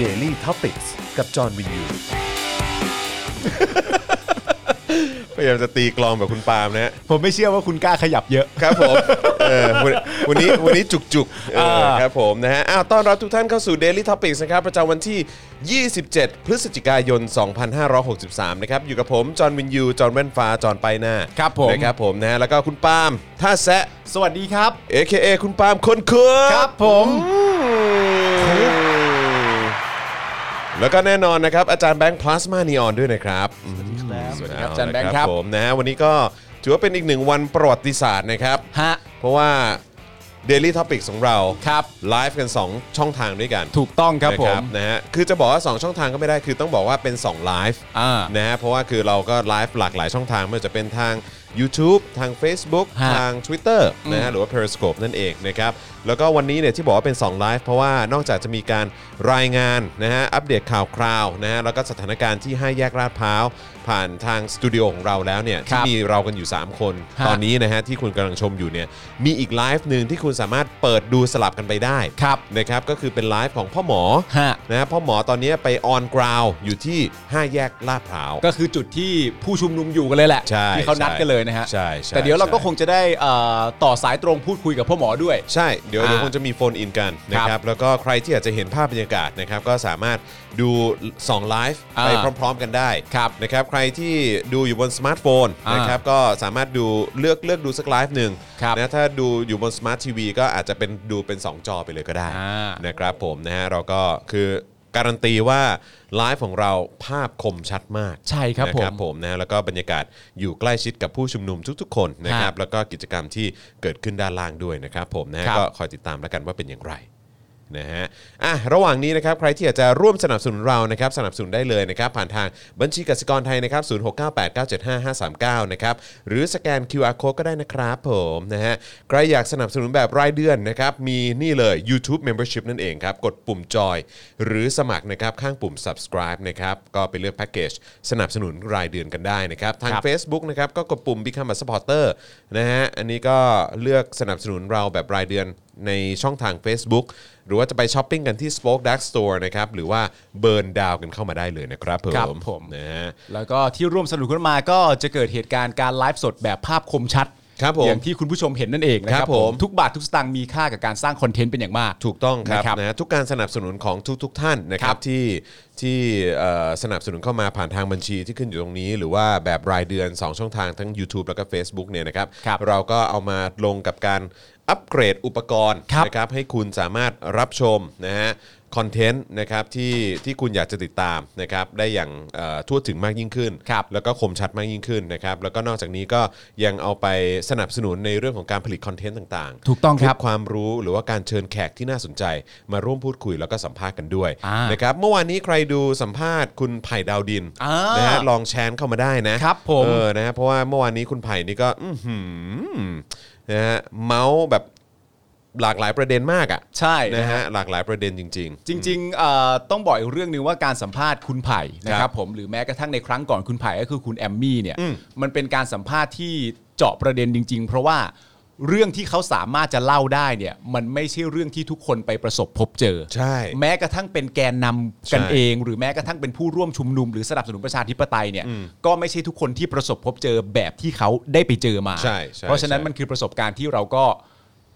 Daily t o p i c กกับจอห์นวินยู พยายามจะตีกลองแบบคุณปาล์มนะฮะ ผมไม่เชื่อว่าคุณกล้าขยับเยอะ ครับผมเออวันวันนี้วันนี้จุกจุกๆเออ อ่า ครับผมนะฮะอ้าวต้อนรับทุกท่านเข้าสู่ Daily Topics นะครับประจำวันที่ 27 พฤศจิกายน 2563 นะครับ อยู่กับผม จอห์นวินยู จอห์นแว่นฟ้า จอห์นไปหน้า ครับผม นะครับผมนะฮะแล้วก็คุณปาล์มท่าแซะ สวัสดีครับ AKA คุณปาล์มคนเคือง ครับผม อืมแล้วก็แน่นอนนะครับ อาจารย์แบงค์พลาสมานีออนด้วยนะครับ สวัสดีครับอาจารย์แบงค์ครับ ผมนะฮะวันนี้ก็ถือว่าเป็นอีกหนึ่งวันประวัติศาสตร์นะครับ ฮะ เพราะว่า Daily Topics ของเรา ครับ ไลฟ์กัน 2 ช่องทางด้วยกัน ถูกต้องครับ นะ ผม นะฮะคือจะบอกว่า 2 ช่องทางก็ไม่ได้คือต้องบอกว่าเป็น 2 ไลฟ์ อ่า นะฮะเพราะว่าคือเราก็ไลฟ์หลากหลายช่องทางไม่ว่าจะเป็นทาง YouTube ทาง Facebook ฮะ ทาง Twitter นะฮะหรือว่า Periscope นั่นเองนะครับแล้วก็วันนี้เนี่ยที่บอกว่าเป็น 2 ไลฟ์เพราะว่านอกจากจะมีการรายงานนะฮะอัปเดตข่าวคราวนะฮะแล้วก็สถานการณ์ที่ให้าแยกลาดพร้าวผ่านทางสตูดิโอของเราแล้วเนี่ย ครั ที่ บ มีเรากันอยู่ 3 คน ฮะ ตอนนี้นะฮะที่คุณกำลังชมอยู่เนี่ยมีอีกไลฟ์หนึ่งที่คุณสามารถเปิดดูสลับกันไปได้ ครับ นะครับก็คือเป็นไลฟ์ของพ่อหมอ ฮะ นะฮะพ่อหมอตอนนี้ไปออนกราวอยู่ที่ 5 แยกลาดพร้าว ก็คือจุดที่ผู้ชุมนุมอยู่กันเลยแหละ ใช่ ที่เขานัดกันเลยนะฮะ ใช่ใช่ แต่เดี๋ยวเรา ใช่ ก็คงจะได้เอ่อต่อสายตรงพูดคุยกับพ่อหมอด้วย ใช่เดี๋ยวเดี๋ยว อ่า คงจะมีโฟนอินกันนะค ค รั รั บบ แล้วก็ใครที่อยากจะเห็นภาพบรรยากาศนะครับก็สามารถดู2ไลฟ์ อ่า ไปพร้อม ๆ กันได้ ครับ นะครับใครที่ดูอยู่บนสมาร์ทโฟน อ่าน นะครับก็สามารถดูเลือกเลือกดูสักไลฟ์หนึ่ง ครับ นะถ้าดูอยู่บนสมาร์ททีวีก็อาจจะเป็นดูเป็น 2 จอไปเลยก็ได้ อ่าน นะครับผมนะฮะเราก็คือการันตีว่าไลฟ์ของเราภาพคมชัดมาก ใช่ครับ นะ ผ ครับ ม ผมนะฮะแล้วก็บรรยากาศอยู่ใกล้ชิดกับผู้ชุมนุมทุก ๆ คนนะครับ ฮะ แล้วก็กิจกรรมที่เกิดขึ้นด้านล่างด้วยนะครับผมนะฮะ ครับ ก็คอยติดตามแล้วกันว่าเป็นอย่างไรนะฮะอ่ะระหว่างนี้นะครับใครที่อยากจะร่วมสนับสนุนเรานะครับสนับสนุนได้เลยนะครับผ่านทางบัญชีกสิกรไทยนะครับ0 6 9 8 9 7 5 5 3 9นะครับหรือสแกน QR code ก็ได้นะครับผมนะฮะใครอยากสนับสนุนแบบรายเดือนนะครับมีนี่เลย YouTube Membership นั่นเองครับกดปุ่มจอยหรือสมัครนะครับข้างปุ่ม subscribe นะครับก็ไปเลือกแพ็กเกจสนับสนุนรายเดือนกันได้นะครับทาง ครับ ทาง Facebook นะครับก็กดปุ่ม Become a supporter นะฮะอันนี้ก็เลือกสนับสนุนเราแบบรายเดือนในช่องทาง Facebook หรือว่าจะไปช้อปปิ้งกันที่ Spoke Dark Store นะครับหรือว่าเบิร์นดาวกันเข้ามาได้เลยนะครับผม ครับผม นะฮะ แล้วก็ที่ร่วมสนุกขึ้นมาก็จะเกิดเหตุการณ์การไลฟ์สดแบบภาพคมชัด ครับผม อย่างที่คุณผู้ชมเห็นนั่นเองนะค ครั รั บบ ผ ผม มทุกบาททุกสตางค์มีค่ากับการสร้างคอนเทนต์เป็นอย่างมาก ถูกต้องครับ นะครับ นะฮะทุกการสนับสนุนของทุกๆท่านนะครับ ครับ ที่ที่เอ่อสนับสนุนเข้ามาผ่านทางบัญชีที่ขึ้นอยู่ตรงนี้ หรือว่าแบบรายเดือน 2 ช่องทางทั้ง YouTube แล้วก็ Facebook เนี่ยนะครับ ครับ เราก็เอามาลงกับการอัปเกรดอุปกรณ์ ครับ นะครับให้คุณสามารถรับชมนะฮะคอนเทนต์นะครับที่ที่คุณอยากจะติดตามนะครับได้อย่างเอ่อทั่วถึงมากยิ่งขึ้น ครับ แล้วก็คมชัดมากยิ่งขึ้นนะครับแล้วก็นอกจากนี้ก็ยังเอาไปสนับสนุนในเรื่องของการผลิตคอนเทนต์ต่างๆ ถูกต้อง ลิคปรับ ความรู้หรือว่าการเชิญแขกที่น่าสนใจ มาร่วมพูดคุยแล้วก็สัมภาษณ์กันด้วย อ่าน นะครับเมื่อวานนี้ใครดูสัมภาษณ์คุณไผ่ดาวดิน อ่าน นะฮะลองแชร์เข้ามาได้นะครับ ผม เออนะฮะเพราะว่าเมื่อวานนี้คุณไผ่นี่ก็อื้อหือนะฮะเมาส์แบบหลากหลายประเด็นมากอ่ะ ใช่ นะ นะ ฮะ ฮะ หลากหลายประเด็นจริง จริงๆเอ่อต้องบอกอีกเรื่องหนึงว่าการสัมภาษณ์คุณไผ่นะค ครั รั บบ ผมหรือแม้กระทั่งในครั้งก่อนคุณไผ่ก็คือคุณแอมมี่เนี่ยมันเป็นการสัมภาษณ์ที่เจาะประเด็นจริง ๆ เพราะว่าเรื่องที่เขาสามารถจะเล่าได้เนี่ยมันไม่ใช่เรื่องที่ทุกคนไปประสบพบเจอ ใช่ แม้กระทั่งเป็นแกนนำกัน ใช่ เอง หรือแม้กระทั่งเป็นผู้ร่วมชุมนุมหรือสนับสนุนประชาธิปไตยเนี่ยก็ไม่ใช่ทุกคนที่ประสบพบเจอแบบที่เขาได้ไปเจอมา ใช่ใช่ เพราะฉะนั้น ใช่ มันคือประสบการณ์ที่เราก็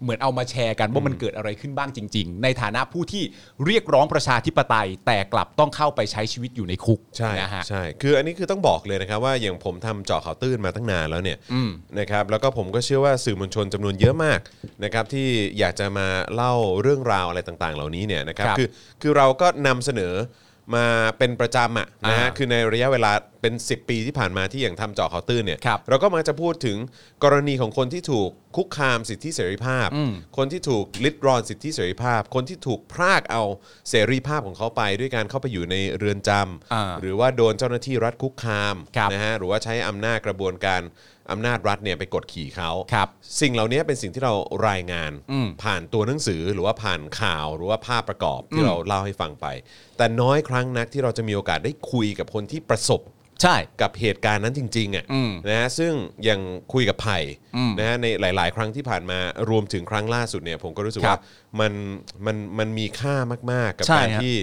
เหมือนเอามาแชร์กันว่ามันเกิดอะไรขึ้นบ้างจริง ๆ ในฐานะผู้ที่เรียกร้องประชาธิปไตย แต่กลับต้องเข้าไปใช้ชีวิตอยู่ในคุก ใช่ นะฮะ ใช่ คืออันนี้คือต้องบอกเลยนะครับว่าอย่างผมทำเจาะข่าวตื้นมาตั้งนานแล้วเนี่ยนะครับแล้วก็ผมก็เชื่อว่าสื่อมวลชนจำนวนเยอะมากนะครับที่อยากจะมาเล่าเรื่องราวอะไรต่างๆ เหล่านี้เนี่ยนะครับ ครับ คือคือเราก็นำเสนอมาเป็นประจำอะนะฮะ อ่า คือในระยะเวลาเป็น 10 ปีที่ผ่านมาที่อย่างทำเจาะข่าวตื้นเนี่ย ครับ เราก็มักจะพูดถึงกรณีของคนที่ถูกคุกคามสิทธิเสรีภาพ คนที่ถูกลิดรอนสิทธิเสรีภาพ คนที่ถูกพรากเอาเสรีภาพของเขาไป ด้วยการเข้าไปอยู่ในเรือนจำ อ่า หรือว่าโดนเจ้าหน้าที่รัฐคุกคาม ครับ นะฮะหรือว่าใช้อำนาจกระบวนการอำนาจรัฐเนี่ยไปกดขี่เขา ครับ สิ่งเหล่านี้เป็นสิ่งที่เรารายงานผ่านตัวหนังสือหรือว่าผ่านข่าวหรือว่าภาพประกอบที่เราเล่าให้ฟังไป แต่น้อยครั้งนักที่เราจะมีโอกาสได้คุยกับคนที่ประสบ ใช่ กับเหตุการณ์นั้นจริงๆอ่ะ อืม นะฮะซึ่งยังคุยกับไผ่นะฮะในหลาย ๆ ครั้งที่ผ่านมารวมถึงครั้งล่าสุดเนี่ยผมก็รู้สึก ครั ว่า บ มันมันมันมีค่ามากๆ กับ ใช่ การ ฮะ ที่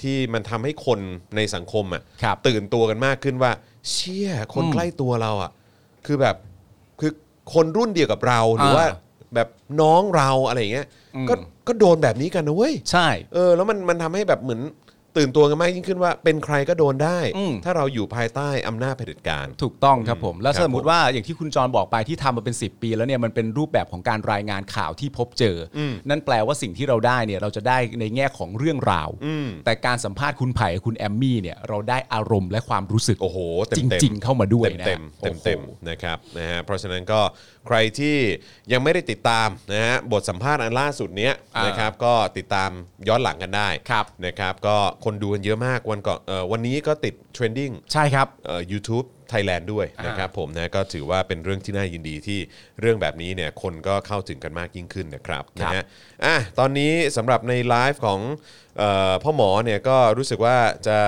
ที่มันทำให้คนในสังคมอ่ะ ครับ ตื่นตัวกันมากขึ้นว่า เชี่ยคน อืม ใกล้ตัวเราอ่ะ คือแบบคือคนรุ่นเดียวกับเราหรือว่า อ่า แบบน้องเราอะไรอย่างเงี้ย อืม ก็ก็โดนแบบนี้กันนะเว้ย ใช่ เออแล้วมันมันทำให้แบบเหมือนตื่นตัวกันมากยิ่งขึ้นว่าเป็นใครก็โดนได้ อืม ถ้าเราอยู่ภายใต้อำนาจเผด็จการ ถูกต้องครับผม แล้ว ครับ สมมติว่าอย่างที่คุณจรบอกไปที่ทำมาเป็น 10 ปีแล้วเนี่ยมันเป็นรูปแบบของการรายงานข่าวที่พบเจออ ม นั่นแปลว่าสิ่งที่เราได้เนี่ยเราจะได้ในแง่ของเรื่องราว อืม แต่การสัมภาษณ์คุณไผ่กับคุณแอมมี่เนี่ยเราได้อารมณ์และความรู้สึก โอ้โหเต็ จ มๆ ริงๆเข้ามาด้วยนะ เต็มๆ โอ้โห เต็มๆนะครับนะฮะเพราะฉะนั้นก็ใครที่ยังไม่ได้ติดตามนะฮะบทสัมภาษณ์อันล่าสุดเนี้ย อ่าน นะครับก็ติดตามย้อนหลังกันได้ ครับ นะครับก็คนดูกันเยอะมากวันก่อนเอ่อวันนี้ก็ติดเทรนดิ้ง ใช่ครับ ยูทูบไทยแลนด์ด้วย อ่าน นะครับผมนะก็ถือว่าเป็นเรื่องที่น่ายินดีที่เรื่องแบบนี้เนี่ยคนก็เข้าถึงกันมากยิ่งขึ้นนะครับ ค นะ รับ ฮะอ่ะตอนนี้สำหรับในไลฟ์ของเอ่อพ่อหมอเนี่ยก็รู้สึกว่าจะ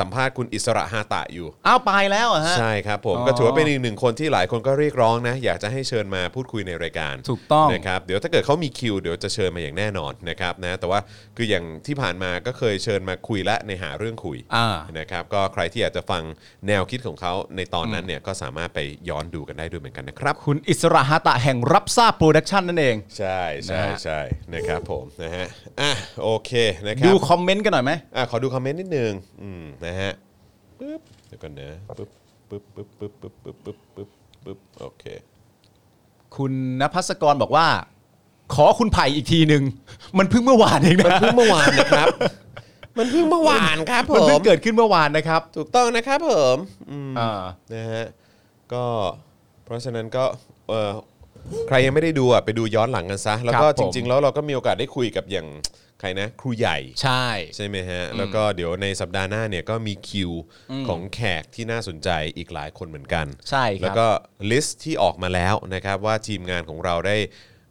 สัมภาษณ์คุณอิสระฮาตะอยู่ อ้าวไปแล้วเหรอฮะ ใช่ครับผม อ๋อ ก็ถือว่าเป็นอีกหนึ่งคนที่หลายคนก็เรียกร้องนะอยากจะให้เชิญมาพูดคุยในรายการ ถูกต้อง นะครับเดี๋ยวถ้าเกิดเขามีคิวเดี๋ยวจะเชิญมาอย่างแน่นอนนะครับนะแต่ว่าคืออย่างที่ผ่านมาก็เคยเชิญมาคุยและในหาเรื่องคุย อ่า นะครับก็ใครที่อยากจะฟังแนวคิดของเขาในตอนนั้นเนี่ยก็สามารถไปย้อนดูกันได้ด้วยเหมือนกันนะครับ คุณอิสระฮาตะแห่งรับทราบโปรดักชันนั่นเอง ใช่ใช่ นะฮะ ใช่นะครับผมนะฮะอ่ะโอเคนะครั ดู บ คอมเมนต์กันหน่อยไหม อ่ะขอดูคอมเมนต์นิดนึงอืมนะฮะปึ๊บเดี๋ยวกันนะปึ๊บปึ๊บปึ๊บปึ๊บปึ๊บปึ๊บปึ๊บปึ๊บปึ๊บโอเค คุณนภัสกรบอกว่า ขอคุณไผ่อีกทีหนึ่งมันเพิ่งเมื่อวานเองนะ เพิ่งเมื่อวาน นะครับ มันเพิ่งเมื่อวานครับผ มันเพิ่ ม งเกิดขึ้นเมื่อวานนะครับ ถูกต้องนะครับผมอืม อ่า นะฮะก็เพราะฉะนั้นก็เออใครยังไม่ได้ดูอ่ะไปดูย้อนหลังกันซะ แล้วก็ ครับ จ ผม ริง ๆ แล้วเราก็มีโอกาสได้คุยกับอย่างใครนะ ครูใหญ่ ใช่ ใช่ไหมฮะ แล้วก็เดี๋ยวในสัปดาห์หน้าเนี่ยก็มีคิวของแขกที่น่าสนใจอีกหลายคนเหมือนกัน ใช่ครับ แล้วก็ลิสต์ที่ออกมาแล้วนะครับว่าทีมงานของเราได้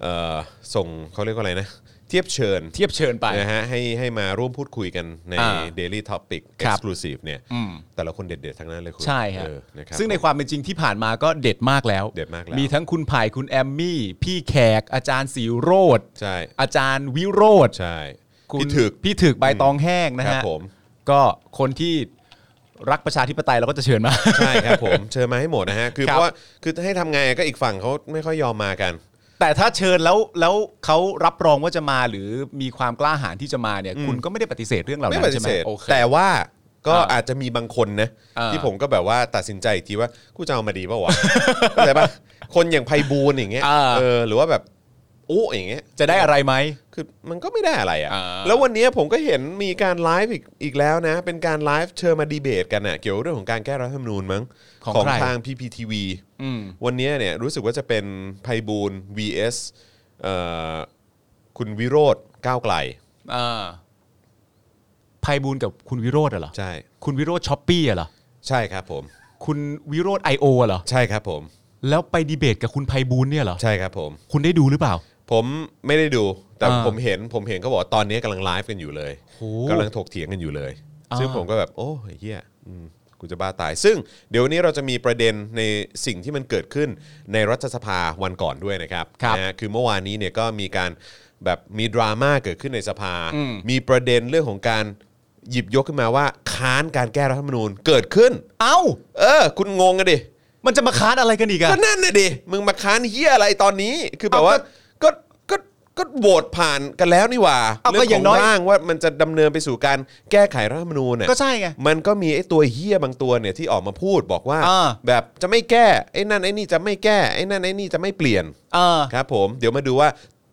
เอ่อส่งเขาเรียกว่าอะไรนะเทียบเชิญ เทียบเชิญไป นะฮะให้ให้มาร่วมพูดคุยกันใน อ่า Daily Topic ครับ Exclusive เนี่ย อืม แต่ละคนเด็ดๆทั้งนั้นเลยคุณ ใช่ฮะ เออนะครับ ซึ่งในความเป็นจริงที่ผ่านมาก็เด็ดมากแล้ว เด็ดมากแล้ว มีทั้งคุณไผ่คุณแอมมี่ พี่แขก อาจารย์สีโรด ใช่ อาจารย์วิโรธ ใช่ คุณ พี่ถึก พี่ถึกใบตองแห้งนะครับ ฮะ ผม ก็คนที่รักประชาธิปไตยเราก็จะเชิญมา ใช่ครับ ผมเชิญมาให้หมดนะฮะ คือ ค เพ รับ ราะว่าคือให้ทำไงก็อีกฝั่งเขาไม่ค่อยยอมมากัน แต่ถ้าเชิญแล้วแล้วเขารับรองว่าจะมาหรือมีความกล้าหาญที่จะมาเนี่ย คุณก็ไม่ได้ปฏิเสธเรื่องเหล่า ไม่ นั้ ป น ฏิ ใช่ไหม เสธ โอเค แต่ว่าก็ อ่า อาจจะมีบางคนนะ อ่า ที่ผมก็แบบว่าตัดสินใจอีกทีว่ากูจะเอามาดีเปล่าวะ เข้าใจปะคนอย่างไพบูลย์อย่างเงี้ย อ่า เออหรือว่าแบบอู้อย่างเงี้ย จะได้อะไรไหม คือมันก็ไม่ได้อะไรอะ อ่า แล้ววันนี้ผมก็เห็นมีการไลฟ์อีกอีกแล้วนะ เป็นการไลฟ์เชิญมาดีเบตกันน่ะเกี่ยวเรื่องของการแก้รัฐธรรมนูญมั้ง ของ ของ ใคร ทาง PPTV อืม วันนี้เนี่ยรู้สึกว่าจะเป็นไพบูลย์ vs เอ่อคุณวิโรธก้าวไกล อ่าไพบูลย์กับคุณวิโรธเหรอ ใช่ คุณวิโรธช้อปปี้เหรอ ใช่ครับผม คุณวิโรธไอโอเหรอ ใช่ครับผม แล้วไปดีเบตกับคุณไพบูลย์เนี่ยเหรอ ใช่ครับผม คุณได้ดูหรือเปล่า ผมไม่ได้ดูแต่ อ่า ผมเห็นผมเห็นเขาบอกว่าตอนนี้กำลังไลฟ์กันอยู่เลย โห กำลังถกเถียงกันอยู่เลย อ่า ซึ่งผมก็แบบโอ้ยเฮียอืมกูจะบ้าตาย ซึ่งเดี๋ยววนนี้เราจะมีประเด็นในสิ่งที่มันเกิดขึ้นในรัฐสภาวันก่อนด้วยนะครับ ครับ นะฮะคือเมื่อวานนี้เนี่ยก็มีการแบบมีดราม่าเกิดขึ้นในสภา มีประเด็นเรื่องของการหยิบยกขึ้นมาว่าค้านการแก้รัฐธรรมนูญเกิดขึ้น เอ้า เออ คุณงงกันดิ มันจะมาค้านอะไรกันอีกอะ ก็นั่นน่ะดิ มึงมาค้านเฮียอะไรตอนนี้ คือแบบว่า ก็ ก็ ก็โหวตผ่านกันแล้วนี่หว่า เอาก็ เรื่อง อ ข ย่า อง งน้อย ร่างว่ามันจะดำเนินไปสู่การแก้ไขรัฐธรรมนูญเนี่ย ก็ใช่ไง มันก็มีไอ้ตัวเฮียบางตัวเนี่ยที่ออกมาพูดบอกว่า อ่า แบบจะไม่แก้ ไอ้นั่นไอ้นี่จะไม่แก้ ไอ้นั่นไอ้นี่จะไม่เปลี่ยน เออ ครับผม เดี๋ยวมาดูว่า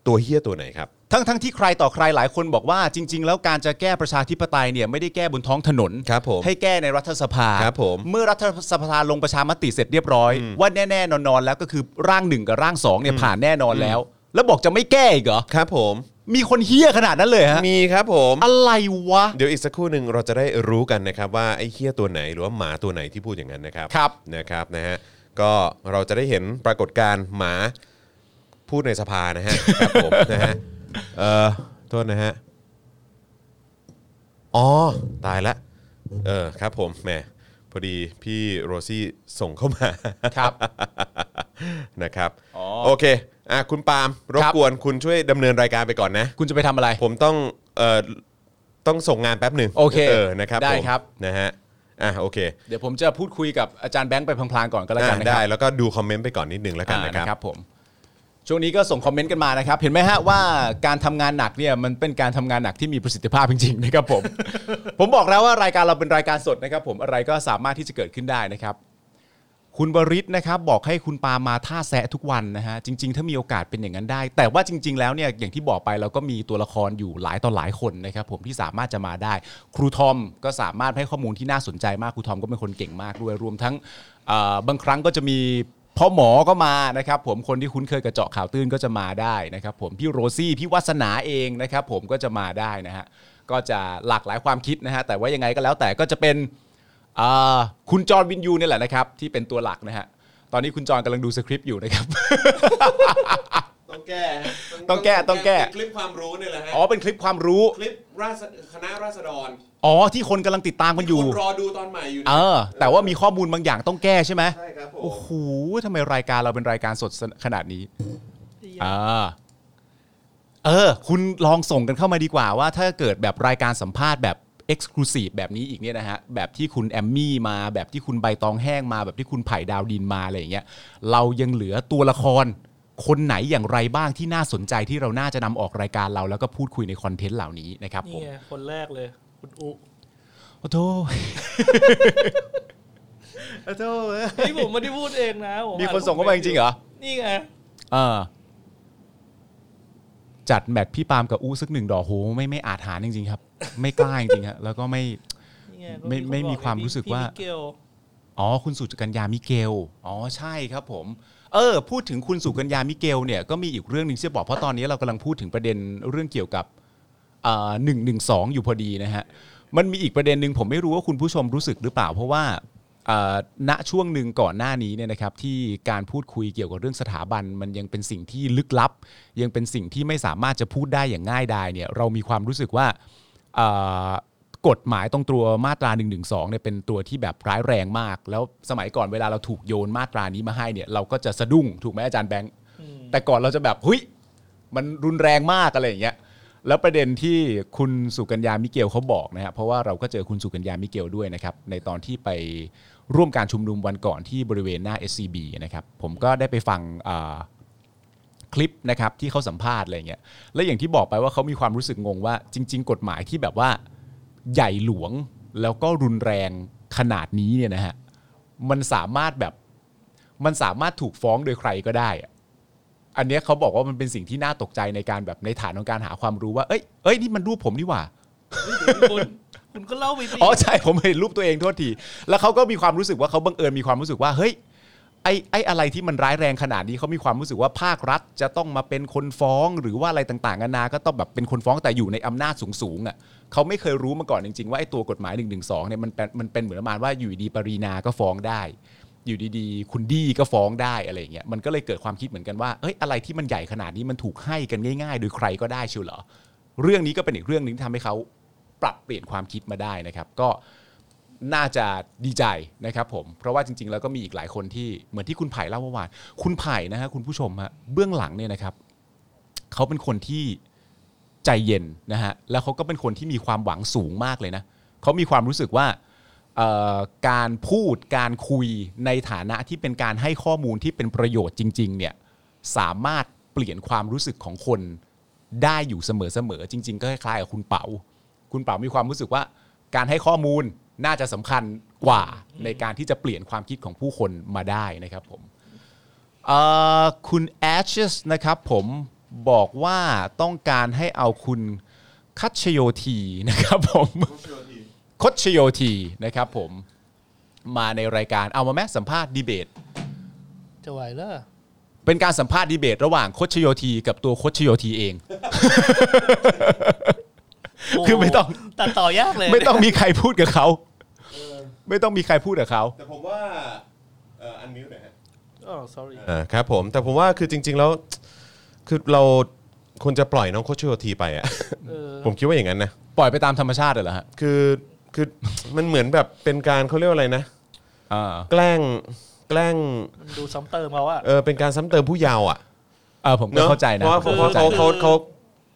ตัวเฮียตัวไหนครับ ทั้งทั้งที่ใครต่อใครหลายคนบอกว่าจริง ๆ แล้วการจะแก้ประชาธิปไตยเนี่ยไม่ได้แก้บนท้องถนน ครับผม ให้แก้ในรัฐสภา ครับผม เมื่อรัฐสภาลงประชามติเสร็จเรียบร้อย ว่าแน่ๆนอนๆแล้วก็คือร่างหนึ่งกับร่างสองเนี่ยผ่านแน่นอนแล้ว แล้วบอกจะไม่แก้อีกเหรอ ครับผม มีคนเฮี้ยขนาดนั้นเลยฮะ มีครับผม อะไรวะ เดี๋ยวอีกสักครู่หนึ่งเราจะได้รู้กันนะครับว่าไอ้เฮี้ยตัวไหนหรือว่าหมาตัวไหนที่พูดอย่างนั้นนะครับ ครับ นะครับนะฮะก็เราจะได้เห็นปรากฏการณ์หมาพูดในสภานะฮะ ครับผม นะฮะเอ่อโทษนะฮะอ๋อตายละเออครับผมแหมพอดีพี่โรซี่ส่งเข้ามา ครับ นะครับ อ๋อ โอเคอ่ะคุณปาล์มรบ ครับ กวนคุณช่วยดำเนินรายการไปก่อนนะ คุณจะไปทำอะไร ผมต้องเอ่อ ต้องส่งงานแป๊บหนึ่ง โอเค เออนะครับ ได้ ผม ครับ นะฮะอ่ะโอเค เดี๋ยวผมจะพูดคุยกับอาจารย์แบงค์ไปพลางๆก่อนก็แล้ว อ่ะ กันนะค ได้ รับ แล้วก็ดูคอมเมนต์ไปก่อนนิดนึงแล้วกัน อ่า นะครับ ผม ช่วงนี้ก็ส่งคอมเมนต์กันมานะครับ เห็นไหมฮะว่าการทำงานหนักเนี่ยมันเป็นการทำงานหนักที่มีประสิทธิภาพจริงๆนะครับผม ผมบอกแล้วว่ารายการเราเป็นรายการสดนะครับ ผมอะไรก็สามารถที่จะเกิดขึ้นได้นะครับ คุณบริษนะครับบอกให้คุณปามาท่าแซะทุกวันนะฮะจริง ๆ ถ้ามีโอกาสเป็นอย่างนั้นได้ แต่ว่าจริง ๆ แล้วเนี่ยอย่างที่บอกไปเราก็มีตัวละครอยู่หลายต่อหลายคนนะครับผมที่สามารถจะมาได้ ครูทอมก็สามารถให้ข้อมูลที่น่าสนใจมากครูทอมก็เป็นคนเก่งมากด้วยรวมทั้งเอ่อบางครั้งก็จะมีพ่อหมอก็มานะครับ ผมคนที่คุ้นเคยกับเจาะข่าวตื้นก็จะมาได้นะครับ ผมพี่โรซี่พี่วัสนาเองนะครับ ผมก็จะมาได้นะฮะก็จะหลากหลายความคิดนะฮะแต่ว่ายังไงก็แล้วแต่ก็จะเป็น อ่าคุณจอร์นวินยูเนี่ยแหละนะครับ ที่เป็นตัวหลักนะฮะ ตอนนี้คุณจอร์นกำลังดูสคริปต์อยู่นะครับ ต้องแก้ ต้องแก้ต้องแก้ คลิปความรู้เนี่ยแหละฮะ อ๋อเป็นคลิปความรู้ คลิปราษคณะราษฎร อ๋อที่คนกำลังติดตามกันอยู่ คุณรอดูตอนใหม่อยู่ เออ แต่ว่ามีข้อมูลบางอย่างต้องแก้ใช่ไหม ใช่ครับผม โอ้โหทำไมรายการเราเป็นรายการสดขนาดนี้ อ่าเออ คุณลองส่งกันเข้ามาดีกว่าว่าถ้าเกิดแบบรายการสัมภาษณ์แบบ Exclusive แบบนี้อีกเนี่ยนะฮะ แบบที่คุณแอมมี่มาแบบที่คุณใบตองแห้งมาแบบที่คุณไผ่ดาวดินมาอะไรอย่างเงี้ยเรายังเหลือตัวละคร คนไหนอย่างไรบ้างที่น่าสนใจที่เราน่าจะนำออกรายการเราแล้วก็พูดคุยในคอนเทนต์เหล่านี้นะครับผ นี่ ม ไงคนแรกเลย คุณอุ โอ้โห โอ้โห นี่ผมไม่ได้พูดเองนะผ มีคนส่งเข้ามาจริงๆเหรอ นี่ไง เออจัดแมตช์พี่ปาล์มกับอู้สักหนึ่งดอกโหไม่ไม่อาจหารจริงๆครับ ไม่กล้าจริงๆฮะแล้วก็ไม่ นี่ง ไม่ ก็ ไม่มี บอ ความรู้สึกว่า พี่เกล อ๋อคุณสุกัญญามิเกลอ๋อใช่ครับผม เออ พูดถึงคุณสุกัญญามิเกลเนี่ยก็มีอีกเรื่องหนึ่งที่จะบอกเพราะตอนนี้เรากำลังพูดถึงประเด็นเรื่องเกี่ยวกับหนึ่งหนึ่งสองอยู่พอดีนะฮะมันมีอีกประเด็นหนึ่งผมไม่รู้ว่าคุณผู้ชมรู้สึกหรือเปล่า เพราะว่าเอ่อณช่วงหนึ่งก่อนหน้านี้เนี่ยนะครับที่การพูดคุยเกี่ยวกับเรื่องสถาบัน มันยังเป็นสิ่งที่ลึกลับ ยังเป็นสิ่งที่ไม่สามารถจะพูดได้อย่างง่ายดายเนี่ยเรามีความรู้สึกว่า เอ่อกฎหมายตรงตัวมาตรา1นึเนี่ยเป็นตัวที่แบบร้ายแรงมาก แล้วสมัยก่อนเวลาเราถูกโยนมาตรานี้มาให้เนี่ยเราก็จะสะดุ้งถูกไหมอาจารย์แบงค์แต่ก่อนเราจะแบบเฮ้ยมันรุนแรงมากอะไรอย่างเงี้ยแล้วประเด็นที่คุณสุกัญญามิเกลเขาบอกนะครับเพราะว่าเราก็เจอคุณสุกัญญามิเกลด้วยนะครับในตอนที่ไปร่วมการชุมนุมวันก่อนที่บริเวณหน้า SCB นะครับผมก็ได้ไปฟังอ่า คลิปนะครับที่เขาสัมภาษณ์อะไรเงี้ยและอย่างที่บอกไปว่าเขามีความรู้สึกงงว่า จริง ๆ กฎหมายที่แบบว่าใหญ่หลวงแล้วก็รุนแรงขนาดนี้เนี่ยนะฮะมันสามารถแบบมันสามารถถูกฟ้องโดยใครก็ได้อะอันเนี้ยเขาบอกว่ามันเป็นสิ่งที่น่าตกใจในการแบบในฐานของการหาความรู้ว่าเอ้ยเอ้ยนี่มันรูปผมนี่หว่า คุณคุณก็เล่าไปสิ อ๋อใช่ผมเห็นรูปตัวเองโทษที แล้วเขาก็มีความรู้สึกว่าเขาบังเอิญมีความรู้สึกว่าเฮ้ยไอ้ไอ้อะไรที่มันร้ายแรงขนาดนี้เขามีความรู้สึกว่าภาครัฐจะต้องมาเป็นคนฟ้องหรือว่าอะไรต่างๆนานาก็ต้องแบบเป็นคนฟ้องแต่อยู่ในอำนาจสูงๆอ่ะเขาไม่เคยรู้มาก่อนจริงๆว่าไอ้ตัวกฎหมาย1นึเนี่ยมันเป็นมันเป็นเหมือนประมาณว่าอยู่ดีๆปรีนาก็ฟ้องได้ อยู่ดีๆ คุณดีก็ฟ้องได้อะไรอย่างเงี้ยมันก็เลยเกิดความคิดเหมือนกันว่าเอ้ยอะไรที่มันใหญ่ขนาดนี้มันถูกให้กันง่ายๆ โดยใครก็ได้เชียวเหรอเรื่องนี้ก็เป็นอีกเรื่องหนึ่งที่ทำให้เขา ปรับเปลี่ยนความคิดมาได้นะครับ ก็น่าจะดีใจนะครับผม เพราะว่าจริง ๆ แล้วก็มีอีกหลายคนที่เหมือนที่คุณไผ่เล่าเมื่อวานคุณไผ่นะฮะคุณผู้ชมฮะเบื้องหลังเนี่ยนะครับเขาเป็นคนที่ใจเย็นนะฮะแล้วเขาก็เป็นคนที่มีความหวังสูงมากเลยนะเขามีความรู้สึกว่าเอ่อการพูดการคุยในฐานะที่เป็นการให้ข้อมูลที่เป็นประโยชน์จริง ๆ เนี่ยสามารถเปลี่ยนความรู้สึกของคนได้อยู่เสมอๆจริง ๆ ก็คล้ายๆกับคุณเป๋า คุณเป่ามีความรู้สึกว่าการให้ข้อมูลน่าจะสำคัญกว่าในการที่จะเปลี่ยนความคิดของผู้คนมาได้นะครับผมเอ่อคุณแอชนะครับผมบอกว่าต้องการให้เอาคุณคัชโยทีนะครับผมคชโยทีนะครับผมมาในรายการเอามาแม้สัมภาษณ์ดีเบต จะไหวเหรอ เป็นการสัมภาษณ์ดีเบต ระหว่างคชโยทีกับตัวคชโยทีเอง คือไม่ต้อง โโหตัดต่อยากเลย ไม่ต้องมีใครพูดกับเขาไม่ต้องมีใครพูดกับเขา แต่ผมว่าเอ่ออันมิวหน่อยฮะ อ๋อ sorry อ่าครับผมแต่ผมว่าคือจริง ๆ แล้ว คือเราควรจะปล่อยน้องโคชโยทีไปอ่ะ เออ ผมคิดว่าอย่างนั้นนะ ปล่อยไปตามธรรมชาติเหรอฮะ คือคือ มันเหมือนแบบเป็นการเขาเรียกว่าอะไรนะ อ่า แกล้งแกล้ง มันดูซ้ำเติมเขาอะ เออเป็นการซ้ำเติมผู้เยาว์อ่ะ เออผมก็เข้าใจนะ เพราะว่า ผมก็ เขา เข้าใจ เขา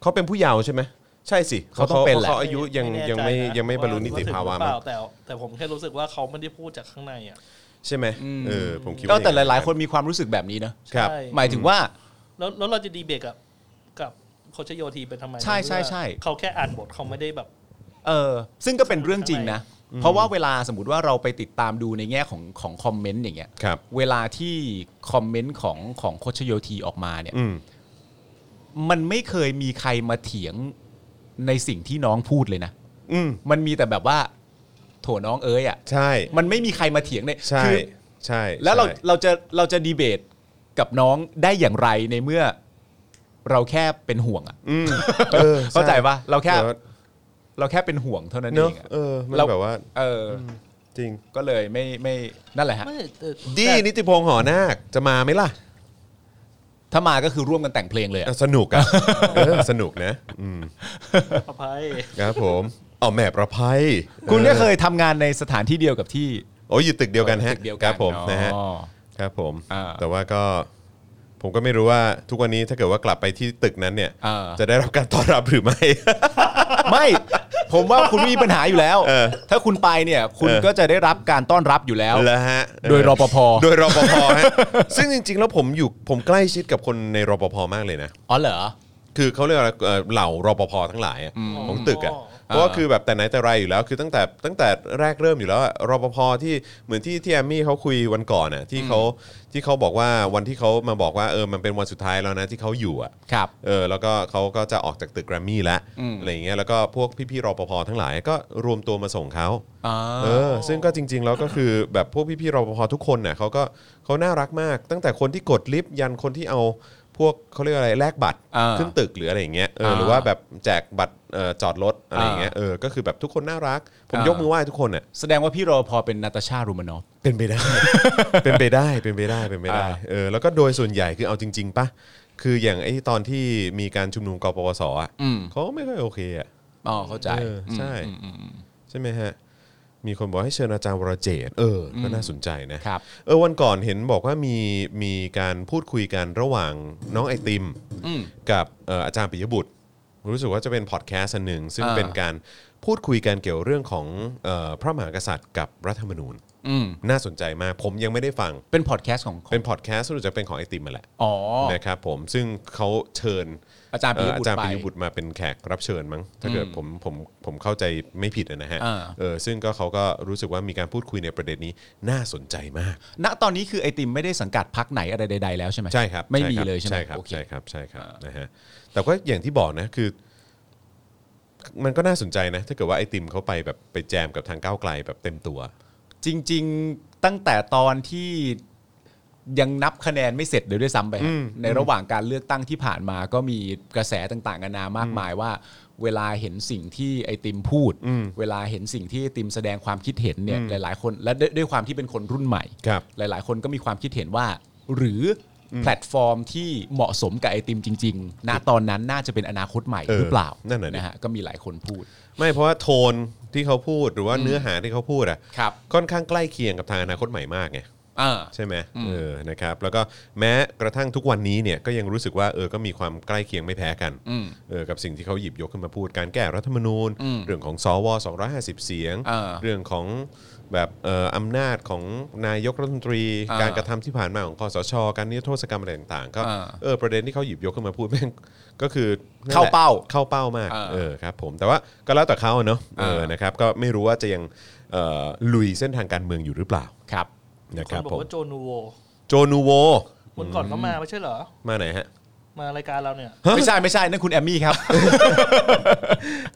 เขาเขาเขาเป็นผู้เยาว์ใช่ไหม ใช่สิ เขาต้องเป็นแหละ เขาอายุยัง แน่ ยังไม่ ใจนะ ยังไม่บรรลุนิติภาวะ ถึงมั้หรือเปง ล่าแต่แต่ผมแค่รู้สึกว่าเขาไม่ได้พูดจากข้างในอ่ะ ใช่ไหมเออผมคิด ก็ ว่า แต่หลาย ง ๆ คนมีความรู้สึกแบบนี้นะครับ ใช่ หมายถึงว่า แล้วแล้วเราจะดีเบตกับกับโคชโยทีไปทำไม ใช่ใช่ใช่ เขาแค่อ่านบทเขาไม่ได้แบบ เออซึ่งก็เป็นเรื่องจริงนะ เพราะว่าเวลาสมมติว่าเราไปติดตามดูในแง่ของของคอมเมนต์อย่างเงี้ย ครับ เวลาที่คอมเมนต์ของของโคชโยทีออกมาเนี่ย อืม มันไม่เคยมีใครมาเถียงในสิ่งที่น้องพูดเลยนะ อืม มันมีแต่แบบว่า โถน้องเอ้ยอ่ะ ใช่ มันไม่มีใครมาเถียงเลย ใช่ คือ ใช่ แล้วเรา ใช่ เราจะเราจะดีเบตกับน้องได้อย่างไรในเมื่อเราแค่เป็นห่วงอ่ะ อืมออช่ เข้าใจปะเราแค่ แต่ว่า เราแค่เป็นห่วงเท่านั้นเอ เนอะ งอะ เออมัน เรา แบบว่า เอออ จริง ก็เลยไม่ไม่นั่นแหละฮะ ไม่แต่ ดี แต่ นิติพงษ์หอนาคจะมาไหมล่ะ ถ้ามาก็คือร่วมกันแต่งเพลงเลยอะ อ่ะสนุกอะเออสนุกนะอืม อภัย ครับผมอ๋อแหม่ประภัย คุณก็เคยทำงานในสถานที่เดียวกับที่ โอ้ยอยู่ตึกเดียวกันฮะ ตึกเดียว ค กั รั น บผม อ๋อ นะฮะ ครับผม อ่า แต่ว่าก็ผมก็ไม่รู้ว่าทุกวันนี้ถ้าเกิดว่ากลับไปที่ตึกนั้นเนี่ย อ่า จะได้รับการต้อนรับหรือไม่ ไม่ ผมว่าคุณมีปัญหาอยู่แล้ว เออ ถ้าคุณไปเนี่ย คุณ เออ ก็จะได้รับการต้อนรับอยู่แล้ว แล้วฮะ โดย เออ รปภ โดยรปภ ฮะ ซึ่งจริง ๆ แล้วผมอยู่ผมใกล้ชิดกับคนในรปภมากเลยนะ อ๋อเหรอ คือเขาเรียกว่าเอ่อเหล่ารปภทั้งหลายอะของตึกอ่ะเพราะว่าคือแบบแต่ไหนแต่ไรอยู่แล้วคือตั้งแต่ตั้งแต่แรกเริ่มอยู่แล้วอะรปภที่เหมือนที่ที่แอมมี่เขาคุยวันก่อนอ่ะที่เขาที่เขาบอกว่าวันที่เขามาบอกว่าเออมันเป็นวันสุดท้ายแล้วนะที่เขาอยู่อ่ะ ครับ เออแล้วก็เขาก็จะออกจากตึกแกรมมี่แล้วอะไรอย่างเงี้ยแล้วก็พวกพี่ๆรปภทั้งหลายก็รวมตัวมาส่งเขา อ๋อ เออซึ่งก็จริง ๆ แล้วก็คือแบบพวกพี่ๆรปภทุกคนน่ะเขาก็เขาน่ารักมาก ตั้งแต่คนที่กดลิฟต์ยันคนที่เอาพวกเขาเรียกอะไรแลกบัตร อ่า ขึ้นตึกหรืออะไรอย่างเงี้ยเออ อ่า หรือว่าแบบแจกบัตรเอ่อจอดรถอะไรอย่างเงี้ยเออก็คือแบบทุกคนน่ารัก ผม อ่าย ย กมือไหว้ทุกคนน่ะ แสดงว่าพี่รอพอเป็นนาตาชารูมานอฟ เป็นไปได้ เป็นไปได้เป็นไปได้เป็นไปได้ อ่า เออแล้วก็โดยส่วนใหญ่คือเอาจริง ๆปะคืออย่างไอ้ตอนที่มีการชุมนุมกปปสอ่ะ อืม เขาก็ไม่ค่อยโอเคอ่ะ อ๋อเข้าใจ เออใช่ อืมอืมอืม ใช่ไหมฮะ มีคนบอกให้เชิญอาจารย์วรเจตน์เออ ก็น่าสนใจนะ ครับ เออวันก่อนเห็นบอกว่ามีมีการพูดคุยกันระหว่างน้องไอติม อืม กับเอ่ออาจารย์ปิยบุตร รู้สึกว่าจะเป็นพอดแคสต์อันหนึ่ง ซึ่ง อ่า เป็นการพูดคุยกันเกี่ยวเรื่องของเอ่อพระมหากษัตริย์กับรัฐธรรมนูญ อืม น่าสนใจมาก ผมยังไม่ได้ฟัง เป็นพอดแคสต์ของของ เป็นพอดแคสต์รู้สึกจะเป็นของไอติมมาแหละ อ๋อ นะครับผมซึ่งเขาเชิญ อาจารย์ปิ เอ่ ย ออา บุต จาร ร ย์ ไป ปิยบุตรมาเป็นแขกรับเชิญมั้งถ้าเกิดผมผมผมเข้าใจไม่ผิดอะนะฮะ อ่า เออซึ่งก็เขาก็รู้สึกว่ามีการพูดคุยในประเด็นนี้น่าสนใจมาก ณตอนนี้คือไอติมไม่ได้สังกัดพักไหนอะไรใดๆแล้วใช่ไหม ใช่ครับ ไม่ ใช่ มี ครับ เลยใช่ไหม ใช่ครับ โอเค ใช่ครับใช่ครับนะฮะแต่ก็อย่างที่บอกนะคือ มันก็น่าสนใจนะ ถ้าเกิดว่าไอติมเขาไปแบบไปแจมกับทางก้าวไกลแบบเต็มตัว จริง ๆ ตั้งแต่ตอนที่ยังนับคะแนนไม่เสร็จเลยด้วยซ้ำไปฮะในระหว่างการเลือกตั้งที่ผ่านมาก็มีกระแสต่างๆนานามากมายว่า เวลาเห็นสิ่งที่ไอติมพูด เวลาเห็นสิ่งที่ไอติมแสดงความคิดเห็นเนี่ยหลาย ๆ คนและด้วยด้วยความที่เป็นคนรุ่นใหม่ ครับ หลายๆ คนก็มีความคิดเห็นว่า หรืออแพลตฟอร์มที่เหมาะสมกับไอติมจริง ๆ ณตอนนั้นน่าจะเป็นอนาคตใหม่หรือเปล่า เออนั่นน่ะดิ นะฮะก็มีหลายคนพูด ไม่เพราะว่าโทนที่เขาพูดหรือว่าเนื้อหาที่เขาพูดอะ ครับ ค่อนข้างใกล้เคียงกับทางอนาคตใหม่มากไง อ่า ใช่ไหมเออนะครับแล้วก็แม้กระทั่งทุกวันนี้เนี่ยก็ยังรู้สึกว่าเออก็มีความใกล้เคียงไม่แพ้กัน อืม เออกับสิ่งที่เขาหยิบยกขึ้นมาพูดการแก้รัฐธรรมนูญ อืม เรื่องของสว250 เสียง อ่า เรื่องของแบบเอ่ออำนาจของนายกรัฐมนตรี อ่า การกระทำที่ผ่านมาของคอสช การนิรโทษกรรมอะไรต่างๆก็ อ่า เออประเด็นที่เขาหยิบยกขึ้นมาพูดแม่งก็คือนั่นแหละ เข้าเป้า เข้าเป้ามาก อ่า เออครับผมแต่ว่าก็แล้วแต่เขาอะเนาะเออ อ่าน นะครับก็ไม่รู้ว่าจะยังเอ่อลุยเส้นทางการเมืองอยู่หรือเปล่า ครับ นะ ค ครับนบอก ผม ว่าโจนูโว โจนูโว วันก่อนเขามาไม่ใช่เหรอ มาไหนฮะ มารายการเราเนี่ย ไม่ใช่ไม่ใช่นั่นคุณแอมมี่ ครับ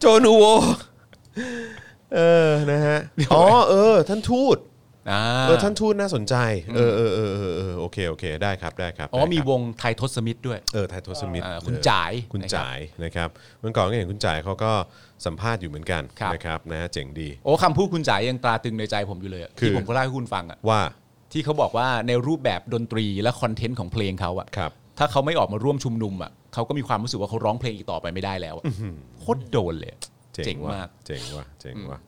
โจนูโว เออ นะฮะ อ๋อ เออ ท่านทูต อ่า เออ ท่านทูตน่าสนใจ เออเออเออเออเออโอเค โอเค ได้ครับ ได้ครับ อ๋อ ได้ครับ มีวงไทยทศมิตรด้วย เออไทยโทสมิธ อ่าคุณจ่าย คุณจ่าย นะครับ เมื่อก่อนก็เห็นคุณจ่ายเขาก็สัมภาษณ์อยู่เหมือนกัน ครับ นะครับ นะฮะ เจ๋งดี โอ้คำพูดคุณจ่ายยังตราตรึงในใจผมอยู่เลยอะ คือ ที่ผมก็เล่าให้คุณฟังอ่ะ ว่า ที่เขาบอกว่าในรูปแบบดนตรีและคอนเทนต์ของเพลงเขาอ่ะ ครับ ถ้าเขาไม่ออกมาร่วมชุมนุมอ่ะเขาก็มีความรู้สึกว่าเขาร้องเพลงอีกต่อไปไม่ได้แล้วอะโคตรโดนเลย เจ๋ง ว่ะ มาก เจ๋งว่ะเจ๋งว่ะ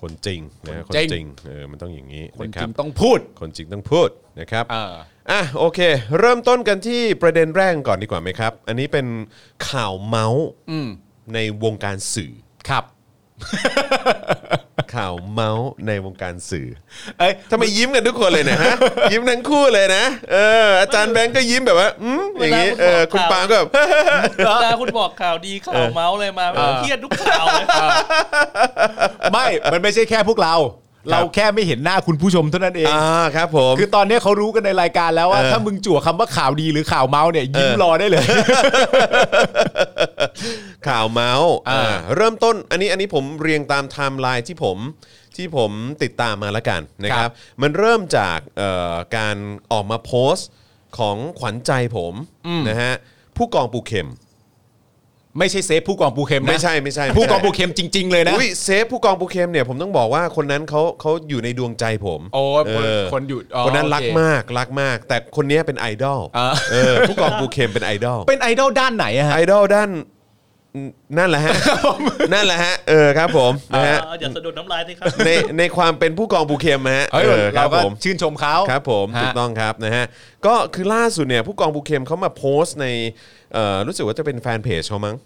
คนจริงนะฮะค คน นจริง จริง เออ มันต้องอย่างนี้ คน นะจครั ริ บ งต้องพูด คนจริงต้องพูดนะครับ เออ อ่ะโอเค เริ่มต้นกันที่ประเด็นแรกก่อนดีกว่าไหมครับ อันนี้เป็นข่าวเมาส์ ในวงการสื่อ ครับ ข่าวเมาส์ในวงการสื่อ เอ้ย ทำไมยิ้มกันทุกคนเลยนะฮะ ยิ้มทั้งคู่เลยนะ เอออาจารย์แบงค์ก็ยิ้มแบบว่าอืมอย่างนี้ เวลาคุณ เออ บอคุณปากข่าวล์มก็แบบ เวลาคุณบอกข่าวดีข่าวเมาส์อะไรมาเครียดทุกข่าวเลย ไม่ มันไม่ใช่แค่พวกเรา เราแค่ไม่เห็นหน้าคุณผู้ชมเท่านั้นเอง อ่าครับผม คือตอนเนี้ยเขารู้กันในรายการแล้วว่า เออ ถ้ามึงจั่วคำว่าข่าวดีหรือข่าวเมาส์เนี่ยยิ้มรอได้เลย ข่าวเมาส์ อ่า อ่าเริ่มต้นอันนี้อันนี้ผมเรียงตามไทม์ไลน์ที่ผมที่ผมติดตามมาละกันนะครับ มันเริ่มจากเอ่อการออกมาโพสต์ของขวัญใจผมนะฮะผู้กองปูเข็ม ไม่ใช่เซฟผู้กองปูเข็มนะ ไม่ใช่ไม่ใช่ ผู้กองปู เข็ม เข็มจริง ๆ เลยนะ อุ้ยเซฟผู้กองปูเข็มเนี่ยผมต้องบอกว่าคนนั้นเขาเขาอยู่ในดวงใจผม โอ้ย เ คนอยู่อ๋อ คนนั้นรัก โอเค มากรักมาก แต่คนเนี้ยเป็นไอดอล อ่า เออผู้กองปูเข็มเป็นไอดอล เป็นไอดอลด้านไหนอะฮะ ไอดอลด้านนั่นแหละฮะ นั่นแหละฮะ เออครับผมนะฮะ เอออย่าสะดุดน้ำลายสิครับ ในในความเป็นผู้กองปูเข็มฮะ เฮ้ย เออค เรา รับ ก็ ผม ชื่นชมเขา ครับผม ฮะ ถูกต้องครับนะฮะก็คือล่าสุดเนี่ยผู้กองปูเข็มเขามาโพสต์ในเอ่อรู้สึกว่าจะเป็นแฟนเพจเขามั้ง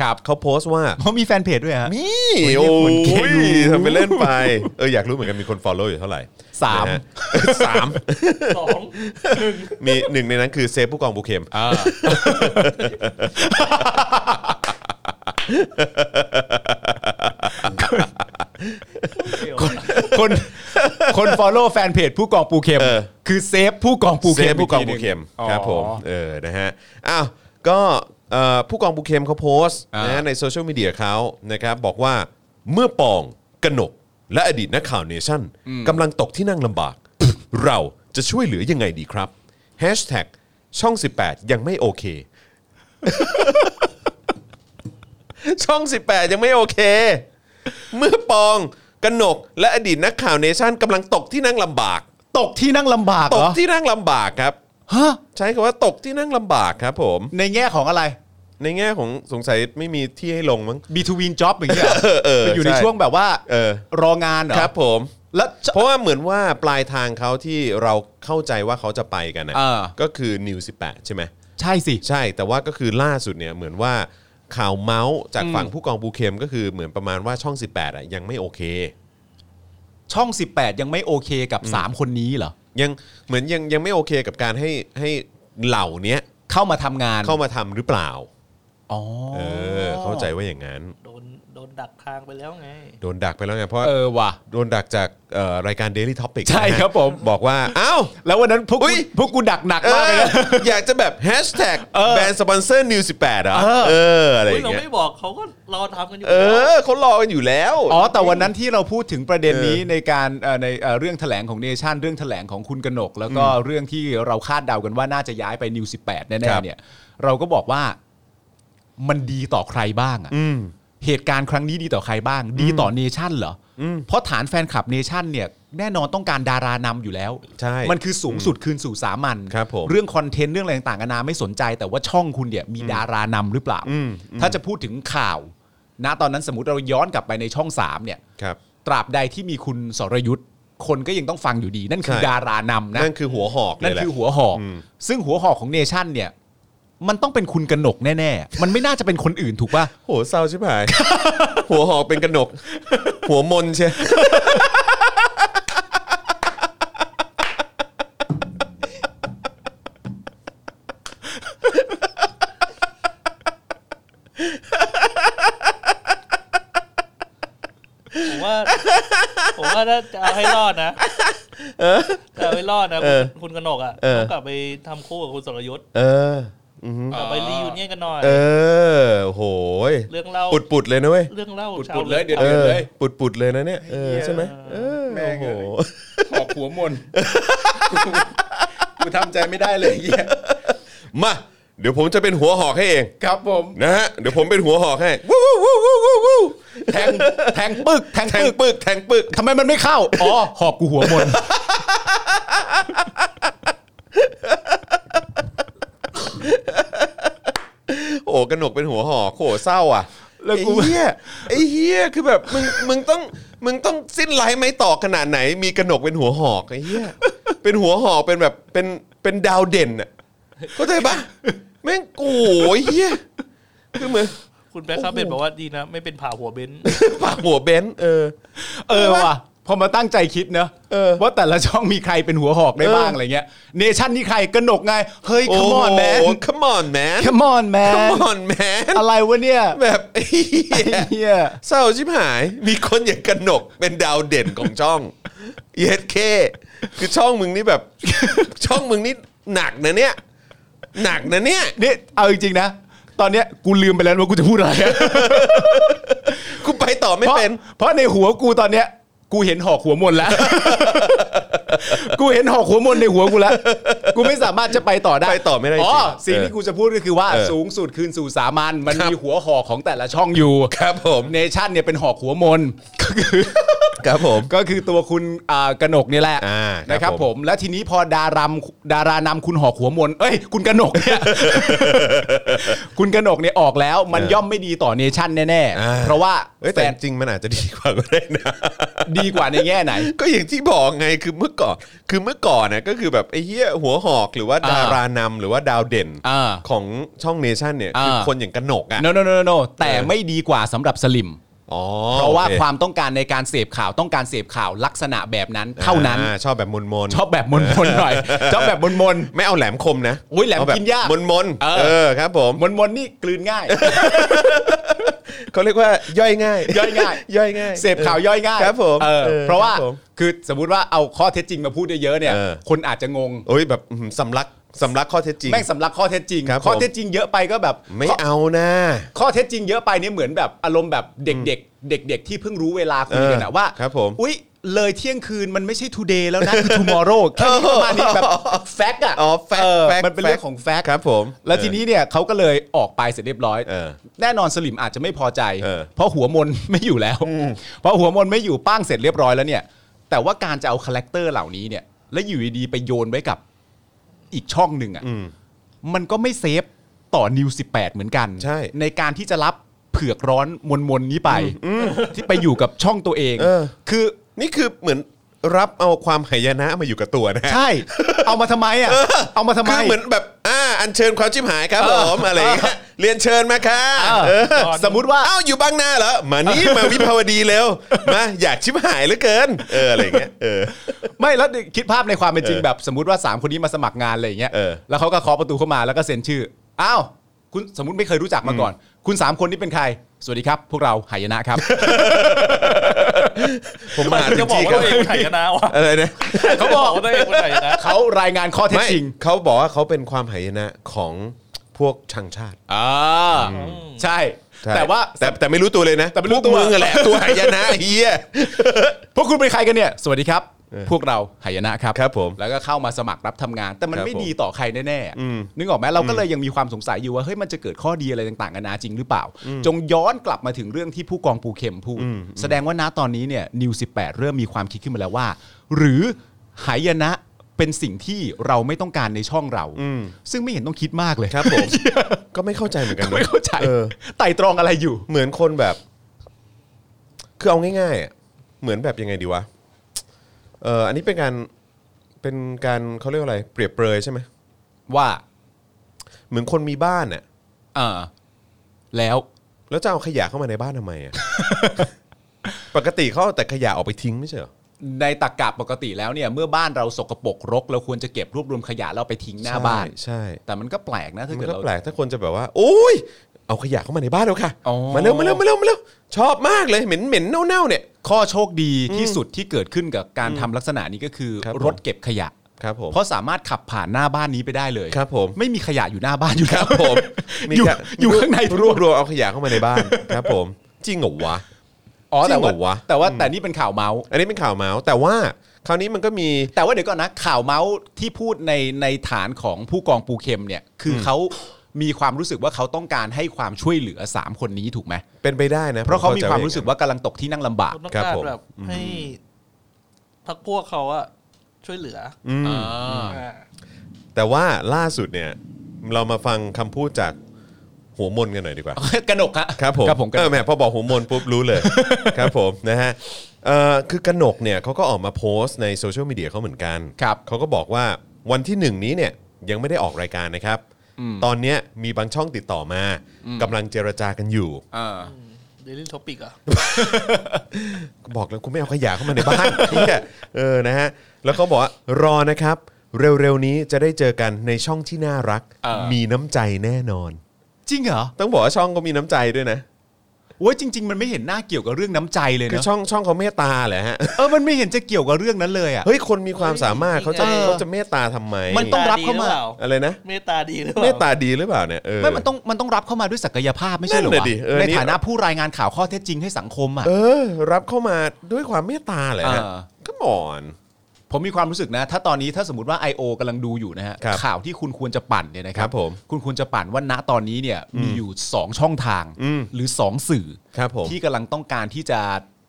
ครับ เขาโพสต์ว่า เขามีแฟนเพจด้วยฮะ มี ย โอ้ คนเก่ง ยทำไปเล่นไปเอออยากรู้เหมือนกันมีคน follow อยู่เท่าไหร่ สาม นะฮะ สาม สองหนึ่ง มีหนึ่งในนั้นคือเซฟผู้กองปูเข็ม คนคนฟอลโล่แฟนเพจผู้กองปูเข็ม เออ คือเซฟผู้กองปู เซ เข็ ฟ ม ผู้กอง ทีห ปู นึ่ เข็ม อ๋อ ครับผมเออนะฮะอ้าวก็เอ่อผู้กองปูเข็มเขาโพสต์ อ่าน นะในโซเชียลมีเดียเขานะครับบอกว่าเมื่อปองกนก และอดีตนักข่าวเนชั่นกำลังตกที่นั่งลำบาก เราจะช่วยเหลือยังไงดีครับ Hashtag ช่อง 18 ยังไม่โอเค ช่อง 18 ยังไม่โอเค เมื่อปองกนก และอดีตนักข่าวเนชั่นกำลังตกที่นั่งลำบาก ตกที่นั่งลำบาก ต เหร ก อ ที่นั่งลำบากครับ ฮะ ใช้คำว่าตกที่นั่งลำบากครับผม ในแง่ของอะไร ในแง่ของสงสัยไม่มีที่ให้ลงมั้ง between job อย่างเงี้ย เออเออ มันอยู่ใน ใช่ ช่วงแบบว่า เออ รองานเหรอ ครับผม แล้วจะ เพราะว่าเหมือนว่าปลายทางเขาที่เราเข้าใจว่าเขาจะไปกันนะ เออ ก็คือนิว18 ใช่ไหม ใช่สิ ใช่แต่ว่าก็คือล่าสุดเนี่ยเหมือนว่าข่าวเมาส์จากฝั่งผู้กองบูเข็มก็คือเหมือนประมาณว่าช่อง 18 อ่ะยังไม่โอเค ช่อง 18 ยังไม่โอเคกับ 3 คนนี้เหรอ ยังเหมือนยังยังไม่โอเคกับการให้ให้เหล่าเนี้ย เข้ามาทำงาน เข้ามาทำหรือเปล่า อ๋อ เออ เข้าใจว่าอย่างนั้น โดนโดนดักทางไปแล้วไง โดนดักไปแล้วไงเพราะ เออว่ะ โดนดักจากเอ่อรายการ Daily Topic ใช่ นะฮะ ครับผม บอกว่า อ้าว แล้ววันนั้นพวกกูอุ๊ย พวกกูดักหนัก เอ มากเลย อ นะ อยากจะแบบแฮชแท็ก เออ แบรนด์สปอนเซอร์นิว18อ่ะ เออ เออ อะไรอ เฮ้ย่ายง เรา เงี้ย ไม่บอกเขาก็รอทำกันอยู่ เออ เขารอกันอยู่แล้ว อ๋อ แต่วันนั้นที่เราพูดถึงประเด็นนี้ เออ ในการเอ่อในเอ่อเรื่องแถลงของเนชั่นเรื่องแถลงของคุณกนก แล้วก็เรื่องที่เราคาดเดากันว่าน่าจะย้ายไปนิว18 แน่ ครัๆบเนี่ย เราก็บอกว่ามันดีต่อใครบ้างอะ อืม เหตุการณ์ครั้งนี้ดีต่อใครบ้าง ดีต่อเนชั่นเหรออเพราะฐานแฟนคลับเนชั่นเนี่ยแน่นอนต้องการดารานำอยู่แล้ว ใช่ มันคือสูงสุดคืนสู่สามัญ ครับผม เรื่องคอนเทนต์เรื่องอะไรต่างๆนานาไม่สนใจ แต่ว่าช่องคุณเนี่ยมีดารานำหรือเปล่า อืมอืม ถ้าจะพูดถึงข่าวณตอนนั้นสมมติเราย้อนกลับไปในช่องสามเนี่ย ครับ ตราบใดที่มีคุณสรยุทธ์คนก็ยังต้องฟังอยู่ดี นั่นคือ ใช่ ดารานำนะ นั่นคือหัวหอกเล นั่น ยแหละ คือหัวหอก อืม ซึ่งหัวหอกของเนชั่นเนี่ย มันต้องเป็นคุณกนกแน่ๆมันไม่น่าจะเป็นคนอื่นถูกป่ะ โหเศร้าชิบหาย หัวหอกเป็นกระหนก หัวมนใช่ ผมว่า ผมว่าถ้าจะเอาให้รอดนะจะเอาให้รอดนะ เออ คุณกนกอ่ะ เออ ต้องกลับไปทำคู่กับคุณสรยุทธ์ เอออือหือก ลับไปรีวิวเนี่ยกันหน่อย เออโหย เรื่องเล่า ปุดปุดๆเลยนะเว้ย เรื่องเล่า ปุดๆ ชาว เลยเดี๋ยว เอ เออ อ เลย ปุดปุดๆเลยนะเนี่ยเออใช่ไหมเออ แม่ง โอ้โห เอ้ย หอกหัวมน กูทำใจไม่ได้เลยเฮีย มาเดี๋ยวผมจะเป็นหัวหอกให้เอง ครับผม นะฮะเดี๋ยวผมเป็นหัวหอกให้วู้วู้วู้วู้วู้วู้ แทงแทงปึกแทง แทง ปึก ปึกแทงปึก ทำไมมันไม่เข้า อ๋อ หอกกูหัวมน โอ้กระหนกเป็นหัวหอกโหเศร้าอ่ะ แล้วกู ไอ้เฮียไอ้เฮียคือแบบมึงมึงต้องมึงต้องสิ้นไลฟ์ไม่ต่อขนาดไหน มีกระหนกเป็นหัวหอกไอ้เฮียเป็นหัวหอกเป็นแบบเป็นเป็นดาวเด่นอ่ะเข้าใจปะแม่งโอ้ยเฮียคือเหมือน คุณแบ็คคาเบนบอกว่าดีนะ ไม่เป็นผ่าหัวเบนซ์ ปากหัวเบนซ์เออ เออว่ะพอมาตั้งใจคิดเนอะ เออ ว่าแต่ละช่องมีใครเป็นหัวหอกได้บ้าง เอออ อะไรเงี้ยเนชั่นนี่ใครกนกไง เฮ้ย come on man โอ้โห come on man come on man come on man อะไรวะเนี่ย แบบเหี้ย เฮีย เศร้าชิบหาย มีคนอย่างกนกเป็นดาวเด่นของช่องเยดเค คือช่องมึงนี่แบบ ช่องมึงนี่หนักนะเนี่ย หนักนะเนี่ย นี่เอาจริงๆนะ ตอนเนี้ยกูลืมไปแล้วว่ากูจะพูดอะไร กูไปต่อไม่ เพราะ เป็น เพราะในหัวกูตอนเนี้ย กูเห็นหอกหัวมนแล้ว กูเห็นหอกหัวมนในหัวกูแล้ว กูไม่สามารถจะไปต่อได้ ไปต่อไม่ได้จริง อ๋อสิ่งที่กูจะพูดก็คือว่า เออ สูงสุดคืนสู่สามัญมันมีหัวหอกของแต่ละช่องอยู่ ครับผม เนชั่นเนี่ยเป็นหอกหัวมน ก็คือ ครับผม ก็คือ ตัวคุณอ่ากนกนี่แหละ อ่าครับ นะครับผม แล้วทีนี้พอดารามดารานำคุณหอกหัวมน เอ้ย คุณกนก เนี่ย คุณกนกเนี่ยออกแล้วมันย่อมไม่ดีต่อเนชั่นแน่ อ่า ๆ เพราะว่า เอ้ย แฟ แต่ น จริงมันอาจจะดีกว่าก็ได้นะ ดีกว่าในแง่ไหน ก็อย่างที่บอกไงคือเมื่อก่อน คือเมื่อก่อนนะก็คือแบบไอ้เหี้ยหัวหอกหรือว่า อ่า ดารานำหรือว่าดาวเด่น อ่า ของช่องเนชั่นเนี่ย คืออา คนอย่างกนกอ่ะ no no no no, no แต่ไม่ดีกว่าสำหรับสลิม อ๋อ เพราะว่า โอ ความต้องการในการเสพข่าวต้องการเสพข่าวลักษณะแบบนั้นเท่านั้น อ่ชอบแบบมนมนๆ ชอบแบบมนๆหน่ อยชอบแบบมน ไม่เอาแหลมคมนะ อุ๊ยแหลมกินยาก มนมนๆ เออ เออครับผม ๆมนๆนี่กลืนง่าย เขาเรียกว่าย่อยง่าย ย่อยง่าย ย่อยง่าย เสพข่าวย่อยง่าย ครับผม เออ เออ เพราะว่า ครับผม คือสมมติว่าเอาข้อเท็จจริงมาพูดเยอะๆเนี่ย เออ คนอาจจะงง โอ้ยแบบอื้อหือสำลักสำลักข้อเท็จจริง แม่งสำลักข้อเท็จจริง ครับผม ข้อเท็จจริงเยอะไปก็แบบ ไม่ ข้อ เอานะ ข้อเท็จจริงเยอะไปเนี่ยเหมือนแบบอารมณ์แบบเด็กๆ เด็ก ๆ ที่เพิ่งรู้เวลาคุยกัน เอ อะ อ ว่า ครับผม อุ๊ย เลยเที่ยงคืนมันไม่ใช่ today แล้วนะคือ tomorrow แค่นี้ประมาณนี้ แบบแฟกต์อะ อ๋อแฟก เอ ต์ อ แฟกต์ มันเป็นเรื่องของแฟกต์ ครับผม แล้วที เออ นี้เนี่ยเขาก็เลยออกไปเสร็จเรียบร้อย เออ แน่นอนสลิมอาจจะไม่พอใจ เออ เพราะหัวมน ไม่อยู่แล้ว เพราะหัวมนไม่อยู่ป้างเสร็จเรียบร้อยแล้วเนี่ย แต่ว่าการจะเอาคาแรคเตอร์เหล่านี้เนี่ย แล้วอยู่ดีๆไปโยนไว้กับอีกช่องหนึ่งอ่ะ อืม มันก็ไม่เซฟต่อนิว18 เหมือนกัน ใช่ การที่จะรับเผือกร้อนมนมนๆนี้ไป ที่ไปอยู่กับช่องตัวเอง เออ คือ นี่คือเหมือนรับเอาความหายนะมาอยู่กับตัวนะฮะ ใช่ เอามาทำไมอ่ะ เอามาทำไม คือเหมือนแบบอ่าอัญเชิญความชิบหายครับผมอะไรอย่างเงี้ยเรียนเชิญมาค่ะ เออ เออ สมมุติว่า เอ้าอยู่บางนาเหรอมานี่มาวิภาวดีเร็วมาอยากชิบหายเหลือเกิน เอออะไรอย่างเงี้ยเออ ไม่แล้วคิดภาพในความเป็นจริง เออ แบบสมมติว่า 3 คนนี้มาสมัครงานอะไรอย่างเงี้ย เออ แล้วเขาก็เคาะประตูเข้ามาแล้วก็เซ็นชื่ออ้าวคุณสมมติไม่เคยรู้จักมาก่อน คุณ 3 คนนี้เป็นใคร สวัสดีครับ พวกเราหายนะครับ ผมมาถึ จะ ง บอก ที่ค ว่า รับ ตัวเองเป็นไทยชนะวะ อะไรนะ เขาบอกว่าตัวเองเป็นไทยชนะ เขารายงานข้อเท็จ ไม่ จริง เขาบอกว่าเขาเป็นความหายนะของพวกชังชาติ อ่าใช่ ใช่ แต่ว่า แต่แต่ไม่รู้ตัวเลยนะ แต่ไม่รู้ตัว พกมึงอะแหละ ตัวหายนะไอ้เฮีย พวกคุณเป็นใครกันเนี่ย สวัสดีครับ พวกเราหายนะครับ ครับผม แล้วก็เข้ามาสมัครรับทำงาน แต่มัน ครับ ไม่ ผม ดีต่อใครแน่ๆนึกออกไหมเราก็เลยยังมีความสงสัยอยู่ว่าเฮ้ยมันจะเกิดข้อดีอะไรต่างๆนานาจริงหรือเปล่า จงย้อนกลับมาถึงเรื่องที่ผู้กองปูเข็มพูดแสดงว่าณตอนนี้เนี่ยนิว18 เริ่มมีความคิดขึ้นมาแล้วว่า หรือหายนะเป็นสิ่งที่เราไม่ต้องการในช่องเรา ซึ่งไม่เห็นต้องคิดมากเลย ครับผม ก็ไม่เข้าใจเหมือนกันนะ ไม่เข้าใจ เออ ไต่ตรองอะไรอยู่ เหมือนคนแบบ คือเอาง่ายๆอะเหมือนแบบยังไงดีวะ เอออันนี้เป็นการเป็นการเขาเรียกว่าอะไร เปรียบเปรยใช่ไหม ว่า เหมือนคนมีบ้านน่ะ เออแล้ว แล้วจะเอาขยะเข้ามาในบ้านทำไมอ่ะ ปกติเขาเอาแต่ขยะออกไปทิ้งไม่ใช่เหรอ ในตะกกะปกติแล้วเนี่ยเมื่อบ้านเราสกปรกรก เราควรจะเก็บรวบรวมขยะแล้วเอาไปทิ้งหน้าบ้าน ใช่ แต่มันก็แปลกนะ ใช่ ถ้า มัน เกิด ก็ เรา แปลกถ้าคนจะแบบว่า โอ้ย เอาขยะเข้ามาในบ้านแล้วค่ะ อ๋อ มาเร็วมาเร็วมาเร็วมาเร็วชอบมากเลยเหม็นเหม็นเน่าเน่าๆเนี่ย ข้อโชคดีที่สุดที่เกิดขึ้นกับการทำลักษณะนี้ก็คือ ครับผม รถเก็บขยะ ครับผม เพราะสามารถขับผ่านหน้าบ้านนี้ไปได้เลย ครับผม ไม่มีขยะอยู่หน้าบ้านอยู่ ค แล้ รั ว บผมมี อยู่ การ อยู่ข้างใน รวบรวมเอาขยะเข้ามาในบ้าน ครับผม จริงเหรอวะ อ๋อแต่ จริงเหรอวะ ว่าแต่ว่าแต่นี่เป็นข่าวเมาส์ อันนี้เป็นข่าวเมาส์แต่ว่าคราวนี้มันก็มี แต่ว่าเดี๋ยวก่อนนะข่าวเมาส์ที่พูดในในฐานของผู้กองปูเข็มเนี่ยคืออเขามีความรู้สึกว่าเขาต้องการให้ความช่วยเหลือสามคนนี้ถูกไหม เป็นไปได้นะ เพราะเขามีความรู้สึก ผ ว่ากำลังตกที่นั่งลำบาก ผมต้อง ครับ การ ผม แบบให้พักพวกเขาอะช่วยเหลือ อืม อ่า แต่ว่าล่าสุดเนี่ย เรามาฟังคำพูดจากหัวมนกันหน่ อยดีกว่า กระหนกฮะ ครับผม ครับผมกระ เอ หน อก แหมพอบอกหัวมนปุ๊บ รู้เลย ครับผมนะฮะเอ่อคือกนกเนี่ยเขาก็ออกมาโพสต์ในโซเชียลมีเดียเขาเหมือนกัน ครับ เขาก็บอกว่าวันที่หนึ่งนี้เนี่ยยังไม่ได้ออกรายการนะครับ ตอนเนี้ยมีบางช่องติดต่อมากำลังเจรจากันอยู่ อ่า เดลิทอปิกอ่ะ บอกแล้วกูไม่เอาขยะเข้ามาใน บ้าน เนี่ยเออนะฮะแล้วเขาบอกว่ารอนะครับ เร็วๆนี้จะได้เจอกันในช่องที่น่ารัก เออ มีน้ำใจแน่นอน จริงเหรอ ต้องบอกว่าช่องก็มีน้ำใจด้วยนะ โอ้ยจริง ๆ มันไม่เห็นหน้าเกี่ยวกับเรื่องน้ำใจเลย คือ เนาะ ช่องช่องเขาเมตตาแหละฮะ เออมันไม่เห็นจะเกี่ยวกับเรื่องนั้นเลยอ่ะ เฮ้ยคนมีความสามารถเขาจะ เออ เขาจะเมตตาทำไม มันต้อง รับเข้ามา ตดีหรือปล่ อะไรนะ เมตตาดีหรือเป เม ล่า ตตาดีหรือเปล่าเนี่ยเออ ไม่มันต้องมันต้องรับเข้ามาด้วยศักยภาพไม่ใช่เหรอ นั่น วะ น่ะดิเออ ใน นี่ ฐานะผู้รายงานข่าวข้อเท็จจริงให้สังคมอ่ะ เออ รับเข้ามาด้วยความเมตตาแหละฮะ เออ ก็มอน ผมมีความรู้สึกนะ ถ้าตอนนี้ถ้าสมมติว่า I.O. กำลังดูอยู่นะฮะ ครับ ข่าวที่คุณควรจะปั่นเนี่ยนะค ค รั รั บบ ผม คุณควรจะปั่นว่าณตอนนี้เนี่ยมีอยู่ 2 ช่องทาง อืม หรือ 2 สื่อ ครับผม ที่กำลังต้องการที่จะ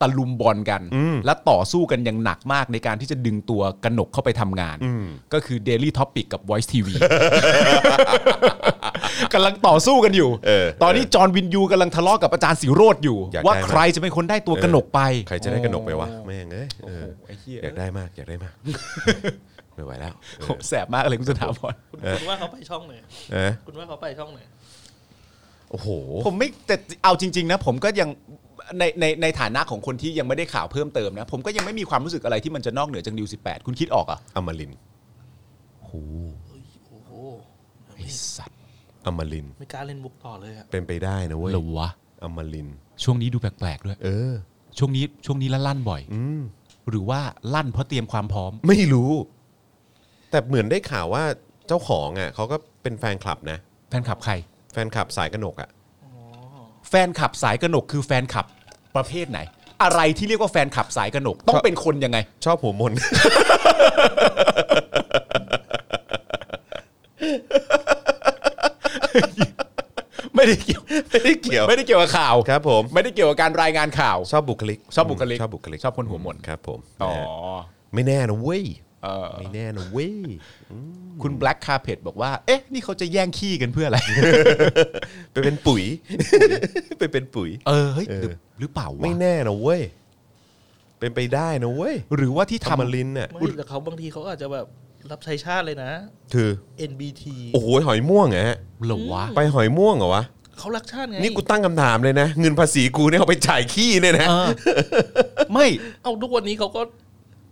ตะลุมบอลกัน อืม และต่อสู้กันอย่างหนักมากในการที่จะดึงตัวกนกเข้าไปทำงาน อืม ก็คือ Daily Topic กับ Voice TV กำลังต่อสู้กันอยู่ เออ ตอนนี้จอห์นวินยูกำลังทะเลาะกับอาจารย์สิโรธอยู่ อยาก ว่า ได้ไหม ใครจะเป็นคนได้ตัวกนกไป ใครจะได้กระหนกไปวะแม่งเอ้ยเออ ไอ้เหี้ย อยากได้มากอยากได้มาก ไม่ไหวแล้วเอ โอ้ อ โหแสบมากเลยคุณสถาพร คุณคุณว่าเขาไปช่องไหน เออ คุณว่าเขาไปช่องไหน โอ้โห ผมไม่แต่เอาจริง ๆ นะ ผมก็ยังในในในฐานะของคนที่ยังไม่ได้ข่าวเพิ่มเติมนะ ผมก็ยังไม่มีความรู้สึกอะไรที่มันจะนอกเหนือจากดิว18 คุณคิดออกอ่ะ อมรินทร์ โอ้โห ไอ้สัตว์ อมรินทร์ ไม่กล้าเล่นบุกต่อเลยอ่ะ เป็นไปได้นะเว้ย เหรอวะ อมรินทร์ ช่วงนี้ดูแปลกๆด้วย เออ ช่วงนี้ช่วงนี้ละลั่นบ่อย อืม หรือว่าลั่นเพราะเตรียมความพร้อม ไม่รู้ แต่เหมือนได้ข่าวว่าเจ้าของอ่ะเขาก็เป็นแฟนคลับนะ แฟนคลับใคร แฟนคลับสายกระหนกอ่ะ แฟนคลับสายกระหนกคือแฟนคลับประเภทไหน อะไรที่เรียกว่าแฟนคลับสายกระหนกต้องเป็นคนยังไง ชอบหัวมน ไม่ได้เกี่ยว ไม่ได้เกี่ยว ไม่ได้เกี่ยวกับข่าว ครับผม ไม่ได้เกี่ยวกับการรายงานข่าว ชอบบุคลิก ชอบบุคลิก ชอบบุคลิก ชอบคนหัวหมน ครับ ผม อ๋อ นะฮะไม่แน่นะเว้ย เออ ไม่แน่นะเว้ย คุณ Black Carpet บอกว่า เอ๊ะ นี่เขาจะแย่งขี้กันเพื่ออะไร ไปเป็นปุ๋ย ไป เป็นปุ๋ย เออ เฮ้ย เอหอรือหรือเปล่าวะ ไม่แน่นะเว้ย เป็นไปได้นะเว้ย หรือว่าที่ อ ทำ มรินทร์เนี่ย ไม่แต่เขาบางทีเขาอาจจะแบบรับใช้ชาติเลยนะ คือ NBT โอ้โหหอยม่วงเหรอฮะ เหรอวะ ไปหอยม่วงเหรอวะ เขารักชาติไง นี่กูตั้งคำถามเลยนะ เงินภาษีกูเนี่ยเอาไปจ่ายขี้เนี่ยนะ เออ ไม่ เอาทุกวันนี้เขาก็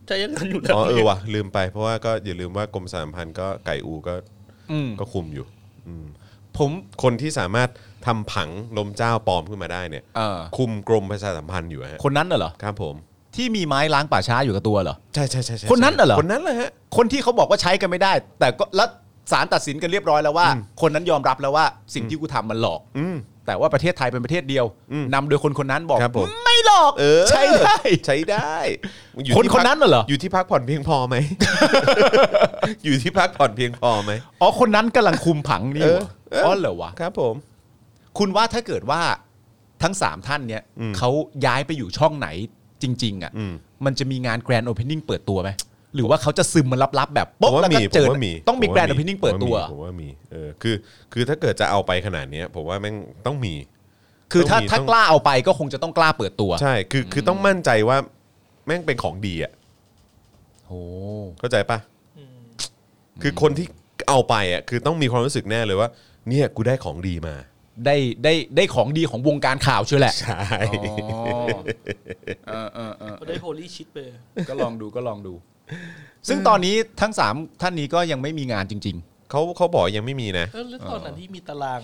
ใช้กันอยู่แล้ว อ๋อเออว่ะลืมไปเพราะว่าก็อย่าลืมว่ากรมสามพันธ์ก็ไก่อูก็ อืม ก็คุมอยู่ ผม คนที่สามารถทำผังลมเจ้าปลอมขึ้นมาได้เนี่ย เออ คุมกรมประชาสัมพันธ์อยู่ฮะ คนนั้นน่ะเหรอ ครับผม ที่มีไม้ล้างป่าช้าอยู่กับตัวเหรอ ใช่ใช่ใช่ใช่ คนนั้นน่ะเหรอ คนนั้นแหละฮะ คนที่เขาบอกว่าใช้กันไม่ได้ แต่ก็แล้วศาลตัดสินกันเรียบร้อยแล้วว่า คนนั้นยอมรับแล้วว่าสิ่งที่กูทำมันหลอก อืม แต่ว่าประเทศไทยเป็นประเทศเดียว นำโดยคนคนนั้นบอก ครับผม ไม่หลอก เออ ใช้ได้ ใช้ได้อยู่ คน ที่ คน พัก นั้นน่ะเหรอ อยู่ที่พักผ่อนเพียงพอ ไหม อยู่ที่พักผ่อนเพียงพอไหม อ๋อ คนนั้นกำลังคุมผังนี่อยู่ เอออ๋อ๋อเหรอวะ ครับผม คุณว่าถ้าเกิดว่าทั้งสามท่านเนี่ย อืม เขาย้ายไปอยู่ช่องไหนจริง ๆ อ่ะ อืม มันจะมีงานแกรน d o โอเพนนิ่งเปิดตัวไหมหรือว่าเขาจะซึมมันลับๆแบบ ผ ป๊บ มว่า แล้ว มี ก็ ผ เจ ม อ ว่ามี ต้องมี ผ แกราว่าโอเพนนิ่งเปิดตัว ผมว่ามีเออคือคือถ้าเกิดจะเอาไปขนาดเนี้ยผมว่าแม่งต้องมี คือถ้า ต้องมี ถ้า ต้อง กล้าเอาไปก็คงจะต้องกล้าเปิดตัว ใช่คือคือต้องมั่นใจว่าแม่งเป็นของดีอ่ะ โอ้ เข้าใจปะคือคนที่เอาไปอ่ะคือต้องมีความรู้สึกแน่เลยว่า เนี่ยกูได้ของดีมา ได้ได้ได้ของดีของวงการข่าวเชื่อแหละ ใช่ เออเออเออ เขาได้โฮลี่ชิดไป ก็ลองดูก็ลองดู ซึ่งตอนนี้ทั้งสามท่านนี้ก็ยังไม่มีงานจริง เขาเขาบอกยังไม่มีนะ แล้วแล้วตอนนั้นที่มีตาราง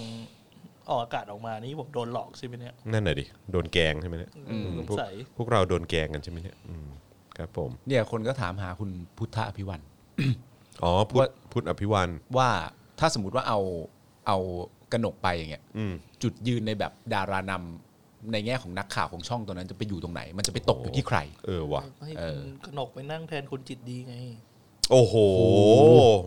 ออกอากาศออกมานี่ผมโดนหลอกใช่ไหมเนี่ย นั่นน่ะดิโดนแกงใช่ไหมเนี่ย อืมสง พวก สัย พวกเราโดนแกงกันใช่ไหมเนี่ยอืมครับผม ๆ เนี่ยคนก็ถามหาคุณพุทธอภิวัน อ๋อพุทธพุทธอภิวัน ว่าถ้าสมมติว่าเอาเอากระหนกไปอย่างเงี้ย อืม จุดยืนในแบบดารานำในแง่ของนักข่าวของช่องตัวนั้นจะไปอยู่ตรงไหน มันจะไปตกอยู่ที่ใคร เออว่ะ ให้ เออ คุณกนกไปนั่งแทนคนจิตดีไง โอ้โห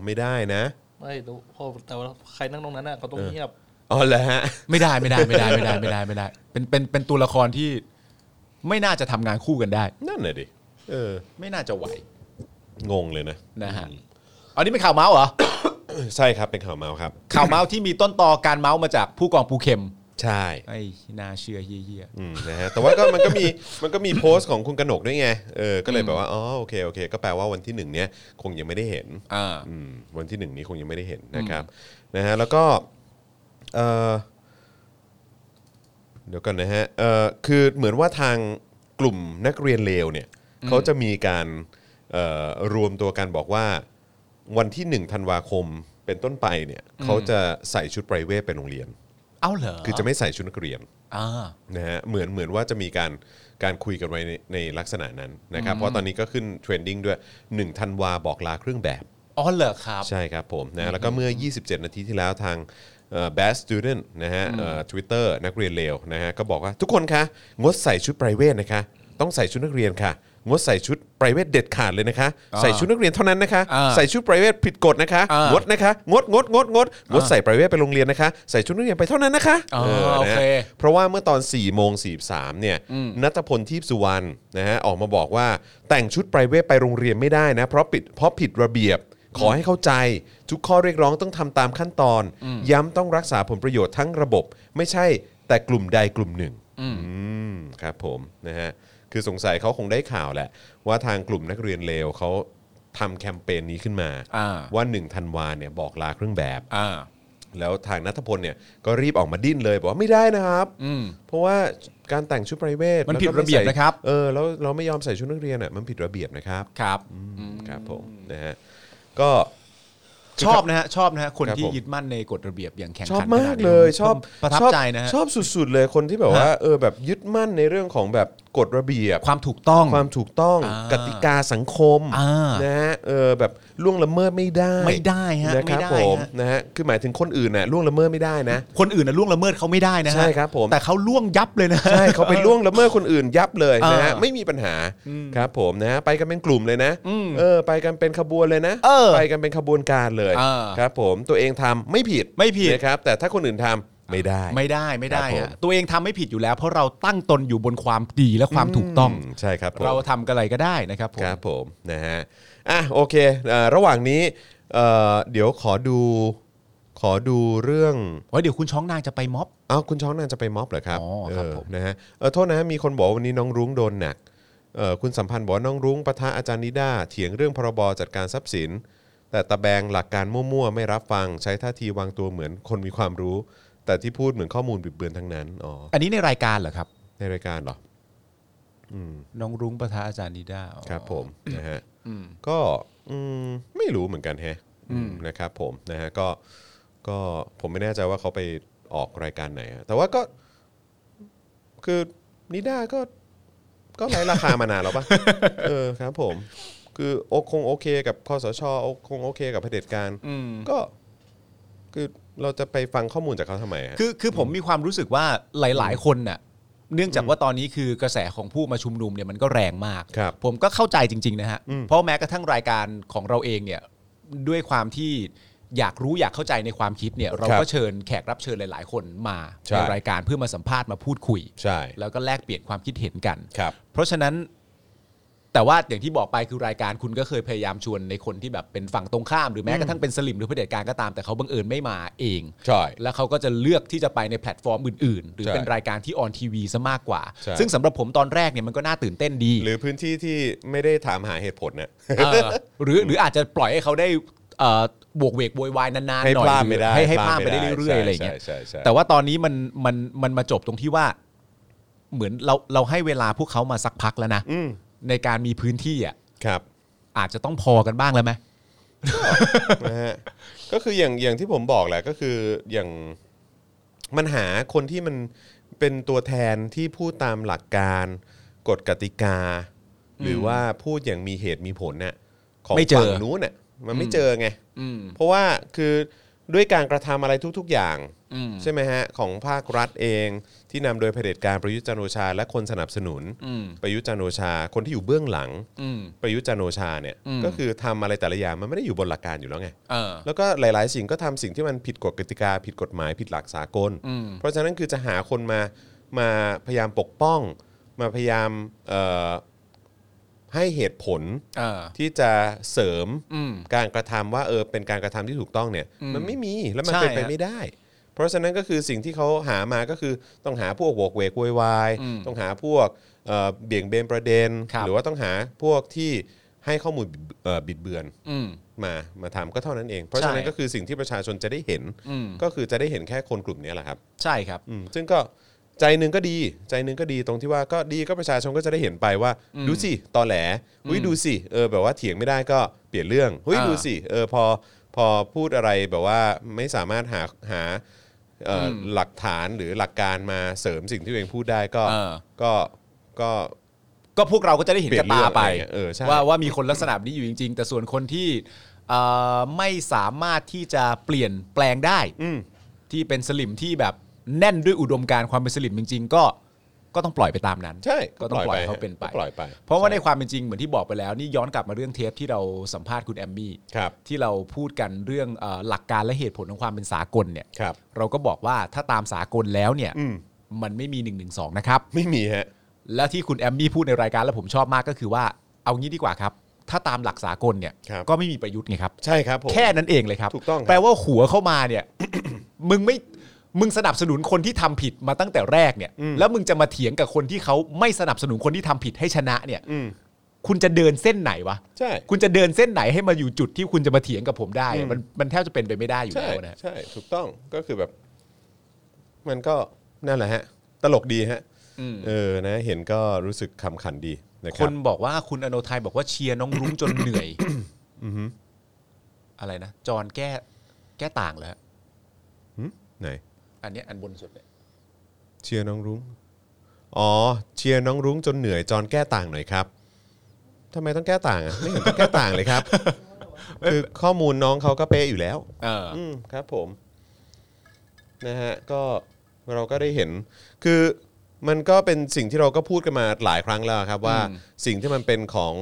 ไม่ได้นะ ไม่รู้พอแต่ว่าใครนั่งตรงนั้นน่ะเขาต้องเงียบ อ๋อเหรอฮะ ไม่ได้ไม่ได้ไม่ได้ไม่ได้ไม่ได้ไม่ได้ เป็นเป็นเป็นตัวละครที่ไม่น่าจะทำงานคู่กันได้ นั่นน่ะดิเออ ไม่น่าจะไหว งงเลยนะ นะฮะอันนี้เป็นข่าวเมาส์เหรอ ใช่ครับเป็นข่าวเมาส์ครับ ข่าวเมาส์ที่มีต้นตอการเมาส์มาจากผู้กองปูเข็ม ใช่ ไอ้นาเชื่อเยี่ย อืมนะฮะแต่ว่าก็มันก็มีมันก็มีโพสต์ของคุณกนกด้วยไงเออก็เลยแบบว่าอ๋อโอเคโอเค ก็แปลว่าวันที่หนึ่งเนี้ยคงยังไม่ได้เห็น อ่า อืมวันที่หนึ่งนี้คงยังไม่ได้เห็นนะครับนะฮะแล้วก็เออเดี๋ยวกันนะฮะเออคือเหมือนว่าทางกลุ่มนักเรียนเลวเนี่ยเขาจะมีการเอ่อรวมตัวกันบอกว่า วันที่หนึ่งธันวาคมเป็นต้นไปเนี่ยเขาจะใส่ชุดไพรเวทไปโรงเรียน ๆเอ้าเหรอ คือจะไม่ใส่ชุดนักเรียน อ่า นะฮะเหมือนเหมือนว่าจะมีการการคุยกันไว้ในในลักษณะนั้นนะครับ เพราะตอนนี้ก็ขึ้นเทรนดิ้งด้วย1ธันวาบอกลาเครื่องแบบ อ๋อเหรอครับ ใช่ครับผมนะแล้วก็เมื่อ 27 นาทีที่แล้วทางเอ่อ bad student นะฮะทวิตเตอร์นักเรียนเลวนะฮะก็บอกว่าทุกคนคะงดใส่ชุดไพรเวทนะคะ ต้องใส่ชุดนักเรียนค่ะ งดใส่ชุดไพรเวทเด็ดขาดเลยนะคะ อ่า ใส่ชุดนักเรียนเท่านั้นนะคะ อ่า ใส่ชุดไพรเวทผิดกฎนะคะ อ่าง ง ดนะคะงดงดงดงดงดใส่ไพรเวทไปโรงเรียนนะคะ ใส่ชุดนักเรียนไปเท่านั้นนะคะ อ๋อ เ โอ นะ เค ฮะ เพราะว่าเมื่อตอน4ี่โมงสีเนี่ยนัทพลทีพสุวรรณนะฮะออกมาบอกว่าแต่งชุดไพรเวทไปโรงเรียนไม่ได้นะ เพราะปิดเพราะผิดระเบียบ ขอให้เข้าใจทุกข้อเรียกร้องต้องทำตามขั้นตอน ย้ำต้องรักษาผลประโยชน์ทั้งระบบ ไม่ใช่แต่กลุ่มใดกลุ่มหนึ่งอืมครับผมนะฮะคือสงสัยเขาคงได้ข่าวแหละ ว่าทางกลุ่มนักเรียนเลวเขาทำแคมเปญนี้ขึ้นมา อ่า ว่า1ธันวาเนี่ยบอกลาเครื่องแบบ อ่า แล้วทางนัทพลเนี่ยก็รีบออกมาดิ้นเลยบอกว่าไม่ได้นะครับ อืม เพราะว่าการแต่งชุดไพรเวท มันผิด แล้วก็ ระเบียบ ไม่ใส่ นะครับ เออแล้วเราไม่ยอมใส่ชุดนักเรียนอ่ะมันผิดระเบียบนะครับ ครับ ครับผมนะฮะก็ ชอบนะฮะ ชอบนะฮะ คน ครับ ที่ ผม ยึดมั่นในกฎระเบียบอย่างแข็ง ชอบ ขัน มากเลยชอบ ประทับ อ ใจนะฮะ ชอบสุดๆเลยคนที่แบบว่า ฮะ เออแบบยึดมั่นในเรื่องของแบบกฎระเบียบ ความถูกต้อง ความถูกต้อง อ่าก ก ติกาสังคม อ่าน นะฮะเออแบบล่วงละเมิดไม่ได้ ไม่ได้ฮะ นะครับ ไม่ได้ ผม ฮะ นะฮะคือหมายถึงคนอื่นน่ะล่วงละเมิดไม่ได้นะ คนอื่นนะล่วงละเมิดเขาไม่ได้นะฮะ ใช่ครับผม แต่เขาล่วงยับเลยนะ ใช่เขาไปล่วงละเมิดคนอื่นยับเลยนะฮะ เออ ไม่มีปัญหาครับผมนะฮะไปกันเป็นกลุ่มเลยนะเออไปกันเป็นขบวนเลยนะ เออ ไปกันเป็นขบวนการเลย เออ ครับผมตัวเองทำไม่ผิด ไม่ผิด นะครับแต่ถ้าคนอื่นทำไม่ได้ ไม่ได้ไม่ได้ ครับ ฮะ ผม ตัวเองทำไม่ผิดอยู่แล้ว เพราะเราตั้งตนอยู่บนความดีและความถูกต้อง มใช่ครับผม เราทำกันอะไรก็ได้นะครับผม ครับผมนะฮะอ่ะโอเคเอ่อระหว่างนี้เอ่อเดี๋ยวขอดูขอดูเรื่อง ไว้เดี๋ยวคุณช้องนางจะไปม็อบ อ้าวคุณช้องน่าจะไปม็อบเหรอครับ อ๋อครับ เออ ผม นะฮะเออโทษนะฮะมีคนบอกว่าวันนี้น้องรุ้งโดนหนักเออคุณสัมพันธ์บอกว่าน้องรุ้งปะทะอาจารย์นิด้าเถียงเรื่องพรบจัดการทรัพย์สิน แต่ตะแบงหลักการมั่วๆ ไม่รับฟัง ใช้ท่าทีวางตัวเหมือนคนมีความรู้ แต่ที่พูดเหมือนข้อมูลบิดเบือนทั้งนั้นอ๋อ อันนี้ในรายการเหรอครับ ในรายการเหรออืม น้องรุ้งประธานอาจารย์ดีด้าอ๋อ ครับผม นะฮะก็อืมไม่รู้เหมือนกันแฮะนะครับผมนะฮะก็ก็ผมไม่แน่ใจว่าเขาไปออกรายการไหนอะแต่ว่าก็คือนิด้าก็ก็ไร้ราคามานา นแล้วปะ เออครับผม คือโอคงโอเคกับคอสชโอคงโอเคกับเผด็จการ อืม ก็ คือเราจะไปฟังข้อมูลจากเขาทำไมอะ คือคือผมมีความรู้สึกว่าหลาย ๆ คนน่ะเนื่องจากว่าตอนนี้คือกระแสของผู้มาชุมนุมเนี่ยมันก็แรงมาก ครับ ผมก็เข้าใจจริง ๆ นะฮะ อืม เพราะแม้กระทั่งรายการของเราเองเนี่ยด้วยความที่อยากรู้อยากเข้าใจในความคิดเนี่ยเรา ครับ ก็เชิญแขกรับเชิญหลาย ๆ คนมา ใช่ ในรายการเพื่อมาสัมภาษณ์มาพูดคุย ใช่ แล้วก็แลกเปลี่ยนความคิดเห็นกัน ครับ เพราะฉะนั้นแต่ว่าอย่างที่บอกไปคือรายการคุณก็เคยพยายามชวนในคนที่แบบเป็นฝั่งตรงข้ามหรือแม้กระทั่งเป็นสลิมหรือเผด็จการก็ตามแต่เขาบังเอิญไม่มาเอง ใช่ แล้วเขาก็จะเลือกที่จะไปในแพลตฟอร์มอื่น ๆ หรือ ใช่ เป็นรายการที่ออนทีวีซะมากกว่า ใช่ ซึ่งสำหรับผมตอนแรกเนี่ยมันก็น่าตื่นเต้นดี หรือพื้นที่ที่ไม่ได้ถามหาเหตุผลเนี่ย เออ หรือหรืออาจจะปล่อยให้เขาได้เอ่อบวกเวกโวยวายนาน ให้ ๆหน่อ พ ย ลาดไม่ได้ ให้ให้พลาด พ ไป ลาดไม่ ได้ ได้ เรื่อยๆอะไรอย่างเงี้ย ใช่ใช่ใช่ แต่ว่าตอนนี้มันมันมันมาจบตรงที่ว่า เหมือนเราเราให้เวลาพวกเขามาสักพักแล้วนะ อืม ในการมีพื้นที่อ่ะ ครับ อาจจะต้องพอกันบ้างแล้วไหม นะฮะก็คืออย่างอย่างที่ผมบอกแหละก็คืออย่างมันหาคนที่มันเป็นตัวแทนที่พูดตามหลักการกฎกติกา หรือว่าพูดอย่างมีเหตุมีผลเนี่ยของ ไม่เจอ ฝั่งนู้นเนี่ยมันไม่เจอไง เพราะว่าคือด้วยการกระทำอะไรทุก ๆ อย่าง ใช่ไหมฮะ ของภาครัฐเองที่นำโดยเผด็จการประยุทธ์จันทร์โอชา และคนสนับสนุนประยุทธ์จันทร์โอชา คนที่อยู่เบื้องหลังประยุทธ์จันทร์โอชาเนี่ยก็คือทำอะไรแต่ละอย่างมันไม่ได้อยู่บนหลักการอยู่แล้วไง เออ แล้วก็หลาย ๆ สิ่งก็ทำสิ่งที่มันผิดกฎกติกา ผิดกฎหมายผิดหลักสากล เพราะฉะนั้นคือจะหาคนมามาพยายามปกป้อง มาพยายามเอ่อให้เหตุผล เออ ที่จะเสริมการกระทำว่าเออเป็นการกระทำที่ถูกต้องเนี่ย มันไม่มีแล้วมันเป็น ใช่ ไป ฮะ ไม่ได้ เพ ราะฉะนั้นก็คือสิ่งที่เขาหามาก็คือต้องหาพวกโวกเวกโวยวาย อืม ต้องหาพวกเอ่อเบี่ยงเบนประเด็น ครับ หรือว่าต้องหาพวกที่ให้ข้อมูลบิดเอ่อบิดเบือน อืม มามาทำก็เท่านั้นเอง เพราะฉะนั้น ใช่ ก็คือสิ่งที่ประชาชนจะได้เห็น อืม ก็คือจะได้เห็นแค่คนกลุ่มเนี้ยแหละครับ ใช่ครับ อืมซึ่งก็ใจหนึ่งก็ดี ใจหนึ่งก็ดีตรงที่ว่าก็ดีก็ประชาชนก็จะได้เห็นไปว่า ดูสิตอแหลอุ้ยดูสิเออแบบว่าเถียงไม่ได้ก็เปลี่ยนเรื่องเฮ้ย อ่า ดูสิเออพอพอพูดอะไรแบบว่าไม่สามารถหาหาเอ่ออ ม หลักฐานหรือหลักการมาเสริมสิ่งที่ตัวเองพูดได้ก็ เออ ก็ก็ ก็พวกเราก็จะได้เห็น เปลี่ย กัน บ เรื่ ตา อง ไป อะรเงี้ยเออใช่ ว่าว่ามีคนลักษณะแบบนี้อยู่จริง ๆ แต่ส่วนคนที่เอ่อไม่สามารถที่จะเปลี่ยนแปลงได้ อืม ที่เป็นสลิมที่แบบแน่นด้วยอุดมการณ์ความเป็นสลิมจริง ๆ ก็ก็ต้องปล่อยไปตามนั้น ใช่ ก็ต้องปล่อยเขาเป็นไป ก็ปล่อยไป เพราะว่าในความเป็นจริงเหมือนที่บอกไปแล้วนี่ย้อนกลับมาเรื่องเทปที่เราสัมภาษณ์คุณแอมมี่ ครับ ที่เราพูดกันเรื่องเออหลักการและเหตุผลของความเป็นสากลเนี่ย ครับ เราก็บอกว่าถ้าตามสากลแล้วเนี่ย อืม มันไม่มี1นึนะครับ ไม่มีฮะ และที่คุณแอมมี่พูดในรายการแล้วผมชอบมากก็คือว่าเอางี้ดีกว่าครับ ถ้าตามหลักสากลเนี่ย ครับ ก็ไม่มีประยุทธ์ไงครับ ใช่ครับผม แค่นั้นเองเลยครับ ถูกต้องครับ แปลว่าหัวเข้ามาเนี่ย มึงไม่มึงสนับสนุนคนที่ทำผิดมาตั้งแต่แรกเนี่ย แล้วมึงจะมาเถียงกับคนที่เขาไม่สนับสนุนคนที่ทำผิดให้ชนะเนี่ย อืม คุณจะเดินเส้นไหนวะ ใช่ คุณจะเดินเส้นไหนให้มาอยู่จุดที่คุณจะมาเถียงกับผมได้ อื อะ ม มันมันแทบจะเป็นไปไม่ได้อยู่ ใช่ แล้วนะ ใช่ถูกต้องก็คือแบบ มันก็นั่นแหละฮะ ตลกดีฮะ อืม เออนะเห็นก็รู้สึกขำขันดีนะค ค รั น บ บอกว่าคุณอโนไทยบอกว่าเชียร์น้องรุ้งจนเหนื่อย อะไรนะจอนแก้แก้ต่างแล้ว ไหน อันเนี้ยอันบนสุดเนี่ย เชียร์น้องรุ้งอ๋อ เชียร์น้องรุ้งจนเหนื่อยจอนแก้ต่างหน่อยครับทำไมต้องแก้ต่างอ่ะไม่เห็นต้องแก้ต่างเลย ครับคือข้อมูลน้องเขาก็เป๊ะอยู่แล้ว เอออ อืมครับผมนะฮะก็เราก็ได้เห็น คือมันก็เป็นสิ่งที่เราก็พูดกันมาหลายครั้งแล้วครับว่า อืม สิ่งที่มันเป็นของ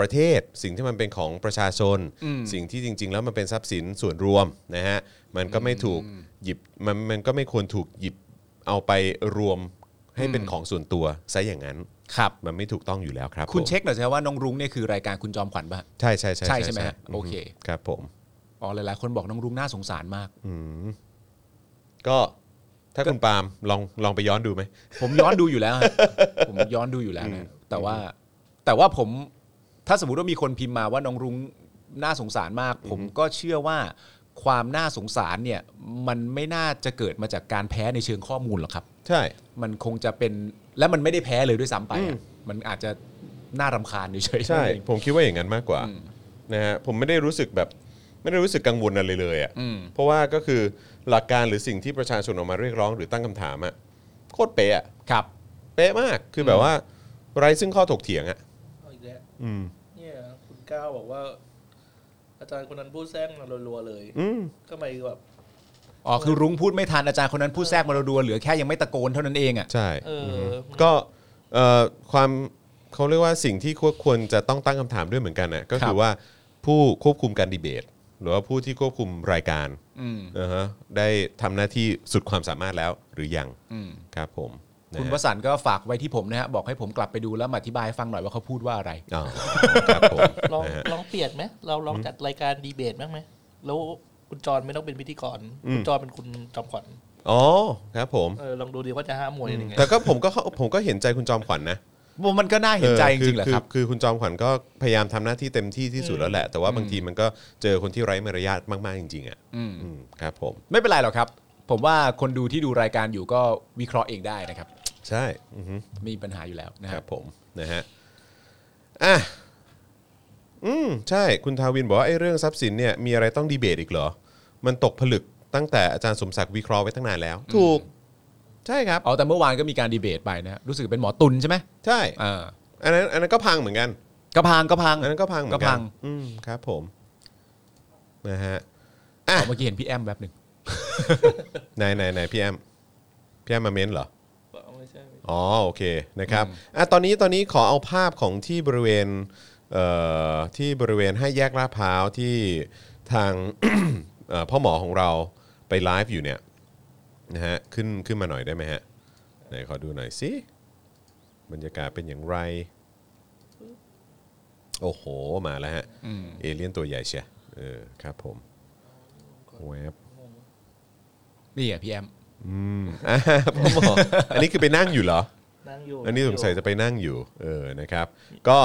ประเทศ สิ่งที่มันเป็นของประชาชน อืม สิ่งที่จริง ๆ แล้วมันเป็นทรัพย์สินส่วนรวมนะฮะมันก็ไม่ถูกหยิบมันมันก็ไม่ควรถูกหยิบเอาไปรวมให้เป็นของส่วนตัวซะอย่างนั้น ครับ มันไม่ถูกต้องอยู่แล้วครับ คุณ ผม เช็คหน่อยใช่ไหมว่าน้องรุ้งเนี่ยคือรายการคุณจอมขวัญป่ะ ใช่ใช่ใช่ ใช่ใช่ไหมฮะโอเค ครับผม อ๋อหลายๆคนบอกน้องรุ้งน่าสงสารมาก ก็ถ้าคุณปาล์มลองลองไปย้อนดูไหม ผมย้อนดูอยู่ แล้วฮะ ผมย้อนดูอยู่แล้วนะแต่ว่าแต่ว่าผมถ้าสมมติว่ามีคนพิมพ์มาว่าน้องรุ้งน่าสงสารมาก ผมก็เชื่อว่าความน่าสงสารเนี่ยมันไม่น่าจะเกิดมาจากการแพ้ในเชิงข้อมูลหรอกครับ ใช่ มันคงจะเป็นและมันไม่ได้แพ้เลยด้วยซ้ำไป อืม อะมันอาจจะน่ารำคาญเฉยๆ ใช่ นั่นเอง ผมคิดว่าอย่างนั้นมากกว่า อืม นะฮะผมไม่ได้รู้สึกแบบไม่ได้รู้สึกกังวลอะไรเลยอะ่ะ อืม เพราะว่าก็คือหลักการหรือสิ่งที่ประชาชนออกมาเรียกร้องหรือตั้งคำถามอะ่ะโคตรเป๊ะอะ ครับ เป๊ะมากคือแบบว่าไร้ซึ่งข้อถกเถียงอะ่ะ เอาอีกแล้ว อืม เนี่ยคุณก้าวบอกว่า อาจารย์คนนั้นพูดแซงมารัวๆเลย อืม ทำไมแบบ อ๋อคือรุ้งพูดไม่ทันอาจารย์คนนั้นพูดแทรกมารัวๆเหลือแค่ยังไม่ตะโกนเท่านั้นเองอ่ะ ใช่ เอออ ก็เอ่อความเขาเรียกว่าสิ่งที่ควบควรจะต้องตั้งคำถามด้วยเหมือนกันน่ะก็ ครั คือบ ว่าผู้ควบคุมการดีเบต หรือว่าผู้ที่ควบคุมรายการ อืม อ่าฮะได้ทำหน้าที่สุดความสามารถแล้วหรือยัง อืม ครับผมนะฮะ คุณวสันต์ก็ฝากไว้ที่ผมนะฮะบอกให้ผมกลับไปดูแล้วมาอธิบายให้ฟังหน่อยว่าเขาพูดว่าอะไร อ๋อครับผม ลอง นะฮะ ลองเปลี่ยนไหมเราลองจัดรายการดีเบตบ้างไหมแล้วคุณจรไม่ต้องเป็นพิธีกร อืม คุณจรเป็นคุณจอมขวัญ อ๋อครับผม เออลองดูดีว่าจะห้ามมวยยังไง แต่ก็ผมก็เข้าผมก็เห็นใจคุณจอมขวัญนะ มันก็น่าเห็นใจจริงๆแหละ อ ครับ คือคุณจอมขวัญก็พยายามทำหน้าที่เต็มที่ที่สุดแล้วแหละ แต่ว่าบางทีมันก็เจอคนที่ไร้มารยาทมากๆจริงๆอ่ะ อืม อืมครับผม ไม่เป็นไรหรอกครับ ผมว่าคนดูที่ดูรายการอยู่ก็วิเคราะห์เองได้นะครับ ใช่อือฮึ ไม่มีปัญหาอยู่แล้วนะ ค ค รั รั บบ ผมนะฮะอ่ะอืมใช่คุณทาวินบอกว่าไอ้เรื่องทรัพย์สินเนี่ยมีอะไรต้องดีเบตอีกเหรอ มันตกผลึกตั้งแต่อาจารย์สมศักดิ์วิเคราะห์ไว้ตั้งนานแล้ว ถูก ใช่ครับ อ๋อแต่เมื่อวานก็มีการดีเบตไปนะฮะรู้สึกเป็นหมอตุนใช่ไหม ใช่ เอ่า อันนั้นอันนั้นก็พังเหมือนกัน ก็พังก็พัง อันนั้นก็พังเหมือน ก็พั กัน ง อืมครับผมนะฮะอ่ะ อ๋อเมื่อกี้เห็นพี่แอมแบบหนึ่ง ไหนไหนไหนพี่แอมพี่แอมมาเม้นเหรอ ไม่ใช่ไม่ใช่ อ๋อโอเคนะครับอ่ะตอนนี้ตอนนี้ขอเอาภาพของที่บริเวณเอ่อที่บริเวณให้าแยกลาดพร้าวที่ทาง เอ่อพ่อหมอของเราไปไลฟ์อยู่เนี่ยนะฮะขึ้นขึ้นมาหน่อยได้ไหมฮะไหนขอดูหน่อยสิบรรยากาศเป็นอย่างไร โอ้โหมาแล้วฮะ อืม เอเลี่ยนตัวใหญ่เชียเออครับผมแวบ นี่อ่ะพี่แอม อ่าพ่อหมอ อันนี้คือไปนั่งอยู่เหรอ นั่งอยู่ อันนี้ส ง ง ยู่ สัยจะไปนั่งอยู่เออนะครับ ก็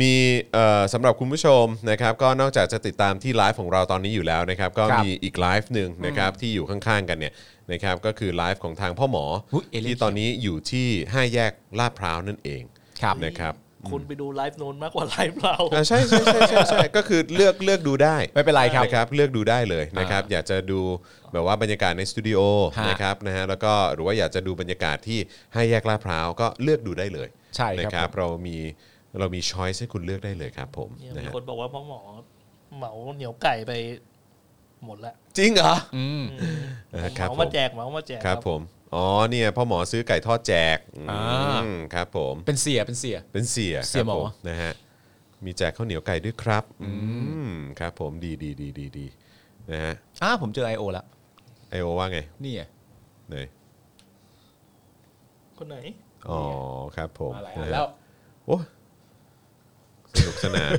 มีเอ่อสำหรับคุณผู้ชมนะครับ ก็นอกจากจะติดตามที่ไลฟ์ของเราตอนนี้อยู่แล้วนะครับ ก็ ครับ มีอีกไลฟ์หนึ่งนะครับที่อยู่ข้างๆกันเนี่ยนะครับ ก็คือไลฟ์ของทางพ่อหมอ หุ้ยเอเลี่ยน ที่ตอนนี้อยู่ที่ห้าแยกลาดพร้าวนั่นเอง ครับ นะครับ คุณไปดูไลฟ์นู้นมากกว่าไลฟ์เรา อ่าใช่ใช่ใช่ใช่ใช่ก็คือเลือกเลือกดูได้ ไม่เป็นไรครับ นะครับเลือกดูได้เลยนะครับอยากจะดูแบบว่าบรรยากาศในสตูดิโอ ฮะ นะครับนะฮะแล้วก็หรือว่าอยากจะดูบรรยากาศที่ให้าแยกลาดพร้าวก็เลือกดูได้เลย ใช่ครับ นะครับ เรามีเรามีช้อยส์ให้คุณเลือกได้เลยครับผม เนี่ย นะ มี ฮะ คนบอกว่าพ่อหมอเหมาเหนียวไก่ไปหมดละ จริงเหรอ อืม เออ เห ครับผมมาาม แจกเหมามาแจก ครับผมอ๋อเนี่ยพ่อหมอซื้อไก่ทอดแจกอืม อ่า ครับผม เป็นเสียเป็นเสีย เป็นเสีย เสียหมอ ครับผนะฮะมีแจกข้าวเหนียวไก่ด้วยครับอืมครับผมดีดีดีดีดีนะฮะ อ้าผมเจอ I.O. แล้ว ไอโอว่าไง นี่อ่ะ ไหน คนไหน อ๋อครับผม มาแล้ว นะฮะ แล้ว โอ้สนุกส นาน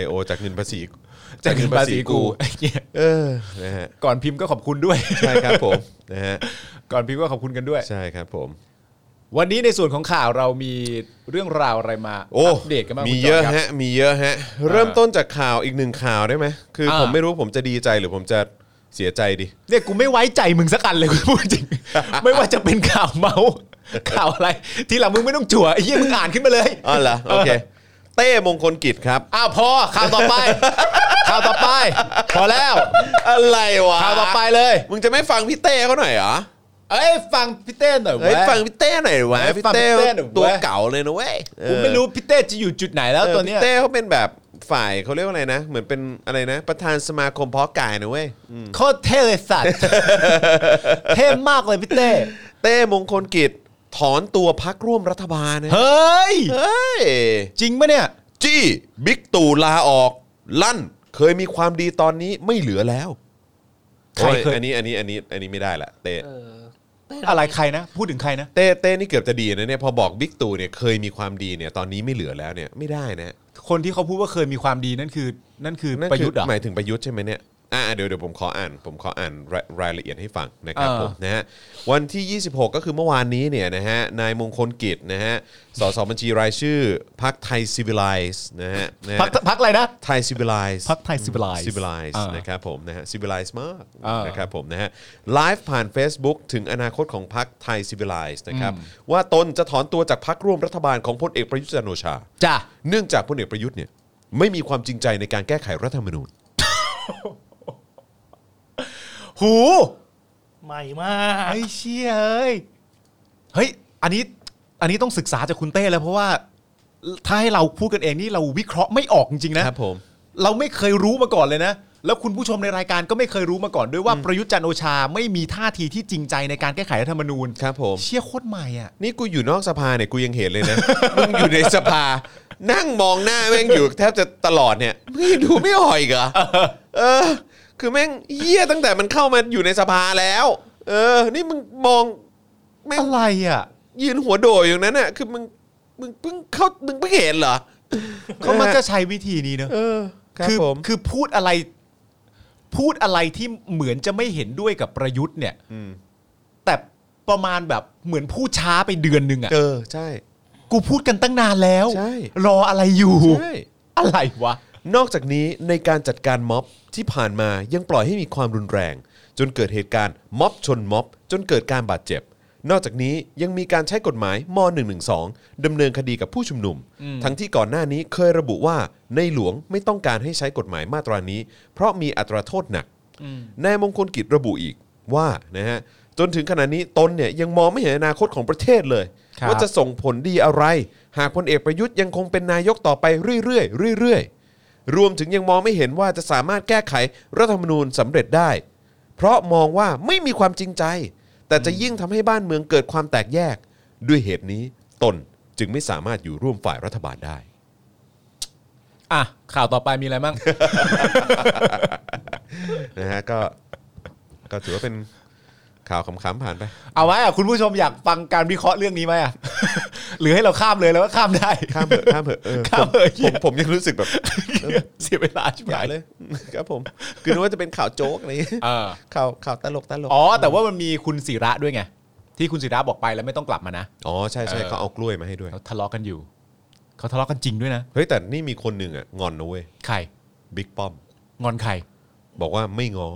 IO จากเงินภาษี จากเงินภาษีกูไอ้เหี้ย เออนะฮะ ก่อนพิมพ์ก็ขอบคุณด้วย ใช่ครับผมนะฮะ ก่อนพิมพ์ก็ขอบคุณกันด้วย ใช่ครับผม วันนี้ในส่วนของข่าวเรามีเรื่องราวอะไรมา โอ้ อัปเดตกันบ้าง มี คุณจ เยอะ ครับ ฮะมีเยอะฮะ เริ่มต้นจากข่าวอีกหนึ่งข่าวได้ไหมคืออา ผมไม่รู้ผมจะดีใจหรือผมจะเสียใจดี เนี่ยกูไม่ไว้ใจมึงสักอันเลยกูพูด จริง ไม่ว่าจะเป็นข่าวเมาส์ ข่าวอะไร ที่หลังมึงไม่ต้องจั่วไอ้เหี้ยมึงอ่านขึ้นมา เลย อ๋อเหรอโอเค เต้มงคลกิจครับ อ้าวพอข่าวต่อไป ข่าวต่อไป พอแล้ว อะไรวะ ข่าวต่อไปเลย มึงจะไม่ฟังพี่เต้เขาหน่อยเหรอ เอ้ยฟังพี่เต้หน่อย เฮ้ย เว้ย ฟังพี่เต้หน่อยวะ เฮ้ย พี่ ฟังพี่ เต้ เต้หน่อยเว้ย ตัวเก่าเลยนะเว้ยเออ กูไม่รู้พี่เต้จะอยู่จุดไหนแล้วตอนเนี้ย เต้เขาเป็นแบบฝ่ายเขาเรียกว่าอะไรนะ เหมือนเป็นอะไรนะ ประธานสมาคมเพาะกายนะเว้ย โคตรเท่เลยสัตว์ เท่มากเลยพี่เต้ เต้มงคลกิจถอนตัวพักร่วมรัฐบาลนะ เฮ้ย เฮ้ย จริงปะเนี่ย จี้บิ๊ก ตู่ลาออก ลั่นเคยมีความดีตอนนี้ไม่เหลือแล้ว ใคร โอ้ย เคย อันนี้อันนี้อันนี้อันนี้ไม่ได้ละเต้ เออ อะไรใครนะ พูดถึงใครนะ เต้เต้นี่เกือบจะดีนะเนี่ยพอบอกบิ๊กตู่เนี่ยเคยมีความดีเนี่ยตอนนี้ไม่เหลือแล้วเนี่ยไม่ได้นะ คนที่เขาพูดว่าเคยมีความดีนั่นคือ นั่นคือ นั่น ประ คื ยุทธ์เหรอ หมายถึงประยุทธ์ใช่ไหมเนี่ยอ่าเดี๋ยวเดี๋ยวผมขออ่าน ผมขออ่านรายรายละเอียดให้ฟังนะครับ เออ ผม นะฮะวันที่ 26 ก็คือเมื่อวานนี้เนี่ยนะฮะนายมงคลกิจนะฮะสสบัญชีรายชื่อพักไทยซิวิไลซ์นะฮะนะ พัก ฮะ พักอะไรนะ ไทยซิวิไลซ์ พักไทยซิวิไลซ์ ซิวิไลซ์ อ่าน นะครับผมนะฮะซิวิไลซ์มาก อ่าน นะครับผมนะฮะไลฟ์ผ่าน Facebook ถึงอนาคตของพักไทยซิวิไลซ์นะครับว่าตนจะถอนตัวจากพักร่วมรัฐบาลของพลเอกประยุทธ์จันทร์โอชา จ้ะ เนื่องจากพลเอกประยุทธ์เนี่ยไม่มีความจริงใจในการแก้ไขรัฐธรรมนูญ หู ใหม่มาก ไอ้เชี่ยเอ้ย เฮ้ย อันนี้ อันนี้ต้องศึกษาจากคุณเต้แล้วเพราะว่า ถ้าให้เราพูดกันเองนี่เราวิเคราะห์ไม่ออกจริงๆนะ ครับผม เราไม่เคยรู้มาก่อนเลยนะ แล้วคุณผู้ชมในรายการก็ไม่เคยรู้มาก่อนด้วยว่าประยุทธ์จันทร์โอชาไม่มีท่าทีที่จริงใจในการแก้ไขรัฐธรรมนูญ ครับผม เชี่ยโคตรใหม่อ่ะ นี่กูอยู่นอกสภาเนี่ยกูยังเห็นเลยนะ มึงอยู่ในสภา นั่งมองหน้าแม่งอยู่แทบจะตลอดเนี่ยมึงยังดูไม่อ่อยเหรอเออ คือแม่งเยี่ยตั้งแต่มันเข้ามาอยู่ในสภาแล้ว เออ นี่มึงมองแม่ง อะไรอ่ะ ยืนหัวโดยอย่างนั้นน่ะคือมึงมึงเพิ่งเข้ามึงเพิ่งเห็นเหรอ เขามักจะใช้วิธีนี้เนอะ เออครับ คือ ผม คือพูดอะไร พูดอะไรที่เหมือนจะไม่เห็นด้วยกับประยุทธ์เนี่ย อืม แต่ประมาณแบบเหมือนพูดช้าไปเดือนหนึ่งอ่ะ เออใช่ กูพูดกันตั้งนานแล้ว ใช่ รออะไรอยู่ ใช่ อะไรวะ นอกจากนี้ในการจัดการม็อบที่ผ่านมายังปล่อยให้มีความรุนแรง จนเกิดเหตุการณ์ม็อบชนม็อบ จนเกิดการบาดเจ็บ นอกจากนี้ยังมีการใช้กฎหมายม .112 ดำเนินคดีกับผู้ชุมนุม ทั้งที่ก่อนหน้านี้เคยระบุว่าในหลวงไม่ต้องการให้ใช้กฎหมายมาตรานี้ เพราะมีอัตราโทษหนักนายมงคลกิจระบุอีกว่านะฮะจนถึงขณะนี้ตนเนี่ยยังมองไม่เห็นอนาคตของประเทศเลย ครับ ว่าจะส่งผลดีอะไร หากพลเอกประยุทธ์ยังคงเป็นนายกต่อไปเรื่อยๆเรื่อยๆ รวมถึงยังมองไม่เห็นว่าจะสามารถแก้ไขรัฐธรรมนูญสำเร็จได้ เพราะมองว่าไม่มีความจริงใจ แต่จะยิ่งทำให้บ้านเมืองเกิดความแตกแยก ด้วยเหตุนี้ตนจึงไม่สามารถอยู่ร่วมฝ่ายรัฐบาลได้ อ่ะข่าวต่อไปมีอะไรมั่ง นะฮะก็ก็ถือว่าเป็น ข่าวขำๆผ่านไป เอาไหมอ่ะคุณผู้ชมอยากฟังการวิเคราะห์เรื่องนี้ไหมอ่ะ หรือให้เราข้ามเลยแล้วก็ข้ามได้ ข้ามเถอะข้ามเถอะเออ ข้ามเถอะ ผ เหี้ยมผมยังรู้สึกแบบเออ เสียเวลาชิบ อย่า หาย เลย ครับผม คือนึกว่าจะเป็นข่าวโจ๊กอะไรอย่างเงี้ย เออ ข่าวข่าวตลกตลก อ๋อ แต่ว่ามันมีคุณศิระด้วยไง ที่คุณศิระบอกไปแล้วไม่ต้องกลับมานะ อ๋อใช่ใช่ เออ เขาเอากล้วยมาให้ด้วย เขาทะเลาะกันอยู่ เขาทะเลาะกันจริงด้วยนะ เฮ้ยแต่นี่มีคนหนึ่งอ่ะงอนนะเว้ย ใคร บิ๊กป้อม งอนใคร บอกว่าไม่ง้อ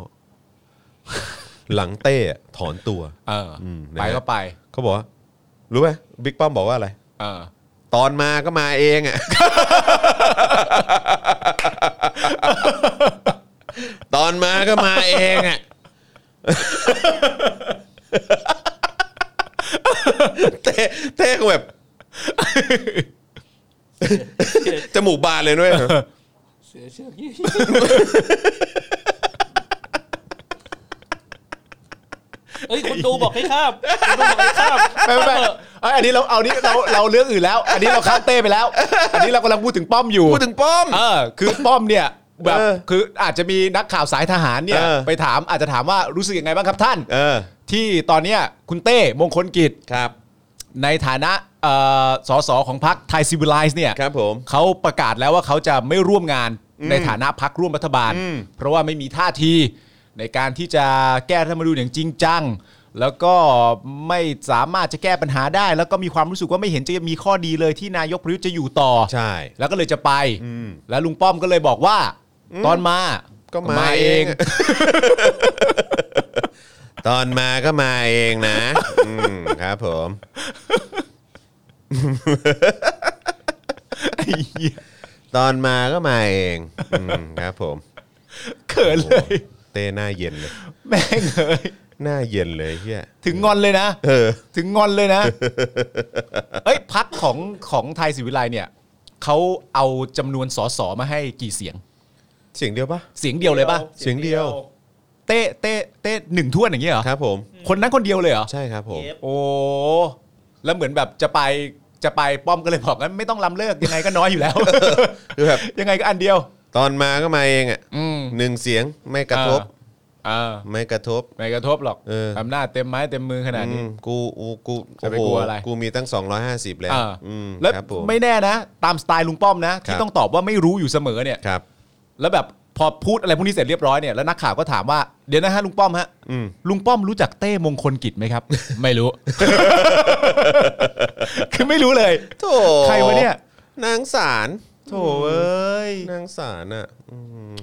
หลังเต้อะถอนตัว เอออ มนะ ไป ฮะ ก็ไป เขาบอกว่ารู้ไหมบิ๊กป้อมบอกว่าอะไร เออ ตอนมาก็มาเองอ่ะ ตอนมาก็มาเองอ่ะ เต้เต้ก็แบบ จมูกบานเลยด้วย เสียเชือกยี่ เอ้ยคุณดูบอกให้ข้ามคุณดูบอกให้ข้าม ไม่ไม่ไม่เอ้ยอันนี้เราเอานี้เราเราเรื่องอื่นแล้ว อันนี้เราข้ามเต้ไปแล้ว อันนี้เรากำลังพูดถึงป้อมอยู่ พูดถึงป้อม เออ คือป้อมเนี่ยแบบ เออ คืออาจจะมีนักข่าวสายทหารเนี่ย เออ ไปถามอาจจะถามว่ารู้สึกยังไงบ้างครับท่าน เออ ที่ตอนเนี้ยคุณเต้มงคลกิจ ครับ ในฐานะเอ่อสสของพรรคไทยซิวิไลซ์เนี่ย ครับผม เขาประกาศแล้วว่าเขาจะไม่ร่วมงานในฐานะพักร่วมรัฐบาล เพราะว่าไม่มีท่าทีในการที่จะแก้รัฐธรรมนูญอย่างจริงจัง แล้วก็ไม่สามารถจะแก้ปัญหาได้ แล้วก็มีความรู้สึกว่าไม่เห็นจะมีข้อดีเลยที่นายกประยุทธ์จะอยู่ต่อ ใช่ แล้วก็เลยจะไป แล้วลุงป้อมก็เลยบอกว่า ตอนมา ก็มาเอง ตอนมาก็มาเองนะ อืมครับผม ไอ้เหี้ย ตอนมาก็มาเองอืมครับผม เขินเลย เต้หน้าเย็นเลย แม่งเลย หน้าเย็นเลยเฮีย ถึงงอนเลยนะ เออ ถึงงอนเลยนะ เอ้ยพักของของไทยศิวิไลเนี่ยเขาเอาจำนวนสสมาให้กี่เสียง เสียงเดียวปะ เสียงเดียวเลยป่ะ เสียงเดียว เต้เต้เต้หนึ่งท่วนอย่างเงี้ยเหรอ ครับผม คนนั้นคนเดียวเลยเหรอ ใช่ครับผม เย็บ โอ้แล้วเหมือนแบบจะไปจะไปป้อมก็เลยบอกงั้นไม่ต้องลำเลิกยังไงก็น้อยอยู่แล้ว คือแบบ ยังไงก็อันเดียว ตอนมาก็มาเองอ่ะ อืม หนึ่งเสียงไม่กระทบ เออ ไม่กระทบ ไม่กระทบหรอก เออ อำนาจเต็มไม้เต็มมือขนาด อื นี้ มกูอูกู จะไป โโห กลัวอะไร กูมีตั้ง 250 แล้ว อ่า อืม แล้ว ครับผม ไม่แน่นะ ตามสไตล์ลุงป้อมนะ ครั ที่ บ ต้องตอบว่าไม่รู้อยู่เสมอเนี่ย ครับ แล้วแบบพอพูดอะไรพวกนี้เสร็จเรียบร้อยเนี่ยแล้วนักข่าวก็ถามว่าเดี๋ยวนะฮะลุงป้อมฮะ อืม ลุงป้อมรู้จักเต้มงคลกิจไหมครับ ไม่รู้ คือไม่รู้เลย โถ ใครวะเนี่ย นางสาร โถเอ้ย นางสารอ่ะอืม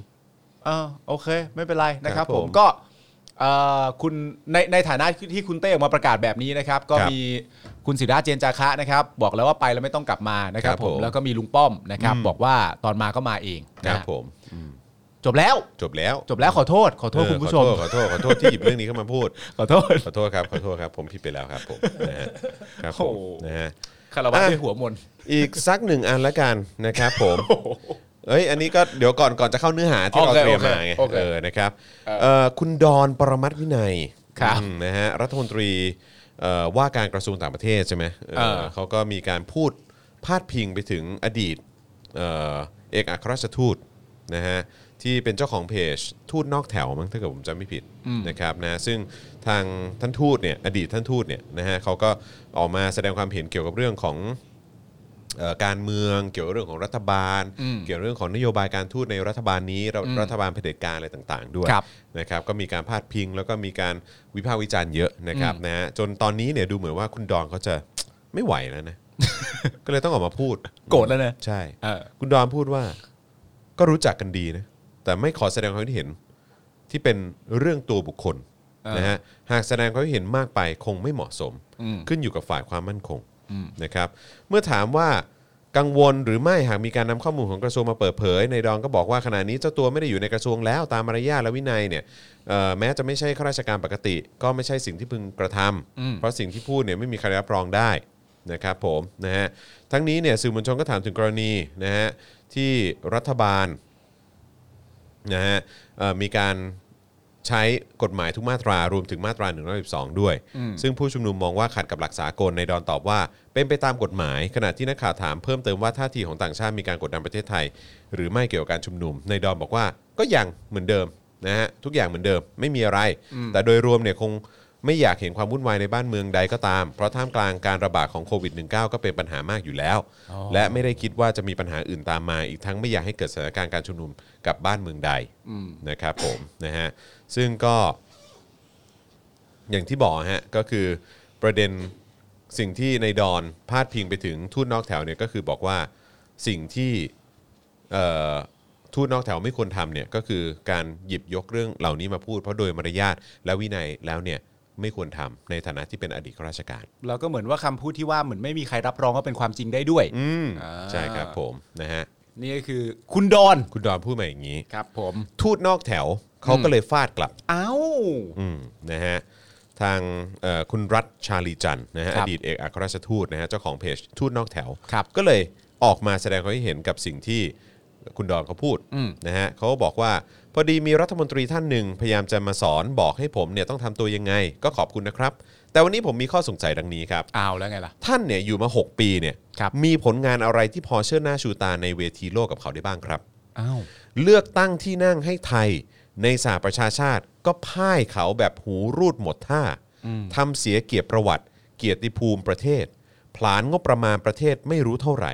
อ่าโอเค ไม่เป็นไรนะค ครั รั บบ ผ ผมมก็เอ่อคุณในในฐานะที่คุณเต้ออกมาประกาศแบบนี้นะครับ ก็ ครับ มีคุณศิราเจนจาคะนะครับ บอกแล้วว่าไปแล้วไม่ต้องกลับมานะครับ ครับ ผ ผม ม แล้วก็มีลุงป้อมนะครับ บอกว่าตอนมาก็มาเอง ครับ นะ ผม จบแล้ว จบแล้ว จบแล้วขอโทษ ขอโทษ เออ คุณผู้ชม ขอโทษขอโทษขอโทษที่หยิบเรื่องนี้เข้ามาพูด ขอโทษ ขอโทษครับ ขอโทษครับ ผมผิดไปแล้วครับผมนะฮะครับผ โอ้ ม โห นะฮะ คารวะ อ่ะ ด้วยหัวมน อีกสักหนึ่งอันละกันนะครับผมเอ้ยอันนี้ก็เดี๋ยวก่อนก่อนจะเข้าเนื้อหาที่เรา โอเค เตรียมมาไง โอเค เออนะครับ เออ เอ่อคุณดอนปรมัตถวินัย ครับ อืมนะฮะรัฐมนตรีเอ่อว่าการกระทรวงต่างประเทศใช่ไหมเออ เออ เขาก็มีการพูดพาดพิงไปถึงอดีตเอ่อเอกอัครราชทูตนะฮะที่เป็นเจ้าของเพจทูตนอกแถวมั้งถ้าเกิดผมจำไม่ผิดนะครับนะซึ่งทางท่านทูตเนี่ยอดีตท่านทูตเนี่ยนะฮะเขาก็ออกมาแสดงความเห็นเกี่ยวกับเรื่องของ เอ่อการเมืองเกี่ยวกับเรื่องของรัฐบาล เกี่ยวกับเรื่องของนโยบายการทูตในรัฐบาลนี้รัฐรัฐบาลเผด็จการอะไรต่าง ๆ ด้วย ครับ นะครับก็มีการพาดพิง แล้วก็มีการวิพากษ์วิจารณ์เยอะนะครับนะฮะจนตอนนี้เนี่ยดูเหมือนว่าคุณดอนเขาจะ ไม่ไหวแล้ว นะ ก็เลยต้องออกมาพูด โกรธแล้วนะ ใช่ เออ คุณดอนพูดว่าก็รู้จักกันดีนะแต่ไม่ขอแสดงความคิดเห็นที่เป็นเรื่องตัวบุคคล อ่าน นะฮะหากแสดงความคิดเห็นมากไปคงไม่เหมาะสม ขึ้นอยู่กับฝ่ายความมั่นคงนะครับ เมื่อถามว่ากังวลหรือไม่หากมีการนำข้อมูลของกระทรวงมาเปิดเผย ในดอนก็บอกว่าขณะนี้เจ้าตัวไม่ได้อยู่ในกระทรวงแล้วตามมารยาทและวินัยเนี่ยเอ่อแม้จะไม่ใช่ข้าราชการปกติ ก็ไม่ใช่สิ่งที่พึงกระทำเพราะสิ่งที่พูดเนี่ยไม่มีใครรับรองได้ นะครับผมนะฮะทั้งนี้เนี่ยสื่อมวลชนก็ถามถึงกรณีนะฮะที่รัฐบาลนะฮะเอ่อมีการใช้กฎหมายทุกมาตรารวมถึงมาตรา1 1 2 ด้วย ซึ่งผู้ชุมนุมมองว่าขัดกับหลักสากลในดอนตอบว่า เป็นไปตามกฎหมาย ขณะที่นักข่าวถามเพิ่มเติมว่าท่าทีของต่างชาติมีการกดดันประเทศไทย หรือไม่เกี่ยวกับการชุมนุม ในดอนบอกว่าก็ยังเหมือนเดิมนะฮะทุกอย่างเหมือนเดิมไม่มีอะไร แต่โดยรวมเนี่ยคง ไม่อยากเห็นความวุ่นวายในบ้านเมืองใดก็ตาม เพราะท่ามกลางการระบาดของโควิด -19 ก็เป็นปัญหามากอยู่แล้ว และไม่ได้คิดว่าจะมีปัญหาอื่นตามมา อีกทั้งไม่อยากให้เกิดสถานการณ์การชุมนุมกับบ้านเมืองใดนะครับผมนะฮะซึ่งก็ อย่างที่บอกฮะก็คือประเด็นสิ่งที่ในดอนพาดพิงไปถึงทูตนอกแถวเนี่ยก็คือบอกว่าสิ่งที่เอ่อทูตนอกแถวไม่ควรทำเนี่ยก็คือการหยิบยกเรื่องเหล่านี้มาพูด เพราะโดยมารยาทและวินัยแล้วเนี่ยไม่ควรทำในฐานะที่เป็นอดีตข้าราชการ เราก็เหมือนว่าคำพูดที่ว่าเหมือนไม่มีใครรับรองว่าเป็นความจริงได้ด้วย อืม อ่า ใช่ครับผมนะฮะ นี่ก็คือคุณดอน คุณดอนพูดมาอย่างนี้ ครับผม ทูตนอกแถวเขาก็เลยฟาดกลับ เอ้า อืมนะฮะทางเอ่อคุณรัฐชาลีจันทร์นะฮะ ค อ รับ ดีตเอกอัครราชทูตนะฮะเจ้าของเพจทูตนอกแถว ครับ ก็เลยออกมาแสดงความคิดเห็นกับสิ่งที่คุณดอนเขาพูด อืม นะฮะเขาก็บอกว่า พอดีมีรัฐมนตรีท่านหนึ่ง พยายามจะมาสอนบอกให้ผมเนี่ยต้องทำตัวยังไง ก็ขอบคุณนะครับ แต่วันนี้ผมมีข้อสงสัยดังนี้ครับ เอ้าแล้วไงล่ะ ท่านเนี่ยอยู่มา 6 ปีเนี่ย ครับ มีผลงานอะไรที่พอเชิดหน้าชูตาในเวทีโลกกับเขาได้บ้างครับ เอ้า เลือกตั้งที่นั่งให้ไทยในสหประชาชาติ ก็พ่ายเขาแบบหูรูดหมดท่าทำเสียเกียรติประวัติ เกียรติภูมิประเทศ ผลานงบประมาณประเทศไม่รู้เท่าไหร่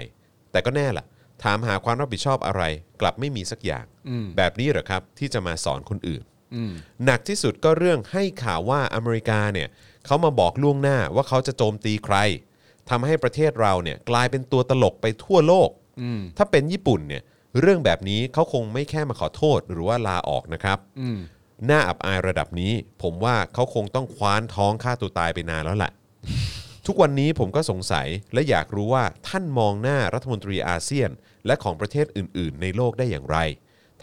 แต่ก็แน่ล่ะ ถามหาความรับผิดชอบอะไร กลับไม่มีสักอย่าง อืม แบบนี้เหรอครับ ที่จะมาสอนคนอื่น อืม หนักที่สุดก็เรื่องให้ข่าวว่าอเมริกาเนี่ยเขามาบอกล่วงหน้าว่าเขาจะโจมตีใครทำให้ประเทศเราเนี่ยกลายเป็นตัวตลกไปทั่วโลก อืม ถ้าเป็นญี่ปุ่นเนี่ยเรื่องแบบนี้เขาคงไม่แค่มาขอโทษหรือว่าลาออกนะครับ อืม หน้าอับอายระดับนี้ ผมว่าเขาคงต้องคว้านท้องฆ่าตัวตายไปนานแล้วแหละ ทุกวันนี้ผมก็สงสัยและอยากรู้ว่าท่านมองหน้ารัฐมนตรีอาเซียน และของประเทศอื่น ๆ ในโลกได้อย่างไร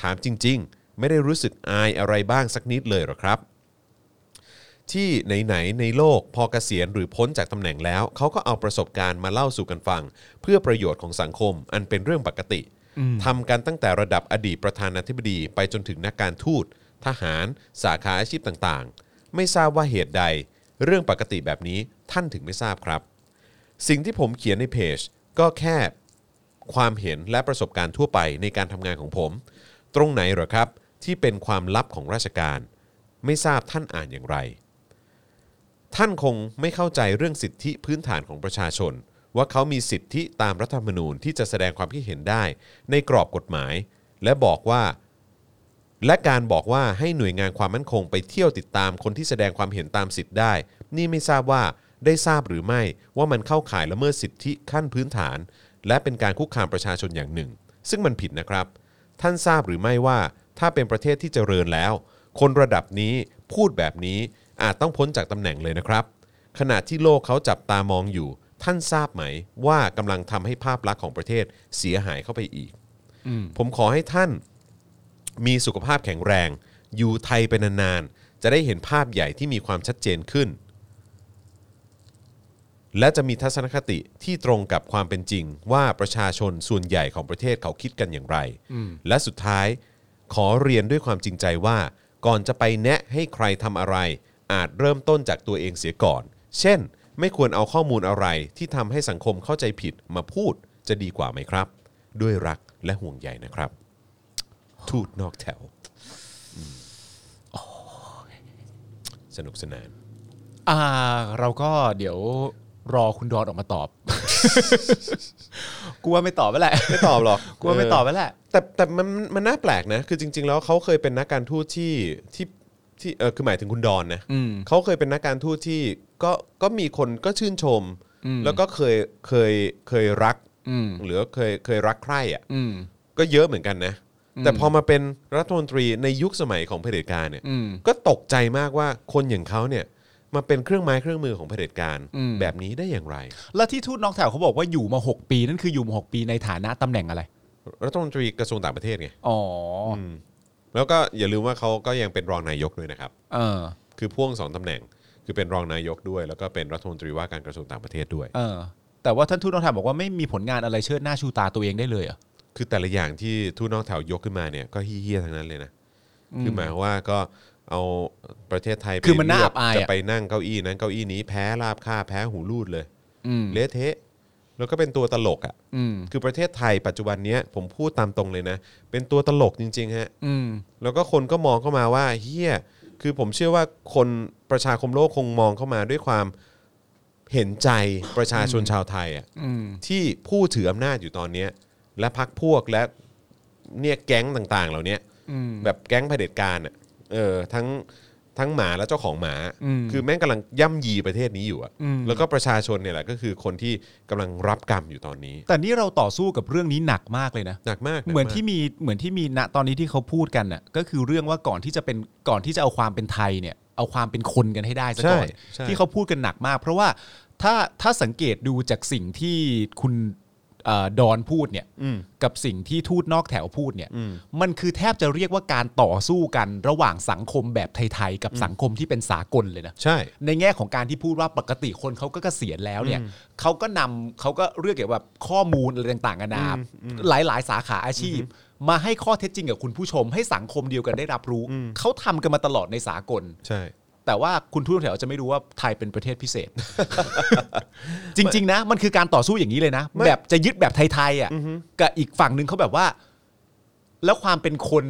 ถามจริง ๆ ไม่ได้รู้สึกอายอะไรบ้างสักนิดเลยเหรอครับ ที่ไหนๆในโลกพอเกษียณหรือพ้นจากตำแหน่งแล้ว เขาก็เอาประสบการณ์มาเล่าสู่กันฟัง เพื่อประโยชน์ของสังคมอันเป็นเรื่องปกติทำกันตั้งแต่ระดับอดีตประธานาธิบดีไปจนถึงนักการทูต ทหาร สาขาอาชีพต่างๆ ไม่ทราบว่าเหตุใด เรื่องปกติแบบนี้ท่านถึงไม่ทราบครับ สิ่งที่ผมเขียนในเพจก็แค่ ความเห็นและประสบการณ์ทั่วไปในการทำงานของผม ตรงไหนเหรอครับ ที่เป็นความลับของราชการ ไม่ทราบท่านอ่านอย่างไร ท่านคงไม่เข้าใจเรื่องสิทธิพื้นฐานของประชาชน ว่าเขามีสิทธิตามรัฐธรรมนูญที่จะแสดงความคิดเห็นได้ ในกรอบกฎหมาย และบอกว่า และการบอกว่าให้หน่วยงานความมั่นคงไปเที่ยวติดตามคนที่แสดงความเห็นตามสิทธิ์ได้ นี่ไม่ทราบว่าได้ทราบหรือไม่ว่ามันเข้าข่ายละเมิดสิทธิขั้นพื้นฐาน และเป็นการคุกคามประชาชนอย่างหนึ่ง ซึ่งมันผิดนะครับ ท่านทราบหรือไม่ว่าถ้าเป็นประเทศที่เจริญแล้ว คนระดับนี้พูดแบบนี้อาจต้องพ้นจากตำแหน่งเลยนะครับ ขณะที่โลกเขาจับตามองอยู่ ท่านทราบไหมว่ากำลังทำให้ภาพลักษณ์ของประเทศเสียหายเข้าไปอีก ผมขอให้ท่าน มีสุขภาพแข็งแรง อยู่ไทยไปนานๆ จะได้เห็นภาพใหญ่ที่มีความชัดเจนขึ้น และจะมีทัศนคติที่ตรงกับความเป็นจริง ว่าประชาชนส่วนใหญ่ของประเทศเขาคิดกันอย่างไร และสุดท้ายขอเรียนด้วยความจริงใจว่า ก่อนจะไปแนะให้ใครทำอะไร อาจเริ่มต้นจากตัวเองเสียก่อน เช่น ไม่ควรเอาข้อมูลอะไรที่ทำให้สังคมเข้าใจผิดมาพูดจะดีกว่าไหมครับ ด้วยรักและห่วงใยนะครับ ทูตนอกแถวอืมสนุกสนาน อ่า เราก็เดี๋ยวรอคุณดอนออกมาตอบ กูว่าไม่ตอบไปแหละ ไม่ตอบหรอก กูว่าไม่ตอบไปแหละ แต่แต่มันมันน่าแปลกนะ คือจริง ๆ แล้วเขาเคยเป็นนักการทูตที่ที่ที่เออคือหมายถึงคุณดอนนะ อืม เขาเคยเป็นนักการทูตที่ก็ก็มีคนก็ชื่นชม อืม แล้วก็เคยเคยเคยรัก อืม หรือเคยเคยรักใคร่อ่ะ อืม ก็เยอะเหมือนกันนะ แต่พอมาเป็นรัฐมนตรีในยุคสมัยของเผด็จการเนี่ย อืม ก็ตกใจมากว่าคนอย่างเขาเนี่ยมาเป็นเครื่องไม้เครื่องมือของเผด็จการ อืม แบบนี้ได้อย่างไร แล้วที่ทูตนอกแถวเขาบอกว่าอยู่มา 6 ปี นั่นคืออยู่มา6ปีในฐานะตำแหน่งอะไร รัฐมนตรีกระทรวงต่างประเทศไง อ๋ออ อืมแล้วก็อย่าลืมว่าเขาก็ยังเป็นรองนายกด้วยนะครับ เออ คือพ่วงสองตำแหน่ง คือเป็นรองนายกด้วย แล้วก็เป็นรัฐมนตรีว่าการกระทรวงต่างประเทศด้วย เออ แต่ว่าท่านทูตนอกแถวบอกว่าไม่มีผลงานอะไรเชิดหน้าชูตาตัวเองได้เลยเหรอ คือแต่ละอย่างที่ทูตนอกแถวยกขึ้นมาเนี่ยก็เฮี้ยๆทั้งนั้นเลยนะ คือหมายความว่าก็เอาประเทศไทยไป คือมันน่า เลื อับอายอะ จะไปนั่งเก้าอี้นั้นเก้าอี้นี้แพ้ราบคาบแพ้หูรูดเลย อืม เละเทะแล้วก็เป็นตัวตลกอ่ะ อืม คือประเทศไทยปัจจุบันเนี้ยผมพูดตามตรงเลยนะ เป็นตัวตลกจริงๆฮะ อืม แล้วก็คนก็มองเข้ามาว่าเฮีย คือผมเชื่อว่าคนประชาคมโลกคงมองเข้ามาด้วยความเห็นใจประชาชนชาวไทยอ่ะที่ผู้ถืออำนาจอยู่ตอนเนี้ยและพักพวกและเนี่ยแก๊งต่างๆ เหล่าเนี้ยแบบแก๊งเผด็จการอ่ะเออทั้งทั้งหมาและเจ้าของหมา คือแม่งกำลังย่ำยีประเทศนี้อยู่อ่ะแล้วก็ประชาชนเนี่ยแหละก็คือคนที่กำลังรับกรรมอยู่ตอนนี้ แต่นี่เราต่อสู้กับเรื่องนี้หนักมากเลยนะ หนักมาก เหมือนที่มีเหมือนที่มีณตอนนี้ที่เขาพูดกันน่ะก็คือเรื่องว่าก่อนที่จะเป็นก่อนที่จะเอาความเป็นไทยเนี่ยเอาความเป็นคนกันให้ได้ซะ ใช่ ก่อน ใช่ ที่เขาพูดกันหนักมาก เพราะว่าถ้าถ้าสังเกตดูจากสิ่งที่คุณเอ่อดอนพูดเนี่ย อืม กับสิ่งที่ทูตนอกแถวพูดเนี่ย อืม มันคือแทบจะเรียกว่าการต่อสู้กันระหว่างสังคมแบบไทยๆกับสังคมที่เป็นสากลเลยนะ ใช่ ในแง่ของการที่พูดว่าปกติคนเขาก็เกษียณแล้วเนี่ยเขาก็นำเขาก็เรื่องเกี่ยวกับข้อมูลอะไรต่างๆนานาหลายๆ สาขาอาชีพ มาให้ข้อเท็จจริงกับคุณผู้ชม ให้สังคมเดียวกันได้รับรู้เขาทำกันมาตลอดในสากล ใช่ แต่ว่าคุณทูตแถวจะไม่รู้ว่าไทยเป็นประเทศพิ เศษ จริง ๆ นะ มันคือการต่อสู้อย่างนี้เลยนะ ไม่ แบบจะยึดแบบไทยๆอ่ะกับอีกฝั่งหนึ่งเขาแบบว่า แล้วความเป็นคน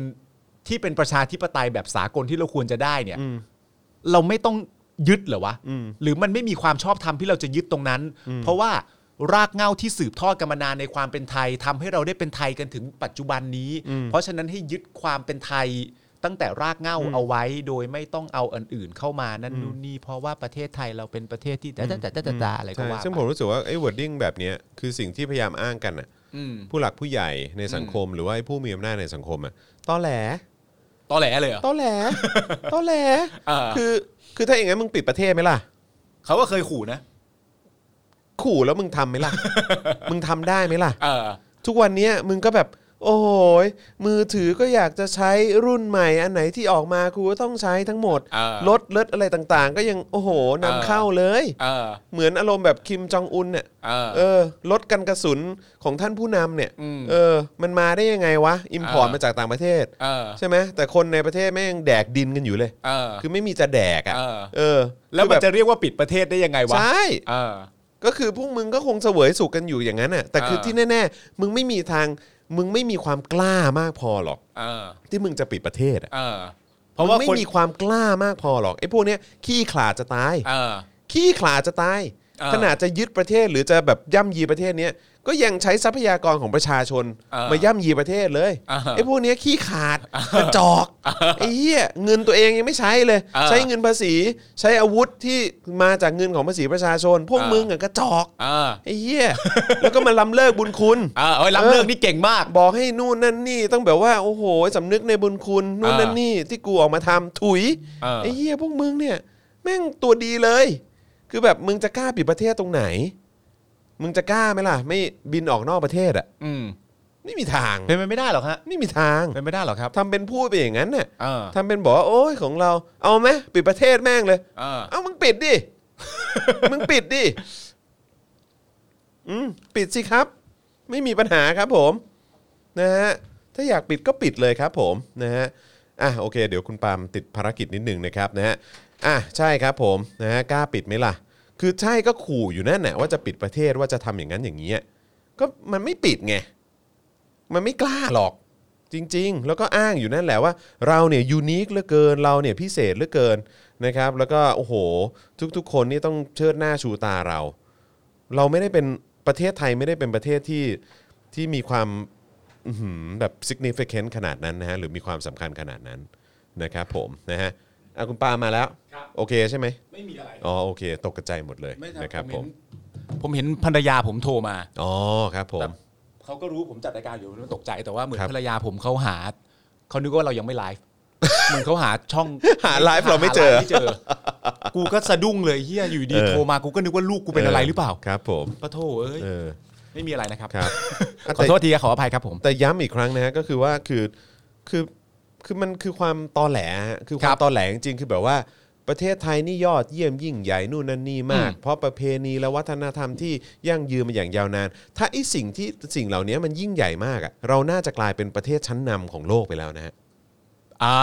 ที่เป็นประชาธิปไตยแบบสากลที่เราควรจะได้เนี่ย อืม เราไม่ต้องยึดเหรอวะ อืม หรือมันไม่มีความชอบธรรมที่เราจะยึดตรงนั้น เพราะว่ารากเหง้าที่สืบทอดกันมานานในความเป็นไทยทำให้เราได้เป็นไทยกันถึงปัจจุบันนี้ เพราะฉะนั้นให้ยึดความเป็นไทยตั้งแต่รากเหง้าเอาไว้โดยไม่ต้องเอาอันอื่นเข้ามานั่นนู่นนี่เพราะว่าประเทศไทยเราเป็นประเทศที่แต่แต่แต่แต่อะไรก็ ใช่ ว่า ซึ่ง ไป ผมรู้สึกว่าไอ้วอร์ดิ้งแบบเนี้ยคือสิ่งที่พยายามอ้างกันอ่ะ อืม ผู้หลักผู้ใหญ่ในสังคมหรือว่าไอ้ผู้มีอำนาจในสังคมอ่ะตอแหล ตอแหลเลยเหรอ ตอแหล ตอแหล เออ คือคือถ้าอย่างงั้นมึงปิดประเทศไหมล่ะ เขาก็เคยขู่นะ ขู่แล้วมึงทำไหม ล่ะ มึงทำได้ไหมล่ะ เออ ทุกวันเนี้ยมึงก็แบบ โอ้โหยมือถือก็อยากจะใช้รุ่นใหม่ อันไหนที่ออกมากูก็ต้องใช้ทั้งหมด เออ ลดลดอะไรต่างๆ ก็ยังโอ้โหนำ เออ เข้าเลย เออ เหมือนอารมณ์แบบคิมจองอุนเนี่ย เออ เออรถกันกระสุนของท่านผู้นำเนี่ย อืม เออ มันมาได้ยังไงวะอิมพอร์ต เออ มาจากต่างประเทศ เออ ใช่ไหมแต่คนในประเทศแม่งแดกดินกันอยู่เลย เออ คือไม่มีจะแดกอ่ะ เออ เออ แล้วมัน คือ จะเรียกว่าปิดประเทศได้ยังไงวะ ใช่ เออ ก็คือพวกมึงก็คงเสวยสุขกันอยู่อย่างนั้นน่ะแต่คือ เออ ที่แน่ๆมึงไม่มีทางมึงไม่มีความกล้ามากพอหรอก เออ ที่มึงจะปิดประเทศอ่ะ เออเพ มึ ราะ ง ว่า ไม่ คน มีความกล้ามากพอหรอกไอ้พวกเนี้ยขี้ขลาดจะตาย เออ ขี้ขลาดจะตาย เออ ขนาดจะยึดประเทศหรือจะแบบย่ำยีประเทศเนี้ยก็ยังใช้ทรัพยากรของประชาชน เออ มาย่ำยีประเทศเลย เออ ไอ้พวกเนี้ยขี้ขาดกระจอกไอ้เหี้ยเงินตัวเองยังไม่ใช้เลย เออ ใช้เงินภาษี ใช้อาวุธที่มาจากเงินของภาษีประชาชน พวก เออ มึงอะกระจอก เออ ไอ้เหี้ย แล้วก็มาล้ำเลิกบุญคุณ เออเอ้ยรับ เออ เรื่องนี่เก่งมาก บอกให้นู่นนั่นนี่ต้องแบบว่าโอ้โหสำนึกในบุญคุณนู่น เออ นั่นนี่ที่กูออกมาทำถุย เออ ไอ้เหี้ยพวกมึงเนี่ย แม่งตัวดีเลย คือแบบมึงจะกล้าปิดประเทศตรงไหน มึงจะกล้าไหมล่ะ ไม่บินออกนอกประเทศอ่ะ อืม ไม่มีทาง เป็นไปไม่ได้หรอกฮะ ไม่มีทาง เป็นไปได้หรอกครับ ทำเป็นพูดไปอย่างนั้นน่ะ เออ ทำเป็นบอกว่าโอ้ยของเราเอาไหมปิดประเทศแม่งเลย เออ เอามึงปิดดิ มึงปิดดิ อืมปิดสิครับ ไม่มีปัญหาครับผมนะฮะ ถ้าอยากปิดก็ปิดเลยครับผมนะฮะ อ่ะโอเค เดี๋ยวคุณปาล์มติดภารกิจนิดนึงนะครับนะฮะ อ่ะใช่ครับผมนะฮะกล้าปิดไหมล่ะ คือใช่ก็ขู่อยู่นั่นแหละว่าจะปิดประเทศว่าจะทำอย่างนั้นอย่างนี้อะก็มันไม่ปิดไง มันไม่กล้าหรอก จริง ๆ แล้วก็อ้างอยู่นั่นแหละว่า เราเนี่ยยูนิคเหลือเกินเราเนี่ยพิเศษเหลือเกินนะครับ แล้วก็โอ้โห ทุกๆ คนนี่ต้องเชิดหน้าชูตาเรา เราไม่ได้เป็นประเทศไทยไม่ได้เป็นประเทศที่ที่มีความอื้อหือแบบ significant ขนาดนั้นนะฮะหรือมีความสำคัญขนาดนั้นนะครับผมนะฮะอ่ะคุณปามาแล้ว โอเคใช่ไหม ไม่มีอะไร อ๋อโอเค ตกกระจายหมดเลยนะครับผม ผมเห็นภรรยาผมโทรมา อ๋อครับผม เขาก็รู้ผมจัดรายการอยู่มันตกใจแต่ว่าเหมือน ครับ ภรรยาผมเขาหาเขานึกว่าเรายังไม่ไลฟ์เหมือนเขาหาช่อง หาไลฟ์เราไม่เจหอไลฟ์เจอ กูก็สะดุ้งเลยเฮียอยู่ดีโทรมากูก็นึกว่าลูกกูเป็นอะไรหรือเปล่า ครับผม ปะโทเอ้ย เออ ไม่มีอะไรนะครับ ครับ ขอโทษทีขออภัยครับผม แต่ย้ำอีกครั้งนะฮะก็คือว่าคือคือคือมันคือความตอแหลฮะคือควา ครั ม บ ตอแหลจริงๆคือแบบว่าประเทศไทยนี่ยอดเยี่ยมยิ่งใหญ่นู่นนั่นนี่มาก อืม เพราะประเพณีและวัฒนธรรมที่ยั่งยืนมาอย่างยาวนาน ถ้าไอ้สิ่งที่สิ่งเหล่านี้มันยิ่งใหญ่มากอะเราน่าจะกลายเป็นประเทศชั้นนำของโลกไปแล้วนะฮะ อ่า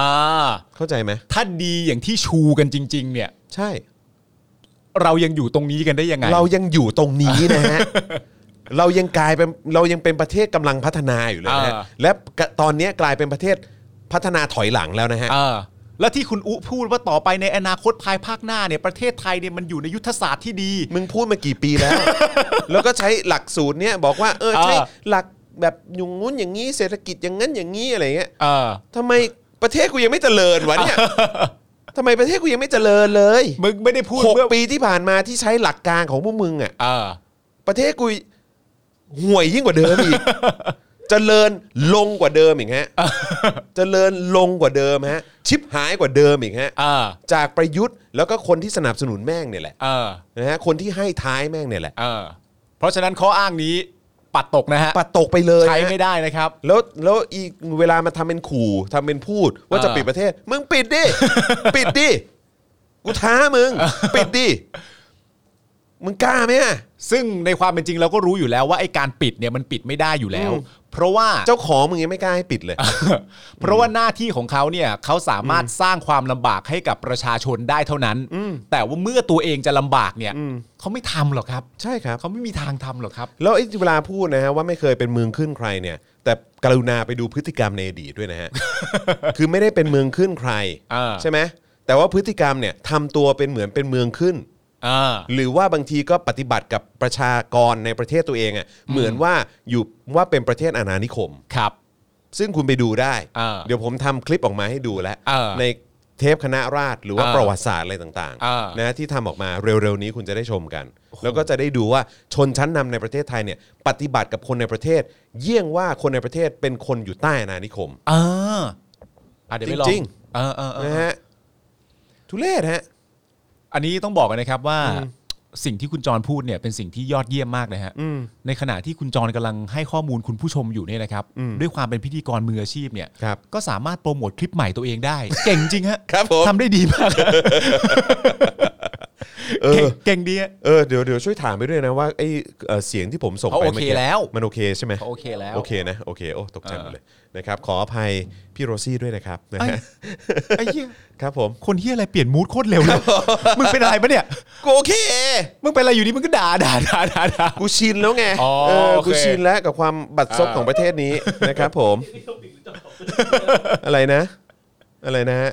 เข้าใจไหม ถ้าดีอย่างที่ชูกันจริง ๆ เนี่ย ใช่ เรายังอยู่ตรงนี้กันได้ยังไง เรายังอยู่ตรงนี้นะ ฮะ เรายังกลายเป็นเรายังเป็นประเทศกำลังพัฒนาอยู่เลยนะฮะ เออ และตอนนี้กลายเป็นประเทศพัฒนาถอยหลังแล้วนะฮะ เออ แล้วที่คุณอุพูดว่าต่อไปในอนาคตภายภาคหน้าเนี่ยประเทศไทยเนี่ยมันอยู่ในยุทธศาสตร์ที่ดี มึงพูดมากี่ปีแล้ว แล้วก็ใช้หลักสูตรเนี้ยบอกว่าเออใช้ เออ หลักแบบอย่างงู้นอย่างนี้เศรษฐกิจอย่างนั้นอย่างนี้อะไรเงี้ย เออ ทำไมประเทศกูยังไม่เจริญวะเนี่ย ทำไมประเทศกูยังไม่เจริญเลย มึงไม่ได้พูด หก เมื่อ ปีที่ผ่านมาที่ใช้หลักการของพวกมึงอ่ะ เออ ประเทศกูห่วยยิ่งกว่าเดิมอี ก เจริญลงกว่าเดิมอีกฮะ เจริญลงกว่าเดิมฮะ ชิบหายกว่าเดิมอีกฮะ เออ จากประยุทธ์แล้วก็คนที่สนับสนุนแม่งเนี่ยแหละ เออ นะฮะคนที่ให้ท้ายแม่งเนี่ยแหละ เออ เพราะฉะนั้นข้ออ้างนี้ปัดตกนะฮะ ปัดตกไปเลย ใช้ นะ ไม่ได้นะครับ แล้วแล้วอีกเวลามาทำเป็นขู่ทำเป็นพูด ว่าจะ เออ ปิดประเทศ มึงปิดดิ ปิดดิกูท้ามึง ปิดดิ มึงกล้าไหมอะ ซึ่งในความเป็นจริงเราก็รู้อยู่แล้วว่าไอ้การปิดเนี่ยมันปิดไม่ได้อยู่แล้ว อืม เพราะว่า เจ้าของมึงยังไม่กล้าให้ปิดเลย เพราะว่าหน้าที่ของเขาเนี่ยเขาสามารถสร้างความลำบากให้กับประชาชนได้เท่านั้น แต่ว่าเมื่อตัวเองจะลำบากเนี่ยเขาไม่ทำหรอกครับ ใช่ครับ เขาไม่มีทางทำหรอกครับ แล้วไอ้เวลาพูดนะฮะว่าไม่เคยเป็นเมืองขึ้นใครเนี่ย แต่กรุณาไปดูพฤติกรรมในอดีตด้วยนะ ฮะ คือไม่ได้เป็นเมืองขึ้นใคร อ่า ใช่ไหมแต่ว่าพฤติกรรมเนี่ยทำตัวเป็นเหมือนเป็นเมืองขึ้น อ่า หรือว่าบางทีก็ปฏิบัติกับประชากรในประเทศตัวเองอะ่ะเหมือนว่าอยู่ว่าเป็นประเทศอาณานิคม ครับ ซึ่งคุณไปดูได้ อ่า เดี๋ยวผมทำคลิปออกมาให้ดูแล้ว อ่า ในเทปคณะราษฎรหรือว่า อ่า ประวัติศาสตร์อะไรต่าง อ่า ๆนะที่ทำออกมาเร็วๆนี้คุณจะได้ชมกัน แล้วก็จะได้ดูว่าชนชั้นนำในประเทศไทยเนี่ยปฏิบัติกับคนในประเทศ เยี่ยงว่าคนในประเทศเป็นคนอยู่ใต้อาณานิคม ่าอ่ะเดี๋ยวไปลอง จริง เออเออเออ นะฮะทุเรศฮะ อันนี้ต้องบอกกันนะครับว่าสิ่งที่คุณจรพูดเนี่ยเป็นสิ่งที่ยอดเยี่ยมมากนะฮะในขณะที่คุณจรกำลังให้ข้อมูลคุณผู้ชมอยู่เนี่ยนะครับ ด้วยความเป็นพิธีกรมืออาชีพเนี่ย ครับ ก็สามารถโปรโมทคลิปใหม่ตัวเองได้ เก่งจริงฮะ ครับผม ทำได้ดีมาก เอ เก่ง อ เก่งดีฮะ เออเดี๋ยวเดี๋ยวช่วยถามไปด้วยนะว่าไอเอ่อเสียงที่ผมส่ง เขา ไป โอเค มื่กี้ แล้ว มันโอเคใช่ไหม โอเคแล้ว โอเคนะโอเคโอ้ตกใจหเอมดอ เลยนะครับขออภัยพี่โรซี่ด้วยนะครับนะฮะ ไอ้เหี้ย ครับผม คนเหี้ยอะไรเปลี่ยนมูดโคตรเร็ว เลยมึงเป็นอะไรปะเนี่ย กูโอเค มึงเป็นอะไรอยู่ดีมึงก็ด่าด่าด่าด่าด่า กูชินแล้วไง อ๋อ เออ โอเค กูชินแล้วกับความบัดซบ อ่า ของประเทศ นี้ นะครับผม อะไรนะ อะไรนะฮะ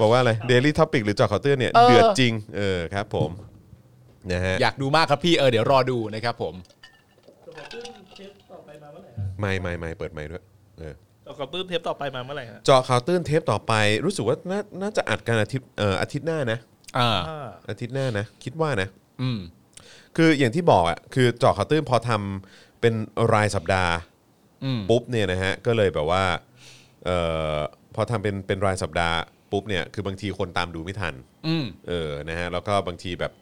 บอกว่าอะไร Daily Topic หรือเจอข่าวตื้นเนี่ยเดือดจริง เออครับผมนะฮะ อยากดูมากครับพี่เออเดี๋ยวรอดูนะครับผม ไม่ไม่ไม่เปิดไม่ด้วยเออ เรากับปื้มเทปต่อไปมาเมื่อไหร่ฮะ เจาะข่าวตื้นเทปต่อไป รู้สึกว่าน่าน่าจะอัดกันอาทิตย์เอ่ออาทิตย์หน้านะ อ่า อ่า อาทิตย์หน้านะ คิดว่านะ อืม คืออย่างที่บอกอ่ะคือเจาะข่าวตื้นพอทำเป็นรายสัปดาห์ อืม ปุ๊บเนี่ยนะฮะก็เลยแบบว่าเอ่อพอทำเป็นเป็นรายสัปดาห์ปุ๊บเนี่ยคือบางทีคนตามดูไม่ทัน อืม เออนะฮะแล้วก็บางทีแบบ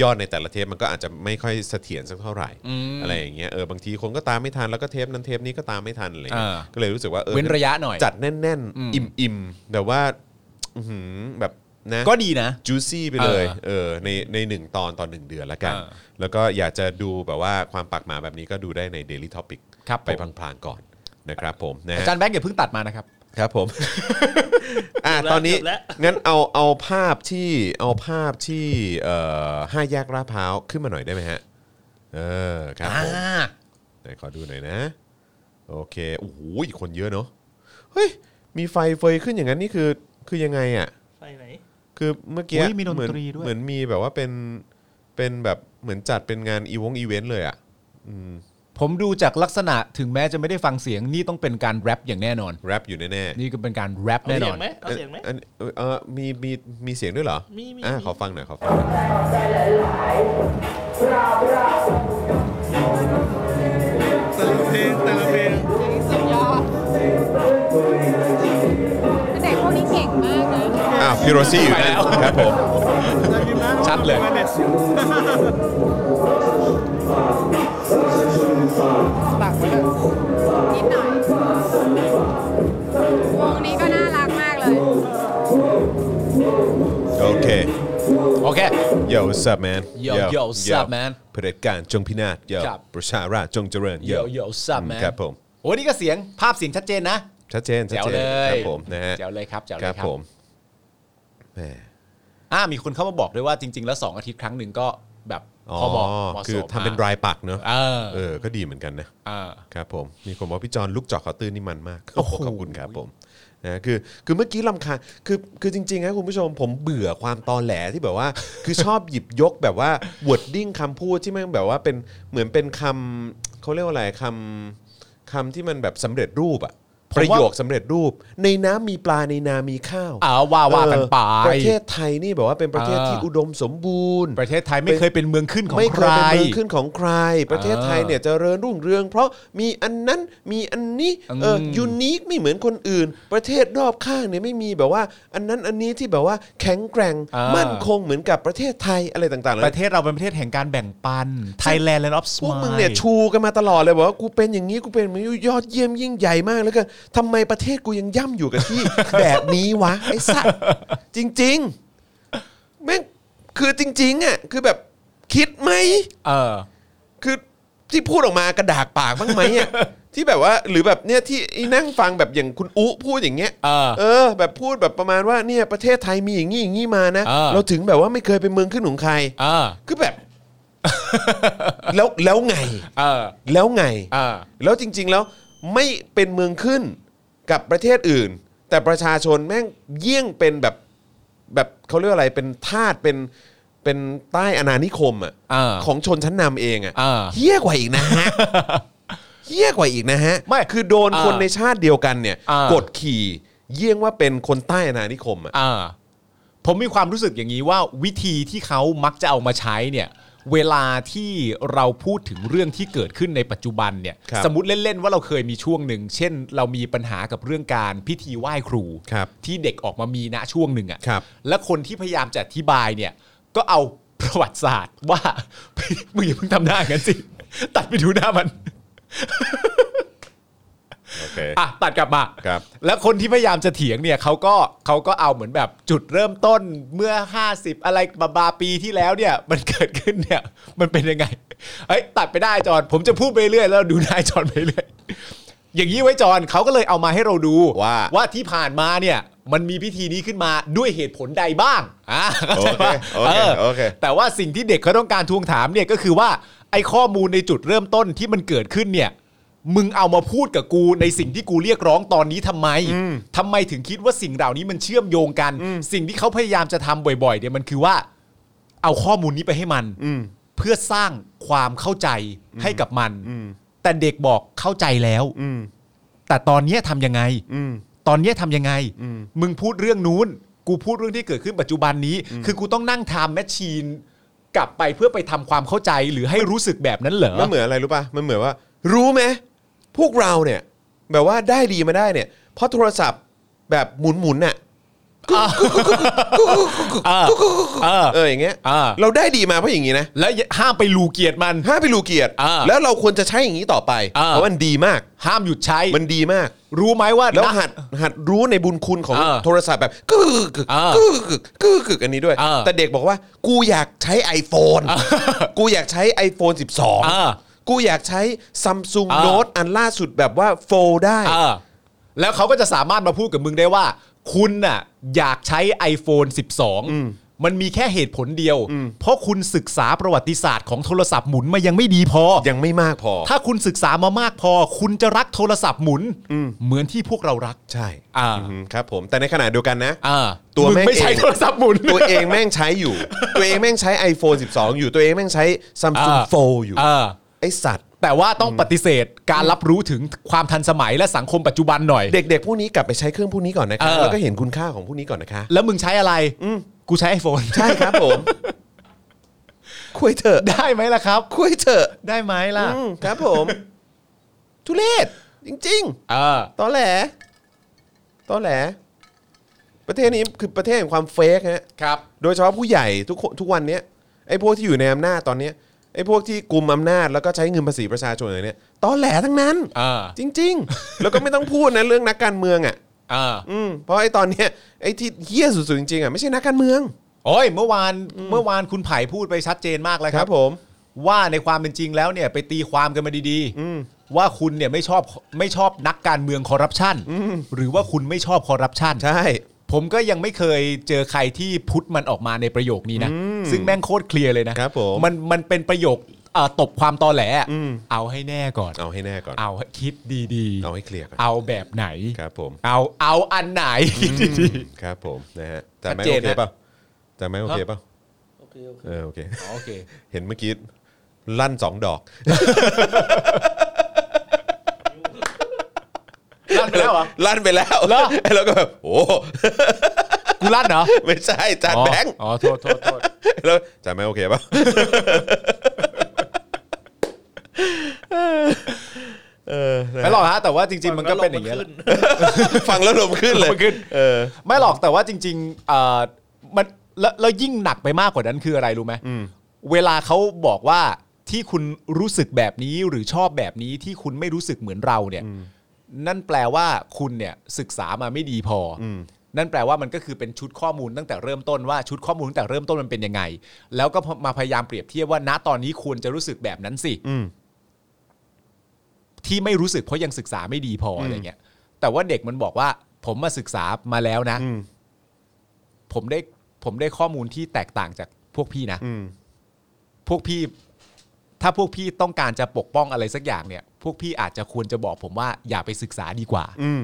ยอดในแต่ละเทปมันก็อาจจะไม่ค่อยเสถียรสักเท่าไหร่ อืม อะไรอย่างเงี้ยเออบางทีคนก็ตามไม่ทันแล้วก็เทปนั้นเทปนี้ก็ตามไม่ทันอะไรเงี้ย อ่า ก็เลยรู้สึกว่าเออ เว้นระยะหน่อย จัดแน่น อืม ๆ อิ่มๆแต่ว่าอื้อหือแบบนะ ก็ดีนะ จูซี่ไปเลย เออ เออในในหนึ่งตอนตอนหนึ่งเดือนละกัน เออ แล้วก็อยากจะดูแบบว่าความปากหมาแบบนี้ก็ดูได้ใน Daily Topic ครับผม ไปพลางๆก่อนนะครับผมนะ อา ฮะ จารย์แบงค์อย่าเพิ่งตัดมานะครับ ครับผม อ่ะตอนนี้ เกืบแล้ว งั้นเอาเอาภาพที่เอาภาพที่เอ่อห้าแยกลาดพร้าวขึ้นมาหน่อยได้ไหมฮะ เออครับผม ไหนขอดูหน่อยนะ โอเคโอ้โหคนเยอะเนาะเฮ้ย มีไฟเฟยขึ้นอย่างนั้นนี่คือคือยังไงอะ่ะ ไฟไหน คือเมื่อกี้ อุ๊ยมีดน เหมือน ตรีด้วย เหมือนมีแบบว่าเป็นเป็นแบบเหมือนจัดเป็นงานอีวงอีเวนต์เลยอะ่ะอืม ผมดูจากลักษณะถึงแม้จะไม่ได้ฟังเสียงนี่ต้องเป็นการแรปอย่างแน่นอน แรปอยู่แน่ๆ นี่ก็เป็นการแรป เอา แน่น เสี อย น งไหมเอาเสียงไหม อันเอ่อเออมีมีมีเสียงด้วยเหรอ มีมี อ่ะ มี ขอฟังหน่อยขอฟังหน่อย เด็กพวกนี้เก่งมากนะ อ้าวพิโรซี่อยู่นั่น ไปแล้ว ครับผม ชัดเลย นิดหน่อยวงนี้ก็น่ารักมากเลย โอเค โอเค Yo what's up man Yo, yo, what's up, man? เผด็จการจงพินาศ Yo ครับ ประชาราษฎร์จงเจริญ เย Yo อะเยอะซับแมน ครับผม โอ้นี่ก็เสียงภาพเสียงชัดเจนนะ ชัดเจนชัด แจ๋ว เจน เลยครับผมนะฮะ แจ๋วเลยครับแจ๋ว ค เล รั ย บ ครับ ผมแหม อ่ามีคนเข้ามาบอกด้วยว่าจริง ๆ แล้ว 2 อาทิตย์ครั้งหนึ่งก็แบบ อ๋อ พบมส คือทำเป็นรายปักเนอะ เออ เออก็ดีเหมือนกันนะ เออ ครับผมมีคนบอกพี่จอนลูกจอกเขาตื้นนี่มันมาก โอ้โห ขอบคุณครับผมนะคือคือเมื่อกี้ลำคาญคือคือจริงๆนะคุณผู้ชมผมเบื่อความตอแหลที่แบบว่า คือชอบหยิบยกแบบว่าวอร์ดดิ้งคำพูดที่แมันแบบว่าเป็นเหมือนเป็นคำเขาเรียกว่าอะไรคำคำที่มันแบบสำเร็จรูปอะประโยคสำเร็จรูป ในน้ำมีปลาในนามีข้าว เอาว่าว่ากันไป เออประเทศไทยนี่แบบว่าเป็นประเทศ อ่า ที่อุดมสมบูรณ์ ประเทศไทยไม่เคยเป็นเมืองขึ้นของ ไม่ ใค เค ร ยเป็นเมืองขึ้นของใคร ประเทศไทยเนี่ยจเจริญรุ่งเรือง เพราะมีอันนั้นมีอันนี้เออ อืม ยูนิคไม่เหมือนคนอื่น ประเทศรอบข้างเนี่ยไม่มีแบบว่า อันนั้นอันนี้ที่แบบว่าแข็งแกร่ง อ่ามั่ มั่นคงเหมือนกับประเทศไทยอะไรต่างๆปเหล่า ระเทศเราเป็นประเทศแห่งการแบ่งปัน Thailand Land of Smile พวกมึงเนี่ยชูกันมาตลอดเลยบอกว่ากูเป็นอย่างนี้กูเป็นมันยอดเยี่ยมยิ่งใหญ่มากแล้วก็ทำไมประเทศกูยังย่ำอยู่กับที่ แบบนี้วะไอ้สัตว์จริงๆแม่งคือจริงๆอ่ะคือแบบคิดไหม เออ คือที่พูดออกมากระดากปากบ้างไหมอ่ะ ที่แบบว่าหรือแบบเนี่ยที่ไอ้นั่งฟังแบบอย่างคุณอุพูดอย่างเงี้ย เออ แบบพูดแบบประมาณว่าเนี่ยประเทศไทยมีอย่างงี้อย่างงี้มานะ เออ ถึงแบบว่าไม่เคยเป็นเมืองขึ้นของใคร เออ คือแบบ แล้วแล้วไง เออ แล้วไง เออ แล้วจริง ๆ แล้วไม่เป็นเมืองขึ้นกับประเทศอื่น แต่ประชาชนแม่งเยี่ยงเป็นแบบแบบเขาเรียกว่าอะไรเป็นทาสเป็นเป็นใต้อนานิคมอ่ะ อ่า ของชนชั้นนำเองอ่ะ อ่า เฮี้ยกว่าอีกนะ ฮะ เฮี้ยกว่าอีกนะฮะ ไม่ คือโดน อ่า คนในชาติเดียวกันเนี่ย อ่าก กดขี่เยี่ยงว่าเป็นคนใต้อนานิคมอ่ะ อ่าผมมีความรู้สึกอย่างนี้ว่าวิธีที่เขามักจะเอามาใช้เนี่ยเวลาที่เราพูดถึงเรื่องที่เกิดขึ้นในปัจจุบันเนี่ย ครับ สมมติเล่นๆว่าเราเคยมีช่วงหนึ่งเช่น เรามีปัญหากับเรื่องการพิธีไหว้ครู ครับ ที่เด็กออกมามีณช่วงหนึ่งอะ ครับ และคนที่พยายามจะอธิบายเนี่ยก็เอาประวัติศาสตร์ว่า มึงอย่าเพิ่งทำหน้าอย่างนั้นสิ ตัดไปดูหน้ามัน โอเค อ่ะตัดกลับมา ครับ แล้วคนที่พยายามจะเถียงเนี่ยเขาก็เขาก็เอาเหมือนแบบจุดเริ่มต้นเมื่อ 50 อะไรบาบาปีที่แล้วเนี่ย มันเกิดขึ้นเนี่ย มันเป็นยังไงเอ้ยตัดไปได้จอนผมจะพูดไปเรื่อยแล้วดูนายจอนไปเรื่อยอย่างนี้ไว้จอนเขาก็เลยเอามาให้เราดู ว่า ว่าที่ผ่านมาเนี่ย มันมีพิธีนี้ขึ้นมาด้วยเหตุผลใดบ้างอ่ะเข้า โอ ใจ เค ปะ โอเค เออ โอเค แต่ว่าสิ่งที่เด็กเขาต้องการทวงถามเนี่ยก็คือว่าไอ้ข้อมูลในจุดเริ่มต้นที่มันเกิดขึ้นเนี่ย มึงเอามาพูดกับกูในสิ่งที่กูเรียกร้องตอนนี้ทำไมทำไมถึงคิดว่าสิ่งเหล่านี้มันเชื่อมโยงกัน สิ่งที่เขาพยายามจะทำบ่อยๆเนี่ยมันคือว่า เอาข้อมูลนี้ไปให้มันเพื่อสร้างความเข้าใจให้กับมันแต่เด็กบอกเข้าใจแล้วแต่ตอนเนี้ยทำยังไง ตอนเนี้ยทำยังไง มึงพูดเรื่องนู้น กูพูดเรื่องที่เกิดขึ้นปัจจุบันนี้ คือกูต้องนั่งไทม์แมชชีนกลับไปเพื่อไปทำความเข้าใจหรือให้รู้สึกแบบนั้นเหรอ มันเหมือนอะไรรู้ป่ะ มันเหมือนว่า รู้ไหมพวกเราเนี่ย แบบว่าได้ดีมาได้เนี่ย เพราะโทรศัพท์แบบหมุนหมุนน่ะเอออย่างเงี้ย อ่า เราได้ดีมาเพราะอย่างงี้นะ แล้วห้ามไปลูเกียรติมัน ห้ามไปรูเกียรติ อ่า แล้วเราควรจะใช้อย่างนี้ต่อไป อ่า เพราะมันดีมาก ห้ามหยุดใช้ มันดีมาก รู้ไหมว่า แล้ว นะ หัดหัดรู้ในบุญคุณของ อ่า โทรศัพท์แบบกึกกึก อ่าก ึกกึกกึกกึกอันนี้ด้วย อ่า แต่เด็กบอกว่า กูอยากใช้ iPhone กูอยากใช้ iPhone อ่า 12 กูอยากใช้ Samsung อ่า Note อันล่าสุดแบบว่าโฟลได้ เออแล้วเขาก็จะสามารถมาพูดกับมึงได้ว่า คุณน่ะอยากใช้ iPhone 12 มันมีแค่เหตุผลเดียว เพราะคุณศึกษาประวัติศาสตร์ของโทรศัพท์หมุนมายังไม่ดีพอ ยังไม่มากพอ ถ้าคุณศึกษามามากพอ คุณจะรักโทรศัพท์หมุน เหมือนที่พวกเรารัก ใช่ อ่า อือหือครับผมแต่ในขณะเดียวกันนะ อ่า ตัว มึง แม่ง ไม่ใช้ เอง โทรศัพท์หมุน ตัวเองแม่งใช้อยู่ ตัวเองแม่งใช้ iPhone 12 อยู่ตัวเองแม่งใช้ Samsung อ่า Fold อยู่ เออ ไอสัตว์ แต่ว่าต้องปฏิเสธการรับรู้ถึงความทันสมัยและสังคมปัจจุบันหน่อย เด็กๆ พวกนี้กลับไปใช้เครื่องพวกนี้ก่อนนะคะ เออ แล้วก็เห็นคุณค่าของพวกนี้ก่อนนะคะ แล้วมึงใช้อะไรกูใช้ iPhone ใช่ครับผม คุยเถอะ ได้ไหมล่ะครับ คุยเถอะ ได้ไหมล่ะ อืมครับผม ทุเรศจริง เออ ๆตอแหลตอแหล ประเทศนี้คือประเทศแห่งความเฟกฮะ ครับ โดยเฉพาะผู้ใหญ่ทุกคนทุกวันเนี้ยไอ้พวกที่อยู่ในอำนาจตอนเนี้ยไอ้พวกที่กลุ่มอำนาจแล้วก็ใช้เงินภาษีประชาชนอะไรเนี้ยตอแหลทั้งนั้น อ่า จริง ๆ แล้วก็ไม่ต้องพูดนะเรื่องนักการเมืองอ่ะ เออ อืมเพราะไอ้ตอนเนี้ยไอ้ที่เฮี้ยสุดๆจริงๆอ่ะไม่ใช่นักการเมือง โอ้ย เมื่อวานเมื่อวานคุณไผ่พูดไปชัดเจนมากแล้วครับ ผม ว่าในความเป็นจริงแล้วเนี่ยไปตีความกันมาดีๆว่าคุณเนี่ยไม่ชอบไม่ชอบนักการเมืองคอร์รัปชันหรือว่าคุณไม่ชอบคอร์รัปชัน ใช่ ผมก็ยังไม่เคยเจอใครที่พุทธมันออกมาในประโยคนี้นะ ซึ่งแม่งโคตรเคลียร์เลยนะครับ ผม นมันเป็นประโยคเอ่อตบความตอแหลอะ อืม เอาให้แน่ก่อน เอาให้แน่ก่อน เอาให้คิดดี เอาให้เคลียร์ก่อน เอาแบบไหน ครับผม เอาเอาอันไหนคิดดี ครับผมนะฮะแต่ชัไม่ดเจ โอน เค นะ เปล่าแต่ไม่โอเคเปล่า โอเคโอเค เออโอเค ๆโอเค เห็นเมื่อกี้ลั่นสองดอก ลั่นไปแล้วเหรอ ลั่นไปแล้ว เหรอ แล้วก็แบบโอ้ กูลั่นเหรอ ไม่ใช่จานแบงค์ อ๋อโทษโทษโทษ แล้วจานไม่โอเค เปล่า ไม่หรอกฮะแต่ว่าจริง ๆ มันก็เป็นอย่างเงี้ยแหละ ฟังแล้วลมขึ้นเลย ลมขึ้น เออ ไม่หรอกแต่ว่าจริงๆเอ่อมันแล้วแล้วยิ่งหนักไปมากกว่านั้นคืออะไรรู้ไหมเวลาเขาบอกว่าที่คุณรู้สึกแบบนี้หรือชอบแบบนี้ที่คุณไม่รู้สึกเหมือนเราเนี่ย นั่นแปลว่าคุณเนี่ยศึกษามาไม่ดีพออนั่นแปลว่ามันก็คือเป็นชุดข้อมูลตั้งแต่เริ่มต้นว่าชุดข้อมูลตั้งแต่เริ่มต้นมันเป็นยังไง แล้วก็มาพยายามเปรียบเทียบว่าณตอนนี้ควรจะรู้สึกแบบนั้นสิ อืม ที่ไม่รู้สึกเพราะยังศึกษาไม่ดีพออะไรเงี้ย แต่ว่าเด็กมันบอกว่า ผมมาศึกษามาแล้วนะ อืม ผมได้ผมได้ข้อมูลที่แตกต่างจากพวกพี่นะ อืม พวกพี่ ถ้าพวกพี่ต้องการจะปกป้องอะไรสักอย่างเนี่ย พวกพี่อาจจะควรจะบอกผมว่าอย่าไปศึกษาดีกว่า อืม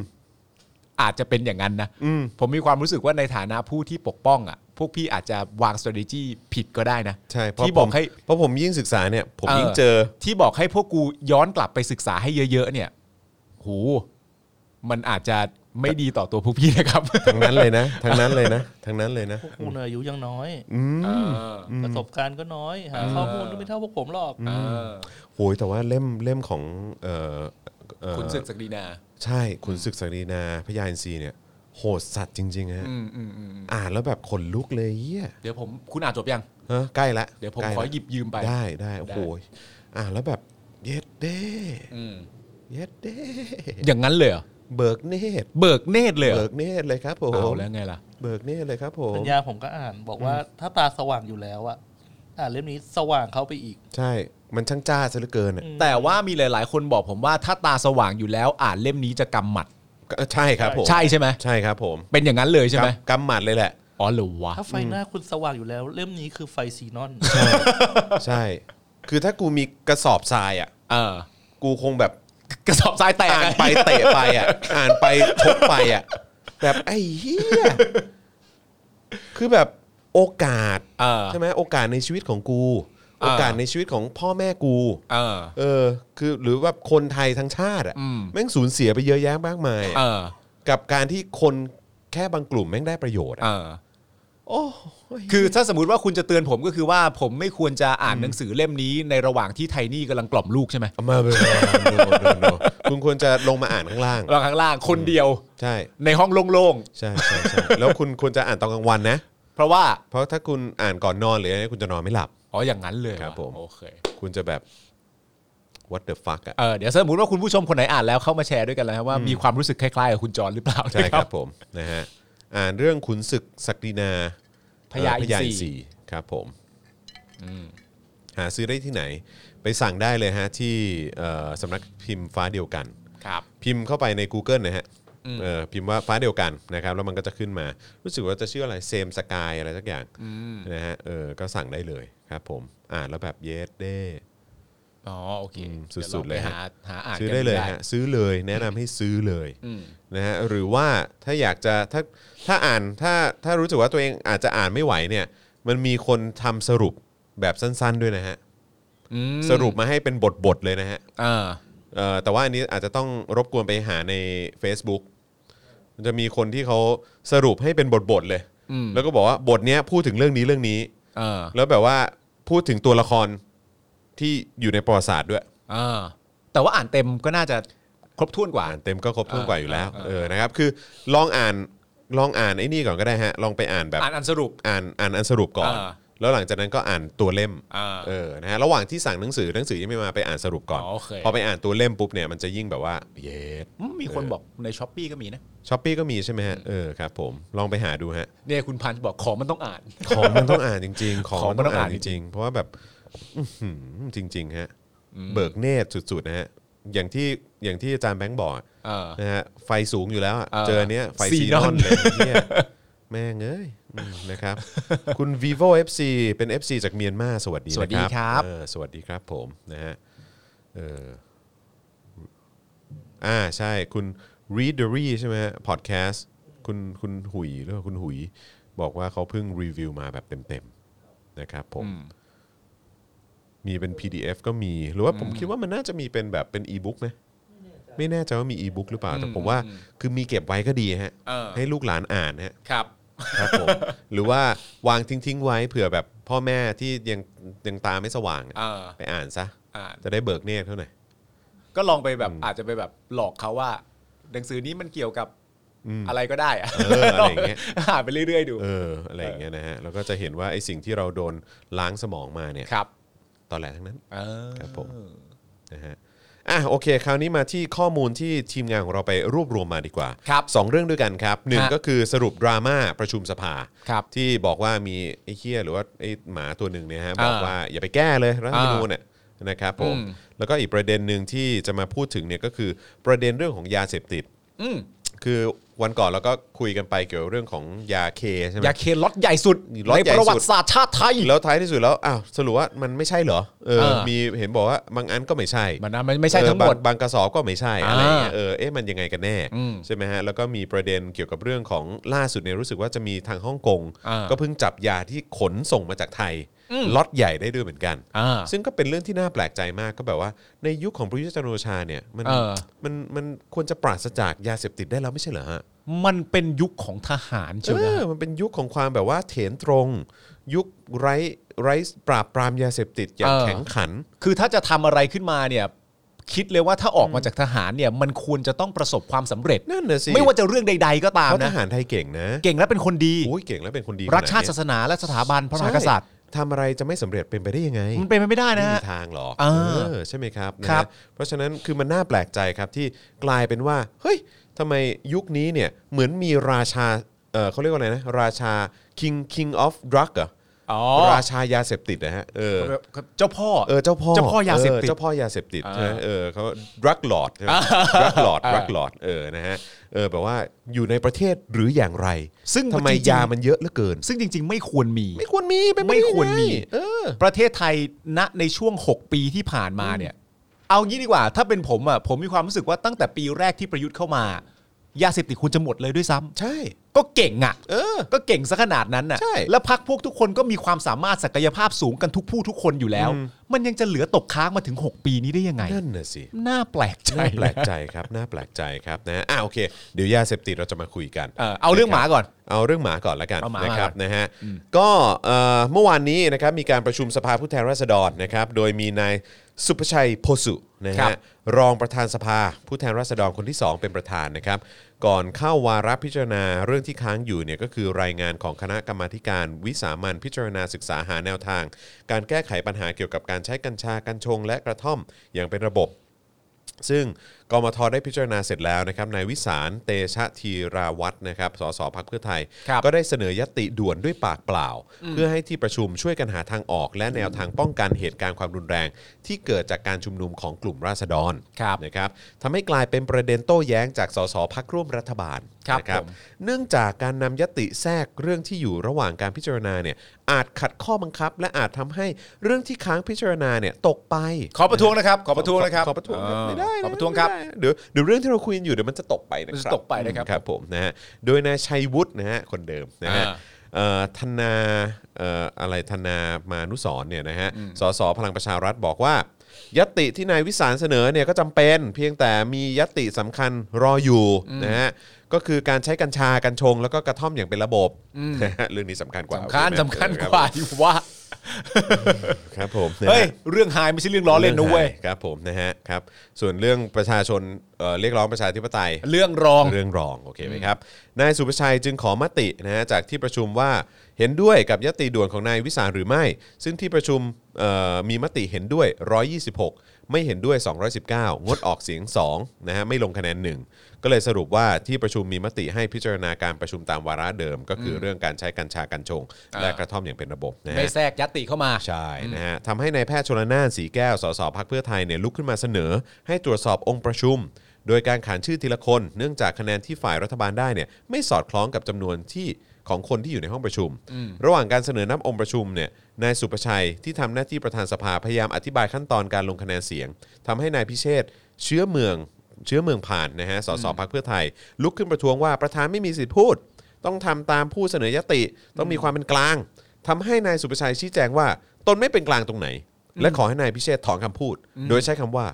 อาจจะเป็นอย่างนั้นนะ อืม ผมมีความรู้สึกว่าในฐานะผู้ที่ปกป้องอ่ะ พวกพี่อาจจะวาง strategy ผิดก็ได้นะ ใช่เพราะ ที่บอก ผม ให้ เพราะผมยิ่งศึกษาเนี่ย ผมยิ่ง เออ เจอ ที่บอกให้พวกกูย้อนกลับไปศึกษาให้เยอะๆเนี่ย หู มันอาจจะไม่ดีต่อตัวพวกพี่นะครับ ทั้งนั้นเลยนะทั้งนั้นเลยนะทั้งนั้นเลยนะ พวกคุณอายุยังน้อย อืม ประสบการณ์ก็น้อยหาข้อมูลก็ไม่เท่าพวกผมหรอก โหยแต่ว่าเล่มเล่มของเอ่อเอ่อ คุณศึกศักดินา ใช่ขุนศึกศักดินาพญาอินทรีย์เนี่ยโหดสัตว์จริงๆฮะ อืมอืมอืมอืม อ่านแล้วแบบขนลุกเลยเฮีย เดี๋ยวผมคุณอ่านจบยัง ฮะใกล้ละ เดี๋ยวผม ใกล้ละ ขอหยิบยืมไป ได้ได้โอ้โหยอ่านแล้วแบบเย็ดเด้ อืม เย็ดเด้ อย่างนั้นเลยเหรอ เบิกเนตร เบิกเนตรเลยเหรอ เบิกเนตรเลยครับผม เอาแล้วไงล่ะ เบิกเนตรเลยครับผม สัญญาผมก็อ่านบอกว่าถ้าตาสว่างอยู่แล้วอะอ่านเล่มนี้สว่างเข้าไปอีก ใช่ มันช่างจ้าซะเหลือเกินอะ แต่ว่ามีหลายๆ คนบอกผมว่าถ้าตาสว่างอยู่แล้วอ่านเล่มนี้จะกำหมัด ก็ใช่ครับผม ใช่ใช่ไหม ใช่ครับผม เป็นอย่างนั้นเลยใช่ไหม กำกำหมัดเลยแหละ อ๋อเหรือวะ ถ้าไฟหน้าคุณสว่างอยู่แล้ว เล่มนี้คือไฟซีนอน ใช่ คือถ้ากูมีกระสอบทรายอ่ะ เออ กูคงแบบ กระสอบทรายแตก อ่านไปเตะไปอ่ะ อ่านไปชกไปอ่ะ แบบไอ้เหี้ย คือแบบโอกาส เออ ใช่ไหมโอกาสในชีวิตของกู อ่า โอกาสในชีวิตของพ่อแม่กู เออ เออ คือหรือว่าคนไทยทั้งชาติอ่ะ อืม แม่งสูญเสียไปเยอะแยะมากมายอะ เออ กับการที่คนแค่บางกลุ่มแม่งได้ประโยชน์ เอ อ่ะ อ โอ้ย คือถ้าสมมติว่าคุณจะเตือนผมก็คือว่าผมไม่ควรจะอ่านหนังสือเล่มนี้ในระหว่างที่ไทนี่กำลังกล่อมลูกใช่ไหม มาเบอร์คุณควรจะลงมาอ่านข้างล่าง เราข้างล่างคนเดียว ใช่ ในห้องโล่ง ใช่ใช่ใช่แล้วคุณควรจะอ่านตอนกลางวันนะ ๆ เพราะว่า เพราะถ้าคุณอ่านก่อนนอนหรืออะไรคุณจะนอนไม่หลับ อ๋ออย่างนั้นเลย ครับผม โอเค คุณจะแบบ what the fuck อ่ะ เออเดี๋ยวสมมติว่าคุณผู้ชมคนไหนอ่านแล้วเข้ามาแชร์ด้วยกันแล้วว่ามีความรู้สึกคล้ายๆกับคุณจรหรือเปล่า ใช่ นะ ครับผมนะฮะอ่านเรื่องขุนศึกศักดินา พญาอินทรี เอินทรีครับผมหาซื้อได้ที่ไหน ไปสั่งได้เลยฮะ ที่เอ่อสำนักพิมพ์ฟ้าเดียวกัน ครับ พิมพ์เข้าไปใน Google นะฮะเออพิมพ์ว่าฟ้าเดียวกันนะครับ แล้วมันก็จะขึ้นมา รู้สึกว่าจะชื่ออะไรเซมสกายอะไรสักอย่างนะฮะเออก็สั่งได้เลยครับผม อ่านแล้วแบบเยสเด้ อ๋อโอเค อืม ดี๋ว สุดๆเลย ไป ฮะ หาหาอ่าน ซื้อ กัน ได้เลยฮะซื้อเลยแนะนำให้ซื้อเลย อืม นะฮะหรือว่าถ้าอยากจะถ้าถ้าอ่านถ้าถ้ารู้สึกว่าตัวเองอาจจะอ่านไม่ไหวเนี่ย มันมีคนทำสรุปแบบสั้นๆด้วยนะฮะ อืม สรุปมาให้เป็นบทๆเลยนะฮะ เออ เอ่อแต่ว่าอันนี้อาจจะต้องรบกวนไปหาใน Facebook มันจะมีคนที่เขาสรุปให้เป็นบทๆเลย อืม แล้วก็บอกว่าบทเนี้ยพูดถึงเรื่องนี้เรื่องนี้ เออ แล้วแบบว่าพูดถึงตัวละครที่อยู่ในประวัติศาสตร์ด้วย เออ แต่ว่าอ่านเต็มก็น่าจะครบถ้วนกว่า อ่านเต็มก็ครบถ้วนกว่าอยู่แล้ว อ่า เออนะครับคือลองอ่านลองอ่านไอ้นี่ก่อนก็ได้ฮะลองไปอ่านแบบ อ่านอันสรุป อ่านอ่านอันสรุปก่อน อ่า แล้วหลังจากนั้นก็อ่านตัวเล่ม อ่า เออนะฮะระหว่างที่สั่งหนังสือหนังสือยังไม่มาไปอ่านสรุปก่อน อ๋อโอเค พอไปอ่านตัวเล่มปุ๊บเนี่ยมันจะยิ่งแบบว่าเยส อืมมีคนบอกในช้อปปีก็มีนะ ช้อปปี้ก็มีใช่ไหมฮะ เออครับผมลองไปหาดูฮะ เนี่ยคุณพันธ์บอกของมันต้องอ่าน ของมันต้องอ่านจริ ง ๆ ของขมันองมันต้ ต้ออง ง อ่า อ่าน น จ จริ ริง ง ๆ เพราะว่าแบบอื้อหือจริง ๆ ฮะ เบิกเนตรสุด ๆ นะฮะ อย่างที่อย่างที่อาจารย์แบงค์บอกอะ เออ นะฮะไฟสูงอยู่แล้วอะ เออ เจอเนี้ยไฟ ซี ซีน น อ อน น เลยเนี่ยแม่งเอ้ย นะครับ คุณ vivo fc เป็น fc จากเมียนมาสวัสดีนะ สวัสดีครับ เออสวัสดีครับผมนะฮะเอออ่าใช่คุณ read the r y ใช่ไหมฮะ podcast คุณคุณหุยหรือว่าคุณหุย บอกว่าเขาเพิ่งรีวิวมาแบบเต็มๆนะครับผม มีเป็น PDF ก็มี หรือว่าผมคิดว่ามันน่าจะมีเป็นแบบเป็น e-book ไหมไม่แน่ใจว่ามี e-book หรือเปล่า แต่ผมว่าคือมีเก็บไว้ก็ดีฮะ เออ ให้ลูกหลานอ่านฮะ ครับ ครับผม หรือว่าวางทิ้ง ๆ ไว้เผื่อแบบพ่อแม่ที่ยังยังตาไม่สว่างอะ เออ ไปอ่านซะ อ่าน จะได้เบิกเนตรเท่าไหร่อย ก็ลองไปแบบอาจจะไปแบบหลอกเขาว่า หนังสือนี้มันเกี่ยวกับอะไรก็ได้อะ เอออะไรอย่างเงี้ย หาไปเรื่อยๆ ดู เอออะไรอย่างเงี้ยนะฮะแล้วก็จะเห็นว่าไอ้สิ่งที่เราโดนล้างสมองมาเนี่ย ครับ ตอนแหลทั้งนั้น เออ ครับผมนะฮะอ่ะโอเค คราวนี้มาที่ข้อมูลที่ทีมงานของเราไปรวบรวมมาดีกว่า ครับ สองเรื่องด้วยกันครับหนึ่ง ฮะ ก็คือสรุปดราม่าประชุมสภา ครับ ที่บอกว่ามีไอ้เคี้ยหรือว่าไอ้หมาตัวหนึ่งเนี่ยฮะ อ่า บอกว่าอย่าไปแก้เลยรัฐธรรมนูญเนี่ยนะครับผม อืม แล้วก็อีกประเด็นหนึ่งที่จะมาพูดถึงเนี่ยก็คือประเด็นเรื่องของยาเสพติด อืม คือวันก่อนเราก็คุยกันไปเกี่ยวกับเรื่องของยาเคใช่ไหม ยาเคล็อตใหญ่สุด ล็อต ใน ใหญ่สุด ประวัติศาสตร์ชาติไทย แล้วท้ายที่สุดแล้วอ้าวสรุปว่ามันไม่ใช่เหรอเออ เออ มีเห็นบอกว่าบางอันก็ไม่ใช่ มันนะมันไม่ใช่ เออ ทั้งหมด บาบางกระสอบก็ไม่ใช่ อ่า อะไรเงี้ยเออเอ๊ะมันยังไงกันแน่ อืม ใช่ไหมฮะแล้วก็มีประเด็นเกี่ยวกับเรื่องของล่าสุดเนี่ยรู้สึกว่าจะมีทางฮ่องกง อ่า ก็เพิ่งจับยาที่ขนส่งมาจากไทยล็อตใหญ่ได้ด้วยเหมือนกัน อ่า ซึ่งก็เป็นเรื่องที่น่าแปลกใจมากก็แบบว่าในยุคของประยุทธ์จันทร์โอชาเนี่ยมัน เออ มันมันควรจะปราศจากยาเสพติดได้แล้วไม่ใช่เหรอฮะ มันเป็นยุคของทหารเชียว เอ นะ อมันเป็นยุคของความแบบว่าเถนตรง ยุคไร้ไร้ปราบปรามยาเสพติดอย่าง เออ แข็งขัน คือถ้าจะทำอะไรขึ้นมาเนี่ยคิดเลยว่าถ้าออกมาจากทหารเนี่ยมันควรจะต้องประสบความสำเร็จ นั่นน่ะสิ ไม่ว่าจะเรื่องใด ๆ ก็ตาม เพราะท นะ หารไทยเก่งนะ เก่งและเป็นคนดี โอ้ยเก่งแล้วเป็นคนดี รัก ขนด ชาติ เนี้ย ศาสนาและสถาบันพระมหากษัตริย์ ใช่ทำอะไรจะไม่สำเร็จเป็นไปได้ยังไง มันเป็นไปไม่ได้ ไม่ นะ มี ฮะ ทางหรอก เออ ใช่ไหมครับนะฮะ ครับ เพราะฉะนั้นคือมันน่าแปลกใจครับที่กลายเป็นว่าเฮ้ยทำไมยุคนี้เนี่ยเหมือนมีราชาเออเขาเรียกว่าอะไรนะราชา king king of drug เหรอ อ๋อ ราชายาเสพติดนะฮะเออ เจ้าพ่อ เออเจ้าพ่อ เจ้าพ่อยาเสพติด ออเจ้าพ่อยาเสพติดใช่ไหมเออเขา drug lord ใช่ไหม drug lord drug lord เออนะฮะเออแบบว่าอยู่ในประเทศหรืออย่างไร ซึ่ง ทำไม จริงๆ ยามันเยอะเหลือเกิน ซึ่งจริง ๆ ไม่ควรมี ไม่ควรมีเป็นป ไม่ ด้ยังง ควรมี เออ ประเทศไทยณในช่วง 6 ปีที่ผ่านมาเนี่ย เอางี้ดีกว่า ถ้าเป็นผมอ่ะผมมีความรู้สึกว่าตั้งแต่ปีแรกที่ประยุทธ์เข้ามา ยาเสพติดควรจะหมดเลยด้วยซ้ำ ใช่ ก็เก่งอ่ะ เออ ก็เก่งซะขนาดนั้นน่ะ ใช่ แล้วพักพวกทุกคนก็มีความสามารถศักยภาพสูงกันทุกผู้ทุกคนอยู่แล้ว มันยังจะเหลือตกค้างมาถึง 6 ปีนี้ได้ยังไง นั่นน่ะสิ น่าแปลกใจ น่าแปลก นะ ใจครับน่าแปลกใจครับนะอ่าโอเค เดี๋ยวยาเสพติดเราจะมาคุยกัน เออเอาเรื่องหมาก่อน เอาเรื่องหมาก่อนละกัน เอาหมา นะ มา ค ก่ รั อบ น นะฮะก็เอ่อเมื่อวานนี้นะครับมีการประชุมสภาผู้แทนราษฎรนะครับโดยมีนายสุภชัยโพสุนะ ครั ฮะ บ รองประธานสภาผู้แทนราษฎรคนที่ 2 เป็นประธานนะครับ ก่อนเข้าวาระพิจารณาเรื่องที่ค้างอยู่เนี่ยก็คือรายงานของคณะกรรมาธิการวิสามันพิจารณาศึกษาหาแนวทาง การแก้ไขปัญหาเกี่ยวกับการใช้กัญชากัญชง และกระท่อมอย่างเป็นระบบ ซึ่งกมทได้พิจารณาเสร็จแล้วนะครับนายวิสารเตชะธีราวัฒน์นะครับสสพักเพื่อไทย ครับ ก็ได้เสนอยติด่วนด้วยปากเปล่า เพื่อให้ที่ประชุมช่วยกันหาทางออก และแนวทางป้องกันเหตุการณ์ความรุนแรง ที่เกิดจากการชุมนุมของกลุ่มราษฎร ครับ นะครับทำให้กลายเป็นประเด็นโต้แย้งจากสสพักร่วมรัฐบาล ครับ นะครับ ผม เนื่องจากการนำยติแทรกเรื่องที่อยู่ระหว่างการพิจารณาเนี่ยอาจขัดข้อบังคับ และอาจทำให้เรื่องที่ค้างพิจารณาเนี่ยตกไป ขอประท้วงนะครับ ขอประท้วง ขอ นะครับ ขอประท้วง เออ ไม่ได้ ข นะ อประท้วงครับ ไม่ได้เดี๋ยวเดี๋ยวเรื่องที่เราคุยกันอยู่เดี๋ยวมันจะตกไปนะค มัน รับ จะตกไปนะครับ ครับผมนะฮะโดยนายชัยวุฒินะฮะคนเดิมนะฮะ อ่า เอ่อธนาเอ่ออะไรธนามานุสรณ์เนี่ยนะฮะสสพลังประชารัฐบอกว่ายติที่นายวิสารเสนอเนี่ยก็จำเป็น เพียงแต่มียติสำคัญรออยู่นะฮะก็คือการใช้กัญชากัญชง แล้วก็กระท่อมอย่างเป็นระบบ เรื่องนี้สำคัญกว่า สำคัญ ใช่ไหม สำคัญกว่าที่ว่า ครับผมนะฮะ เฮ้ย เรื่องหายไม่ใช่เรื่องล้อเล่นนะเว้ย ครับผมนะฮะครับส่วนเรื่องประชาชนเอ่อเรียกร้องประชาธิปไตย เรื่องรอง เรื่องรองโอเคไหมครับนายสุประชัยจึงขอมตินะฮะจากที่ประชุมว่าเห็นด้วยกับยติด่วนของนายวิสารหรือไม่ ซึ่งที่ประชุมเอ่อมีมติเห็นด้วย 126 ไม่เห็นด้วย 219 งดออกเสียง2นะฮะไม่ลงคะแนน 1 ก็เลยสรุปว่าที่ประชุมมีมติให้พิจารณาการประชุมตามวาระเดิม ก็คือเรื่องการใช้กัญชากัญชง และกระท่อมอย่างเป็นระบบนะฮะ ไม่แทรกยัตติเข้ามา ใช่นะฮะทำให้ในายแพทย์ชลนานสีแก้ว สสพักเพื่อไทยเนี่ยลุกขึ้นมาเสนอ ให้ตรวจสอบองค์ประชุม โดยการขานชื่อทีละคน เนื่องจากคะแนนที่ฝ่ายรัฐบาลได้เนี่ยไม่สอดคล้องกับจำนวนที่ ของคนที่อยู่ในห้องประชุม ระหว่างการเสนอนับองค์ประชุมเนี่ยนายสุประชัยที่ทำหน้าที่ประธานสภาพยายามอธิบายขั้นตอนการลงคะแนนเสียงทำให้นายพิเชษฐ์เชื้อเมืองเชื้อเมืองผ่านนะฮะสสพักเพื่อไทย ลุกขึ้นประท้วงว่าประธานไม่มีสิทธิพูด ต้องทำตามผู้เสนอยติ ต้องมีความเป็นกลางทำให้นายสุประชัยชี้แจงว่า ตนไม่เป็นกลางตรงไหน และขอให้นายพิเชษฐ์ถอนคำพูด โดยใช้คำว่า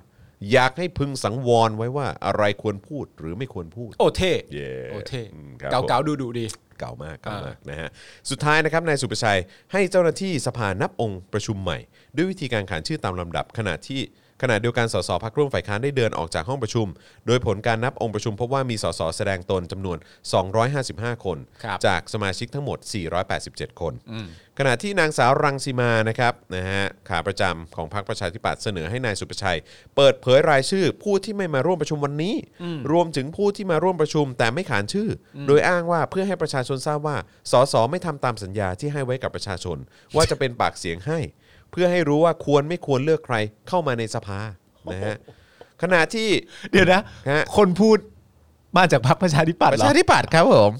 อยากให้พึงสังวรไว้ว่าอะไรควรพูดหรือไม่ควรพูด โอเท่ เย่ โอเท่ มครับ เก่า ผม เก่าดูดูดี เก่ามากเก่ามากนะฮะสุดท้ายนะครับนายสุประชัยให้เจ้าหน้าที่สภานับองค์ประชุมใหม่ ด้วยวิธีการขานชื่อตามลำดับขณะที่ขณะเดียวกันสสพักร่วมฝ่ายค้านได้เดินออกจากห้องประชุม โดยผลการนับองค์ประชุมพบว่ามีสสแสดงตนจำนวน 255 คน ครับ จากสมาชิกทั้งหมด 487 คน ขณะที่นางสาวรังสีมานะครับนะฮะขาประจำของพรรคประชาธิปัตย์เสนอให้นายสุประชัย เปิดเผยรายชื่อผู้ที่ไม่มาร่วมประชุมวันนี้ รวมถึงผู้ที่มาร่วมประชุมแต่ไม่ขานชื่ออโดยอ้างว่าเพื่อให้ประชาชนทราบว่าสสไม่ทำตามสัญญาที่ให้ไว้กับประชาชน ว่าจะเป็นปากเสียงให้ เพื่อให้รู้ว่าควรไม่ควรเลือกใครเข้ามาในสภานะฮะขณะที่ เดี๋ยวนะ ฮะ คนพูดมาจากพรรคประชาธิปัตย์ประ เหรอ ชาธิปัตย์ครับผม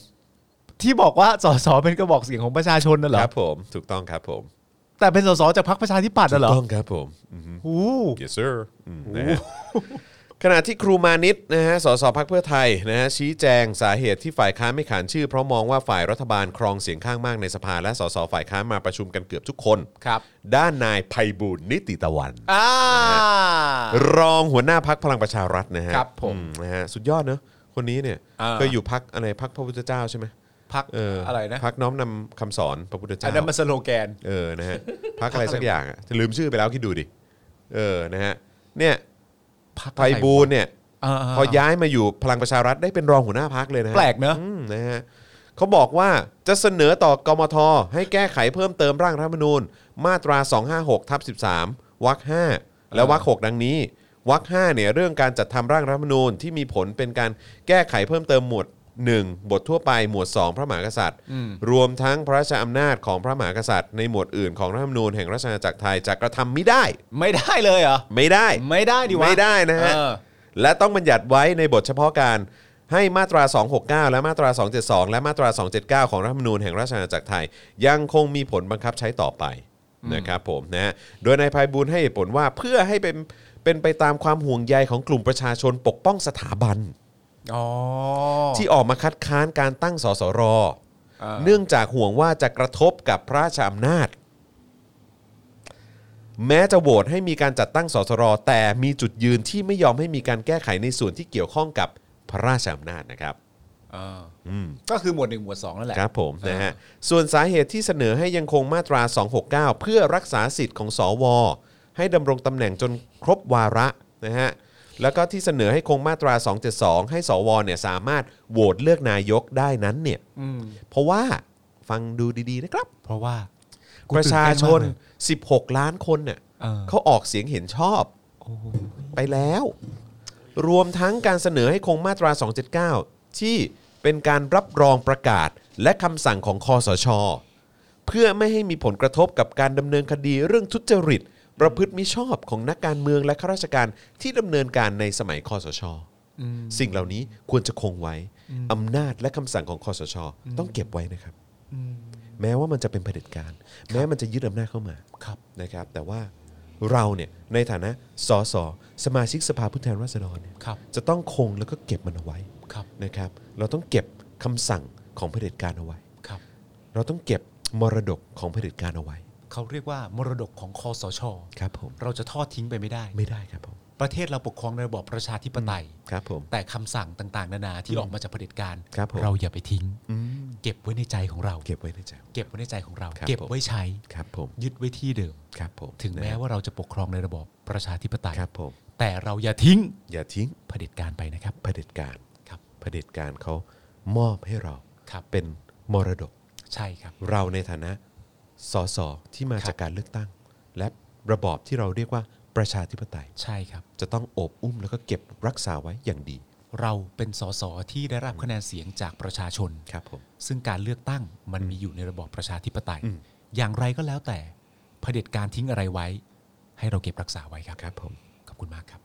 ที่บอกว่าสสเป็นกระบอกเสียงของประชาชนน่ะเหร ค อ รับผมถูกต้องครับผม แต่เป็นสสจากพรรคประชาธิปัตย์ ถู น่ะเหร ก อ ต้องครับผมอือฮึ หู Yes sir อืมนะฮะ ขณะที่ครูมานิตนะฮะ สสพักเพื่อไทยนะฮะชี้แจงสาเหตุที่ฝ่ายค้านไม่ขานชื่อ เพราะมองว่าฝ่ายรัฐบาลครองเสียงข้างมากในสภา และสสฝ่ายค้านมาประชุมกันเกือบทุกคน ครับ ด้านนายภัยบูลย์นิติตะวัน อ่า รองหัวหน้าพักพลังประชารัฐนะฮะ ครับผม อืนะฮะสุดยอดเนอะคนนี้เนี่ย อ่า เคยอยู่พักอะไรพักพระพุทธเจ้าใช่ไหม พัก เอออ อะไรนะ พักน้อมนำคำสอนพระพุทธเจ้า อันนั้นมันสโลแกน เออ นะ ฮะ พักอะไรสักอย่างอะลืมชื่อไปแล้วคิดดูดิ เออ นะฮะ เนี่ย พรรคอะไร ภัยบูลย์เนี่ย อ่าๆๆ พอย้ายมาอยู่พลังประชารัฐได้เป็นรองหัวหน้าพักเลยนะฮะ แปลกเนอะ อืมนะฮะเขาบอกว่าจะเสนอต่อกมท ให้แก้ไขเพิ่มเติมร่างรัฐธรรมนูญ มาตรา 256ทับ13วรรค5และวรรค6ดังนี้วรรค5เนี่ยเรื่องการจัดทำร่างรัฐธรรมนูญที่มีผลเป็นการแก้ไขเพิ่มเติมหมวด 1 บททั่วไปหมวด 2 พระมหากษัตริย์ รวมทั้งพระราชอำนาจของพระมหากษัตริย์ ในหมวดอื่นของรัฐธรรมนูญแห่งราชอาณาจักรไทยจะกระทำไม่ได้ ไม่ได้เลยเหรอ ไม่ได้ ไม่ได้ดิวะ ไม่ได้นะฮะ เออ และต้องบัญญัติไว้ในบทเฉพาะการให้มาตรา 269 และมาตรา 272 และมาตรา 279 ของรัฐธรรมนูญแห่งราชอาณาจักรไทย ยังคงมีผลบังคับใช้ต่อไปนะครับผมนะฮะโดยนายภัยบูลย์ให้เหตุผลว่าเพื่อให้เป็นเป็นไปตามความห่วงใยของกลุ่มประชาชนปกป้องสถาบัน อ๋อ ที่ออกมาคัดค้านการตั้งสสร อ่า เนื่องจากห่วงว่าจะกระทบกับพระราชอำนาจ แม้จะโหวตให้มีการจัดตั้งสสร แต่มีจุดยืนที่ไม่ยอมให้มีการแก้ไขในส่วนที่เกี่ยวข้องกับพระราชอำนาจนะครับ อ่า อืม ก็คือหมวดหนึ่งหมวดสองนั่นแหละ ครับผม อ่าน นะฮะส่วนสาเหตุที่เสนอให้ยังคงมาตรา 269 เพื่อรักษาสิทธิ์ของสว ให้ดำรงตำแหน่งจนครบวาระนะฮะแล้วก็ที่เสนอให้คงมาตรา 272 ให้สวเนี่ยสามารถโหวตเลือกนายกได้นั้นเนี่ยเพราะว่าฟังดูดีๆนะครับ เพราะว่า กู ประชาชน ตื่นเต้นมากเล 16 ล้านคนเน่ะ เออ เขาออกเสียงเห็นชอบไปแล้ว รวมทั้งการเสนอให้คงมาตรา 279 ที่เป็นการรับรองประกาศและคำสั่งของคอสช เพื่อไม่ให้มีผลกระทบกับการดำเนินคดีเรื่องทุจริต ประพฤติมิชอบของนักการเมืองและข้าราชการที่ดำเนินการในสมัยคอสช สิ่งเหล่านี้ควรจะคงไว้อำนาจและคำสั่งของคอสช ต้องเก็บไว้นะครับ แม้ว่ามันจะเป็นเผด็จการ แม้มันจะยึดอำนาจเข้ามา ครับ นะครับ แต่ว่าเราเนี่ยในฐานะสสสมาชิกสภาผู้แทนราษฎรเนี่ย ครับ จะต้องคงแล้วก็เก็บมันเอาไว้ ครับ นะครับ เราต้องเก็บคำสั่งของเผด็จการเอาไว้ ครับ เราต้องเก็บมรดกของเผด็จการเอาไว้ เขาเรียกว่ามรดกของคอสช ครับผม เราจะทอดทิ้งไปไม่ได้ ไม่ได้ครับผม ประเทศเราปกครองในระบอบประชาธิปไตย ครับผม แต่คำสั่งต่างๆ นานาที่ออกมาจากเผด็จการ ครับผม เราอย่าไปทิ้ง เก็บไว้ในใจของเรา เก็บไว้ในใจ เก็บไว้ในใจของเรา ครับ เก็บไว้ใช้ ครับผม ยึดไว้ที่เดิม ครับผม ถึงแม้ นะ ว่าเราจะปกครองในระบอบประชาธิปไตย ครับผม แต่เราอย่าทิ้ง อย่าทิ้ง เผด็จการไปนะครับ เผด็จการ ครับ เผด็จการเขามอบให้เรา ครับ เป็นมรดก ใช่ครับ เราในฐานะสสที่มา ครับ จากการเลือกตั้ง และระบอบที่เราเรียกว่าประชาธิปไตย ใช่ครับ จะต้องโอบอุ้มแล้วก็เก็บรักษาไว้อย่างดี เราเป็นสสที่ได้รับคะแนนเสียงจากประชาชน ครับผม ซึ่งการเลือกตั้งมันมีอยู่ในระบอบประชาธิปไตย อย่างไรก็แล้วแต่เผด็จการทิ้งอะไรไว้ ให้เราเก็บรักษาไว้ครับ ครับผม ขอบคุณมากครับ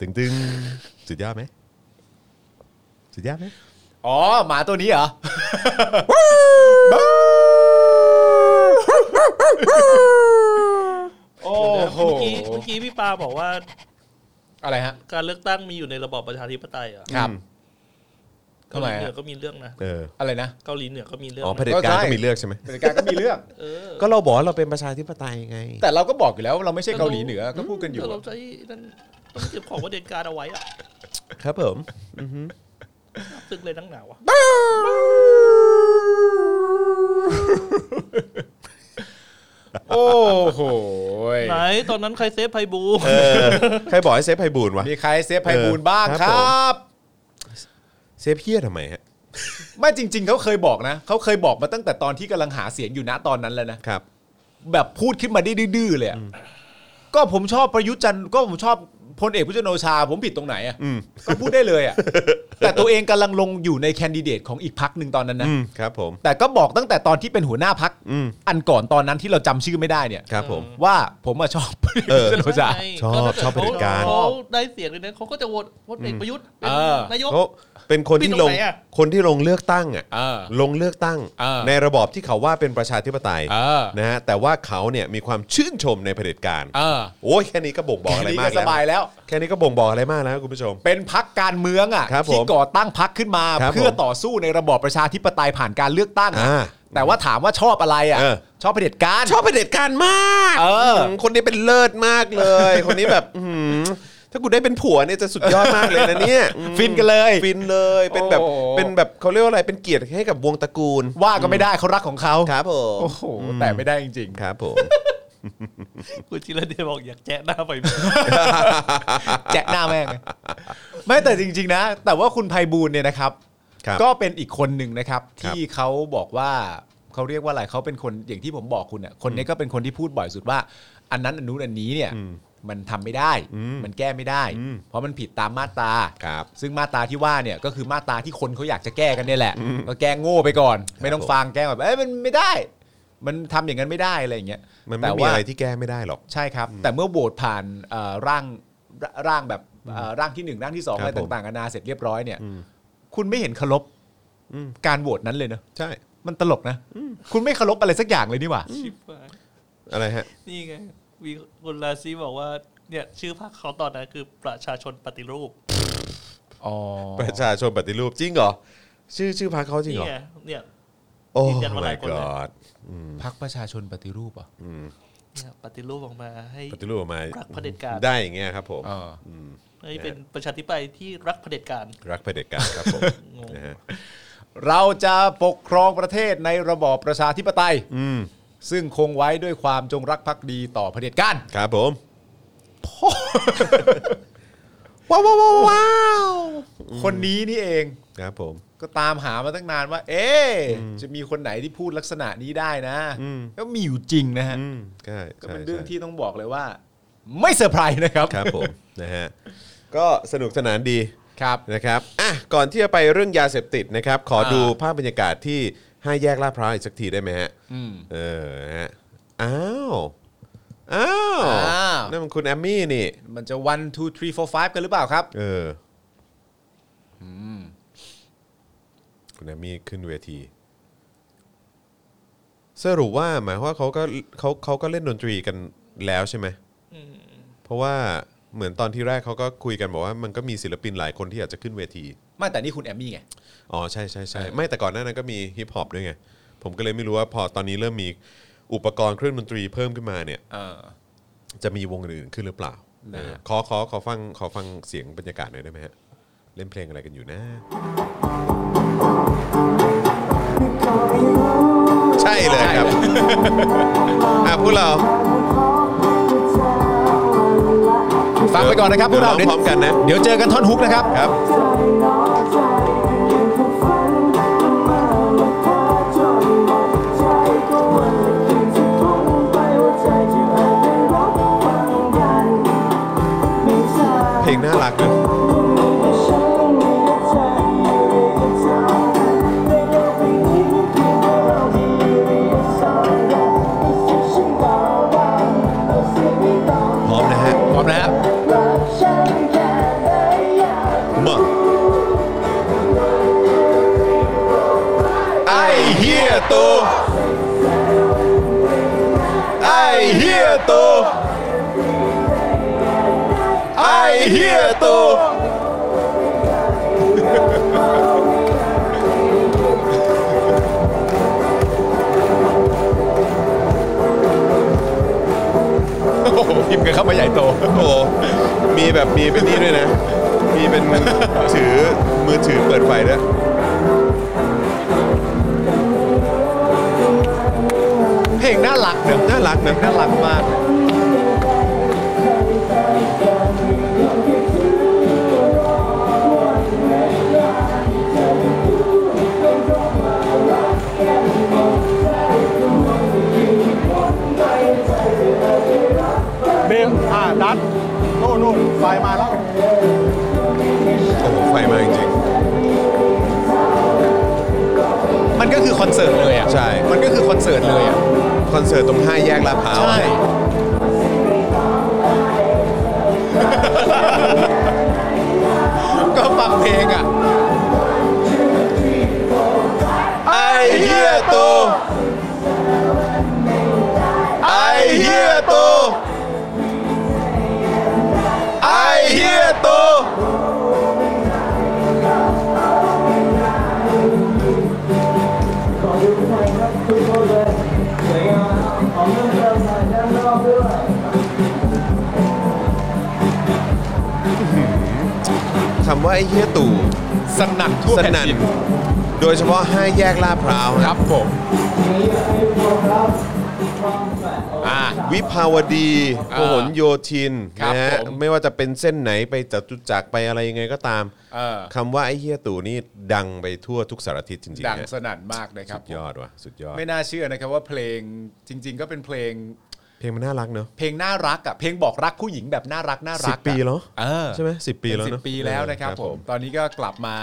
ตึงตึงสุดยอดไหมสุดยอดไหม อ๋อหมาตัวนี้เหรอ โอ้ โห เมื่อกี้เมื่อกี้พี่ปาบอกว่า อะไรฮะ การเลือกตั้งมีอยู่ในระบอบประชาธิปไตยเหรอ่ะ ครับ เกาหลีเหนือก็มีเรื่องนะ เออ อะไรนะ เกาหลีเหนือก็มีเรื่อง อ๋อ นะ เผด็จการก็มีเลือกใช่ไหม บริการก็มีเรื่อง เออ ก็เราบอกว่าเราเป็นประชาธิปไตยไง แต่เราก็บอกอยู่แล้วว่าเราไม่ใช่เกาหลีเหนือก็พูดกันอยู่ แต่เราใช้นั่นต้องเก็บของประเด็นการเอาไว้อะ ครับผม ซึ่งเลยนั่งหนาวอะ โอ้โหย ไหนตอนนั้นใครเซฟไพบูลย์ เออใครบอกให้เซฟไพบูลย์วะ มีใครเซฟไพบูลย์บ้าง ค ค รั ร บผม ับ เซฟเฮียทำไมฮะ ไม่จริง ๆเขาเคยบอกนะเขาเคยบอกมาตั้งแต่ตอนที่กำลังหาเสียงอยู่นะตอนนั้นแล้วนะครับ แบบพูดขึ้นมาได้ดื้อๆเลยอะก็ผมชอบประยุทธ์จันทร์ก็ผมชอบพลเอกพุทธโนชา ผมผิดตรงไหนอ่ะก็พูดได้ เลยอ่ะ แต่ตัวเองกำลังลงอยู่ในแคนดิเดตของอีกพักหนึ่งตอนนั้นนะ อืมครับผม แต่ก็บอกตั้งแต่ตอนที่เป็นหัวหน้าพัก อืม อันก่อนตอนนั้นที่เราจำชื่อไม่ได้เนี่ย ครับผม ว่าผมอะชอบพลเอก เออ พุทธโนชา ใช่ ชอบ แล้วถ้า ชอบเผด็จการ เขาได้เสียงเลยนะเขาก็จะโหวตพลเอกประยุทธ์เป็น เออ นายก เขาเป็นคนที่ลง ปิดตรงไหนอะ คนที่ลงเลือกตั้งอ่ะ เออ ลงเลือกตั้ง เออ ในระบอบที่เขาว่าเป็นประชาธิปไตย เออ นะฮะแต่ว่าเขาเนี่ยมีความชื่นชมในเผด็จการ เออ โอ้ยแค่นี้ก็บ่งบอกอะไร แค่นี้ มาก ส แล้ว บายแล้ว แค่นี้ก็บ่งบอกอะไรมากแล้วคุณผู้ชม เป็นพักการเมืองอ่ะ ครับผม ที่ก่อตั้งพักขึ้นมา ครับ เพื่อ ผม ต่อสู้ในระบอบประชาธิปไตยผ่านการเลือกตั้งอะ อ่า แต่ว่าถามว่าชอบอะไรอ่ะ เออ ชอบเผด็จการ ชอบเผด็จการมาก เออ มคนนี้เป็นเลิศมากเลย คนนี้แบบอื้อหือถ้ากูได้เป็นผัวเนี่ยจะสุดยอดมากเลยนะเนี่ยอืม ฟินกันเลย ฟินเลยเป็นแบบ โอ้ เป็นแบบเขาเรียกว่าอะไรเป็นเกียรติให้กับวงตระกูล ว่าก็ไม่ได้เขารักของเขา ครับผม โอ้โหแต่ไม่ได้จริง ครับผม คุณจิรเดชบอกอยากแจ๊ะหน้าไพ บูลย์ ๆ แจ๊ะหน้าแม่ง ไม่แต่จริง ๆ นะ แต่ว่าคุณไพบูลย์เนี่ยนะครับ ครับ ก็เป็นอีกคนหนึ่งนะครับ ครับ ที่เขาบอกว่าเขาเรียกว่าอะไรเขาเป็นคนอย่างที่ผมบอกคุณเนี่ยคนนี้ก็เป็นคนที่พูดบ่อยสุดว่า อันนั้นอันนู้นอันนี้เนี่ยมันทำไม่ได้ มันแก้ไม่ได้ เพราะมันผิดตามมาตรา ครับ ซึ่งมาตราที่ว่าเนี่ยก็คือมาตราที่คนเขาอยากจะแก้กันเนี่ยแหละ ก็แก้โง่ไปก่อน ไม่ต้อง ผม ฟังแก้แบบเอ้ยมันไม่ได้ มันทำอย่างนั้นไม่ได้อะไรอย่างเงี้ย มันไม่ แต่ มี ว่า อะไรที่แก้ไม่ได้หรอก ใช่ครับ แต่เมื่อโหวตผ่านเอ่อร่างรร่างแบบเอ่อร่างที่หนึ่งร่างที่สอง ครับ อะไร ผม ต่างๆนานาเสร็จเรียบร้อยเนี่ย อืม คุณไม่เห็นเคารพ อืม การโหวตนั้นเลยเนอะ ใช่ มันตลกนะ คุณไม่เคารพอะไรสักอย่างเลยนี่หว่า ชิบหาย อะไรฮะ นี่ไงมีคุณลาซีบอกว่าเนี่ยชื่อพรรคเขาตอนนั้นคือประชาชนปฏิรูป อ๋อ ประชาชนปฏิรูปจริงเหรอ ชื่อชื่อพรรคเขาจริง นี่ เหรอ ไงเนี่ย โอ้ ยืนยันมาหลาย my คนเลย god พักประชาชนปฏิรูปเหรอ่ะ อืม เนี่ยปฏิรูปออกมาให้ ปฏิรูปออกมา รักเผด็จการ ได้อย่างเงี้ยครับผม อ๋อ ให้เป็นประชาธิปไตยที่รักเผด็จการ รักเผด็จการครับผม งง นะฮะ เราจะปกครองประเทศในระบอบประชาธิปไตย อืม ซึ่งคงไว้ด้วยความจงรักภักดีต่อเผด็จการ ครับผมว้าวว้าวว้าวว้าว คนนี้นี่เอง ครับผม ก็ตามหามาตั้งนานว่า เอ๊ะจะมีคนไหนที่พูดลักษณะนี้ได้นะ อืม ก็มีอยู่จริงนะฮะ อืมใช่ ก็ ใช่ เป็นเรื่อง ใช่ ที่ต้องบอกเลยว่า ไม่เซอร์ไพรส์นะครับ ครับผม นะฮะก็สนุกสนานดี ครับ นะครับอ่ะก่อนที่จะไปเรื่องยาเสพติดนะครับ ขอ อ่า ดูภาพบรรยากาศที่ห้าแยกลาดพร้าวอีกสักทีได้ไหมฮะ อืม เออฮะอ้าวอ้าว อ้าว นั่นมันคุณแอมมี่นี่ มันจะ one two three four five กันหรือเปล่าครับ เอออคุณแอมมี่ขึ้นเวทีสรุปว่าหมายความว่าเขาก็เขาเขาก็เล่นดนตรีกันแล้วใช่ไหมเพราะว่าเหมือนตอนที่แรกเขาก็คุยกันบอกว่ามันก็มีศิลปินหลายคนที่อยากจะขึ้นเวที ไม่แต่นี่คุณแอมมี่ไง อ๋อใช่ใช่ใช่ไม่แต่ก่อนหน้านั้นก็มีฮิปฮอปด้วยไง ผมก็เลยไม่รู้ว่าพอตอนนี้เริ่มมีอุปกรณ์เครื่องดนตรีเพิ่มขึ้นมาเนี่ย เออ จะมีวงอื่นขึ้นหรือเปล่า นะฮะ เออขอขอขอฟังขอฟังเสียงบรรยากาศหน่อยได้ไหมฮะ เล่นเพลงอะไรกันอยู่นะ ใช่เลยครับ อ่ะพวกเรา ฟังไปก่อนนะครับพวกเรา เดี๋ยวร้องพร้อมกันนะ เดี๋ยวเจอกันท่อนฮุกนะครับ ครับ เพลงน่ารักเลยพร้อมนะฮะ พร้อมนะครับ มา Hãy subscribe cho kênh Ghiền Mì Gõ Để không bỏ lỡ เฮียตู่ โอ้โหพิมพ์กันเข้ามาใหญ่โต โอ้โหมีแบบมีเป็นนี่ด้วยนะ มีเป็นถือมือถือเปิดไฟด้วย เพลงน่ารักเนอะน่ารักเนอะน่ารักมาก เบลอ่าดัดโน่นโน่นไฟมาแล้ว โอ้โหไฟมาจริง มันก็คือคอนเสิร์ตเลยอ่ะ ใช่ มันก็คือคอนเสิร์ตเลยอ่ะ ๆคอนเสิร์ตตรงห้าแยกลาดพร้าว ใช่ ก็ฟังเพลงอ่ะ ไอเฮียตูไอเฮียตูไอเฮียตูคำว่าไอ้เฮียตู่ สนั่นทั่ว ส แผ่น นั่น ดิน โดยเฉพาะห้าแยกลาดพร้าว ค นะ รับผม อ่า วิภาวดีพ อ่า หลโยธิน ครับ นะฮะ ผม ไม่ว่าจะเป็นเส้นไหนไปจตุจักรไปอะไรยังไงก็ตาม เออ คำว่าไอ้เฮียตู่นี่ดังไปทั่วทุกสารทิศจริง ดัง ๆนะ สนั่นมากนะครับ สุดยอดว่ะสุดยอด ไม่น่าเชื่อนะครับว่าเพลงจริง ๆ ก็เป็นเพลง เพลงมันน่ารักเนอะ เพลงน่ารักอ่ะเพลงบอกรักผู้หญิงแบบน่ารักน่ารัก สิบปีแล้ว เออ ใช่ไหมสิบปีแล้ว เป็นสิเนอะ บปีแล้ว เออ นะครับ ครับ ผ ผม มตอนนี้ก็กลับมา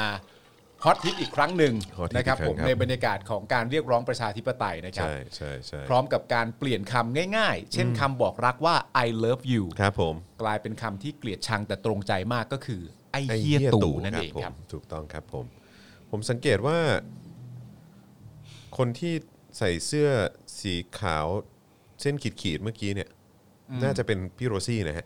ฮอตฮิตอีกครั้งหนึ่ง ฮอตฮิตอีก นะครับ ครั้ง ผม ครับ ในบรรยากาศของการเรียกร้องประชาธิปไตยนะครับ ใช่ใช่ใช่ พร้อมกับการเปลี่ยนคำง่ายๆ เช่นคำบอกรักว่า I love you ครับผม กลายเป็นคำที่เกลียดชังแต่ตรงใจมากก็คือ ไอ้เฮียตู่นั่นเอง ผม ครับ ถูกต้องครับผม ผมสังเกตว่า คนที่ใส่เสื้อสีขาวเส้นขีดๆเมื่อกี้เนี่ย น่าจะเป็นพี่โรซี่นะฮะ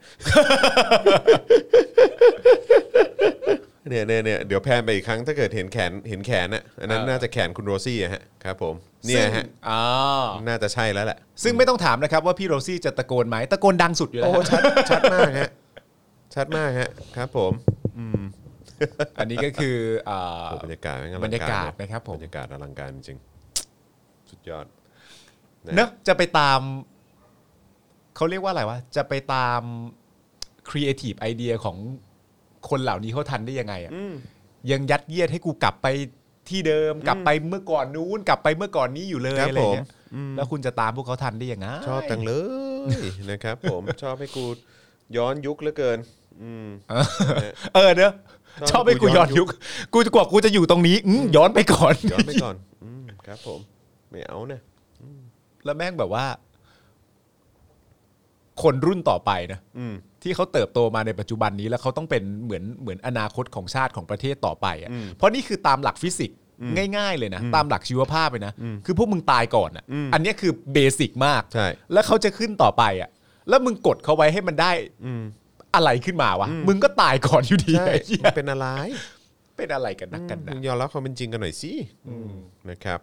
เนี่ยเนี่ยเนี่ยเดี๋ยวแพนไปอีกครั้งถ้าเกิดเห็นแขนเห็นแขนน่ะอันนั้น เออ น่าจะแขนคุณโรซี่อะฮะครับผมเนี่ยซึ่ฮะงอ่า น่าจะใช่แล้วแหละ ซึ่งไม่ต้องถามนะครับว่าพี่โรซี่จะตะโกนไหมตะโกนดังสุดอยู่แล้ โอ้ วฮะ ชัดชัดมากฮะชัดมากฮะครับผม อันนี้ก็คืออ่า โอ้บรรยากาศแม่งอลัง บรรยากาศนะครับผม บรรยากาศอลังการจริงๆสุดยอด เนอะจะไปตาม เขาเรียกว่าอะไรวะ จะไปตามครีเอทีฟไอเดียของคนเหล่านี้เขาทันได้ยังไงอะยังยัดเยียดให้กูกลับไปที่เดิม กลับไปเมื่อก่อนนู้น กลับไปเมื่อก่อนนี้อยู่เลย ครับ อะไรเงี้ย ผมอืม แล้วคุณจะตามพวกเขาทันได้ยังไง ชอบจังเลย นะครับ ผม ชอบให้กูย้อนยุคเหลือเกิน อื ม เออเนอะช ช อ อ บบ ให้ ให้ กู กู ย้ ย้อ อน นยุยุค ค กูจะกว่ากูจะอยู่ตรงนี้อืมย้อนไปก่อน ย้อนไปก่อนอืมครับผมไม่เอานะ แล้วแม่งแบบว่า คนรุ่นต่อไปนะ อืม ที่เขาเติบโตมาในปัจจุบันนี้แล้วเขาต้องเป็นเหมือนเหมือนอนาคตของชาติของประเทศต่อไปอะ อืม เพราะนี่คือตามหลักฟิสิกส์ง่ายๆเลยนะ ตามหลักชีวภาพเลยนะคือพวกมึงตายก่อนอะ อืม อันเนี้ยคือเบสิกมาก ใช่ แล้วเขาจะขึ้นต่อไปอ่ะ แล้วมึงกดเขาไว้ให้มันได้ อืม อะไรขึ้นมาวะมึงก็ตายก่อนอยู่ดี ใช่ ไอ้เหี้ย มันเป็นอะไร เป็นอะไรกันนักกันนะ มึงยอมรับความเป็นจริงกันหน่อยสินะครับ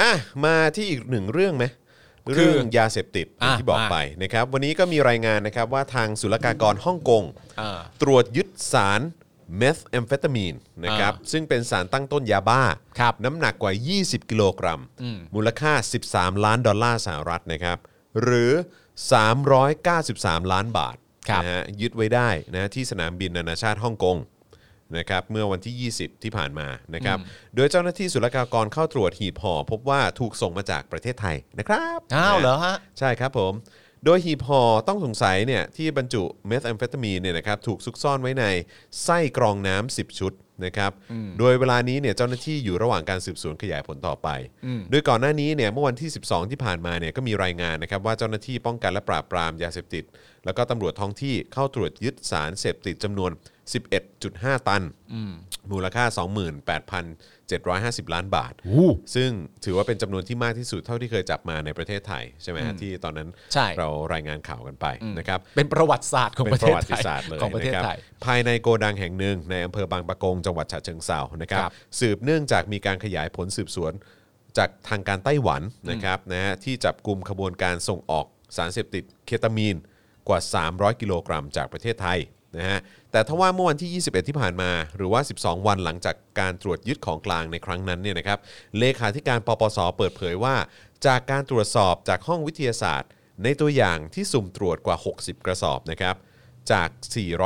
อ่ะมาที่อีกหนึ่งเรื่องไหมเรื่องยาเสพติดอย่างที่บอกไปนะครับวันนี้ก็มีรายงานนะครับว่าทางศุลกากรฮ่องกง อ่า ตรวจยึดสารเมทแอมเฟตามีนนะครับซึ่งเป็นสารตั้งต้นยาบ้า ครับ น้ำหนักกว่า 20 กิโลกรัม มูลค่า 13 ล้านดอลลาร์สหรัฐนะครับ หรือ 393 ล้านบาท ครับ นะฮะยึดไว้ได้นะที่สนามบินนานาชาติฮ่องกงนะครับเมื่อวันที่ 20 ที่ผ่านมานะครับ โดยเจ้าหน้าที่ศุลกากรเข้าตรวจหีบห่อพบว่าถูกส่งมาจากประเทศไทยนะครับ อ้าวเหรอฮะ ใช่ครับผม โดยหีบห่อต้องสงสัยเนี่ยที่บรรจุเมทแอมเฟตามีนเนี่ยนะครับถูกซุกซ่อนไว้ในไส้กรองน้ำ10 ชุดนะครับโดยเวลานี้เนี่ยเจ้าหน้าที่อยู่ระหว่างการสืบสวนขยายผลต่อไป โดยก่อนหน้านี้เนี่ยเมื่อวันที่ 12 ที่ผ่านมาเนี่ยก็มีรายงานนะครับว่าเจ้าหน้าที่ป้องกันและปราบปรามยาเสพติด แล้วก็ตำรวจท้องที่เข้าตรวจยึดสารเสพติดจำนวน 11.5 ตัน มูลค่า 28,750 ล้านบาท อู้ ซึ่งถือว่าเป็นจำนวนที่มากที่สุดเท่าที่เคยจับมาในประเทศไทย ใช่ไหมฮะที่ตอนนั้น ใช่ เรารายงานข่าวกันไปนะครับ เป็นประวัติศาสตร์ของ เป็น ประ ป เท ระ ศ วั ไท ติ ย ศาสตร์เลย ของประเทศ นคบ ไทย ภายในโกดังแห่งหนึ่งในอำเภอบางปะกงจังหวัดฉะเชิงเซานะครับ ครับ สืบเนื่องจากมีการขยายผลสืบสวนจากทางการไต้หวันนะครับนะฮะที่จับกลุ่มขบวนการส่งออกสารเสพติดเคตามีนกว่า 300 กิโลกรัมจากประเทศไทยนะฮะแต่ทว่าเมื่อวันที่ 21 ที่ผ่านมา หรือว่า 12 วันหลังจากการตรวจยึดของกลางในครั้งนั้นเนี่ยนะครับเลขาธิการปปสเปิดเผยว่า จากการตรวจสอบจากห้องวิทยาศาสตร์ ในตัวอย่างที่สุ่มตรวจกว่า 60 กระสอบนะครับ จาก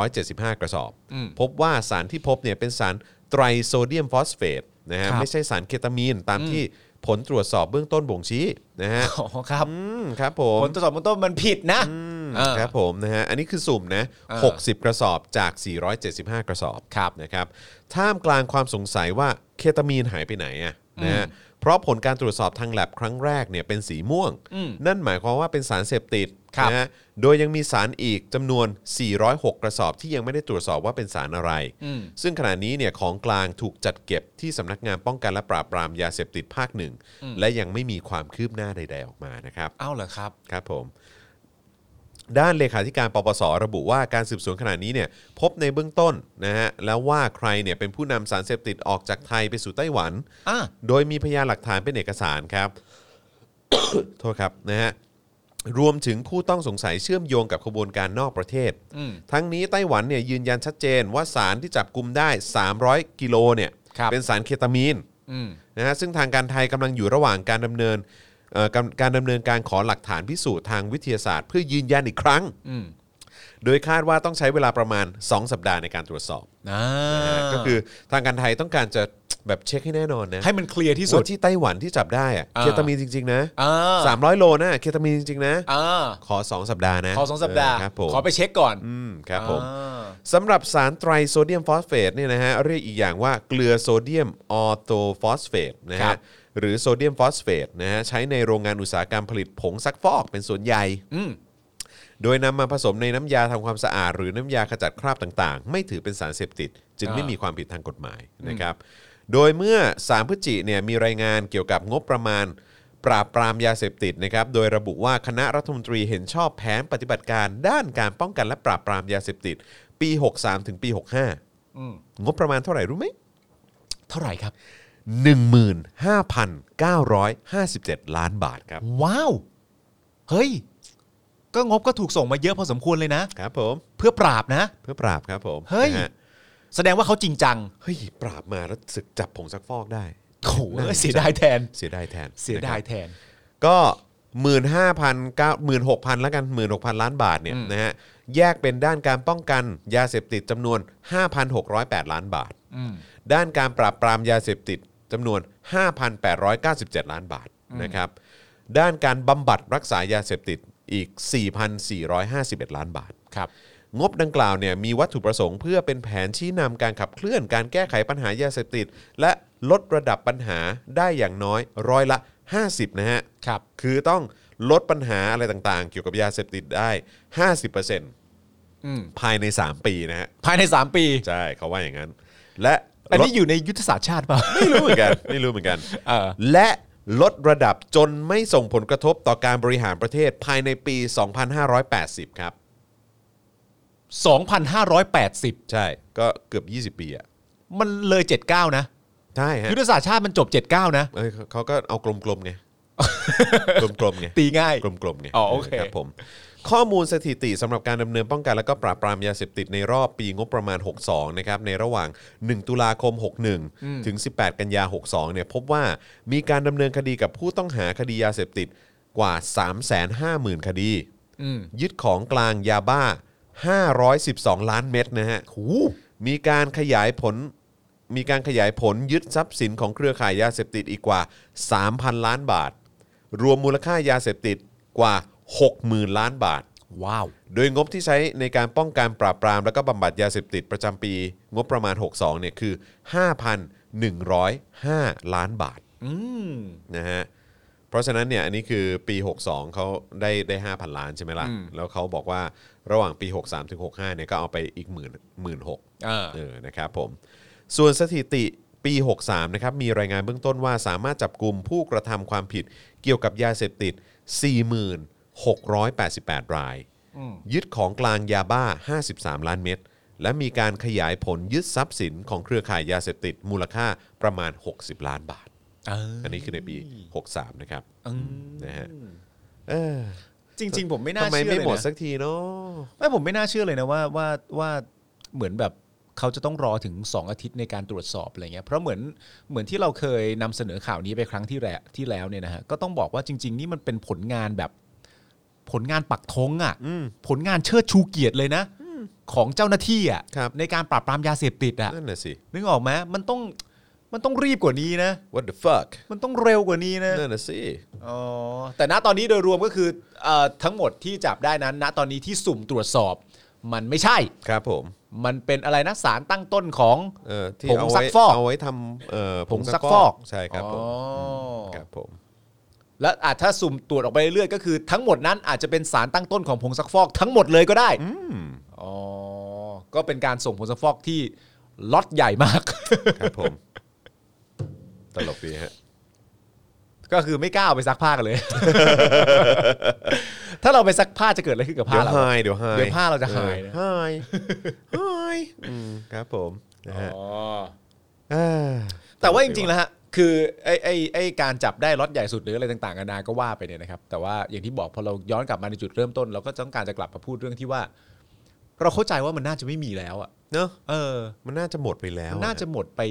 475 กระสอบ พบว่าสารที่พบเนี่ยเป็นสารไตรโซเดียมฟอสเฟตนะฮะ ครับ ไม่ใช่สารเคตามีนตามที่ผลตรวจสอบเบื้องต้นบ่งชี้นะฮะ อ๋อครับ อืมครับผม ผลตรวจสอบเบื้องต้นมันผิดนะเออ ครับผมนะฮะอันนี้คือสุ่มนะ อ่า 60 กระสอบจาก 475 กระสอบ ครับ นะครับท่ามกลางความสงสัยว่าเคตามีนหายไปไหนอ่ะนะฮะเพราะผลการตรวจสอบทางแลบครั้งแรกเนี่ยเป็นสีม่วง อืม นั่นหมายความว่าเป็นสารเสพติด ครับ นะฮะ โดยยังมีสารอีกจำนวน 406 กระสอบที่ยังไม่ได้ตรวจสอบว่าเป็นสารอะไร ซึ่งขณะนี้เนี่ยของกลางถูกจัดเก็บที่สำนักงานป้องกันและปราบปรามยาเสพติดภาคหนึ่ง และยังไม่มีความคืบหน้าใด ๆ ออกมานะครับ เอ้าเหรอครับ ครับผม ด้านเลขาธิการปปสระบุว่าการสืบสวนขณะนี้เนี่ยพบในเบื้องต้นนะฮะแล้วว่าใครเนี่ยเป็นผู้นำสารเสพติดออกจากไทยไปสู่ไต้หวัน อ่ะ โดยมีพยานหลักฐานเป็นเอกสารครับ โทษครับนะฮะรวมถึงผู้ต้องสงสัยเชื่อมโยงกับขบวนการนอกประเทศ อืม ทั้งนี้ไต้หวันเนี่ยยืนยันชัดเจนว่าสารที่จับกลุ่มได้ 300 กิโลเนี่ย ครับ เป็นสารเคตามีน อืม นะฮะซึ่งทางการไทยกำลังอยู่ระหว่างการดำเนินเอ่อกำการดำเนินการขอหลักฐานพิสูจน์ทางวิทยาศาสตร์ เพื่อยืนยันอีกครั้ง อืม โดยคาดว่าต้องใช้เวลาประมาณ 2 สัปดาห์ในการตรวจสอบ อ่า นะฮะก็คือทางการไทยต้องการจะแบบเช็คให้แน่นอนนะ ให้มันเคลียร์ที่สุด ว่าที่ไต้หวันที่จับได้อะ อ่า เคตามีนจริง ๆ นะ อ่า 300 โลนะเคตามีนจริง ๆ นะ อ่า ขอ 2 สัปดาห์นะ ขอสองสัปดาห์ เออครับผม ขอไปเช็คก่อน อืมครับผม อ่า สำหรับสารไตรโซเดียมฟอสเฟตเนี่ยนะฮะเรียกอีกอย่างว่าเกลือโซเดียมออโตฟอสเฟตนะ ครั ฮะ บ หรือโซเดียมฟอสเฟตนะฮะใช้ในโรงงานอุตสาหกรรมผลิตผงซักฟอกเป็นส่วนใหญ่ อืม โดยนำมาผสมในน้ำยาทำความสะอาด หรือน้ำยาขจัดคราบต่างๆ ไม่ถือเป็นสารเสพติด จึง อ่า ไม่มีความผิดทางกฎหมายนะครับโดยเมื่อ 3พฤศจิกเนี่ยมีรายงานเกี่ยวกับงบประมาณ ปราบปรามยาเสพติดนะครับโดยระบุว่าคณะรัฐมนตรีเห็นชอบแผนปฏิบัติการด้านการป้องกันและปราบปรามยาเสพติด ปี 63 ถึงปี 65 อืม งบประมาณเท่าไหร่รู้ไหม เท่าไหร่ครับ 15,957 ล้านบาทครับ ว้าว เฮ้ย ก็งบก็ถูกส่งมาเยอะพอสมควรเลยนะ ครับผม เพื่อปราบนะ เพื่อปราบครับผม เฮ้ย นะฮะ แสดงว่าเขาจริงจัง เฮ้ย ปราบมาแล้วศึกจับผงซักฟอกได้ โอ้โห นั่นสิ เสียดายแทน เสียดายแทน เสียดาย นะครับ แทน ก็หมื่นห้าพันเก้าหมื่นหกพันแล้วกันหมื่นหกพันล้านบาทเนี่ย อืม นะฮะแยกเป็นด้านการป้องกันยาเสพติดจำนวน 5,608 ล้านบาท อืม ด้านการปราบปรามยาเสพติดจำนวน 5,897 ล้านบาทนะครับ ด้านการบำบัดรักษายาเสพติดอีก 4,451 ล้านบาท ครับ งบดังกล่าวเนี่ยมีวัตถุประสงค์เพื่อเป็นแผนชี้นำการขับเคลื่อน การแก้ไขปัญหายาเสพติด และลดระดับปัญหาได้อย่างน้อยร้อยละ 50 นะฮะ ครับ คือต้องลดปัญหาอะไรต่างๆ เกี่ยวกับยาเสพติดได้ 50% อืม ภายใน 3 ปีนะฮะ ภายใน 3 ปี ใช่เขาว่าอย่างนั้น และ อันนี้อยู่ในยุทธศาสตร์ชาติเปล่า ไม่รู้เหมื อนกันไม่รู้เหมือนกัน เออ และลดระดับจนไม่ส่งผลกระทบต่อการบริหารประเทศภายในปี 2580 ครับ 2,580 ใช่ก็เกือบ 20 ปีอ่ะ มันเลย 79 นะ ใช่ฮะ ยุทธศาสตร์ชาติมันจบ 79 นะ เอ้ยเขาเขาก็เอากล มๆไง กลมๆไง ตีง่าย กลมๆไง อ๋อโอเค ครับผมข้อมูลสถิติสำหรับการดำเนินป้องกันและก็ปราบปรามยาเสพติดในรอบปีงบประมาณ 62 นะครับในระหว่าง 1 ตุลาคม 61 ถึง 18 กันยา 62 เนี่ยพบว่ามีการดำเนินคดีกับผู้ต้องหาคดียาเสพติดกว่า 350,000 คดี อืม ยึดของกลางยาบ้า 512 ล้านเม็ดนะฮะ มีการขยายผล มีการขยายผลยึดทรัพย์สินของเครือข่ายยาเสพติดอีกกว่า 3,000 ล้านบาท รวมมูลค่ายาเสพติดกว่า 60,000 ล้านบาท ว้าว โดยงบที่ใช้ในการป้องกันปราบปราม และก็บำบัดยาเสพติดประจำปีงบประมาณ 62 เนี่ยคือ 5,105 ล้านบาท อืม นะฮะ เพราะฉะนั้นเนี่ยอันนี้คือปี 62เขาได้ได้ 5,000 ล้านใช่ไหมล่ะ แล้วเขาบอกว่าระหว่างปี 63ถึง65เนี่ยก็เอาไปอีกหมื่นหมื่นหก อ่า เออนะครับผม ส่วนสถิติปี 63 นะครับ มีรายงานเบื้องต้นว่าสามารถจับกลุ่มผู้กระทำความผิดเกี่ยวกับยาเสพติด 4,688 ราย ยึดของกลางยาบ้า 53 ล้านเม็ด และมีการขยายผลยึดทรัพย์สินของเครือข่ายยาเสพติดมูลค่าประมาณ 60 ล้านบาท อันนี้คือในปี 63 นะครับนะฮะเออ จริง ๆ ผมไม่น่า ทำไม เชื่อ ไม่ เลย หมด นะ สักทีเนาะ ไม่ผมไม่น่าเชื่อเลยนะว่าว่าว่าเหมือนแบบเขาจะต้องรอถึง 2 อาทิตย์ในการตรวจสอบอะไรเงี้ยเพราะเหมือนเหมือนที่เราเคยนำเสนอข่าวนี้ไปครั้งที่แรกที่แล้วเนี่ยนะฮะก็ต้องบอกว่าจริง ๆ นี่มันเป็นผลงานแบบผลงานปักธงอะ่ะผลงานเชิดชูเกียรติเลยนะ ของเจ้าหน้าที่อะ ครั่ ะ บ ในการปราบปรามยาเสพติดอะ่ะ นั่นน่ะสิ นึกออกไหมมันต้องมันต้องรีบกว่านี้นะ what the fuck มันต้องเร็วกว่านี้นะ นั่นน่ะสิ อ๋อแต่ณตอนนี้โดยรวมก็คือเอ่อทั้งหมดที่จับได้นั้น ณตอนนี้ที่สุ่มตรวจสอบมันไม่ใช่ ครับผม มันเป็นอะไรนะสารตั้งต้นของ เออที่ ผง เอา ซั ไว้ กฟอก เอาไว้ทำเอ่อผผงงซั ซัก ก ฟ ฟ อ อก ก ใช่ครับผม อ๋ออ ครับผม และอาจถ้าสุ่มตรวจออกไปเรื่อยๆก็คือทั้งหมดนั้นอาจจะเป็นสารตั้งต้นของผงซักฟอกทั้งหมดเลยก็ได้อ๋อก็เป็นการส่งผงซักฟอกที่ล็อตใหญ่มาก ครับผมตลกดีฮะ ก็คือไม่กล้าเอาไปซักผ้ากันเลย ถ้าเราไปซักผ้าจะเกิดอะไรขึ้นกับผ้า เดี๋ยว เรา หายเดี๋ยวหาย เดี๋ยวผ้าเราจะหายนะ เออหายหายอืมครับผมนะฮะ อ๋อ า แต่ว่าจริงๆ แล้วฮะ คือไอ้ไอ้ไอ้การจับได้ล็อตใหญ่สุดหรืออะไรต่างๆนานาก็ว่าไปเนี่ยนะครับ แต่ว่าอย่างที่บอกพอเราย้อนกลับมาในจุดเริ่มต้น เราก็ต้องการจะกลับมาพูดเรื่องที่ว่า เราเข้าใจว่ามันน่าจะไม่มีแล้วอ่ะ เนอะ เออ มันน่าจะหมดไปแล้ว มันน่าจะหมดไป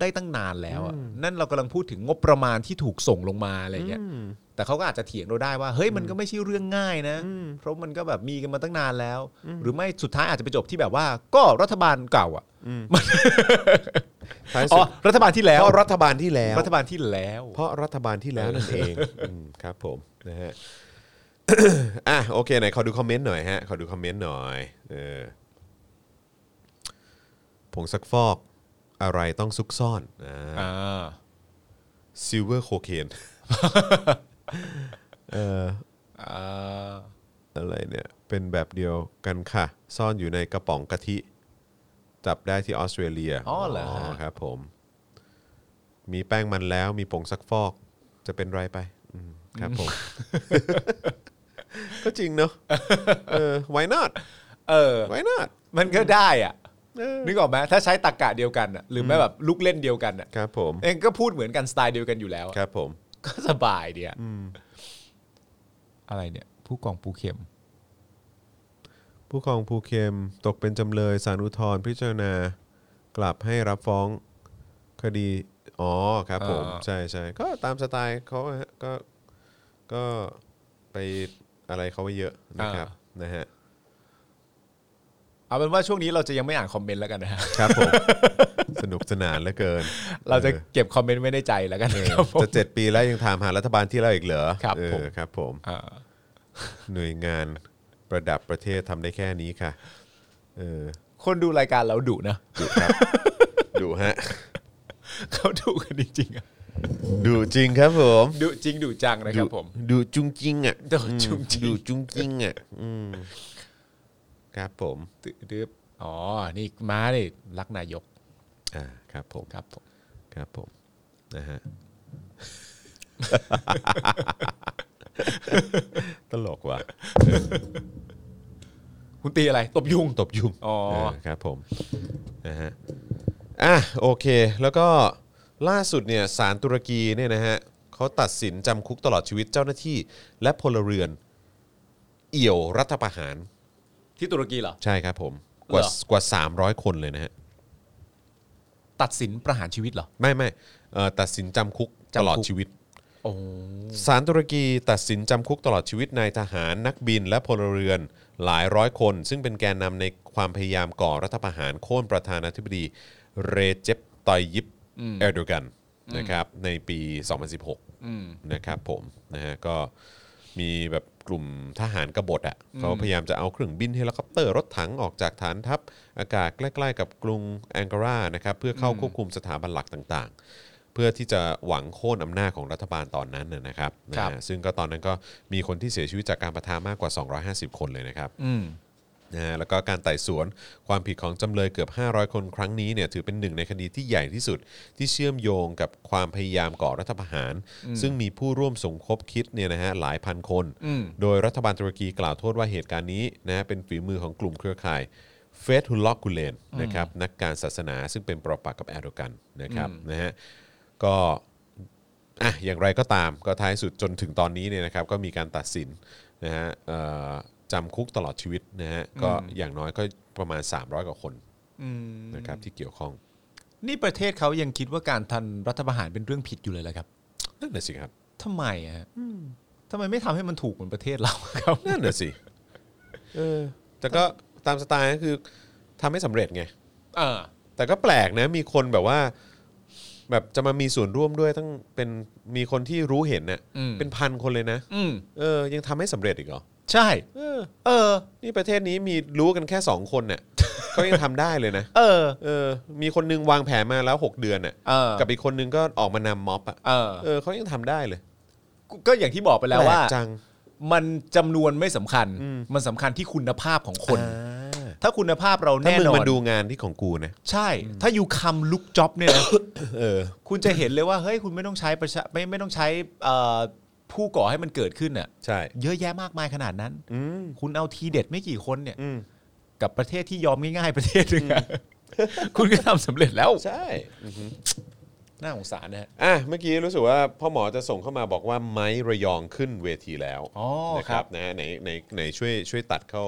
ได้ตั้งนานแล้วอ่ะ นั่นเรากำลังพูดถึงงบประมาณที่ถูกส่งลงมาอะไรอย่างเงี้ย อืม แต่เขาก็อาจจะเถียงเราได้ว่า เฮ้ยมันก็ไม่ใช่เรื่องง่ายนะ เพราะมันก็แบบมีกันมาตั้งนานแล้ว หรือไม่สุดท้ายอาจจะไปจบที่แบบว่า ก็รัฐบาลเก่าอ่ะ ท้าย อ๋ สุ อ ด รัฐบาลที่แล้ว เพราะรัฐบาลที่แล้ว รัฐบาลที่แล้ว เพราะรัฐบาลที่แล้วนั่นเองมครับผมนะฮ ะ อ่ะโอเคไหนขอดูคอมเมนต์หน่อยฮะขอดูคอมเมนต์หน่อยเออผงซักฟอกอะไรต้องซุกซ่อน อ่า ซิลเวอร์โคเคน เออ อ่า อะไรเนี่ย เป็นแบบเดียวกันค่ะ ซ่อนอยู่ในกระป๋องกะทิ จับได้ที่ออสเตรเลีย อ๋อเหรอฮะ ครับผม มีแป้งมันแล้วมีผงซักฟอกจะเป็นไรไปอืมครับ ผม ก็จริงเนาะเออ why not เออ why not มันก็ได้อ่ะนึกออกไหมถ้าใช้ตรกกะเดียวกันอ่ะหรือแม้แบบลูกเล่นเดียวกันอ่ะ ครับผม เองก็พูดเหมือนกันสไตล์เดียวกันอยู่แล้วอะ ครับผม ก็สบายดีอ่ะอะไรเนี่ย ผู้กองปูเข็ม ผู้กองภูเข็มตกเป็นจำเลยสารอุทธรณ์พิจารณา กลับให้รับฟ้องคดี อ๋อครับผม อ่า ใช่ใช่ก็ตามสไตล์เขาอะฮะก็ก็ไปอะไรเขาไว้เยอะนะครับนะฮะ เอาเป็นว่าช่วงนี้เราจะยังไม่อ่านคอมเมนต์แล้วกันนะฮะ ครับผม สนุกสนานเหลือเกิน เราจะ ออ เก็บคอมเมนต์ไว้ในใจแล้วกันนะครับผม จะเจ็ดปีแล้วยังถามหารัฐบาลที่เราอีกเหรอ ครับ เออ ผม ครับผม อ่า หน่วยงานประดับประเทศทำได้แค่นี้ค่ะ เออ คนดูรายการเราดุนะ ดูครับ ดูฮะ เขาดุกันจริงๆอะ ดูจริงครับผม ดุจริงดุจังนะค ดู รับผม ดูจุงจริงอ่ะ ดูจุงจริง อืมดูจุงจริงอ่ะอืมครับผม ดื้ออ๋อ นี่มาดิรักนายก อ่าครับผม ครับผม ครับผมนะฮะ ตลกว่ะ คุณตีอะไรตบยุง ตบยุง อ๋อ เครับผมนะฮะอ่ะโอเค แล้วก็ล่าสุดเนี่ยศาลตุรกีเนี่ยนะฮะเขาตัดสินจำคุกตลอดชีวิตเจ้าหน้าที่ และพลเรือน เอี่ยวรัฐประหาร ที่ตุรกีเหรอ ใช่ครับผม กว่า เหรอ กว่า 300 คนเลยนะฮะ ตัดสินประหารชีวิตเหรอ ไม่ไม่เอ่อตัดสินจำคุกตลอด จำคุก ชีวิต โอ้ ศาลตุรกีตัดสินจำคุกตลอดชีวิตนายทหารนักบินและพลเรือนหลายร้อยคน ซึ่งเป็นแกนนำในความพยายามก่อรัฐประหารโค่นประธานาธิบดี เรเจปตอยยิปเอร์โดกันนะครับในปี 2016นะครับผมนะฮะก็มีแบบกลุ่มทหารกบฏอ่ะเขาพยายามจะเอาเครื่องบินเฮลิคอปเตอร์รถถังออกจากฐานทัพอากาศใกล้ ๆ กับกรุงแองการานะครับเพื่อเข้าควบคุมสถาบันหลักต่างๆ เพื่อที่จะหวังโค่นอำนาจของรัฐบาลตอนนั้นน่ะนะครับ ครับ นะฮะซึ่งก็ตอนนั้นก็มีคนที่เสียชีวิตจากการประทะมากกว่า 250 คนเลยนะครับ อืม นะฮะแล้วก็การไต่สวนความผิดของจำเลยเกือบ 500 คนครั้งนี้เนี่ยถือเป็นหนึ่งในคดีที่ใหญ่ที่สุด ที่เชื่อมโยงกับความพยายามก่อรัฐประหาร ซึ่งมีผู้ร่วมสมคบคิดเนี่ยนะฮะหลายพันคน อืม โดยรัฐบาลตุรกีกล่าวโทษว่าเหตุการณ์นี้นะฮะเป็นฝีมือของกลุ่มเครือข่ายเฟสฮุลล็อกกุเลนนะครับนักการศาสนาซึ่งเป็นปรปักษ์กับแอร์โดกันนะครับนะฮะก็ อ่ะอย่างไรก็ตามก็ท้ายสุดจนถึงตอนนี้เนี่ยนะครับก็มีการตัดสินนะฮะเอ่อจำคุกตลอดชีวิตนะฮะก็อย่างน้อยก็ประมาณ 300 กว่าคนนะครับที่เกี่ยวข้อง นี่ประเทศเขายังคิดว่าการทันรัฐประหารเป็นเรื่องผิดอยู่เลยเหรอครับ นั่นน่ะสิครับ ทำไมอะฮะทำไมไม่ทำให้มันถูกเหมือนประเทศเราครับ นั่นน่ะสิเออแต่ก็ตามสไตล์ก็คือทำให้สำเร็จไง เออ แต่ก็แปลกนะมีคนแบบว่า แบบจะมามีส่วนร่วมด้วยตั้งเป็นมีคนที่รู้เห็นเนี่ย อืม เป็นพันคนเลยนะ อืม เออยังทำให้สำเร็จอีกเหรอ ใช่ เออ เออ นี่ประเทศนี้มีรู้กันแค่สองคน เนี่ย ก็ยังทำได้เลยนะ เออ เออ มีคนนึงวางแผนมาแล้ว 6 เดือนน่ะ เออ กับอีกคนนึงก็ออกมานำม็อบอ่ะ เออ เออเขายังทำได้เลย ก็อย่างที่บอกไปแล้วว่า ปกจัง มันจำนวนไม่สำคัญ อืม มันสำคัญที่คุณภาพของคน อ่า ถ้าคุณภาพเรา ถ้า แน่ มึง นอ มาน ดูงานที่ของกูนะ ใช่ ถ้าอยู่คำลุกจ็อบเนี่ยนะ เออ คุณจะเห็นเลยว่า เฮ้ย คุณไม่ต้องใช้ประชาไม่ไม่ต้องใช้เอ่อผู้ก่อให้มันเกิดขึ้นอ่ะ ใช่ เยอะแยะมากมายขนาดนั้น อืม คุณเอาทีเด็ดไม่กี่คนเนี่ย อืม กับประเทศที่ยอมง่ายๆประเท ศหนึงอะคุณก็ทำสำเร็จแล้ว ใช่ น่าสงสารนะฮะ อ่ะ เมื่อกี้รู้สึกว่าพ่อหมอจะส่งเข้ามาบอกว่าไม้ระยองขึ้นเวทีแล้ว อ๋อ นะค ครั รับบ นะฮะไหนไหนไหนช่วยช่วยตัดเข้า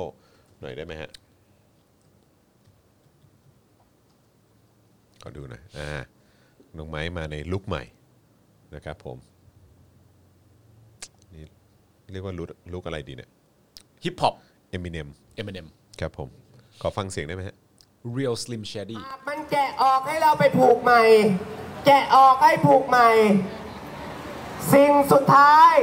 หน่อยได้ไหมฮะ ขอดูหน่อย อ่า น้องไม้มาในลุคใหม่นะครับผม นี่เรียกว่าลุคลุคอะไรดีเนี่ย ฮิปฮอป เอมิเนม เอ็มเอ็ม ครับผม ขอฟังเสียงได้ไหมฮะ เรียลสลิมเชดดี้ มันแกะออกให้เราไปผูกใหม่ แกะออกให้ผูกใหม่ สิ่งสุดท้าย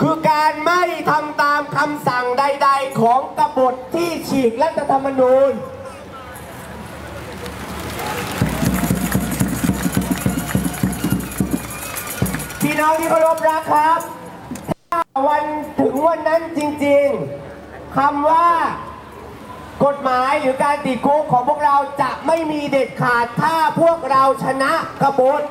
คือการไม่ทำตามคำสั่งใด ๆ ของกบฏที่ฉีกรัฐธรรมนูญ พี่น้องที่เคารพรักครับ ถ้าวันถึงวันนั้นจริงๆคำว่า กฎหมายหรือการติดคุกของพวกเราจะไม่มีเด็ดขาดถ้าพวกเราชนะกบฏ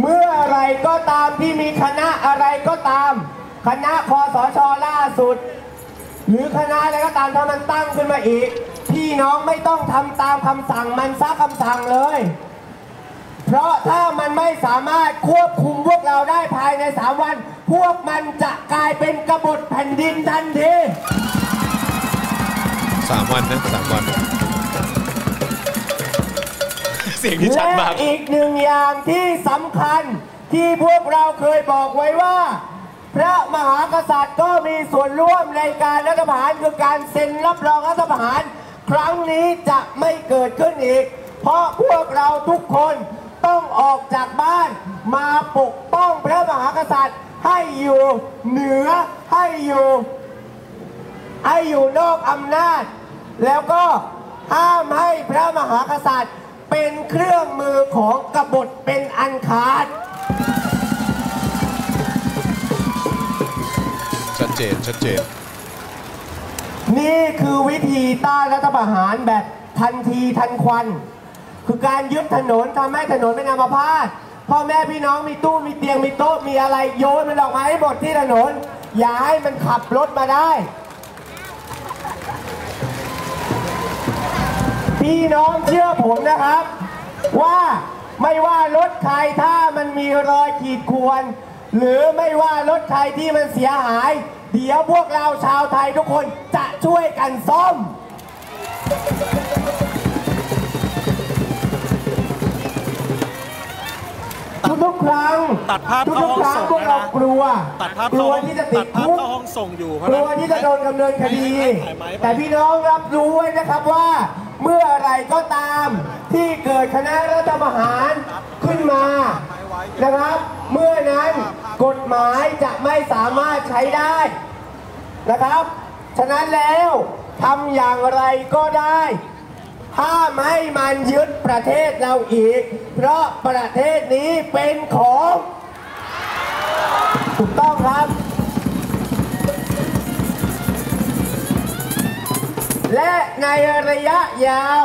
เมื่ออะไรก็ตามที่มีคณะอะไรก็ตาม คณะคอสชล่าสุด หรือคณะอะไรก็ตามถ้ามันตั้งขึ้นมาอีก พี่น้องไม่ต้องทำตามคำสั่งมันซักคำสั่งเลย เพราะถ้ามันไม่สามารถควบคุมพวกเราได้ภายใน 3 วัน พวกมันจะกลายเป็นกบฏแผ่นดินทันที สามวันนะสามวัน เสียงที่ชัดมาก และอีกหนึ่งอย่างที่สำคัญที่พวกเราเคยบอกไว้ว่า พระมหากษัตริย์ก็มีส่วนร่วมในการรัฐประหารคือการเซ็นรับรองรัฐประหาร ครั้งนี้จะไม่เกิดขึ้นอีก เพราะพวกเราทุกคนต้องออกจากบ้าน มาปกป้องพระมหากษัตริย์ให้อยู่เหนือให้อยู่ ให้อยู่นอกอำนาจ แล้วก็ห้ามให้พระมหากษัตริย์เป็นเครื่องมือของกบฏเป็นอันขาด ชัดเจน ชัดเจน นี่คือวิธีต้านรัฐประหารแบบทันทีทันควัน คือการยึดถนนทำให้ถนนเป็นอัมพาตพ่อแม่พี่น้องมีตู้มีเตียงมีโต๊ะมีอะไรโยนมันออกมาให้หมดที่ถนน อย่าให้มันขับรถมาได้ พี่น้องเชื่อผมนะครับ ว่าไม่ว่ารถใครถ้ามันมีรอยขีดข่วน หรือไม่ว่ารถใครที่มันเสียหาย เดี๋ยวพวกเราชาวไทยทุกคนจะช่วยกันซ่อม ทุกๆครั้ง ตัดภาพเข้า ทุกๆครั้ง ห้องส่ง พวกเรา นะ กลัว ตัดภาพ ก เข้า ลัว ห้อง ที่จะติ ตั ด ดภาพ คุก เข้าห้องส่งอยู่กเพราะ ลั ฉะ ว นั้น ที่จะโดนดำเนินคดี ถ่ายไม้ไป แต่พี่น้องรับรู้ไว้นะครับว่า เมื่ออะไรก็ตามที่เกิดคณะรัฐประหารขึ้นมานะครับ เมื่อนั้นกฎหมายจะไม่สามารถใช้ได้นะครับ ฉะนั้นแล้ว ทำอย่างไรก็ได้ ห้ามให้มันยึดประเทศเราอีก เพราะประเทศนี้เป็นของถูกต้องครับ และในระยะยาว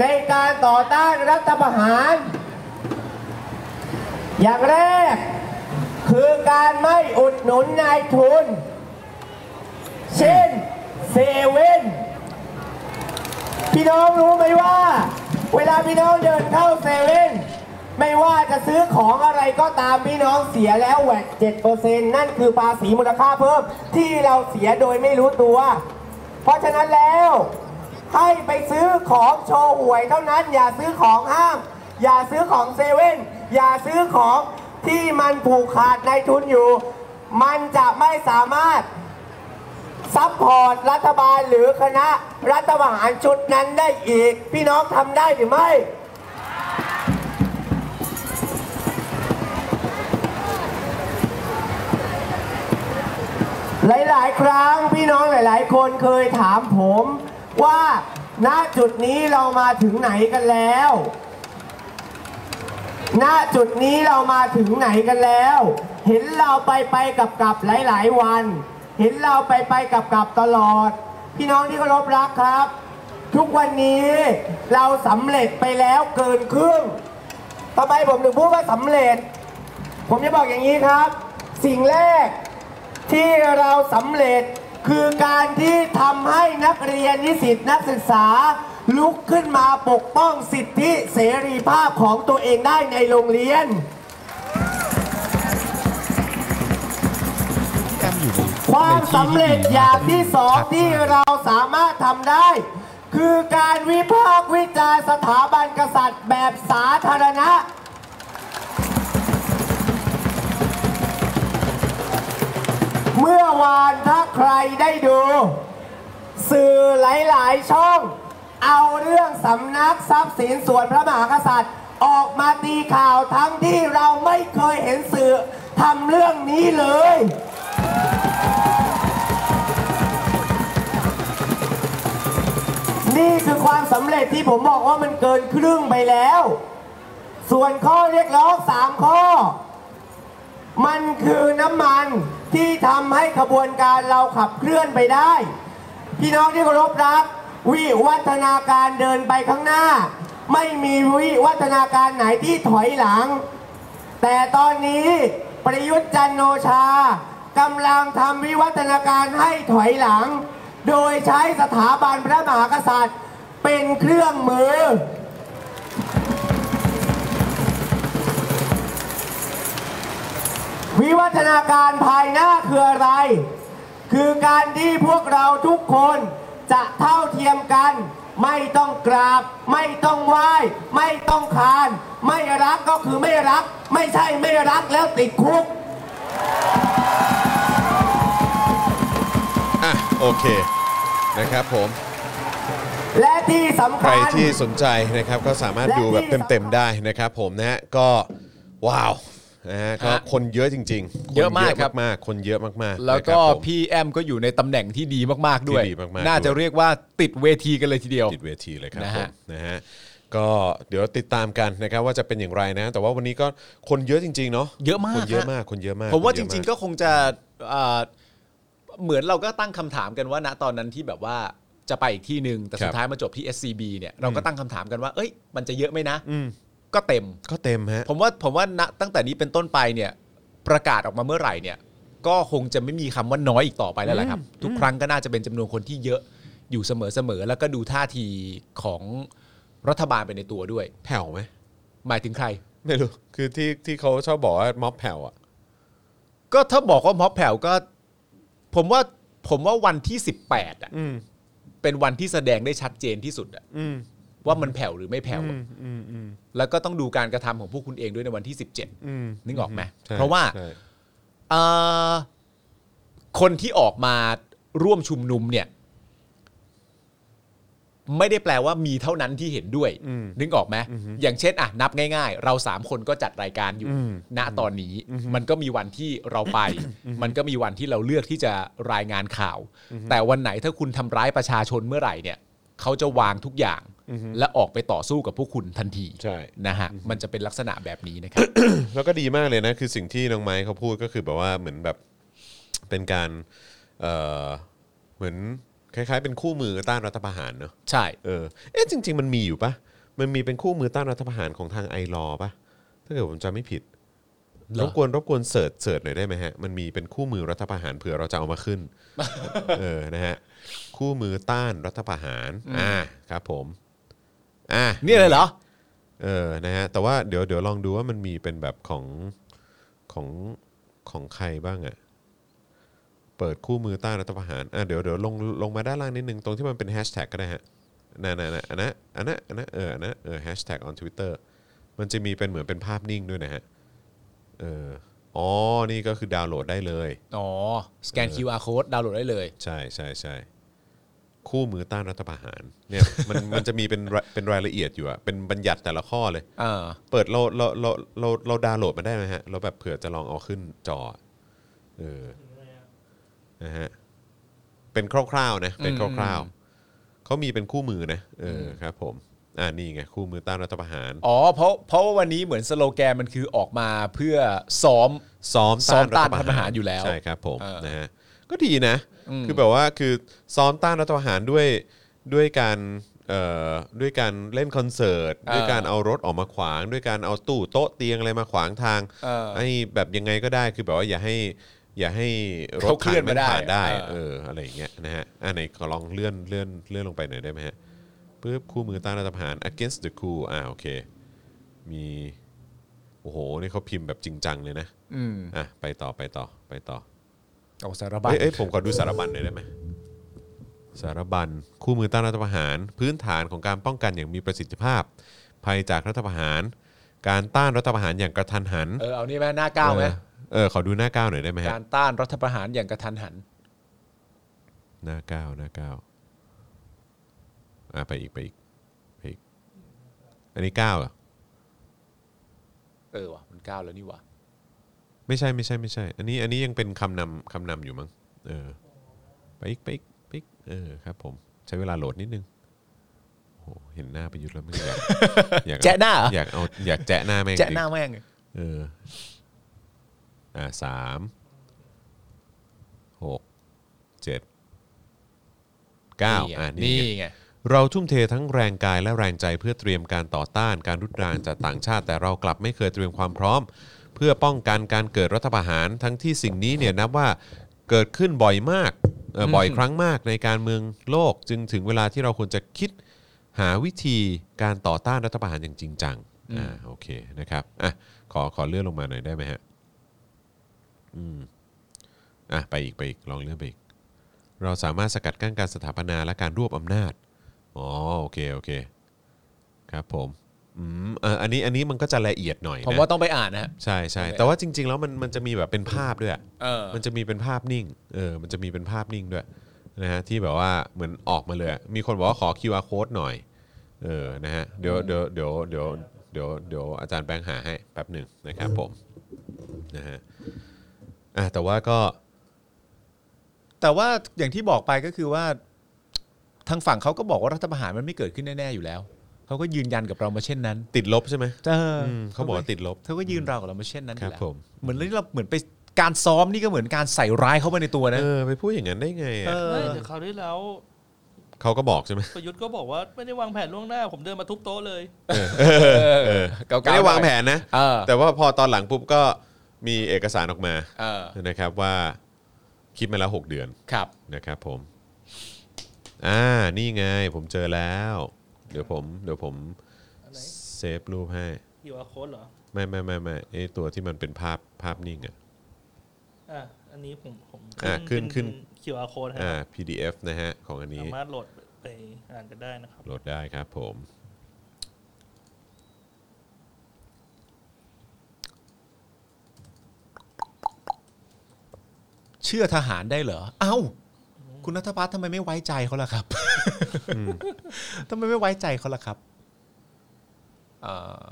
ในการต่อต้านรัฐประหาร อย่างแรก คือการไม่อุดหนุนนายทุน เช่นเซเว่นพี่น้องรู้ไหมว่า เวลาพี่น้องเดินเข้าเซเว่นไม่ว่าจะซื้อของอะไรก็ตามพี่น้องเสียแล้วแหวกเจ็ดเปอร์เซ็นนั่นคือภาษีมูลค่าเพิ่มที่เราเสียโดยไม่รู้ตัว เพราะฉะนั้นแล้ว ให้ไปซื้อของโชว์หวยเท่านั้น อย่าซื้อของห้างอย่าซื้อของเซเว่นอย่าซื้อของที่มันผูกขาดในทุนอยู่ มันจะไม่สามารถ ซัพพอร์ตรัฐบาลหรือคณะรัฐประหารชุดนั้นได้อีก พี่น้องทำได้หรือไม่ หลาย ๆ ครั้งพี่น้องหลาย ๆ คนเคยถามผมว่าณจุดนี้เรามาถึงไหนกันแล้ว ณจุดนี้เรามาถึงไหนกันแล้ว เห็นเราไปไปกลับกลับหลาย ๆ วัน เห็นเราไปไปกลับกลับตลอด พี่น้องที่เคารพรักครับ ทุกวันนี้เราสำเร็จไปแล้วเกินครึ่งทำไมผมถึงพูดว่าสำเร็จ ผมจะบอกอย่างนี้ครับ สิ่งแรก ที่เราสำเร็จคือการที่ทำให้นักเรียนนิสิตนักศึกษา ลุกขึ้นมาปกป้องสิทธิเสรีภาพของตัวเองได้ในโรงเรียน ความสำเร็จอย่างที่สองที่เราสามารถทำได้ คือการวิพากษ์วิจารณ์สถาบันกษัตริย์แบบสาธารณะ เมื่อวานถ้าใครได้ดู สื่อหลาย ๆ ช่อง เอาเรื่องสำนักทรัพย์สินส่วนพระมหากษัตริย์ ออกมาตีข่าวทั้งที่เราไม่เคยเห็นสื่อทำเรื่องนี้เลย นี่คือความสำเร็จที่ผมบอกว่ามันเกินครึ่งไปแล้ว ส่วนข้อเรียกร้องสามข้อ มันคือน้ำมันที่ทำให้ขบวนการเราขับเคลื่อนไปได้ พี่น้องที่เคารพรัก วิวัฒนาการเดินไปข้างหน้า ไม่มีวิวัฒนาการไหนที่ถอยหลัง แต่ตอนนี้ประยุทธ์จันทร์โอชากำลังทำวิวัฒนาการให้ถอยหลัง โดยใช้สถาบันพระมหากษัตริย์เป็นเครื่องมือ วิวัฒนาการภายหน้าคืออะไร คือการที่พวกเราทุกคนจะเท่าเทียมกัน ไม่ต้องกราบ ไม่ต้องไหว้ ไม่ต้องคาน ไม่รักก็คือไม่รัก ไม่ใช่ไม่รักแล้วติดคุก อ่ะโอเคนะครับผม และที่สำ ใคร คัญ ที่สนใจนะครับก็สามารถดูแบบเต็มๆได้นะครับผมนะฮะก็ว้าวนะฮะก็ ฮะ คนเยอะจริงๆคน เยอะมากครับ มากๆคนเยอะมากๆ แล้วก็ นะครับผม พี่แอมก็อยู่ในตำแหน่งที่ดีมากๆด้วย ที่ดีมากๆ น่าจะ ด้วย เรียกว่าติดเวทีกันเลยทีเดียว ติดเวทีเลยครับ นะ ผ ฮะ มนะฮะก็เดี๋ยวติดตามกันนะครับว่าจะเป็นอย่างไรนะ แต่ว่าวันนี้ก็คนเยอะจริงๆเนาะ เยอะมาก คนเยอะ ฮะ มากคนเยอะมาก ผมว่า คน จ เยอะ ริง ก ๆ ก็คงจะเอ่อเหมือนเราก็ตั้งคำถามกันว่าณตอนนั้นที่แบบว่าจะไปอีกที่หนึ่งแต่ คสุรับ ดท้ายมาจบที่ SCB เนี่ยเราก็ตั้งคำถามกันว่า เอ้ย มันจะเยอะไหมนะก็เต็ม ก็เต็มฮะ ผมว่าผมว่าณตั้งแต่นี้เป็นต้นไปเนี่ยประกาศออกมาเมื่อไหร่เนี่ย ก็คงจะไม่มีคำว่าน้อยอีกต่อไปแล้วแหละครับ ทุกครั้งก็น่าจะเป็นจำนวนคนที่เยอะอยู่เสมอๆแล้วก็ดูท่าทีของรัฐบาลไปในตัวด้วย แผ่วไหม หมายถึงใคร ไม่รู้ คือที่ที่เขาชอบบอกว่าม็อบแผ่วอ่ะ ก็ถ้าบอกว่าม็อบแผ่วก็ ผมว่าผมว่าวันที่ 18อ่ะ อืม เป็นวันที่แสดงได้ชัดเจนที่สุดอะ อืม ว่ามันแผ่วหรือไม่แผ่วอะ อืมอืม แล้วก็ต้องดูการกระทำของพวกคุณเองด้วยในวันที่ อืม 17นึกออกไหม ใช่ เพราะว่า ใช่ เอ่อคนที่ออกมาร่วมชุมนุมเนี่ย ไม่ได้แปลว่ามีเท่านั้นที่เห็นด้วย นึกออกไหมอย่างเช่นอ่ะนับง่ายๆ เราสามคนก็จัดรายการอยู่ ณตอนนี้มันก็มีวันที่เราไป มันก็มีวันที่เราเลือกที่จะรายงานข่าว แต่วันไหนถ้าคุณทำร้ายประชาชนเมื่อไหร่เนี่ยเขาจะวางทุกอย่าง และออกไปต่อสู้กับพวกคุณทันที ใช่ นะฮะมันจะเป็นลักษณะแบบนี้นะครับ แล้วก็ดีมากเลยนะคือสิ่งที่น้องไม้เขาพูดก็คือแบบว่าเหมือนแบบเป็นการเอ่อเหมือนคล้ายๆ เป็นคู่มือต้านรัฐประหารเนอะ ใช่ เออเอ๊ะจริง ๆ มันมีอยู่ปะมันมีเป็นคู่มือต้านรัฐประหารของทางไอรอปะถ้าเกิดผมจำไม่ผิด เหร ร อ บกวนรบกวนเสิร์ชเสิร์ชหน่อยได้ไหมฮะมันมีเป็นคู่มือรัฐประหารเผื่อเราจะเอามา ขึ้น เออนะฮะคู่มือต้านรัฐประหารอ่าครับผมอ่า เนี่ยเลยเหรอ เออ นะฮะ แต่ว่าเดี๋ยวเดี๋ยวลองดูว่ามันมีเป็นแบบของของของใครบ้างอะเปิดคู่มือต้านรัฐประหาร อ่ะเดี๋ยวเดี๋ยวลงลงมาด้านล่างนิดนึง ตรงที่มันเป็นแฮชแท็กก็ได้ฮะนั่นนั่นนั่นอันนั้นอันนั้นอันนั้นเอออันนั้นเออแฮชแท็ก on Twitter มันจะมีเป็นเหมือนเป็นภาพนิ่งด้วยนะฮะ เออ อ๋อ นี่ก็คือดาวน์โหลดได้เลย อ๋อ สแกน QR code ดาวน์โหลดได้เลย ใช่ใช่ใช่คู่มือต้านรัฐประหาร เนี่ย มันมันจะมีเป็นรายเป็นรายละเอียดอยู่อะเป็นบัญญัติแต่ละข้อเลย อ่า เปิดเราเราเราเราเราดาวน์โหลดมาได้ไหมฮะ เราแบบเผื่อจะลองเอาขึ้นจอ เออ นะฮะ เป็นคร่าวๆนะ เป็นคร่าวๆ เขามีเป็นคู่มือนะ เอออครับผม อ่านี่ไงคู่มือต้านรัฐประหาร อ๋อ เพราะเพราะว่าวันนี้เหมือนสโลแกนมันคือออกมาเพื่อซ้อม ซ้อม ซ้อ ต้าน มต้านรัฐ รัฐ ป ประระ หา หาร รอยู่แล้ว ใช่ครับผม เออ นะฮะก็ดีนะ คือแบบว่าคือซ้อมต้านรัฐประหารด้วยด้วยการเอ่อด้วยการเล่นคอนเสิร์ตด้วยการเอารถออกมาขวาง ด้วยการเอาตู้โต๊ะเตียงอะไรมาขวางทาง เออ ไอ้แบบยังไงก็ได้คือแบบว่าอย่าให้อย่าให้รถ เขาเคลื่อน ผ่ มาได้ ผ่านได้ เออ เอออะไรอย่างเงี้ยนะฮะอ่ะไหนขอลองเลื่อนเลื่อนเลื่อนลงไปหน่อยได้ไหมฮะปึ๊บคู่มือต้านรัฐประหาร against the coup อ่าโอเค มีโอ้โหนี่เขาพิมพ์แบบจริงจังเลยนะ อืม อ่ะไปต่อไปต่อไปต่อ เอาสารบัญ เอ้ยเอ้ยผมขอดูสารบัญหน่อยได้ไหมสารบัญคู่มือต้านรัฐประหาร พื้นฐานของการป้องกันอย่างมีประสิทธิภาพ ภัยจากรัฐประหาร การต้านรัฐประหารอย่างกระทันหัน เออ เอานี่ไหมหน้าก้าวไหม เออเออขอดูหน้าก้าวหน่อยได้ไหมฮะ การต้านรัฐประหารอย่างกระทันหัน หน้าก้าวหน้าก้าวอ่ะไปอีกไปอีกไปอีกอันนี้ก้าวเหรอ เออว่ะมันก้าวแล้วนี่ว่ะ ไม่ใช่ไม่ใช่ไม่ใช่ อันนี้อันนี้ยังเป็นคำนำคำนำอยู่มั้งเออไปอีกไปอีกไปอีกเออครับผมใช้เวลาโหลดนิดนึงโอ้โหเห็นหน้าประยุทธ์แล้วไม่อยากอยากเอา แจะหน้าเหรอ อยากเอาอยากแจะหน้าแม่ง แจะหน้าแม่ง เอออ่าสามหกเจ็ดเก้าอ่านี่ นี่ ไง ไง เราทุ่มเททั้งแรงกายและแรงใจเพื่อเตรียมการต่อต้านการรุกรานจากต่างชาติ แต่เรากลับไม่เคยเตรียมความพร้อม เพื่อป้องกันการเกิดรัฐประหาร ทั้งที่สิ่งนี้เนี่ยนับว่าเกิดขึ้นบ่อยมากเอ่อบ่อยครั้งมากในการเมืองโลก จึงถึงเวลาที่เราควรจะคิดหาวิธีการต่อต้านรัฐประหารอย่างจริงจังอ่าโอเคนะครับอ่ะขอขอเลื่อนลงมาหน่อยได้ไหมฮะอืมอ่ะไปอีกไปอีกลองเลื่อนไปอีก เราสามารถสกัดกั้นการสถาปนาและการรวบอำนาจอ๋อโอเคโอเคครับผมอืมเอออันนี้อันนี้มันก็จะละเอียดหน่อย ผม นะ ว่าต้องไปอ่านนะฮะ ใช่ใช่ ใช่ไหม แต่ว่าจริง ๆ แล้วมันมันจะมีแบบเป็นภาพด้วยอะ เออ มันจะมีเป็นภาพนิ่งเออมันจะมีเป็นภาพนิ่งด้วยนะฮะที่แบบว่าเหมือนออกมาเลยอะมีคนบอกว่าขอ QR code หน่อยเออนะฮะเดี๋ยวเดี๋ยวเดี๋ยวเดี๋ยวเดี๋ยวเดี๋ยวอาจารย์แบงค์หาให้แป๊บหนึ่งนะครับผมนะฮะอ่ะแต่ว่าก็ แต่ว่าอย่างที่บอกไปก็คือว่า ทางฝั่งเขาก็บอกว่ารัฐประหารมันไม่เกิดขึ้นแน่ๆอยู่แล้วเขาก็ยืนยันกับเรามาเช่นนั้น ติดลบใช่ไหม เออ อืมเขาบอกว่าติดลบ เธอก็ยืนเรากับเรามาเช่นนั้นอยู่ ครั แล้ว บผม เหมือนที่เราเหมือนไปการซ้อมนี่ก็เหมือนการใส่ร้ายเข้าไปในตัวนะ เออไปพูดอย่างนั้นได้ไงอะ เออ ไม่แต่คราวที่แล้ว เขาก็บอกใช่ไหม ประยุทธ์ก็บอกว่าไม่ได้วางแผนล่วงหน้า ผมเดินมาทุบโต๊ะเลย เออเก่ๆ ไม่ได้วางแผนนะ เออ แต่ว่าพอตอนหลังปุ๊บก็มีเอกสารออกมา เออ นะครับว่าคิดมาแล้วหกเดือน ครับ นะครับผม อ่า นี่ไง ผมเจอแล้ว เดี๋ยวผม เดี๋ยวผม อะไร เซฟรูปให้ อยู่อาโค้ดเหรอ ไม่ไม่ไม่ไม่ไอตัวที่มันเป็นภาพภาพนิ่งอ่ะ อ่ะ อันนี้ผมผม อ่ะขึ้นขึ้น คิวอาร์โค้ด อ่า PDF นะฮะ ของอันนี้ สามารถโหลดไปอ่านกันได้นะครับ โหลดได้ครับผม เชื่อทหารได้เหรอ เอ้า ม คุณนัทพัฒน์ทำไมไม่ไว้ใจเขาล่ะครับทำไมไม่ไว้ใจเขาล่ะครับเอ่อ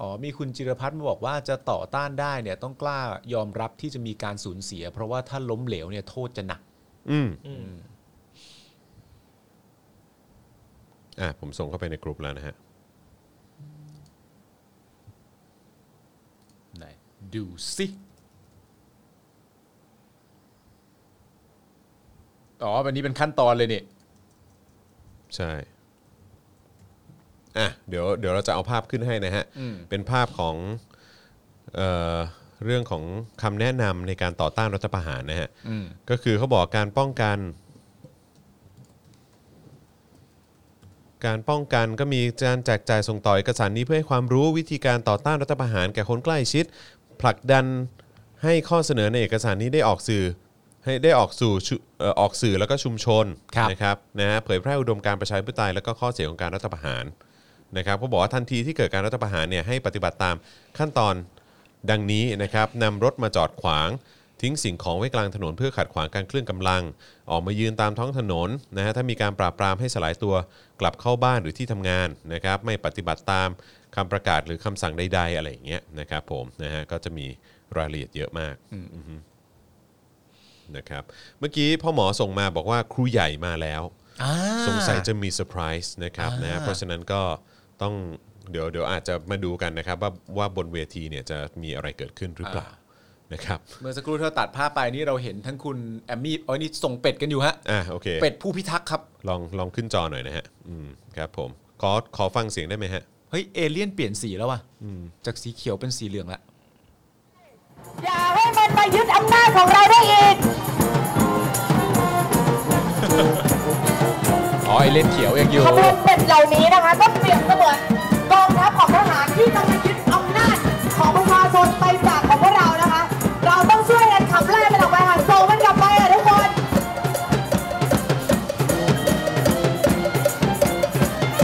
อ๋อมีคุณจิรพัฒน์มาบอกว่าจะต่อต้านได้เนี่ยต้องกล้ายอมรับที่จะมีการสูญเสีย เพราะว่าถ้าล้มเหลวเนี่ยโทษจะหนัก อืม อืม อ่ะผมส่งเข้าไปในกลุ่มแล้วนะฮะ ไหนดูสิอ๋ออันนี้เป็นขั้นตอนเลยเนี่ย ใช่ อ่ะ เดี๋ยว เดี๋ยวเราจะเอาภาพขึ้นให้นะฮะ อืม เป็นภาพของเอ่อเรื่องของคำแนะนำในการต่อต้านรัฐประหารนะฮะ อืม ก็คือเขาบอกการป้องกัน การป้องกันก็มีการแจกจ่ายส่งต่อเอกสารนี้เพื่อให้ความรู้วิธีการต่อต้านรัฐประหารแก่คนใกล้ชิด ผลักดันให้ข้อเสนอในเอกสารนี้ได้ออกสื่อ ให้ได้ออกสู่ชุเอ่อออกสื่อแล้วก็ชุมชน ครับ นะครับนะฮะเผยแพร่อุดมการณ์ประชาธิปไตยและก็ข้อเสียของการรัฐประหารนะครับเขาบอกว่าทันทีที่เกิดการรัฐประหารเนี่ยให้ปฏิบัติตามขั้นตอนดังนี้นะครับนำรถมาจอดขวาง ทิ้งสิ่งของไว้กลางถนนเพื่อขัดขวางการเคลื่อนกำลัง ออกมายืนตามท้องถนนนะฮะถ้ามีการปราบปรามให้สลายตัวกลับเข้าบ้านหรือที่ทำงานนะครับไม่ปฏิบัติตามคำประกาศหรือคำสั่งใด ๆ อะไรอย่างเงี้ยนะครับผมนะฮะก็จะมีรายละเอียดเยอะมาก นะครับเมื่อกี้พ่อหมอส่งมาบอกว่าครูใหญ่มาแล้ว อ่า สงสัยจะมีเซอร์ไพรส์นะครับ อ่าน นะฮะเพราะฉะนั้นก็ต้องเดี๋ยวเดี๋ยวอาจจะมาดูกันนะครับ ว่าว่าบนเวทีเนี่ยจะมีอะไรเกิดขึ้นหรือเปล่านะครับ เมื่อสักครู่ที่เราตัดภาพไปนี่เราเห็นทั้งคุณแอมมี่อ๋อนี่ส่งเป็ดกันอยู่ฮะ อ่ะโอเค เป็ดผู้พิทักษ์ครับ ลองลองขึ้นจอหน่อยนะฮะอืมครับผมขอขอฟังเสียงได้ไหมฮะ เฮ้ย เอเลี่ยนเปลี่ยนสีแล้วว่ะจากสีเขียวเป็นสีเหลืองละ อย่าให้มันมายึดอำนาจของเราได้อีก อ๋อ เอเลี่ยนเขียวยัง อยู่ ขบวนเป็ดเหล่านี้นะคะ ก็เปรียบเสมือนกองทัพของทหารที่กำลังยึดอำนาจของประชาชนไปจากของพวกเรานะคะ เราต้องช่วยกันขับไล่มันออกไปค่ะส่งมันกลับไปค่ะทุกคน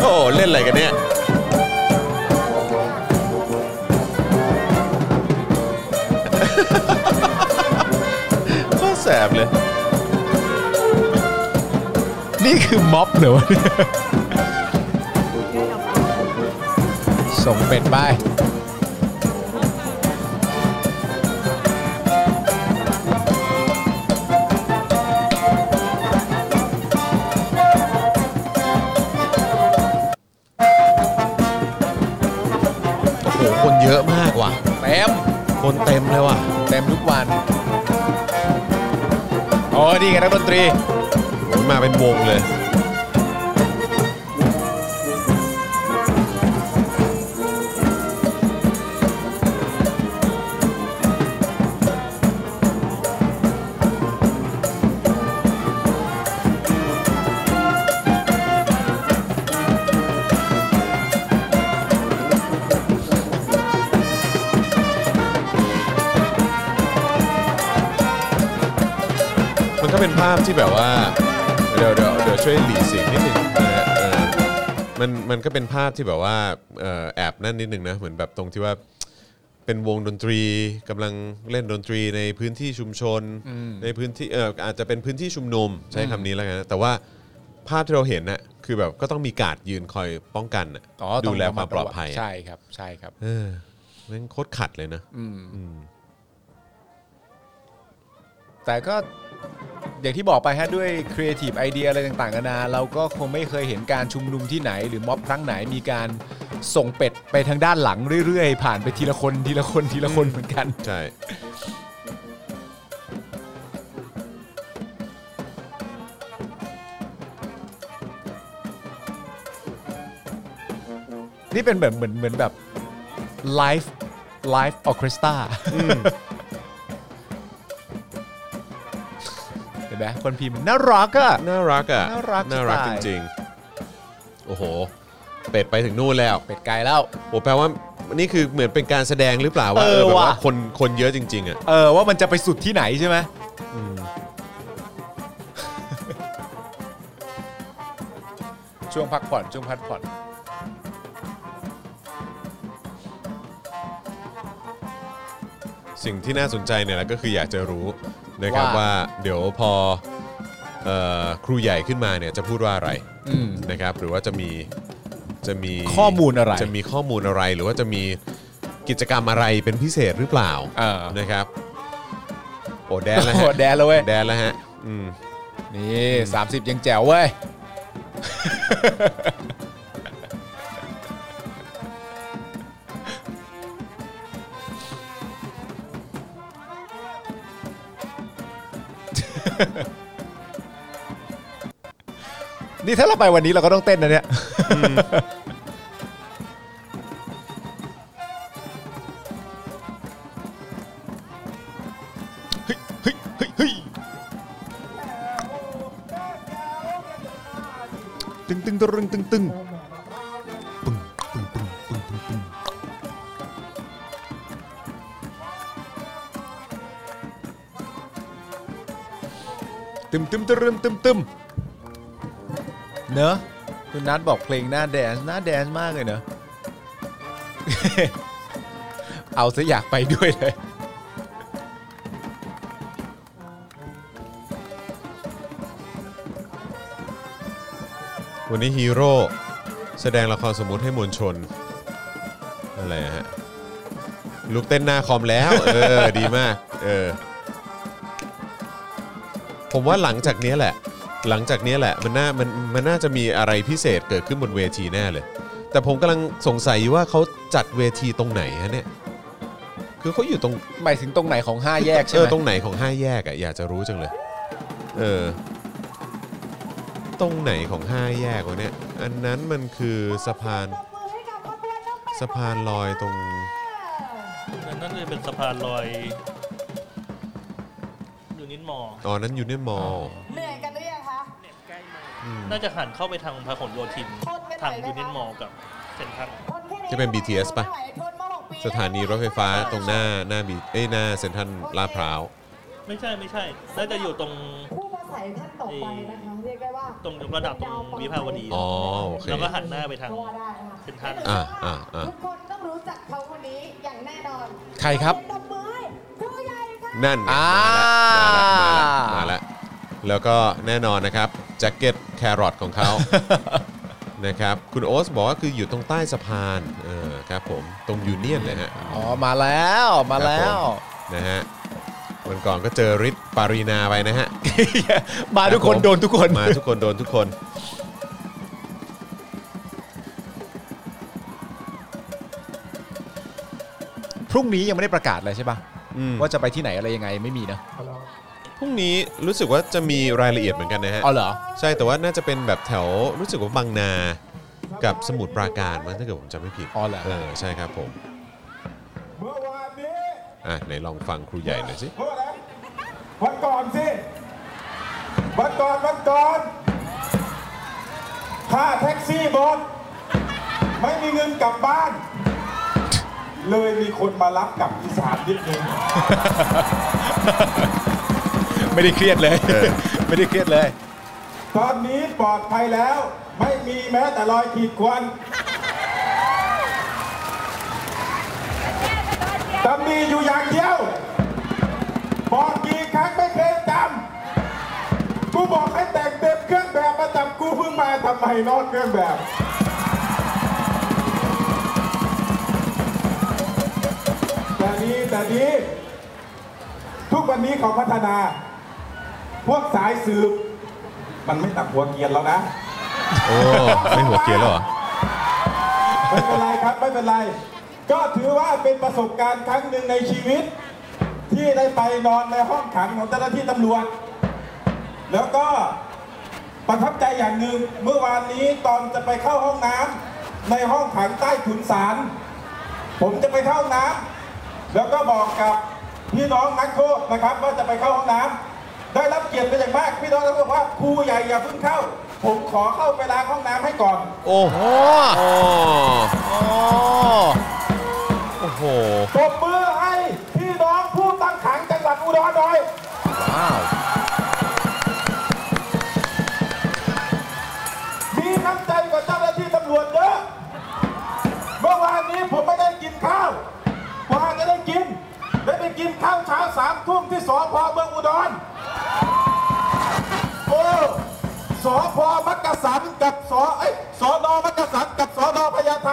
โอ้เล่นอะไรกันเนี่ย โคตรแสบเลย นี่คือม็อบเหรอวะเนี่ยส่งเป็ดไป โอ้โห คนเยอะมากว่ะ เต็ม คนเต็มเลยว่ะ เต็มทุกวัน อ๋อ นี่ไงนักดนตรี โอ้ยมาเป็นวงเลย มันก็เป็นภาพที่แบบว่า เดี๋ยวเดี๋ยวเดี๋ยวช่วยหลีเสียงนิดนึงนะฮะเออมันมันก็เป็นภาพที่แบบว่าเอ่อแอบนั่นนิดนึงนะเหมือนแบบตรงที่ว่าเป็นวงดนตรีกำลังเล่นดนตรีในพื้นที่ชุมชน ในพื้นที่เอออาจจะเป็นพื้นที่ชุมนุมใช้คำนี้แล้วกันนะแต่ว่าภาพที่เราเห็นน่ะคือแบบก็ต้องมีการ์ดยืนคอยป้องกันน่ะ อ๋อต้ ดู อง แล ระ ความปลอดภัย ระวัง อะ ใช่ครับ ใช่ครับ เออแม่งโคตรขัดเลยนะ แต่ก็อย่างที่บอกไปฮะด้วยครีเอทีฟไอเดียอะไรต่างๆกันานาเราก็คงไม่เคยเห็นการชุมนุมที่ไหน หรือม็อบครั้งไหนมีการส่งเป็ดไปทางด้านหลังเรื่อยๆ ผ่านไปทีละคนทีละคนทีละคนเหมือนกัน ใช่ เ นี่เป็นแบบเหมือนเหมือนแบบไลฟ์ไลฟ์ออเคสตราเห็นไหมคนพิมพ์น่ารักอะ น่ารักอ่ะ น่ารัก น่ารักจ สไตล์ ริงๆ โอ้โห เป็ดไปถึงนู่นแล้ว เป็ดไกลแล้ว โอ้แปลว่านี่คือเหมือนเป็นการแสดงหรือเปล่าว่า เอ เอ อ อแบบว่า ว่ะ คนคนเยอะจริง ๆอ่ะ เออว่ามันจะไปสุดที่ไหนใช่ไหมช่วงพักผ่อนช่วงพักผ่อน สิ่งที่น่าสนใจเนี่ยแหละก็คืออยากจะรู้นะครับ ว่า ว่าเดี๋ยวพอเอ่อครูใหญ่ขึ้นมาเนี่ยจะพูดว่าอะไร อืม นะครับ หรือว่าจะมีจะมี ข้อมูลอะไร จะมีข้อมูลอะไรหรือว่าจะมีกิจกรรมอะไรเป็นพิเศษหรือเปล่า เออ นะครับโอ้แดนแล้ว โห ฮะ แดนแล้วเว้ย แดนแล้วฮะอืม นี่30 ยังแจ๋วเว้ย นี่ถ้าเราไปวันนี้เราก็ต้องเต้นนะเนี่ย ตึงตึงตรึงตึงตึงตึมตึมตรึมตึมตึมเนอะคุณนัทบอกเพลงหน้าแดนซ์หน้าแดนซ์มากเลยเนอะ เอาซะอยากไปด้วยเลย วันนี้ฮีโร่แสดงละครสมมุติให้มวลชน อะไรฮะลุกเต้นหน้าคอมแล้ว เออ ดีมาก เออ ผมว่าหลังจากเนี้ยแหละ หลังจากเนี้ยแหละ มันน่ามันมันน่าจะมีอะไรพิเศษเกิดขึ้นบนเวทีแน่เลย แต่ผมกำลังสงสัยอยู่ว่าเขาจัดเวทีตรงไหนฮะเนี่ย คือเขาอยู่ตรง หมายถึงตรงไหนของ 5 แยกใช่ เอ ไห อ ม ตรงไหนของห้าแยกอะอยากจะรู้จังเลย เออ ตรงไหนของห้าแยกวะเนี่ย อันนั้นมันคือสะพานสะพานลอยตรง นั่นเลยเป็นสะพานลอยอยู่นิดมอ อ๋อ นั้นยูเนี่ยมอลล์ เหนื่อยกันหรือยังคะ น่าจะหันเข้าไปทางพหลโยธิน ทางยูเนียนมอลล์กับเซ็นทรัล ที่เป็น BTS ป่ะ สถานีรถไฟฟ้าตรงหน้าหน้าบีเอ้ยหน้าเซ็นทรัลลาดพร้าว ไม่ใช่ไม่ใช่น่าจะอยู่ตรง ผู้มาใส่ท่านต่อไปนะคะเรียกได้ว่า ตรงยกระดับตรงวิภาวดี อ๋อ โอเค แล้วก็หันหน้าไปทาง ก็ว่าได้นะคะ เซ็นทรัล อ่าอ่าอ่า ทุกคนต้องรู้จักเขาคนนี้อย่างแน่นอน ใครครับ ตบมือให้ผู้ใหญ่ค่ะ นั่นไง อ่า มาแล้วมาแล้วมาแล้วแล้วก็แน่นอนนะครับแจ็คเก็ตแครอทของเขา นะครับ คุณโอ๊ตบอกว่าคืออยู่ตรงใต้สะพานเออครับผมตรงยูเนียนเลยฮะ อ๋อ มาแล้วมาแล้ว นะฮะวันก่อนก็เจอฤทธิ์ปารีนาไปนะฮะ มาทุกคน รับผม โดนทุกคน มาทุกคนโดนทุกคน พรุ่งนี้ยังไม่ได้ประกาศเลยใช่ปะ อืม ว่าจะไปที่ไหนอะไรยังไงไม่มีนะ พรุ่งนี้รู้สึกว่าจะมีรายละเอียดเหมือนกันนะฮะ เอาเหรอ ใช่แต่ว่าน่าจะเป็นแบบแถวรู้สึกว่าบางนา กับสมุทรปราการมั้งถ้าเกิดผมจำไม่ผิด อ๋อเหรอ เออใช่ครับผม เมื่อวานนี้ อ่ะไหนลองฟังครูใหญ่หน่อยสิ เมื่อไหร่วันก่อนสิ วันก่อนวันก่อนค่าแท็กซี่หมดไม่มีเงินกลับบ้าน เลยมีคนมารับกลับอีสานนิดนึง ไม่ได้เครียดเลย เออ ไม่ได้เครียดเลย ตอนนี้ปลอดภัยแล้ว ไม่มีแม้แต่รอยขีดควรตำหนีอยู่อย่างเดียว บอกกี่ครั้งไม่เคยจำกูบอกให้แต่งเต็มเครื่องแบบมาจับกูเพิ่งมาทำไมนอกเครื่องแบบ แต่ดีแต่ดี ทุกวันนี้เขาพัฒนา พวกสายสืบ มันไม่ตักหัวเกียนแล้วนะ โอ้ไม่หัวเกียร์แล้วเหรอ ไม่เป็นไรครับ ไม่เป็นไร ก็ถือว่าเป็นประสบการณ์ครั้งหนึ่งในชีวิต ที่ได้ไปนอนในห้องขังของเจ้าหน้าที่ตำรวจ แล้วก็ประทับใจอย่างหนึ่งเมื่อวานนี้ตอนจะไปเข้าห้องน้ำ ในห้องขังใต้ถุนศาลผมจะไปเข้าห้องน้ำแล้วก็บอกกับพี่น้องนักโทษนะครับ ว่าจะไปเข้าห้องน้ำได้รับเกียรติเป็นอย่างมากพี่น้องนักโทษบอกว่าครูใหญ่อย่าเพิ่งเข้า ผมขอเข้าไปล้างห้องน้ำให้ก่อน โอ้โหโอ้โอ้โห ปรบมือให้พี่น้องผู้ตั้งขังจังหวัดอุดรหน่อย ว้าว มีน้ำใจกว่าเจ้าหน้าที่ตำรวจเยอะ เมื่อวานนี้ผมไม่ได้กินข้าวกว่าจะได้กิน ได้ไปกินข้าวเช้าสามทุ่มที่สพเมืองอุดร โอ้สพมักกะสันกับสเอ้ยสนมักกะสันกับสนพญาไท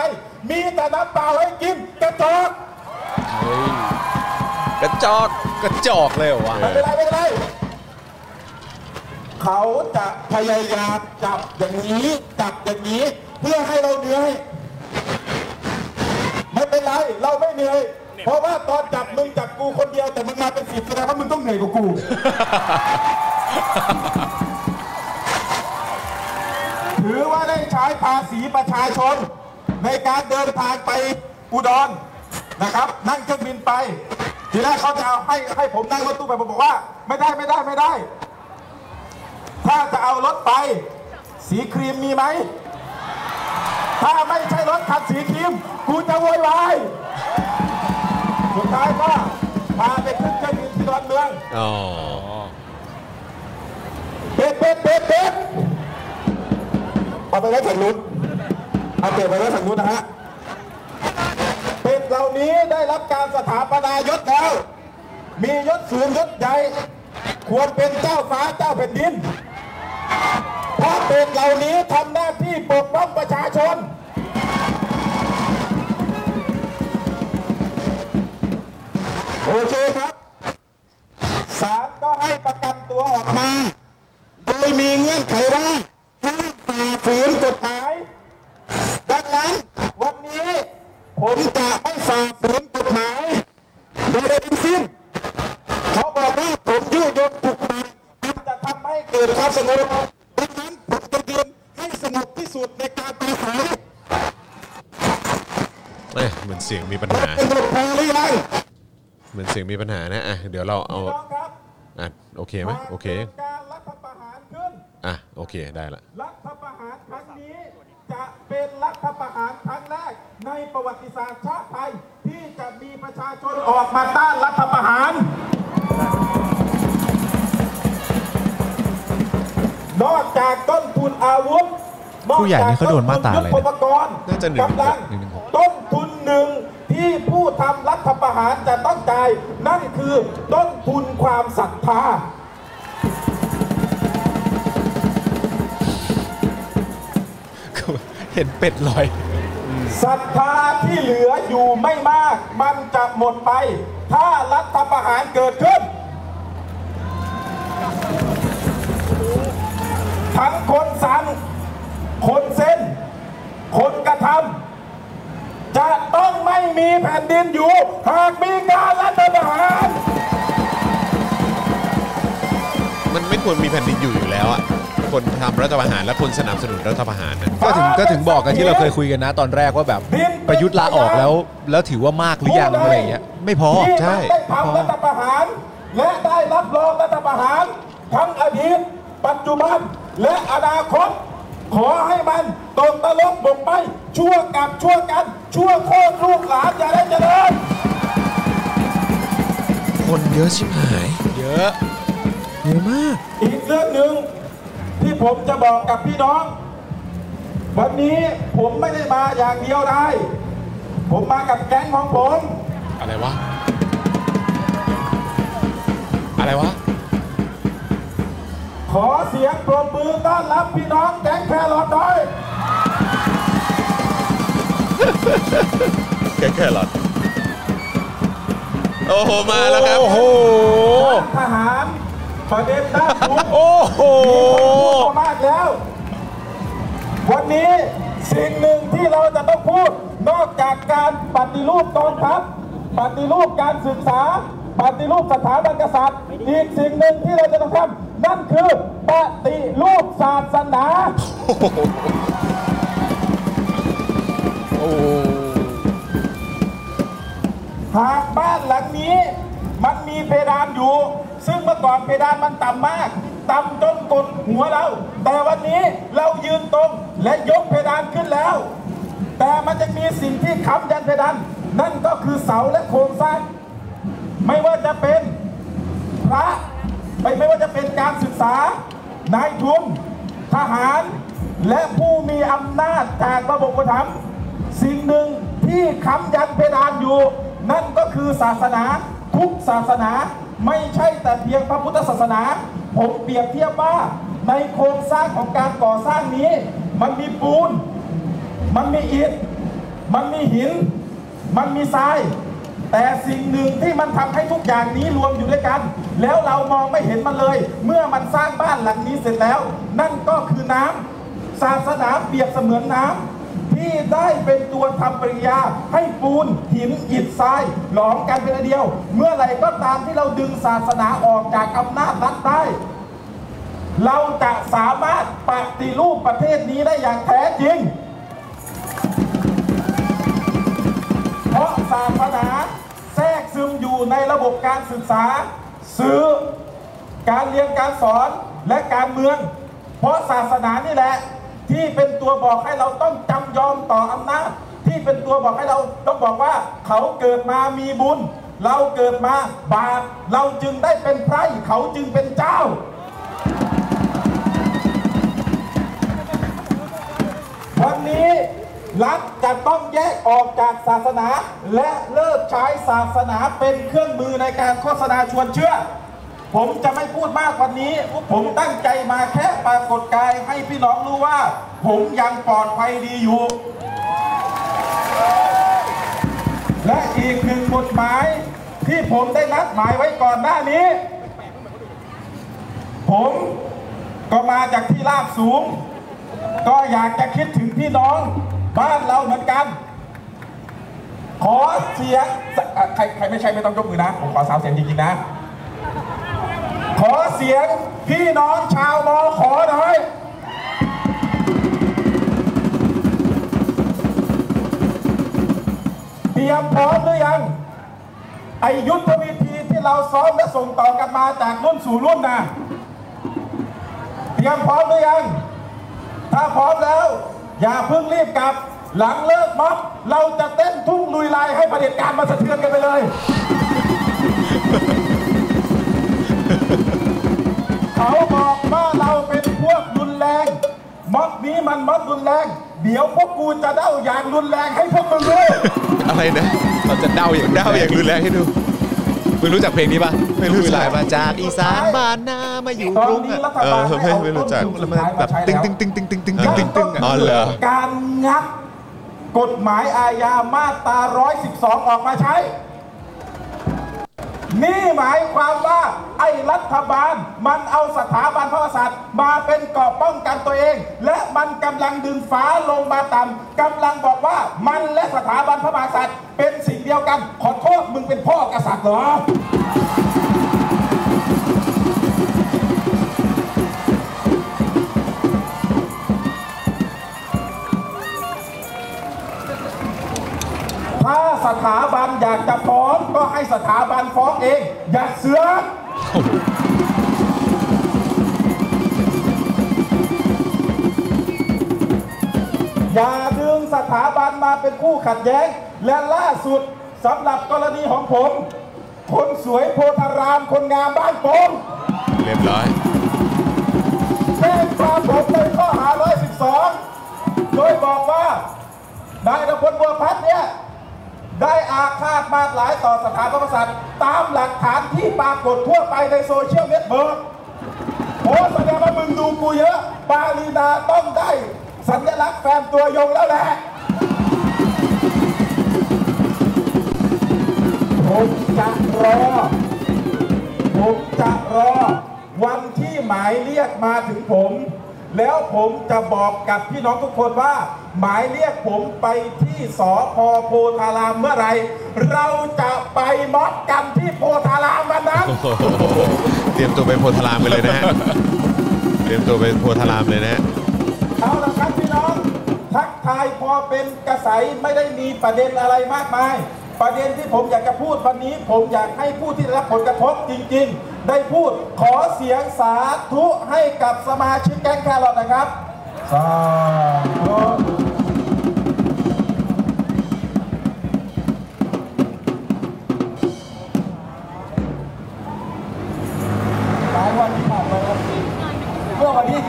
มีแต่น้ำเปล่าให้กินกระจอก กระจอกกระจอกเลยเหรอวะ ไม่เป็นไรไม่เป็นไร เขาจะพยายามจับอย่างนี้จับอย่างนี้ เพื่อให้เราเหนื่อยไม่เป็นไรเราไม่เหนื่อย เพราะว่าตอนจับมึงจับกูคนเดียวแต่มึงมาเป็นสิบแสดงว่ามึงต้องเหนื่อยกว่ากู ถือว่าได้ใช้ภาษีประชาชน ในการเดินทางไปอุดรนะครับ นั่งเครื่องบินไป ทีแรกเขาจะเอาให้ให้ผมนั่งรถตู้ไปผมบอกว่า ไม่ได้ไม่ได้ไม่ได้ ถ้าจะเอารถไป สีครีมมีไหม ถ้าไม่ใช่รถคันสีครีม กูจะโวยวายสุดท้ายก็พาไปขึ้นเครื่องบินที่ดอนเมือง อ๋อ เป็ดเป็ดเป็ดเป็ดเอาไปไว้ฝั่งนู้นเอาเป็ดไปไว้ฝั่งนู้นนะฮะเป็ดเหล่านี้ได้รับการสถาปนายศแล้ว มียศสูงยศใหญ่ควรเป็นเจ้าฟ้าเจ้าแผ่นดิน เพราะเป็ดเหล่านี้ทำหน้าที่ปกป้องประชาชน โอเคครับศาลก็ให้ประกันตัวออกมา โดยมีเงื่อนไขว่าห้ามฝ่าฝืนกฎหมาย ดังนั้นวันนี้ผมจะไม่ฝ่าฝืนกฎหมายโดยได้ทั้งสิ้น เขาบอกว่าผมยืดยนถูกมันมันจะทำให้เกิดความสงบดังนั้นผมจะยืนให้สงบที่สุดในการปราศัย เอ๊ะเหมือนเสียงมีปัญหา สงบพอหรือยัง เหมือนเสียงมีปัญหานะ อ่ะ เดี๋ยวเราเอา น้องครับ อ่ะ โอเคไหมโอเค หากกิดการรัฐประหารขึ้น อ่ะ โอเค ได้ละ รัฐประหารครั้งนี้จะเป็นรัฐประหารครั้งแรกในประวัติศาสตร์ชาติไทยที่จะมีประชาชนออกมาต้านรัฐประหาร นอกจากต้นทุนอาวุธ ผู้ใหญ่นี่เขาโดนมาตราอะไร นอกจกต้นทุนยุทโธปกรณ์ น่าจะหนึ่งหนึ่งหกหนึ่งหนึ่งหกำลังก ต้นทุนหนึ่งที่ผู้ทำรัฐประหารจะต้องจ่ายนั่นคือต้นทุนความศรัทธา เห็นเป็ดลอย ศรัทธาที่เหลืออยู่ไม่มาก มันจะหมดไป ถ้ารัฐประหารเกิดขึ้น ทั้งคนสั่งคนเซ็น คนกระทำจะต้องไม่มีแผ่นดินอยู่ หากมีการรัฐประหาร มันไม่ควรมีแผ่นดินอยู่อยู่แล้วอ่ะ คนทำรัฐประหารและคนสนับสนุนรัฐประหารนะ ก็ถึงก็ถึงบอกกันที่เราเคยคุยกันนะตอนแรกว่าแบบ ดิ้น ประยุทธ์ลาออกแล้ว แล้วถือว่ามากหรือยังอะไรอย่างเงี้ยไม่พอ ที่ไม่ได้ทำรัฐประหาร และได้รับรองรัฐประหาร ทั้งอดีต ปัจจุบันและอนาคต ขอให้มันตกตะลกบกไป ชั่วกับชั่วกัน ชั่วโคตรลูกหลานอย่าได้เจริญ คนเยอะชิบหาย เยอะ เยอะมาก อีกเรื่องหนึ่งที่ผมจะบอกกับพี่น้อง วันนี้ผมไม่ได้มาอย่างเดียวได้ ผมมากับแก๊งของผม อะไรวะ อะไรวะ ขอเสียงปรบมือต้อนรับพี่น้องแก๊งแครอทหน่อย แค่แค่หลอดโอ้โห มาแล้วครับ โอ้โห ทหารประเด็นด้านทุก โอ้โห พูดมามากแล้ว วันนี้สิ่งหนึ่งที่เราจะต้องพูด นอกจากการปฏิรูปกองทัพปฏิรูปการศึกษา ปฏิรูปสถาบันกษัตริย์ อีกสิ่งหนึ่งที่เราจะต้องทำนั่นคือปฏิรูปศาสนา เพดานมันต่ำมาก ต่ำจนกดหัวเรา แต่วันนี้เรายืนตรงและยกเพดานขึ้นแล้ว แต่มันจะมีสิ่งที่ค้ำยันเพดานนั่นก็คือเสาและโครงสร้าง ไม่ว่าจะเป็น พระไปไม่ว่าจะเป็นการศึกษานายทุนทหาร และผู้มีอำนาจจากระบบประถมภ์สิ่งหนึ่งที่ค้ำยันเพดานอยู่ นั่นก็คือศาสนาทุกศาสนาไม่ใช่แต่เพียงพระพุทธศาสนา ผมเปรียบเทียบว่าในโครงสร้างของการก่อสร้างนี้ มันมีปูน มันมีอิฐ มันมีหิน มันมีทราย แต่สิ่งหนึ่งที่มันทำให้ทุกอย่างนี้รวมอยู่ด้วยกัน แล้วเรามองไม่เห็นมันเลย เมื่อมันสร้างบ้านหลังนี้เสร็จแล้ว นั่นก็คือน้ำศาสนาเปรียบเสมือนน้ำที่ได้เป็นตัวทำปริยา ให้ปูนหินอิฐทรายหลอมกันเป็นอันเดียว เมื่อไหร่ก็ตามที่เราดึงศาสนาออกจากอำนาจรัฐได้ เราจะสามารถปฏิรูปประเทศนี้ได้อย่างแท้จริง เพราะศาสนาแทรกซึมอยู่ในระบบการศึกษา ซื้อ การเรียนการสอนและการเมือง เพราะศาสนานี่แหละ ที่เป็นตัวบอกให้เราต้องจำยอมต่ออำนาจ ที่เป็นตัวบอกให้เราต้องบอกว่าเขาเกิดมามีบุญ เราเกิดมาบาปเราจึงได้เป็นไพร่เขาจึงเป็นเจ้า วันนี้รัฐจะต้องแยกออกจากศาสนา และเลิกใช้ศาสนาเป็นเครื่องมือในการโฆษณาชวนเชื่อ ผมจะไม่พูดมากกวันนี้ ผมตั้งใจมาแค่ปรากฏกายให้พี่น้องรู้ว่า ผมยังปลอดภัยดีอยู่ และอีกหนึ่งกฎหมายที่ผมได้นัดหมายไว้ก่อนหน้านี้ ผมก็มาจากที่ราบสูง ก็อยากจะคิดถึงพี่น้องบ้านเราเหมือนกัน ขอเสียงเอ่อใครใครไม่ใช่ไม่ต้องยกมือนะ ผมขอสาวเสียงจริงๆนะ ขอเสียงพี่น้องชาวมอขอหน่อย เตรียมพร้อมหรือยัง ไอยุทธวิธีที่เราซ้อมและส่งต่อกันมาจากรุ่นสู่รุ่นนะเตรียมพร้อมหรือยัง ถ้าพร้อมแล้ว อย่าเพิ่งรีบกลับ หลังเลิกม็อบเราจะเต้นทุ่งลุยลายให้ประเผด็จการมาสะเทือนกันไปเลย เขาบอกว่าเราเป็นพวกรุนแรงม็อบนี้มันม็อบรุนแรง เดี๋ยวพวกกูจะเด้าอย่างรุนแรงให้พวกมึงด้วย อะไรนะ เราจะเดาอย่าง เดาอย่างรุนแรงให้ดู มึงรู้จักเพลงนี้ปะ ไม่รู้จัคุกยลายมาจากอีสานบ้านนามาอยู่กรุงอะ เออไม่ไม่รู้จัก แล้วมันแบบตึงตึงตึงตึงตึงตึงตึงตึงตึงอะ อ๋อเหรอ การงัดกฎหมายอาญามาตรา112 ออกมาใช้ นี่หมายความว่าไอ้รัฐบาลมันเอาสถาบันพระมหากษัตริย์มาเป็นเกราะป้องกันตัวเอง และมันกำลังดึงฟ้าลงมาต่ำกำลังบอกว่ามันและสถาบันพระมหากษัตริย์เป็นสิ่งเดียวกัน ขอโทษมึงเป็นพ่อกษัตริย์เหรอ ถ้าสถาบันอยากจะฟ้องก็ให้สถาบันฟ้องเอง อย่าเสือกอย่าดึงสถาบันมาเป็นคู่ขัดแย้ง และล่าสุดสำหรับกรณีของผม คนสวยโพธาราม คนงามบ้านผม เรียบร้อย แจ้งความผมในข้อหา 112 โดยบอกว่านายนพลบัวพัฒน์เนี่ย ได้อาฆาตมาดหลายต่อสถาบันกษัตริย์ตามหลักฐานที่ปรากฏทั่วไปในโซเชียลเน็ตเวิร์กโอ้แสดงว่ามึงดูกูเยอะ ปาลีนาต้องได้ สัญลักษณ์แฟนตัวยงแล้วแหละ ผมจะรอ ผมจะรอ วันที่หมายเรียกมาถึงผม แล้วผมจะบอกกับพี่น้องทุกคนว่า หมายเรียกผมไปที่สอพอโพธารามเมื่อไหรเราจะไปม็อบกันที่โพธารามวันนั้น เตรียมตัวไปโพธารามไปเลยนะฮะ เตรียมตัวไปโพธารามเลยนะฮะ เอาละครับพี่น้อง ทักทายพอเป็นกระใสไม่ได้มีประเด็นอะไรมากมาย ประเด็นที่ผมอยากจะพูดวันนี้ ผมอยากให้ผู้ที่ได้รับผลกระทบจริง ๆ ได้พูดขอเสียงสาธุให้กับสมาชิกแก๊งแครอทนะครับ สาธุ หลายวันที่ผ่านมาครับเมื่อวันที่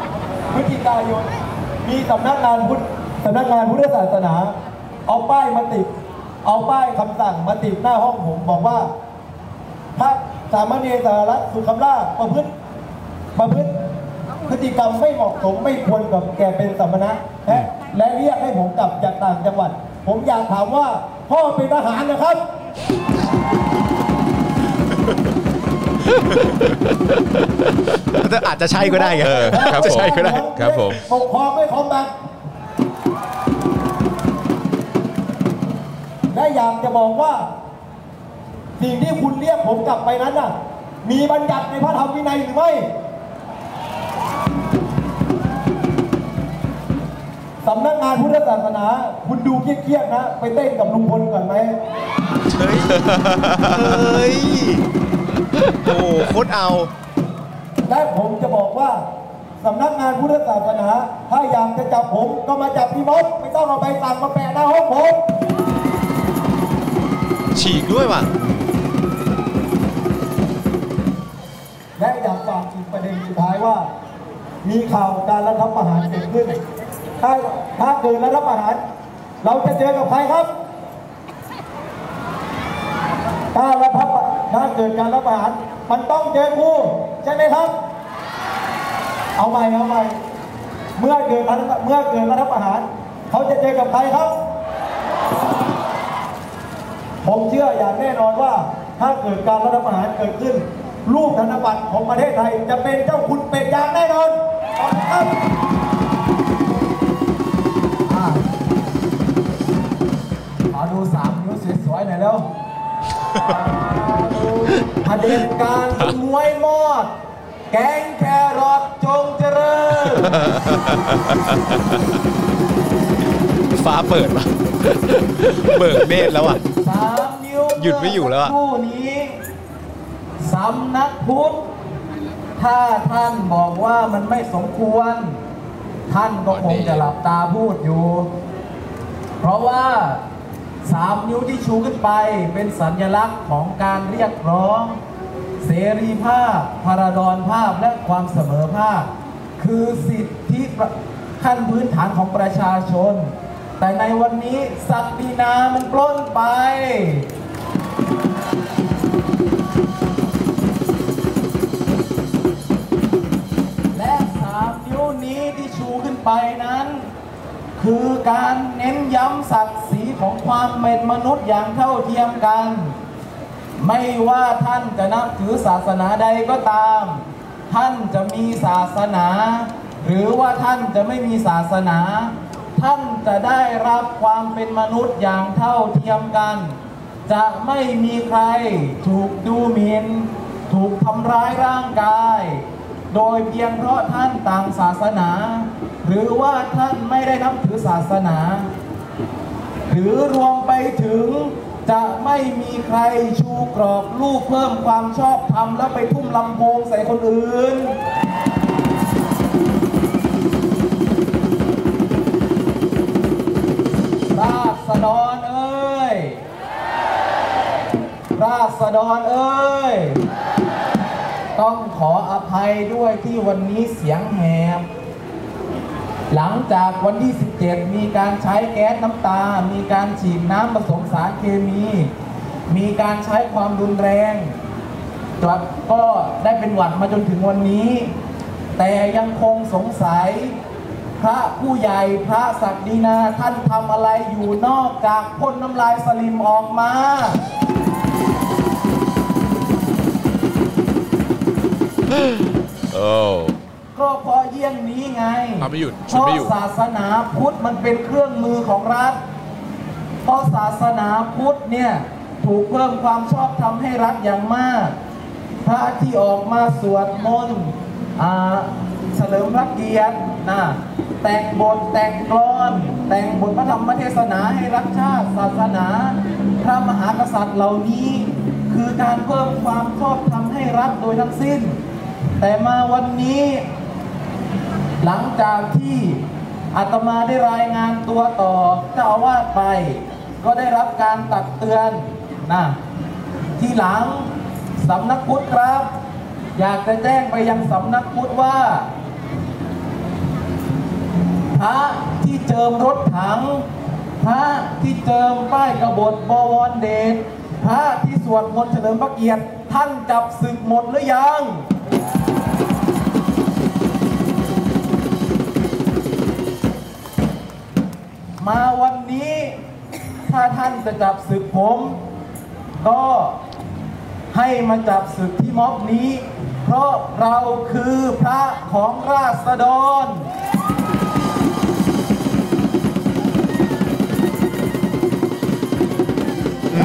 12 พฤศจิกายน มีสำนักงานพุทธสำนักงานพุทธศาสนา เอาป้ายมาติด เอาป้ายคำสั่งมาติดหน้าห้องผมบอกว่า พระสามเณรสารรัตน์สุขคำล่าชประพฤติประพฤติพฤติกรรมไม่เหมาะสมไม่ควรกับแก่เป็นสมณะและและเรียกให้ผมกลับจากต่างจังหวัด ผมอยากถามว่าพ่อเป็นทหารนะครับ แต่อาจจะใช่ก็ได้ไง เออครับผม จะใช่ก็ได้ ครับผม ปกครองไม่คอมบันและอยากจะบอกว่า สิ่งที่คุณเรียกผมกลับไปนั้นน่ะ มีบัญญัติในพระธรรมวินัยหรือไม่สำนักงานพุทธศาสนา คุณดูเครียดๆนะ ไปเต้นกับลุงพลก่อนไหม เฮ้ย โอ้โหโคตรเอา และผมจะบอกว่าสำนักงานพุทธศาสนา ถ้าอยากจะจับผมก็มาจับพี่มดไม่ต้องเอาใบสั่งมาแปะหน้าห้องผม ฉีกด้วยว่ะ และอยากฝากอีกประเด็นสุดท้ายว่า มีข่าวการรัฐประหารเกิดขึ้น ถ้าถ้าเกิดรัฐประหาร เราจะเจอกับใครครับ ถ้ารัฐประถ้าเกิดการรัฐประหาร มันต้องเจอกูใช่ไหมครับ เอาใหม่เอาใหม่เมื่อเกิดรัฐเมื่อเกิดรัฐประหาร เขาจะเจอกับใครครับ ผมเชื่ออย่างแน่นอนว่าถ้าเกิดการรัฐประหารเกิดขึ้น รูปธนบัตรของประเทศไทยจะเป็นเจ้าคุณเป็ดอย่างแน่นอนขอบคุณครับอ่ะขอดูสามนิ้วสวยๆหน่อยแล้วประเด็นการมวยมอด แกงแครอทจงเจริญ ฟ้าเปิด ว่ะ เบิกเนตรแล้วอ่ะ สามนิ้ว หยุดไม่อยู่แล้วอะ เมื่สักครู่นี้สำนักพุทธ ถ้าท่านบอกว่ามันไม่สมควร ท่านก็คงจะหลับตาพูดอยู่ เพราะว่าสามนิ้วที่ชูขึ้นไปเป็นสัญลักษณ์ของการเรียกร้อง เสรีภาพพาราดอนภาพและความเสมอภาค คือสิทธิประขั้นพื้นฐานของประชาชน แต่ในวันนี้ศักดินามันปล้นไป และสามนิ้วนี้ที่ชูขึ้นไปนั้น คือการเน้นย้ำศักดิ์ศรีของความเป็นมนุษย์อย่างเท่าเทียมกัน ไม่ว่าท่านจะนับถือศาสนาใดก็ตาม ท่านจะมีศาสนา หรือว่าท่านจะไม่มีศาสนา ท่านจะได้รับความเป็นมนุษย์อย่างเท่าเทียมกัน จะไม่มีใครถูกดูหมิน่นถูกทำร้ายร่างกาย โดยเพียงเพราะท่านต่างศาสนา หรือว่าท่านไม่ได้นับถือศาสนา หรือรวมไปถึงจะไม่มีใครชูกรอบรูปเพิ่มความชอบธรรมแล้วไปทุ่มลำโพงใส่คนอื่น ราษฎรเอ้ย ราษฎรเอ้ย ต้องขออภัยด้วยที่วันนี้เสียงแหบ หลังจากวันที่ 17 มีการใช้แก๊สน้ำตา มีการฉีดน้ำผสมสารเคมี มีการใช้ความรุนแรงตัวก็ได้เป็นหวัดมาจนถึงวันนี้ แต่ยังคงสงสัย พระผู้ใหญ่พระศักดินาท่านทำอะไรอยู่นอกจากพ่นน้ำลายสลิมออกมา โอ้ ก็เพราะเยี่ยงนี้ไง เอาไม่หยุด เพ ฉุด ราะ ไม่อยู่ ศาสนาพุทธมันเป็นเครื่องมือของรัฐ เพราะศาสนาพุทธเนี่ยถูกเพิ่มความชอบธรรมให้รัฐอย่างมาก พระที่ออกมาสวดมนต์อ่าเฉลิมพระเกียรตินะแต่งบทแต่งกลอน แต่งบทพระธรรมเทศนาให้รักชาติศาสนา พระมหากษัตริย์เหล่านี้คือ คือการเพิ่มความชอบธรรมให้รัฐโดยทั้งสิ้น แต่มาวันนี้ หลังจากที่อาตมาได้รายงานตัวต่อเจ้าอาวาสไป ก็ได้รับการตักเตือนนะทีหลังสำนักพุทธครับ อยากจะแจ้งไปยังสำนักพุทธว่า พระที่เจิมรถถัง พระที่เจิมป้ายกบฏบวรเดช พระที่สวดมนต์เฉลิมพระเกียรติ ท่านจับศึกหมดหรือยัง มาวันนี้ ถ้าท่านจะจับศึกผม ก็ให้มาจับศึกที่ม็อบนี้ เพราะเราคือพระของราษฎร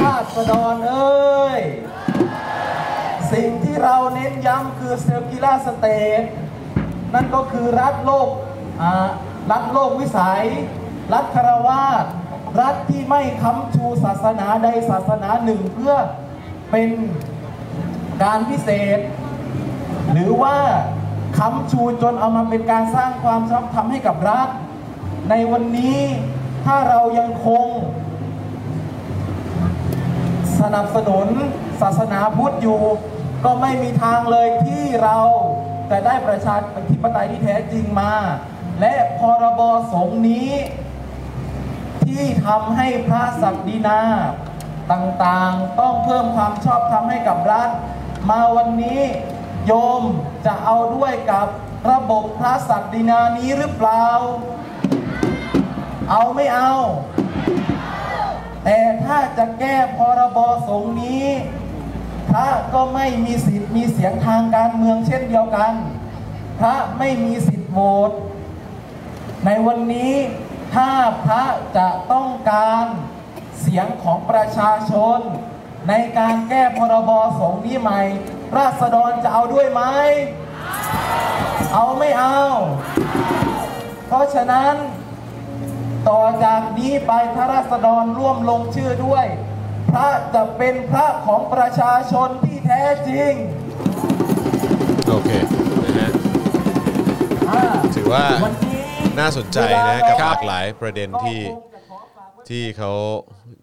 ราษฎรเอ้ย สิ่งที่เราเน้นย้ำคือเซลกิล่าสเตทนั่นก็คือรัฐโลกอ่ารัฐโลกวิสัย รัฐคารวาสรัฐที่ไม่ค้ำชูศาสนาใดศาสนาหนึ่งเพื่อเป็นการพิเศษ หรือว่าค้ำชูจนเอามาเป็นการสร้างความชอบธรรมให้กับรัฐ ในวันนี้ถ้าเรายังคง สนับสนุนศาสนาพุทธอยู่ ก็ไม่มีทางเลยที่เราจะได้ประชาธิปไตยที่แท้จริงมา และพรบสงฆ์นี้ ที่ทำให้พระศักดินาต่างๆ ต้องเพิ่มความชอบธรรมให้กับรัฐ มาวันนี้โยมจะเอาด้วยกับระบบพระศักดินานี้หรือเปล่า เอาไม่เอา แต่ถ้าจะแก้พรบสงฆ์นี้ พระก็ไม่มีสิทธิ์มีเสียงทางการเมืองเช่นเดียวกัน พระไม่มีสิทธิ์โหวตในวันนี้ถ้าพระจะต้องการเสียงของประชาชน ในการแก้พรบสงฆ์นี้ใหม่ ราษฎรจะเอาด้วยไหม เอาไม่เอา เพราะฉะนั้น ต่อจากนี้ไปพระราษฎรร่วมลงชื่อด้วย พระจะเป็นพระของประชาชนที่แท้จริง โอเคนะฮะ อ่า ถือว่า วันนี้ น่าสนใจนะกับหลากหลายประเด็น ก็ ที่ คงจะขอฝากไว้ ที่เขา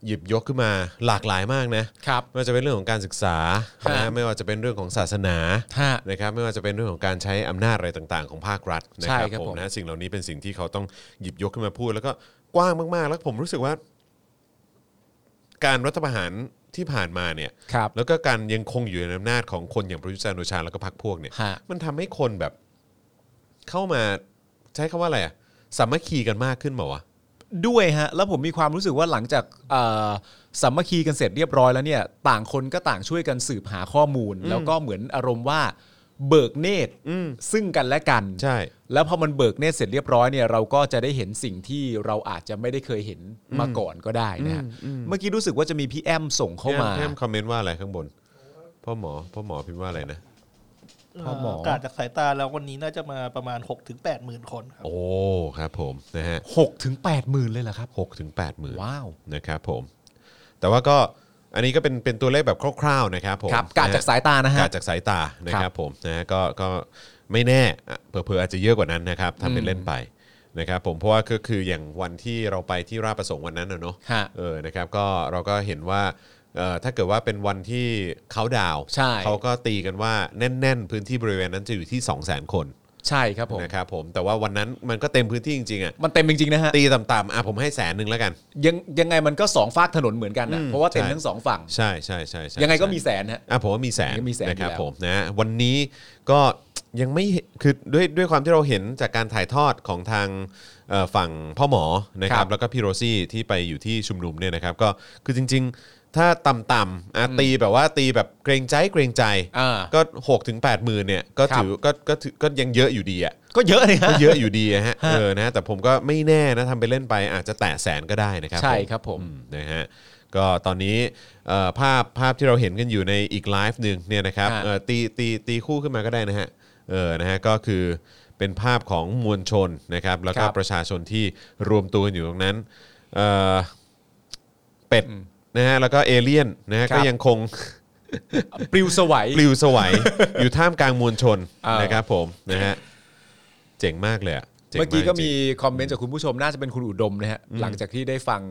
หยิบยกขึ้นมาหลากหลายมากนะครับไม่ว่าจะเป็นเรื่องของการศึกษา ฮะ นะไม่ว่าจะเป็นเรื่องของศาสนา ฮะ นะครับไม่ว่าจะเป็นเรื่องของการใช้อำนาจอะไรต่างๆ ของภาครัฐนะ ใช่ ครับ ครับ ผ ผม ม นะสิ่งเหล่านี้เป็นสิ่งที่เขาต้องหยิบยกขึ้นมาพูด แล้วก็กว้างมากๆ แล้วผมรู้สึกว่า การรัฐประหารที่ผ่านมาเนี่ย ครับ แล้วก็การยังคงอยู่ในอำนาจของคนอย่างประยุทธ์จันทร์โอชาแล้วก็พรรคพวกเนี่ย ฮะ มันทำให้คนแบบเข้ามาใช้คำว่าอะไรอะสามัคคีกันมากขึ้นเปล่าวะ ด้วยฮะแล้วผมมีความรู้สึกว่าหลังจากเอ่อสามัคคีกันเสร็จเรียบร้อยแล้วเนี่ยต่างคนก็ต่างช่วยกันสืบหาข้อมูล แล้วก็เหมือนอารมณ์ว่าเบิกเนตร อืม ซึ่งกันและกัน ใช่ แล้วพอมันเบิกเนตรเสร็จเรียบร้อยเนี่ยเราก็จะได้เห็นสิ่งที่เราอาจจะไม่ได้เคยเห็นมาก่อนก็ได้นะฮะเมื่อกี้รู้สึกว่าจะมีพี่แอมส่งเข้ามา แอมคอมเมนต์ว่าอะไรข้างบน พ่อหมอ พ่อหมอพิมพ์ว่าอะไรนะ พ่อหมอ เกาดจากสายตาแล้ววันนี้น่าจะมาประมาณ6กถึงแปดหมื่นคนครับ โอ้ ครับผมนะฮะ หกถึงแปดหมื่นเลยเหรอครับ หกถึงแปดหมื่น ว้าว นะครับผม แต่ว่าก็อันนี้ก็เป็นเป็นตัวเลขแบบคร่าวๆนะครับผม ครับกาดจากสายตานะ นะฮะ ฮะ กาดจากสายตานะค ครั รับบ ผมนะฮะก็ก็ไม่แน่อ่ะเผลอๆอาจจะเยอะกว่านั้นนะครับทำเป็นเล่นไปนะครับผมเพราะว่าก็คืออย่างวันที่เราไปที่ราชประสงค์วันนั้นนะเนาะ ฮะ เออ นะครับ ก็เราก็เห็นว่าเอ่อถ้าเกิดว่าเป็นวันที่เขาดาวน์ ใช่ เขาก็ตีกันว่าแน่น ๆ พื้นที่บริเวณนั้นจะอยู่ที่ 2 0 0 0 0 0 คน ใช่ครับผม นะครับผม แต่ว่าวันนั้นมันก็เต็มพื้นที่จริง ๆ อ่ะ มันเต็มจริงๆนะฮะ ตีต่ำๆอ่ะผมให้แสนหนึ่งแล้วกัน ยังยังไงมันก็สองฝากถนนเหมือนกันนะ อืม เพราะว่าเต็ม ใช่ ทั้งสองฝั่ง ใช่ใช่ใช่ใช่ ยังไงก็ ใช่ มีแสนฮะ อ่ะผมว่ามีแสน ยังมีแสน นะครับ อยู่แล้ว ผมนะวันนี้ก็ยังไม่เห็นคือด้วยด้วยความที่เราเห็นจากการถ่ายทอดของทางเอ่อฝั่งพ่อหมอนะครั ครับ บ แล้วก็พี่โรซี่ที่ไปอยู่ที่ชุมนุมเนี่ยนะครับก็คือจริง ๆ ถ้าต่ำๆอ่ะตีแบบว่าตีแบบเกรงใจเกรงใจ อ่า ก็หกถึงแปดหมื่นเนี่ยก็ ครับ ถือก็ก็ถือก็ยังเยอะอยู่ดีอ่ะ ก็เยอะเลย ก็ ฮะ เยอะอยู่ดีอะฮะ ฮะ เออนะแต่ผมก็ไม่แน่นะทำไปเล่นไปอาจจะแตะแสนก็ได้นะครับ ใช่ ผม ครับผม อืมนะฮะก็ตอนนี้เอ่อภาพภาพที่เราเห็นกันอยู่ในอีกไลฟ์หนึ่งเนี่ยนะครับ ฮะ เอ่อตีตีตีคู่ขึ้นมาก็ได้นะฮะเออนะฮะก็คือเป็นภาพของมวลชนนะครับแล้วคก็รับ ประชาชนที่รวมตัวกันอยู่ตรงนั้นเอ่อเป็ดนะฮะแล้วก็เอเลี่ยนนะฮะ ครับ ก็ยังคง ปลิวสวัย ปลิวสวัย อยู่ท่ามกลางมวลชน อ่าน นะครับผมนะฮะเจ๋งมากเลยอะจ๋งา เมื่อกี้ก็มี จริง คอมเมนต์จากคุณผู้ชมน่าจะเป็นคุณอุดมนะฮะหลังจากที่ได้ฟัง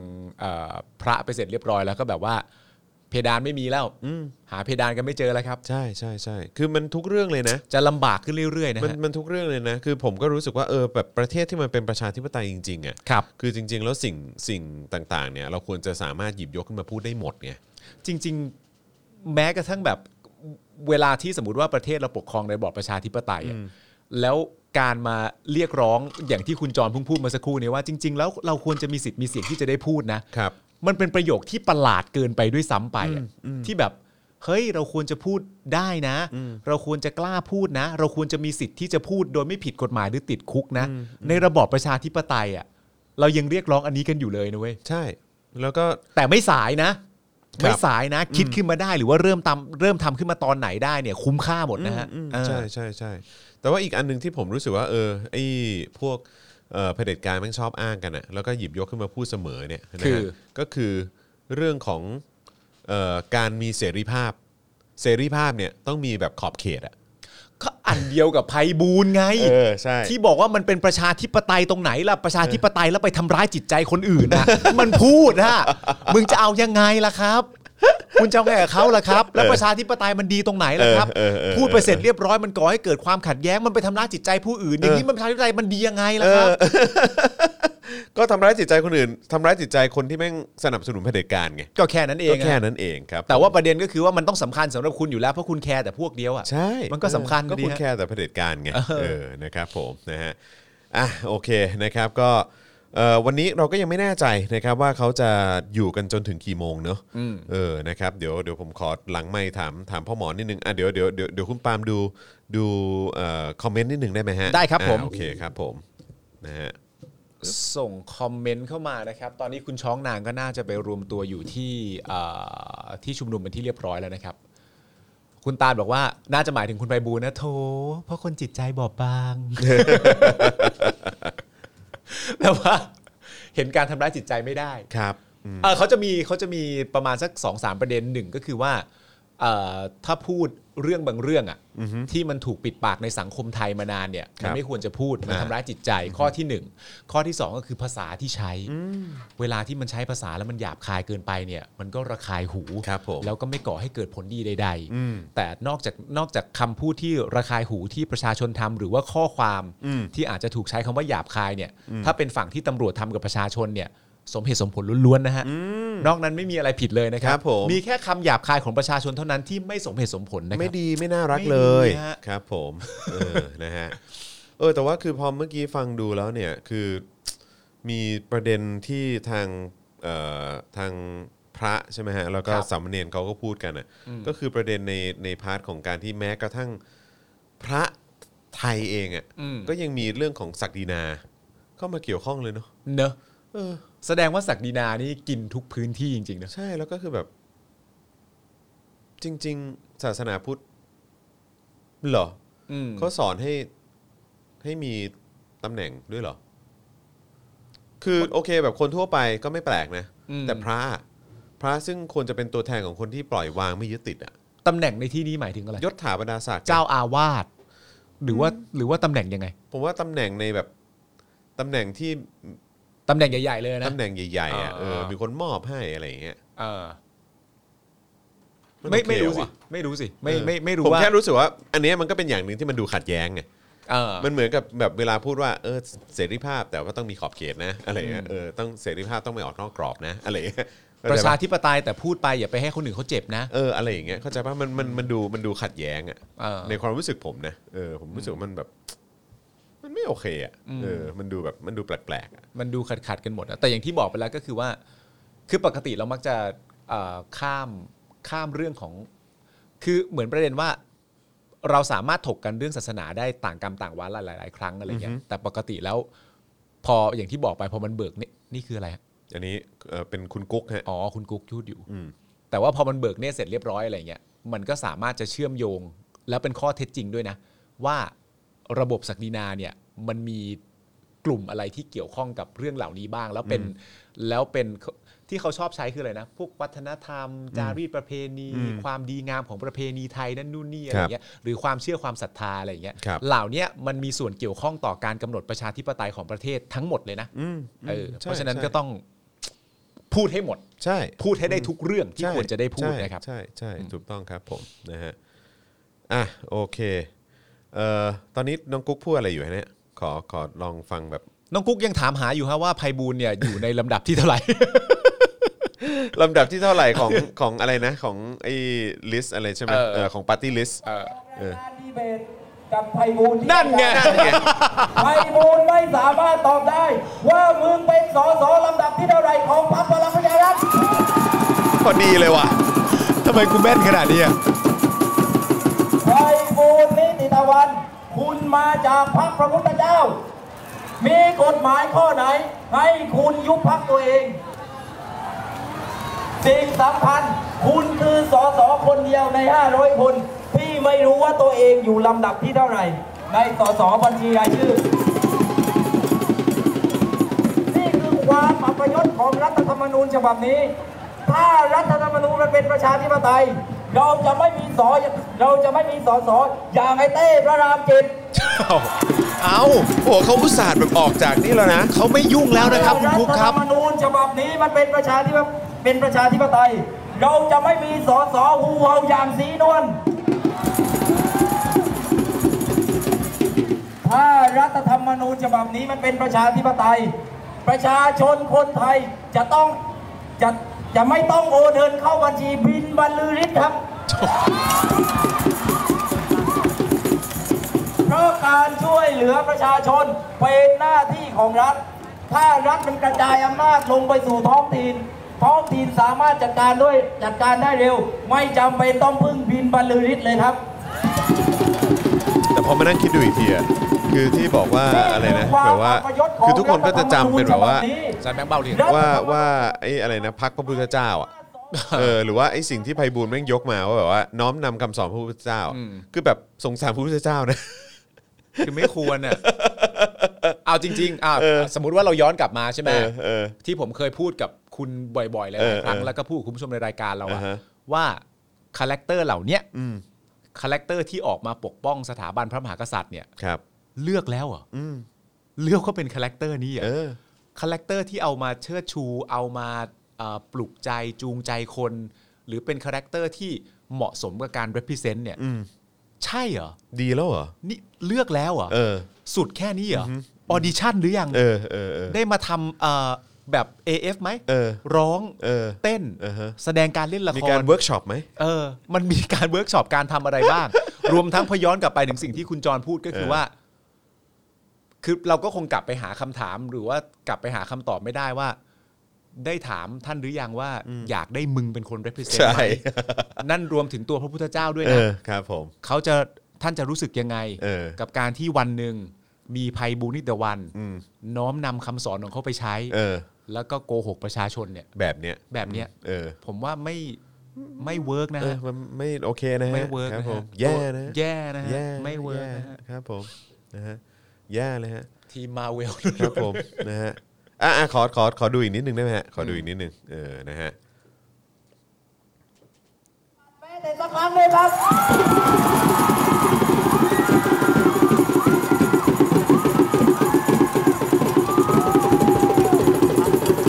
เอ่อพระไปเสร็จเรียบร้อยแล้วก็แบบว่า เพดานไม่มีแล้วหาเพดานกันไม่เจอแล้วครับ ใช่ใช่ใช่คือมันทุกเรื่องเลยนะ จะลำบากขึ้นเรื่อยๆนะ มัน ฮะ มันทุกเรื่องเลยนะ คือผมก็รู้สึกว่าเออแบบประเทศที่มันเป็นประชาธิปไตยจริงๆอ่ะ ครับ คือจริง ๆ แล้วสิ่งสิ่งต่างๆเนี่ยเราควรจะสามารถหยิบยกขึ้นมาพูดได้หมดไง จริง ๆ แม้กระทั่งแบบเวลาที่สมมติว่าประเทศเราปกครองในระบอบประชาธิปไตยอะแล้วการมาเรียกร้องอย่างที่คุณจรเพุ่งพูดมาสักครู่เนี่ยว่าจริง ๆ แล้วเราควรจะมีสิทธิ์มีเสียงที่จะได้พูดนะครับ มันเป็นประโยคที่ประหลาดเกินไปด้วยซ้ำไปอะที่แบบเฮ้ยเราควรจะพูดได้นะ เราควรจะกล้าพูดนะ เราควรจะมีสิทธิ์ที่จะพูดโดยไม่ผิดกฎหมายหรือติดคุกนะ ในระบอบประชาธิปไตยอ่ะเรายังเรียกร้องอันนี้กันอยู่เลยนะเว้ย ใช่แล้วก็ แต่ไม่สายนะ ครับ ไม่สายนะ คิดขึ้นมาได้หรือว่าเริ่มทำเริ่มทำขึ้นมาตอนไหนได้เนี่ย คุ้มค่าหมดนะฮะ อืม เออ ใช่ใช่ใช่แต่ว่าอีกอันหนึ่งที่ผมรู้สึกว่าเออไอ้พวกเออเผด็จการแม่งชอบอ้างกันอะแล้วก็หยิบยกขึ้นมาพูดเสมอเนี่ยนะฮะก็คือเรื่องของเอ่อการมีเสรีภาพ เสรีภาพเนี่ยต้องมีแบบขอบเขตอะ ก็อันเดียวกับไพบูลย์ไง อใช่ ที่บอกว่ามันเป็นประชาธิปไตยตรงไหนล่ะ ประชาธิปไตยแล้วไปทำร้ายจิตใจคนอื่นนะ มันพูดฮะมึงจะเอายังไงล่ะครับ คุณจะเอาไงกับเขาล่ะครับ แล้วประชาธิปไตยมันดีตรงไหนล่ะครับ เออเออเออ พูดไปเสร็จเรียบร้อยมันก่อให้เกิดความขัดแย้งมันไปทำร้ายจิตใจผู้อื่นอย่างนี้มันประชาธิปไตยมันดียังไงล่ะครับ ก็ทำร้ายจิตใจคนอื่นทำร้ายจิตใจคนที่แม่งสนับสนุนเผด็จการไง ก็แค่นั้นเอง ก็ อะ แค่นั้นเองครับ แต่ว่าประเด็นก็คือว่ามันต้องสำคัญสำหรับคุณอยู่แล้ว เพราะคุณแคร์แต่พวกเดียวอ่ะ ใช่ มันก็สำคัญ ก็คุณ ดีฮะ แค่แต่เผด็จการไง เออ เออนะครับผมนะฮะอ่ะโอเคนะครับก็เอ่อวันนี้เราก็ยังไม่แน่ใจนะครับว่าเขาจะอยู่กันจนถึงกี่โมงเนอะเออนะครับเดี๋ยวเดี๋ยวผมขอหลังไม่ถามถามพ่อหมอนิดนึงอ่ะเดี๋ยวเดี๋ยวเดี๋ยวเดี๋ยวคุณปาล์มดูดูเอ่อคอมเมนต์นิดนึงได้ไหมฮะ ได้ครับผม อ่ะโอเคครับผมนะฮะ ส่งคอมเมนต์เข้ามานะครับ ตอนนี้คุณช้องนางก็น่าจะไปรวมตัวอยู่ที่เอ่อที่ชุมนุมเป็นที่เรียบร้อยแล้วนะครับ คุณตาลบอกว่าน่าจะหมายถึงคุณไพบูลย์นะโถเพราะคนจิตใจบอบบาง แต่ว่า เห็นการทำร้ายจิตใจไม่ได้ ครับ เอ่อเขาจะมีเขาจะมีประมาณสัก2อสาประเด็นหนึ่งก็คือว่าเอ่อถ้าพูดเรื่องบางเรื่องอะที่มันถูกปิดปากในสังคมไทยมานานเนี่ยมันไม่ควรจะพูดมันทำร้ายจิตใจข้อที่หนึ่งข้อที่สองก็คือภาษาที่ใช้ เวลาที่มันใช้ภาษาแล้วมันหยาบคายเกินไปเนี่ยมันก็ระคายหู ครับผม แล้วก็ไม่ก่อให้เกิดผลดีใด ๆ แต่นอกจากนอกจากคำพูดที่ระคายหูที่ประชาชนทำหรือว่าข้อความที่อาจจะถูกใช้คำว่าหยาบคายเนี่ย ถ้าเป็นฝั่งที่ตำรวจทำกับประชาชนเนี่ย สมเหตุสมผลล้วนๆนะฮะนอกนั้นไม่มีอะไรผิดเลยนะครั ครับผม มีแค่คำหยาบคายของประชาชนเท่านั้นที่ไม่สมเหตุสมผลนะครับ ไม่ดีไม่น่ารัก ไม่ เล ดี ย ฮะ ครับผมเออ นะฮะ เออแต่ว่าคือพอเมื่อกี้ฟังดูแล้วเนี่ยคือมีประเด็นที่ทางเอ่อทางพระใช่ไหมฮะแล้วก็สามเณรเขาก็พูดกันอ่ะก็คือประเด็นในในพาร์ทของการที่แม้กระทั่งพระไทยเองอ่ะก็ยังมีเรื่องของศักดินาเข้ามาเกี่ยวข้องเลยเนาะ เนอะแสดงว่าศักดินานี่กินทุกพื้นที่จริงๆนะ ใช่แล้วก็คือแบบ จริง ๆ ศาสนาพุทธเหรอ อืม เขาสอนให้ให้มีตำแหน่งด้วยเหรอ คือโอเคแบบคนทั่วไปก็ไม่แปลกนะ แต่พระอะพระซึ่งควรจะเป็นตัวแทนของคนที่ปล่อยวางไม่ยึดติดอะ ตำแหน่งในที่นี้หมายถึงอะไร ยศถาบรรดาศักดิ์ เจ้าอาวาสหรือว่าหรือว่าตำแหน่งยังไง ผมว่าตำแหน่งในแบบตำแหน่งที่ ตำแหน่งใหญ่ๆเลยนะ ตำแหน่งใหญ่ๆอะ อ่า เออมีคนมอบให้อะไรอย่างเงี้ย เออ น ไม่ โอเค ไม่รู้สิ วะ ไม่รู้สิไม่ เออ ไม่ไม่รู้ ผม ว่า แค่รู้สึกว่า อันเนี้ยมันก็เป็นอย่างหนึ่งที่มันดูขัดแย้งไง เออ มันเหมือนกับแบบเวลาพูดว่าเออเสรีภาพแต่ว่าต้องมีขอบเขตนะ อะไรเงี้ยเออต้องเสรีภาพต้องไม่ออกนอกกรอบนะ อะไรเงี้ยปเข้ใจ ระชาธิปไตยแต่พูดไปอย่าไปให้คนอื่นเขาเจ็บนะ เอออะไรอย่างเงี้ยเข้าใจป่ะมันมันมันดูมันดูขัดแย้งอ่ะ เออ ในความรู้สึกผมนะเออผมรู้สึกว่ามันแบบ มันไม่โอเคอ่ะเออมันดูแบบมันดูแปลกๆอะ มันดูขัดขัดๆกันหมดอะแต่อย่างที่บอกไปแล้วก็คือว่า คือปกติเรามักจะเอ่อข้ามข้ามเรื่องของ คือเหมือนประเด็นว่า เราสามารถถกกันเรื่องศาสนาได้ต่างกรรมต่างวาระหลาย ๆ ครั้งอะไรเงี้ยแต่ปกติแล้ว พออย่างที่บอกไปพอมันเบิกนี่นี่คืออะไรฮะ อันนี้เออเป็นคุณกุ๊กฮะ อ๋อคุณกุ๊กพูดอยู่ อืม แต่ว่าพอมันเบิกเนี่ยเสร็จเรียบร้อยอะไรเงี้ยมันก็สามารถจะเชื่อมโยง แล้วเป็นข้อเท็จจริงด้วยนะ ว่าระบบศักดินาเนี่ยมันมี กลุ่มอะไรที่เกี่ยวข้องกับเรื่องเหล่านี้บ้าง แล้วเป็นแล้วเป็นที่เขาชอบใช้คืออะไรนะพวกวัฒนธรรม จารีตประเพณี ความดีงามของประเพณีไทยนั่นนู่นนี่อะไรอย่างเงี้ยหรือความเชื่อความศรัทธาอะไรอย่างเงี้ย ครับ เหล่าเนี้ยมันมีส่วนเกี่ยวข้องต่อการกำหนดประชาธิปไตยของประเทศทั้งหมดเลยนะ อืม เออ ใช่ เพราะฉะนั้น ใช่ ก็ต้องพูดให้หมด ใช่ พูดให้ได้ทุกเรื่องที่ ใช่ ควรจะได้พูด ใช่ นะครับ ใช่ใช่ถูกต้องครับผมนะฮะอ่ะโอเคเอ่อตอนนี้น้องกุ๊กพูดอะไรอยู่ฮะเนี่ยขอขอลองฟังแบบ น้องกุ๊กยังถามหาอยู่ฮะว่าภัยบูลย์เนี่ยอยู่ในลำดับที่เท่าไหร่ ลำดับที่เท่าไหร่ของ ของอะไรนะ ของไอ้ลิสอะไรใช่ไหม เออ เออของปาร์ตี้ลิส เออดีเบตกับไพบูลย์ที่ นั่นไง ไพบูลย์ไม่สามารถตอบได้ ว่ามึงเป็นสสลำดับที่เท่าไหรของพรรคพลังประชารัฐ พอดีเลยว่ะ ทำไมกูแม่นขนาดนี้อะ ไพบูลย์นิติตะวัน คุณมาจากพรรคพระพุทธเจ้า มีกฎหมายข้อไหน ให้คุณยุบพรรคตัวเอง สิ่งสำคัญ คุณคือสสคนเดียวใน 500 คน ที่ไม่รู้ว่าตัวเองอยู่ลำดับที่เท่าไหร่ ในสสบัญชีรายชื่อ นี่คือความอัปยศของรัฐธรรมนูญฉบับนี้ ถ้ารัฐธรรมนูญมันเป็นประชาธิปไตย เราจะไม่มีสอเราจะไม่มีสอสออย่างไอเต้พระรามเจ็ด เอาโอ้เขาอุตส่าห์แบบออกจากนี่แล้วนะ เขาไม่ยุ่งแล้วนะครับคุณกุ๊กครับ ฐธรรมนูญฉบับนี้มันเป็นประชาธิปเป็นประชาธิปไตย เราจะไม่มีสอสอหูเฮาอย่างสีนวลถ้ารัฐธรรมนูญฉบับนี้มันเป็นประชาธิปไตย ประชาชนคนไทยจะต้องจะจะไม่ต้องโอนเงินเข้าบัญชีบินบรรลือฤทธิ์ครับ เพราะการช่วยเหลือประชาชนเป็นหน้าที่ของรัฐ ถ้ารัฐมันกระจายอำนาจลงไปสู่ท้องถิ่น ท้องถิ่นสามารถจัดการด้วยจัดการได้เร็ว ไม่จำเป็นต้องพึ่งบินบรรลือฤทธิ์เลยครับ แต่พอมานั่งคิดดูอีกทีอะคือที่บอกว่าอะไรนะ ควม แบบว่า อัปยศขง คือทุกคนก็จะจำเป็นแบบว่า รัฐธรรมนูญฉบับนี้ อาจารย์แบงค์เบาเรียน ว่าว่าไอ้อะไรนะพักพระพุทธเจ้าอ่ะ เออหรือว่าไอ้สิ่งที่ไพบูลย์แม่งยกมาว่าแบบว่าน้อมนำคำสอนพระพุทธเจ้า อืม คือแบบสงสารพระพุทธเจ้านะ คือไม่ควร อ่ะ เอาจริงๆอ่ะสมมติว่าเราย้อนกลับมาใช่ไหม เออเออ ที่ผมเคยพูดกับคุณบ่อยๆหลาย เออ ๆครั้ง เออ แล้วก็พูดกับคุณผู้ชมในรายการเราอะ อ่าฮะ ว่าคาแรคเตอร์เหล่าเนี้ย อืม คาแรคเตอร์ที่ออกมาปกป้องสถาบันพระมหากษัตริย์เนี่ย ครับ เลือกแล้วเหรอ่ะ อืม เลือกก็เป็นคาแรคเตอร์นี้เหร เอ อ่ะ อ คาแรคเตอร์ที่เอามาเชิดชูเอามาเอ่อปลุกใจจูงใจคน หรือเป็นคาแรคเตอร์ที่เหมาะสมกับการ represent เนี่ย อืม ใช่เหรอ ดีแล้วเหรอ นี่เลือกแล้วเหรอ่ะ เออ สุดแค่นี้เหรอออดิชั่นหรือยัง เออเออเออ ได้มาทำเอ่อแบบ AF ไหม เออ ร้อง เออ เต้น อ่าฮะ แสดงการเล่นละค มี ร การเวิร์กช็อปไหม เออมันมีการเวิร์กช็อปการทำอะไร บ้าง รวมทั้งพอย้อนกลับไปถึงสิ่งที่คุณจรพูดก็คือ เออ ว่า คือเราก็คงกลับไปหาคำถามหรือว่ากลับไปหาคำตอบไม่ได้ว่า ได้ถามท่านหรือยังว่า อยากได้มึงเป็นคน represent ใช่ ไหมนั่นรวมถึงตัวพระพุทธเจ้าด้วย เอ นะ อครับผม เขาจะท่านจะรู้สึกยังไง เออ กับการที่วันหนึ่งมีภัยบูลย์นิตวัน อืม น้อมนำคำสอนของเขาไปใช้ เออ แล้วก็โกหกประชาชนเนี่ย แบบเนี้ย แบบเนี้ย เออ ผมว่าไม่ไม่เวิร์กนะ เออ ฮะ มันไม่โอเคนะฮะ ไม่เวิร์ก ครับ นะ ผ ฮะ มแย่นะฮะ แย่นะฮะ แย่ ไม่เวิร์ก แย่ นะฮะ ครับผมนะฮะแย่เลยฮะ ทีมมาเวล ครับผมนะฮะอ่ะอ่ะขอขอขอดูอีกนิดนึงได้ไหมฮะขอดูอีกนิดนึงเออนะฮะ ไม่แต่สักครั้งเลยครับ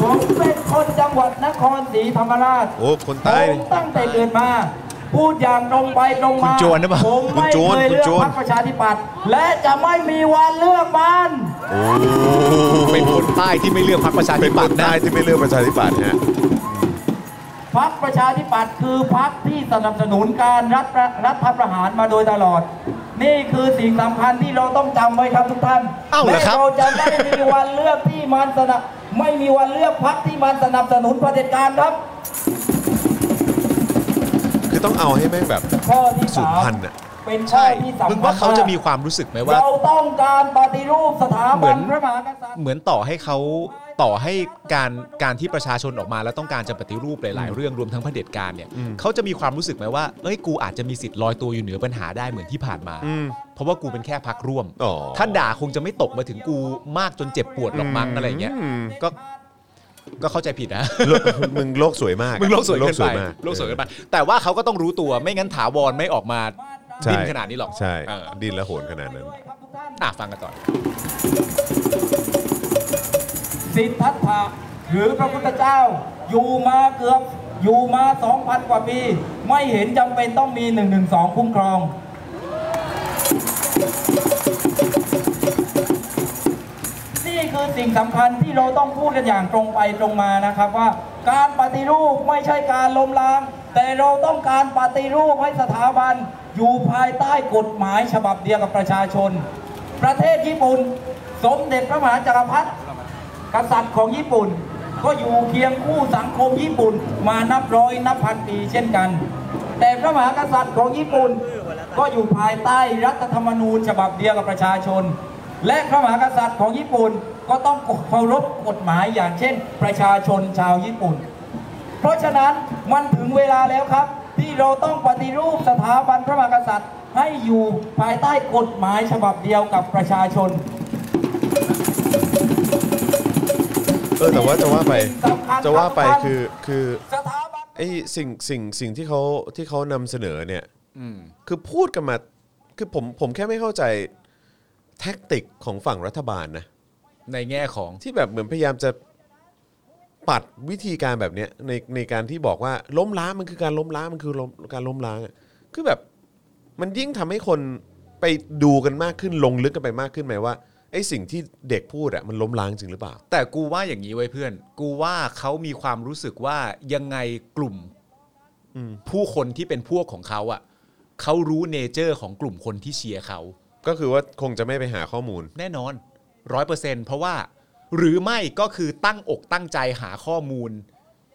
ผมเป็นคนจังหวัดนครศรีธรรมราช โอ้คนใต้ ผม นี่ ตั้งแต่เกิดมา พูดอย่างตรงไปตรง คุ มา ณโจรหรือเปล่า ผม คุณ ไม่ โจร เคย คุณ เลือก โจร พรรคประชาธิปัตย์และจะไม่มีวันเลือกมัน เป็นคนใต้ที่ไม่เลือกพรรคประชา เป็ ธิ นค ปัต น ย์นะ ใต้ที่ไม่เลือกประชาธิปัตย์ฮะ พรรคประชาธิปัตย์คือพรรคที่สนับสนุนการรัฐประรัฐประหารมาโดยตลอด นี่คือสิ่งสำคัญที่เราต้องจำไว้ครับทุกท่าน เอ้าเหรอ และ ครับ เราจะไม่มีวันเลือกที่มันสนับไม่มีวันเลือกพรรคที่มันสนับสนุนเผด็จการครับ คือต้องเอาให้แม่งแบบ ข้อที่ สู สา ญ ม พันธุ์อะ เป็นข้อ ใช่ ที่สำคัญ มึงว่าเขาจะมีความรู้สึกไหมว่า เราต้องการปฏิรูปสถา เหมื บั อน น พระมหากษัตริย์ เหมือนต่อให้เขา ภาย ต่อให้การการที่ประชาชนออกมาแล้วต้องการจะปฏิรูปหลาย ๆ เรื่องรวมทั้งเผด็จการเนี่ยเขาจะมีความรู้สึกไหมว่าเอ้ยกูอาจจะมีสิทธิ์ลอยตัวอยู่เหนือปัญหาได้เหมือนที่ผ่านมา เพราะว่ากูเป็นแค่พักร่วม อ๋อ ถ้าด่าคงจะไม่ตกมาถึงกูมากจนเจ็บปวดหรอกมั้งอะไรอย่างเงี้ยก็ก็เข้าใจผิดนะ โลกมึงโลกสวยมากอะ มึงโลกสวยเกินไป มาก โลกสวยเกินไปแต่ว่าเขาก็ต้องรู้ตัวไม่งั้นถาวรไม่ออกมา ใช่ ดิ้นขนาดนี้หรอก ใช่ เออ ดินและโหนขนาดนั้น อ่ะฟังกันต่อ สิทธัตถะหรือพระพุทธเจ้า อยู่มาเกือบอยู่มา 2,000 กว่าปี ไม่เห็นจำเป็นต้องมี 112 คุ้มครอง นี่คือสิ่งสำคัญที่เราต้องพูดกันอย่างตรงไปตรงมานะครับว่า การปฏิรูปไม่ใช่การล้มล้าง แต่เราต้องการปฏิรูปให้สถาบัน อยู่ภายใต้กฎหมายฉบับเดียวกับประชาชน ประเทศญี่ปุ่น สมเด็จพระมหาจักรพรรดิ กษัตริย์ของญี่ปุ่น ก็อยู่เคียงคู่สังคมญี่ปุ่นมานับร้อยนับพันปีเช่นกัน แต่พระมหากษัตริย์ของญี่ปุ่น ก็อยู่ภายใต้รัฐธรรมนูญฉบับเดียวกับประชาชน และพระมหากษัตริย์ของญี่ปุ่นก็ต้องเคารพกฎหมายอย่างเช่น ประชาชนชาวญี่ปุ่น เพราะฉะนั้นมันถึงเวลาแล้วครับ ที่เราต้องปฏิรูปสถาบันพระมหากษัตริย์ ให้อยู่ภายใต้กฎหมายฉบับเดียวกับประชาชน เออแต่ว่าจะว่าไป สำคัญ จะว่าไป สำคัญ คือคือ สถาบัน ไอ้สิ่งสิ่งสิ่งที่เขาที่เขานำเสนอเนี่ยคือพูดกันมาคือผมผมแค่ไม่เข้าใจแท็กติกของฝั่งรัฐบาลนะ ในแง่ของ ที่แบบเหมือนพยายามจะปัดวิธีการแบบเนี้ยในในการที่บอกว่าล้มล้างมันคือการล้มล้างมันคือล้มการล้มล้างอะคือแบบมันยิ่งทำให้คนไปดูกันมากขึ้นลงลึกกันไปมากขึ้นไหมว่าไอ้สิ่งที่เด็กพูดอะมันล้มล้างจริงหรือเปล่า แต่กูว่าอย่างนี้ไว้ยเพื่อน กูว่าเขามีความรู้สึกว่ายังไงกลุ่มผู้คนที่เป็นพวกของเขาอ่ะเขารู้เนเจอร์ของกลุ่มคนที่เชียร์เขา ก็คือว่าคงจะไม่ไปหาข้อมูล แน่นอนร้อยเปอร์เซ็นเพราะว่า หรือไม่ก็คือตั้งอกตั้งใจหาข้อมูล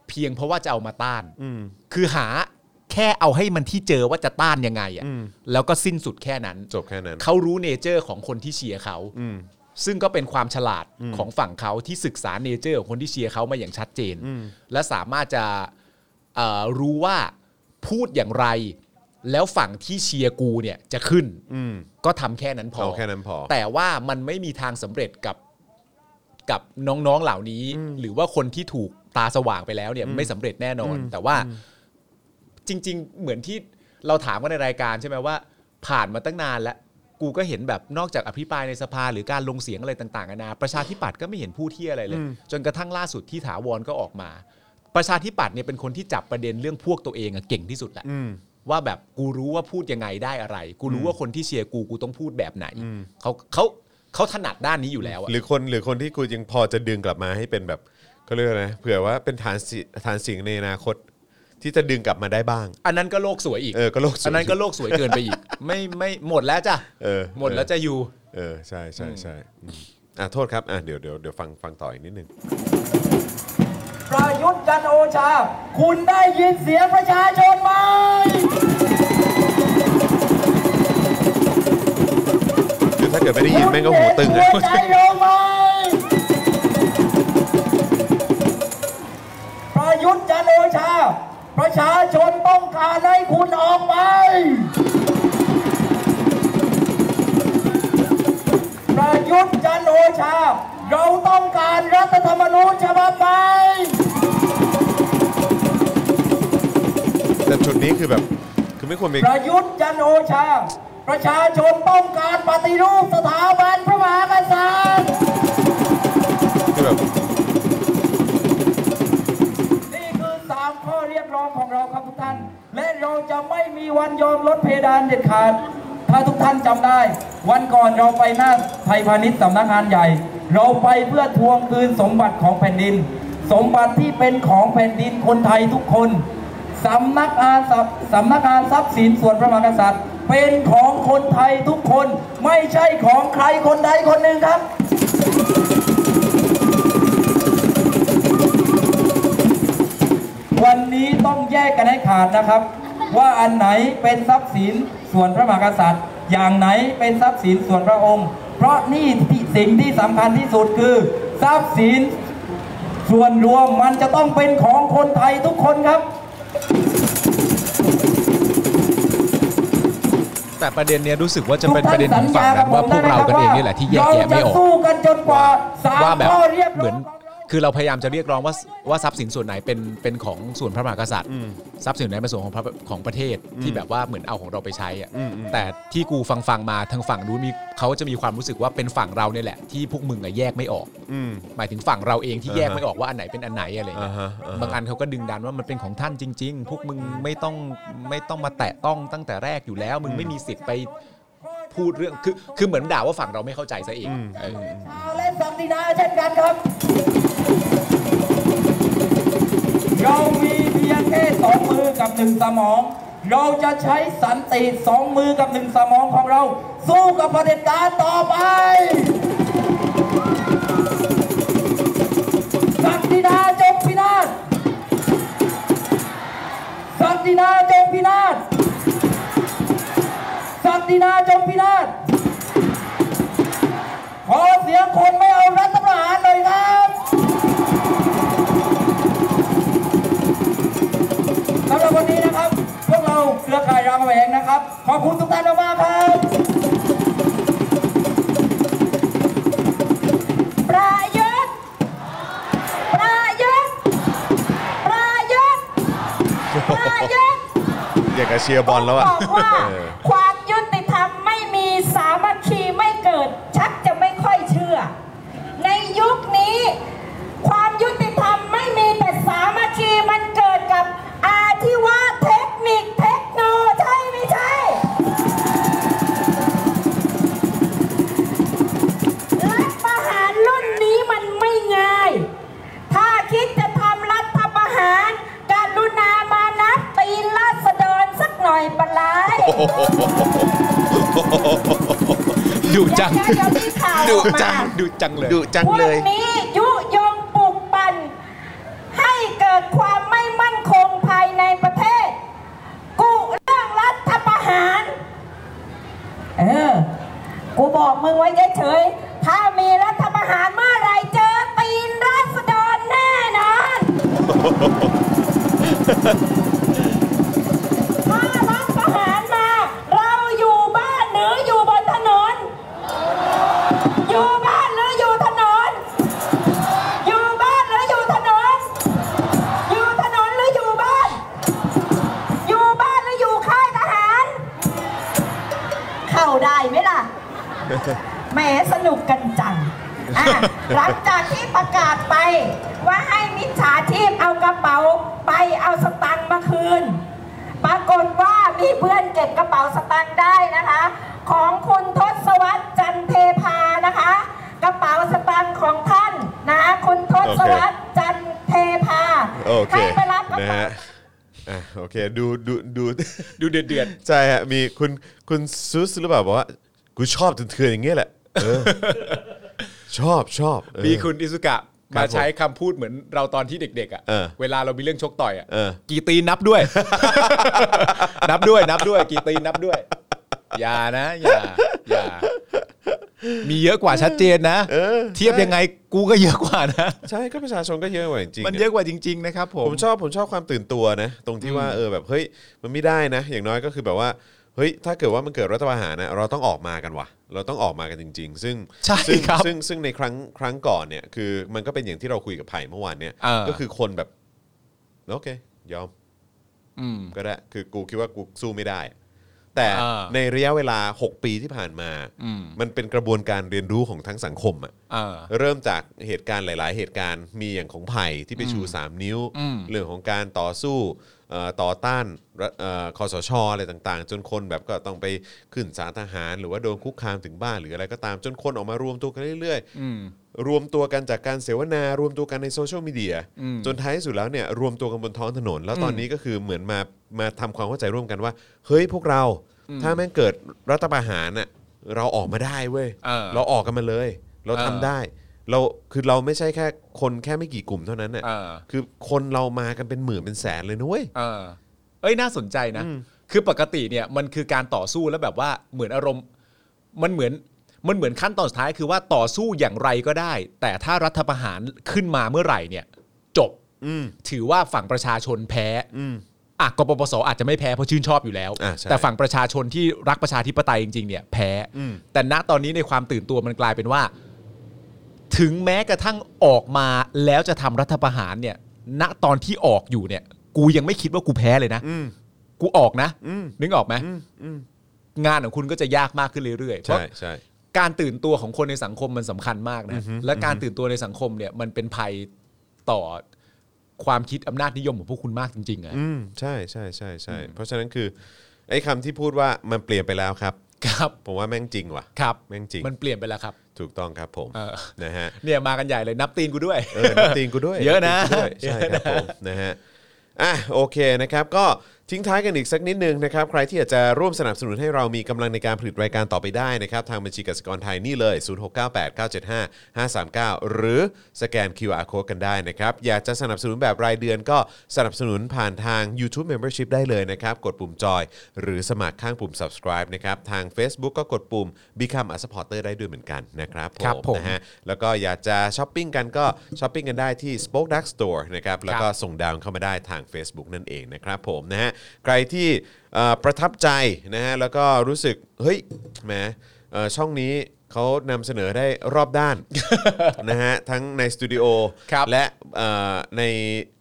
เพียงเพราะว่าจะเอามาต้าน อืม คือหาแค่เอาให้มันที่เจอว่าจะต้านยังไง อืมอะ่ะแล้วก็สิ้นสุดแค่นั้น จบแค่นั้น เขารู้เนเจอร์ของคนที่เชียร์เขา อืม ซึ่งก็เป็นความฉลาดของฝั่งเขาที่ศึกษาเนเจอร์ของคนที่เชียร์เขามาอย่างชัดเจน และสามารถจะเอ่อรู้ว่าพูดอย่างไร แล้วฝั่งที่เชียร์กูเนี่ยจะขึ้น อืม ก็ทำแค่นั้นพอ เอาแค่นั้นพอ แต่ว่ามันไม่มีทางสำเร็จกับกับน้องๆเหล่านี้ หรือว่าคนที่ถูกตาสว่างไปแล้วเนี่ยไม่สำเร็จแน่นอน แต่ว่าจริง ๆ เหมือนที่เราถามกันในรายการใช่ไหมว่า ผ่านมาตั้งนานแล้ว กูก็เห็นแบบนอกจากอภิปรายในสภาหรือการลงเสียงอะไรต่างๆนานาประชาธิปัตย์ก็ไม่เห็นพูดเที่ยอะไรเลย จนกระทั่งล่าสุดที่ถาวรก็ออกมา ประชาธิปัตย์เนี่ยเป็นคนที่จับประเด็นเรื่องพวกตัวเองอะเก่งที่สุดแหละ อืม ว่าแบบกูรู้ว่าพูดยังไงได้อะไร กูรู้ว่าคนที่เชียร์กูกูต้องพูดแบบไหนเขาเขาเขาถนัดด้านนี้อยู่แล้วอะ หรือคนหรือคนที่กูยังพอจะดึงกลับมาให้เป็นแบบเขาเรียกว่าอะไรเผื่อว่าเป็นฐานเสียฐานเสียงในอนาคต ที่จะดึงกลับมาได้บ้าง อันนั้นก็โลกสวยอีก เออก็โลกสวย อันนั้นก็โลกสวยเกินไป อีก ไม่ไม่หมดแล้วจ้ะ เออ หมดแล้วจะอยู่ เออใช่ใช่ใช่อืมอ่ะโทษครับอ่ะเดี๋ยวเดี๋ยวเดี๋ยวฟังฟังต่ออีกนิดนึง ประยุทธ์จันทร์โอชา คุณได้ยินเสียงประชาชนไหม คือถ้าเกิดไม่ได้ยินแม่งก็หูตึง คุณ อะ เห็นหัวใจเราไหมประยุทธ์จันทร์โอชา ประชาชนต้องการให้คุณออกไป ประยุทธ์จันทร์โอชา เราต้องการรัฐธรรมนูญฉบับใหม่ แต่จุดนี้คือแบบ คือไม่ควรไป ประยุทธ์จันทร์โอชา ประชาชนต้องการปฏิรูปสถาบันพระมหากษัตริย์ คือแบบ นี่คือสามข้อเรียกร้องของเราครับทุกท่าน และเราจะไม่มีวันยอมลดเพดานเด็ดขาด ถ้าทุกท่านจำได้ วันก่อนเราไปหน้าไทยพาณิชย์สำนักงานใหญ่ เราไปเพื่อทวงคืนสมบัติของแผ่นดิน สมบัติที่เป็นของแผ่นดินคนไทยทุกคนสำนักงานทรัพย์สำนักงานทรัพย์สินส่วนพระมหากษัตริย์ เป็นของคนไทยทุกคน ไม่ใช่ของใครคนใดคนหนึ่งครับ วันนี้ต้องแยกกันให้ขาดนะครับ ว่าอันไหนเป็นทรัพย์สินส่วนพระมหากษัตริย์ อย่างไหนเป็นทรัพย์สินส่วนพระองค์ เพราะนี่ที่สิ่งที่สำคัญที่สุดคือ ทรัพย์สิน ส่วนรวมมันจะต้องเป็นของคนไทยทุกคนครับ แต่ประเด็นเนี้ยรู้สึกว่าจะเป็นประเด็นของฝั่งนั้นว่าพวกเรากันเองนี่แหละที่แยกแยะไม่ออก เราจะสู้กันจนกว่าสาม ว่าแบบ ข้อเรียก เหมื ร้อ อน ง คือเราพยายามจะเรียกร้องว่าว่าทรัพย์สินส่วนไหนเป็นเป็นของส่วนพระมหากษัตริย์ทรัพย์สินไหนเป็นส่วนของพระของประเทศที่แบบว่าเหมือนเอาของเราไปใช้อ่ะแต่ที่กูฟังฟังๆมาทางฝั่งนู้นมีเขาจะมีความรู้สึกว่าเป็นฝั่งเราเนี่ยแหละที่พวกมึงอะแยกไม่ออก อืม หมายถึงฝั่งเราเองที่แยก อ่าฮะ ไม่ออกว่าอันไหนเป็นอันไหนอะไรเงี้ย อ่าฮะอ่าฮะ บางอันเขาก็ดึงดันว่ามันเป็นของท่านจริง ๆ พวกมึงไม่ต้องไม่ต้องมาแตะต้องตั้งแต่แรกอยู่แล้ว มึงไม่มีสิทธิ์ไปพูดเรื่องคือคือเหมือนด่าว่าฝั่งเราไม่เข้าใจซะเองเออ และสันตินาเช่นกันครับ เรามีเพียงแค่สองมือกับหนึ่งสมอง เราจะใช้สันติสองมือกับหนึ่งสมองของเรา สู้กับเผด็จการต่อไป สันตินาจงพินาศสันตินาจงพินาศสันตินาจงพินาศ ขอเสียงคนไม่เอารัฐประหารเลยครับสำหรับวันนี้นะครับ พวกเราเครือข่ายรามคำแหงนะครับ ขอบคุณทุกท่านมากๆครับ ประยุทธ์ประยุทธ์ประยุทธ์ประยุ ทธ์ อยากจะเชียร์บอลแล้วอ่ะ บอกว่าความยุติธรรมไม่มีสามัคคีไม่เกิด ชักจะไม่ค่อยเชื่อ ในยุคนี้ ความยุติธรรมไม่มีแต่สามัคคีมันเกิดกับอาที่ว่าเทคนิคเทคโนใช่ไม่ใช่ รัฐประหารรุ่นนี้มันไม่ง่าย ถ้าคิดจะทำรัฐประหาร การุณามานับตีนราษฎรสักหน่อยปะไลาย ดุจัง อย่าอย่าอย่าที่ข่าวอ ดุ อกมา จัง ดุจังเลย ดุจัง พว เล ก ย นี้ยุยงปลุกปั่นให้เกิดความไม่มั่นคงภายในประเทศ กูเรื่องรัฐประหาร เออ กูบอกมึงไว้เฉยๆ ถ้ามีรัฐประหารเมื่อไหรเจอตีนราษฎรแน่นอน ถ้ารัฐประหารมา เราอยู่บ้านหรืออยู่บนถนน อยู่บ้านหรืออยู่ถนน อยู่บ้านหรืออยู่ถนน อยู่ถนนหรืออยู่บ้าน อยู่บ้านหรืออยู่ค่ายทหาร เข้าได้ไหมล่ะ แหมสนุกกันจังอ่ะหลังจากที่ประกาศไป ว่าให้มิจฉาชีพเอากระเป๋าไปเอาสตังค์มาคืน ปรากฏว่ามีเพื่อนเก็บกระเป๋าสตังค์ได้นะคะ ของคุณทศวรรษจันเทพานะคะ กระเป๋าสตังค์ของท่านนะคะคุณทศวรรษจันเทพา โอเค ให้ไปรับกระ นะ เป๋า ฮะ อ่ะ โอเค ดู ดู ดู ดูเดือดเดือด ใช่ฮะ มีคุณ คุณซุสหรือเปล่าบอกว่า กูชอบจนเถื่อนอย่างเงี้ยแหละ เอ อ ชอบชอบเออ มีคุณอิสุกะ คมารับผม ใช้คำพูดเหมือนเราตอนที่เด็กๆอ่ะ เออ เวลาเรามีเรื่องชกต่อยอ่ะ เออ กี่ตีนนับด้วย นับด้วยนับด้วยกี่ตีนนับด้วย อย่านะ อย่าอย่า มีเยอะกว่าชัดเจนนะ เออ เทียบยังไงกูก็เยอะกว่านะ ใช่ ก็ประชาชนก็เยอะกว่าจริงๆ มัน อะ เยอะกว่าจริง ๆ นะครับผม ผมชอบผมชอบความตื่นตัวนะ ตรงที่ว่าเออแบบเฮ้ยมันไม่ได้นะ อย่างน้อยก็คือแบบว่าเฮ้ยถ้าเกิดว่ามันเกิดรัฐประหารนะเราต้องออกมากันว่ะ เราต้องออกมากันจริง ๆ ซึ่ง ใช่ ซึ่ง ครับ ซึ่งซึ่งในครั้งครั้งก่อนเนี่ยคือมันก็เป็นอย่างที่เราคุยกับไผ่เมื่อวานเนี่ย เออ ก็คือคนแบบโอเค ยอม อืม ก็ได้คือกูคิดว่ากูสู้ไม่ได้ แต่ เออ ในระยะเวลา 6 ปีที่ผ่านมา อืม มันเป็นกระบวนการเรียนรู้ของทั้งสังคมอะ เออ เริ่มจากเหตุการณ์หลาย ๆ เหตุการณ์มีอย่างของไผ่ที่ไปชู 3 นิ้ว อืม เรื่องของการต่อสู้เอ่อต่อต้านรัฐเอ่อคอสชอะไรต่าง ๆ จนคนแบบก็ต้องไปขึ้นศาลทหาร หรือว่าโดนคุกคามถึงบ้านหรืออะไรก็ตามจนคนออกมารวมตัวกันเรื่อย อืม ๆ รวมตัวกันจากการเสวนารวมตัวกันในโซเชียลมีเดีย อืม จนท้ายที่สุดแล้วเนี่ยรวมตัวกันบนท้องถนน แล้วตอนนี้ก็คือเหมือนมามาทำความเข้าใจร่วมกันว่าเฮ้ยพวกเราถ้าแม่งเกิดรัฐประหารน่ะเราออกมาได้เว้ย เออ เราออกกันมาเลย เราทำ เออ ได้ เราคือเราไม่ใช่แค่คนแค่ไม่กี่กลุ่มเท่านั้นน่ะ เออ คือคนเรามากันเป็นหมื่นเป็นแสนเลยนะเว้ย เออเอ้ยน่าสนใจนะ คือปกติเนี่ยมันคือการต่อสู้แล้วแบบว่าเหมือนอารมณ์มันเหมือนมันเหมือนขั้นตอนสุดท้ายคือว่าต่อสู้อย่างไรก็ได้ แต่ถ้ารัฐประหารขึ้นมาเมื่อไหร่เนี่ย จบ อืม ถือว่าฝั่งประชาชนแพ้ อืม อ่ะกปปสอาจจะไม่แพ้เพราะชื่นชอบอยู่แล้ว อ่ะใช่ แต่ฝั่งประชาชนที่รักประชาธิปไตยจริงๆเนี่ยแพ้ อืม แต่ณตอนนี้ในความตื่นตัวมันกลายเป็นว่า ถึงแม้กระทั่งออกมาแล้วจะทำรัฐประหารเนี่ย ณตอนที่ออกอยู่เนี่ย กูยังไม่คิดว่ากูแพ้เลยนะ อืม กูออกนะ อืม นึกออกไหม อืมอืม งานของคุณก็จะยากมากขึ้นเรื่อยๆเพราะ ใช่ใช่ การตื่นตัวของคนในสังคมมันสำคัญมากนะ และการตื่นตัวในสังคมเนี่ยมันเป็นภัยต่อความคิดอำนาจนิยมของพวกคุณมากจริงๆอะ อืมใช่ใช่ใช่ใช่เพราะฉะนั้นคือไอ้คำที่พูดว่ามันเปลี่ยนไปแล้วครับ ครับ ผมว่าแม่งจริงว่ะ ครับ แม่งจริง มันเปลี่ยนไปแล้วครับ ถูกต้องครับผม เออ นะฮะ เนี่ยมากันใหญ่เลยนับตีนกูด้วย เออนับตีนกูด้วย เยอะนะ บตีกูด้วยใช่ครับผมนะฮะอ่ะโอเคนะครับ ก็ทิ้งท้ายกันอีกสักนิดนึงนะครับ ใครที่อยากจะร่วมสนับสนุนให้เรามีกำลังในการผลิตรายการต่อไปได้นะครับ ทางบัญชีกสิกรไทยนี่เลย 0698975539 หรือสแกน QR code กันได้นะครับ อยากจะสนับสนุนแบบรายเดือนก็สนับสนุนผ่านทาง YouTube Membership ได้เลยนะครับ กดปุ่มจอย หรือสมัครข้างปุ่ม subscribe นะครับ ทาง Facebook ก็กดปุ่ม Become a supporter ได้ด้วยเหมือนกันนะครับ ครับผม นะฮะ นะแล้วก็อยากจะช้อปปิ้งกันก็ช้อปปิ้งกันได้ที่ Spoke Dark Store นะครับแล้วก็ส่งดาวเข้ามาได้ทาง Facebook นั่นเองนะครับผมนะฮะใครที่เอ่อประทับใจนะฮะแล้วก็รู้สึก เฮ้ยแหมเอ่อช่องนี้เขานำเสนอได้รอบด้าน นะฮะทั้งในสตูดิโอ ครับ และเอ่อใน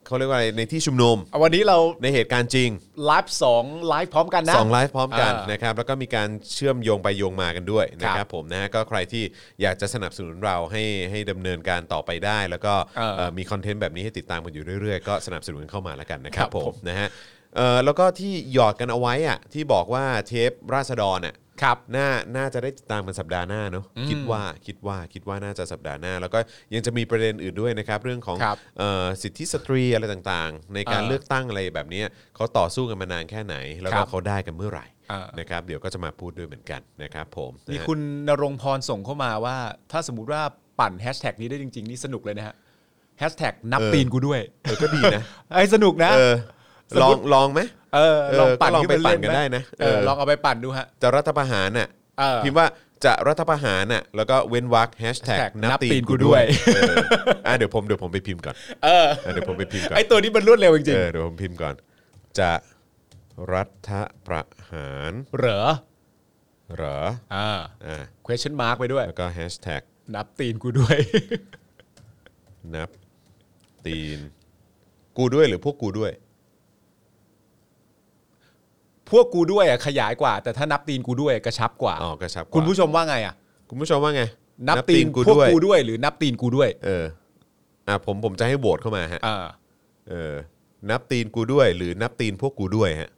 เขาเรียกว่าอะไรในที่ชุมนุม วันนี้เรา ในเหตุการณ์จริง ไลฟ์สองไลฟ์พร้อมกันนะ สองไลฟ์พร้อมกัน อ่าน นะครับแล้วก็มีการเชื่อมโยงไปโยงมากันด้วยนะค ครั รับบ ผมนะฮะก็ใครที่อยากจะสนับสนุนเราให้ให้ดำเนินการต่อไปได้ แล้วก็ เออ เอ่อมีคอนเทนต์แบบนี้ให้ติดตามกันอยู่เรื่อยๆ ก็สนับสนุนเข้ามาแล้วกันนะคครัรับ บ ผ ผม ม นะฮะเอ่อแล้วก็ที่หยอดกันเอาไว้อะที่บอกว่าเทปราษฎรอ่ะ ครับ น่า น่าจะได้ติดตามกันสัปดาห์หน้าเนอะคิดว่า คิดว่า คิดว่าน่าจะสัปดาห์หน้า แล้วก็ยังจะมีประเด็นอื่นด้วยนะครับ เรื่องของ ครับ เอ่อสิทธิสตรีอะไรต่างๆ ในการ อ่า เลือกตั้งอะไรแบบเนี้ยเขาต่อสู้กันมานานแค่ไหน แล้ว ค ก็ รับ เขาได้กันเมื่อไหร่ อ่าน นะครับ เดี๋ยวก็จะมาพูดด้วยเหมือนกันนะครับผมนะฮะ มีคุณนรงค์พรส่งเข้ามาว่า ถ้าสมมติว่าปั่นแฮชแท็กนี้ได้จริง ๆ นี่สนุกเลยนะฮะแฮชแท็กนับตีนกูด้วย เออก็ดี นะ ไอ้สนุกนะ เออ สม ลอ มุ ง ติ ลองไหม เออลองปั่น เออก็ลองไป ขึ้มา ปั่นกันได้นะ เออ เออ ลองเอาไปปั่นดูฮะ จะรัฐประหารน่ะ เออ พิมพ์ว่าจะรัฐประหารน่ะ แล้วก็เว้นวรรคแฮชแท็ก hashtag นับ นับตี ตีน นกู กู ด้ ด้ว วย ย เอออ่ะเดี๋ยวผม เดี๋ยวผมไปพิมพ์ก่อน เออ อ่ะเดี๋ยวผมไปพิมพ์ก่อน ไอตัวนี้มันรวดเร็วจริง เออเดี๋ยวผมพิมพ์ก่อน จะรัฐประหาร ๆเหรอ เหรอ อ่า อ่า question mark ไปด้วย แล้วก็แฮชแท็ก นับตีนกูด้วย นับตีน กูด้วยหรือพวกกูด้วย พวกกูด้วยอ่ะขยายกว่า แต่ถ้านับตีนกูด้วยกระชับกว่า อ๋อกระชับกว่า คุณผู้ชมว่าไงอ่ะ คุณผู้ชมว่าไง นับตีนพวกกูด้วยหรือนับตีนกูด้วย เอออ่ะผมผมจะให้โหวตเข้ามาฮะ อ่า เออนับตีนกูด้วย หรือนับตีนพวกกูด้วยฮะ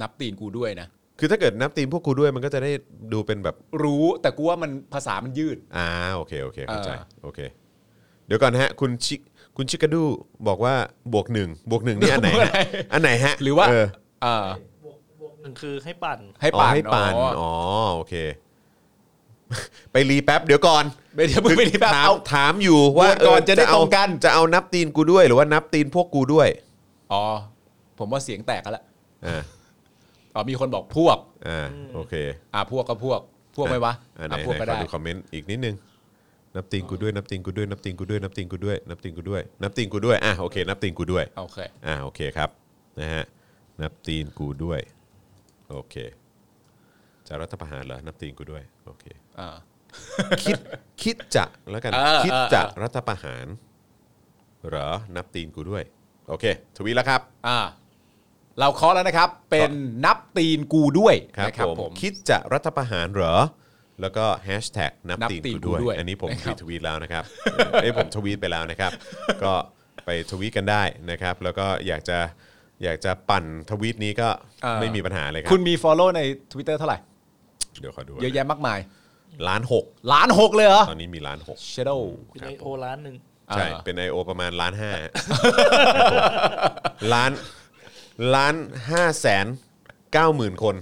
นับตีนกูด้วยนะ คือถ้าเกิดนับตีนพวกกูด้วยมันก็จะได้ดูเป็นแบบ รู้แต่กูว่ามันภาษามันยืด อ่าโอเคโอเคเข้าใจ เออ โอเค เดี๋ยวก่อนนะฮะ คุณชิคุณชิกาดูบอกว่าบวกหนึ่งบวกหนึ่งนี่อันไหนฮะอันไหนฮะ หรือว่า เ เออ หนึ่งคือให้ปั่น ให้ อ๋อ ปั่น ให้ปั่น อ๋อ อ๋อโอเค ไปรีแป๊บเดี๋ยวก่อน ไม่ได้ไม่ได้แบบ ถาม เอา ถามอยู่ว่า พูดก่อน เ จะได้ เอา ตรงกัน จะเอานับตีนกูด้วย หรือว่านับตีนพวกกูด้วย อ๋อผมว่าเสียงแตกกันละ อ่า อ๋อมีคนบอกพวก อ่าโอเค อ่าพวกก็พวก พวกไหมวะ อ่าไหน อ่ะ ไห พวกก็ นขอ ได้ ดูคอมเมนต์อีกนิดนึงนับตีนกูด้วยนับตีนกูด้วยนับตีนกูด้วยนับตีนกูด้วยนับตีนกูด้วยนับตีนกูด้วยอ่ะโอเค นับตีนกูด้วย โอเค อ่าโอเคครับนะฮะนับตีนกูด้วยโอเค จะรัฐประหารเหรอนับตีนกูด้วยโอเค อ่า คิดคิดจะแล้วกัน เออ คิด เออ จะรัฐประหาร เหรอ นับตีนกูด้วย โอเค ทวีตแล้วครับ อ่าเราเคาะแล้วนะครับ เป็นนับตีนกูด้วยนะค ค รั รั บบ ผผมม คิดจะรัฐประหารเหรอ แล้วก็แฮชแท็กนับ นับ ตีน ตีน กู กู ด้วย ด้วย อันนี้ผม นะครับ รีทวีตแล้วนะครับ เอ้ยผมทวีตไปแล้วนะครับ ก็ไปทวีตกันได้นะครับ แล้วก็อยากจะอยากจะปั่นทวีตนี้ก็ เอ่อ ไม่มีปัญหาเลยครั คุณมี follow ใน Twitter เท่าไหร่ เดี๋ยวขอดู เยอะแยะมากมาย ล้านหก ล้านหกเลยเหรอ ตอนนี้มีล้านหก Shadow คุณไอโอร้านหนึ่ง ใช่ อ่า เป็น IO ประมาณล้านห้าล้านล้านห้าแสนเก้าหมื่นคน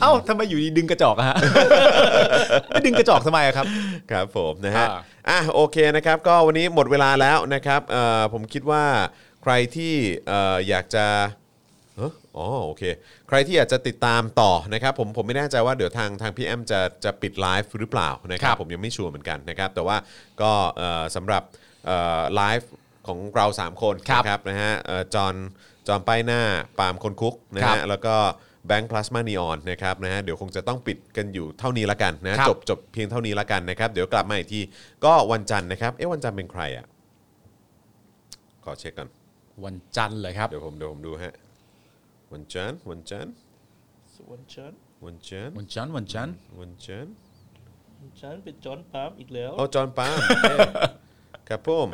เอ้าทำไมอยู่ดีดึงกระจ อกอะฮะ ไม่ดึงกระจอกทำไมอะครับ ครับผมนะฮะ อ่า อ่ะโอเคนะครับ ก็วันนี้หมดเวลาแล้วนะครับเอ่อผมคิดว่าใครที่เอ่ออยากจะเอ้ออ๋อโอเค ใครที่อยากจะติดตามต่อนะครับ ผมผมไม่แน่ใจว่าเดี๋ยวทางทางพี่แอมจะจะปิดไลฟ์หรือเปล่านะคครับรับ ผมยังไม่ชัวร์เหมือนกันนะครับ แต่ว่าก็เอ่อสำหรับเอ่อไลฟ์ ของเรา 3 คน ครับ นะนะฮะเอ่อจอห์นจอห์นป้ายหน้าปาล์มคนคุกนะ ครั ฮะ บ แล้วก็แบงค์พลาสมานีออนนะครับนะฮะเดี๋ยวคงจะต้องปิดกันอยู่เท่านี้ละกันนะครับ จบจบเพียงเท่านี้ละกันนะครับ เดี๋ยวกลับมาอีกทีก็วันจันทร์นะครับเอ๊ะวันจันทร์เป็นใครอ่ะขอเช็คก่อน วันจันทร์เลยครับ เดี๋ยวผมเดี๋ยวผมดูฮะวันจันทร์วันจันทร์ ส่วนฉัน วันจันทร์ วันจันทร์วันจันทร์ วันจันทร์ ฉันเป็นจอห์นปาล์มอีกแล้ว โอ้จอห์นปา ล์มเอ๊ะครับผม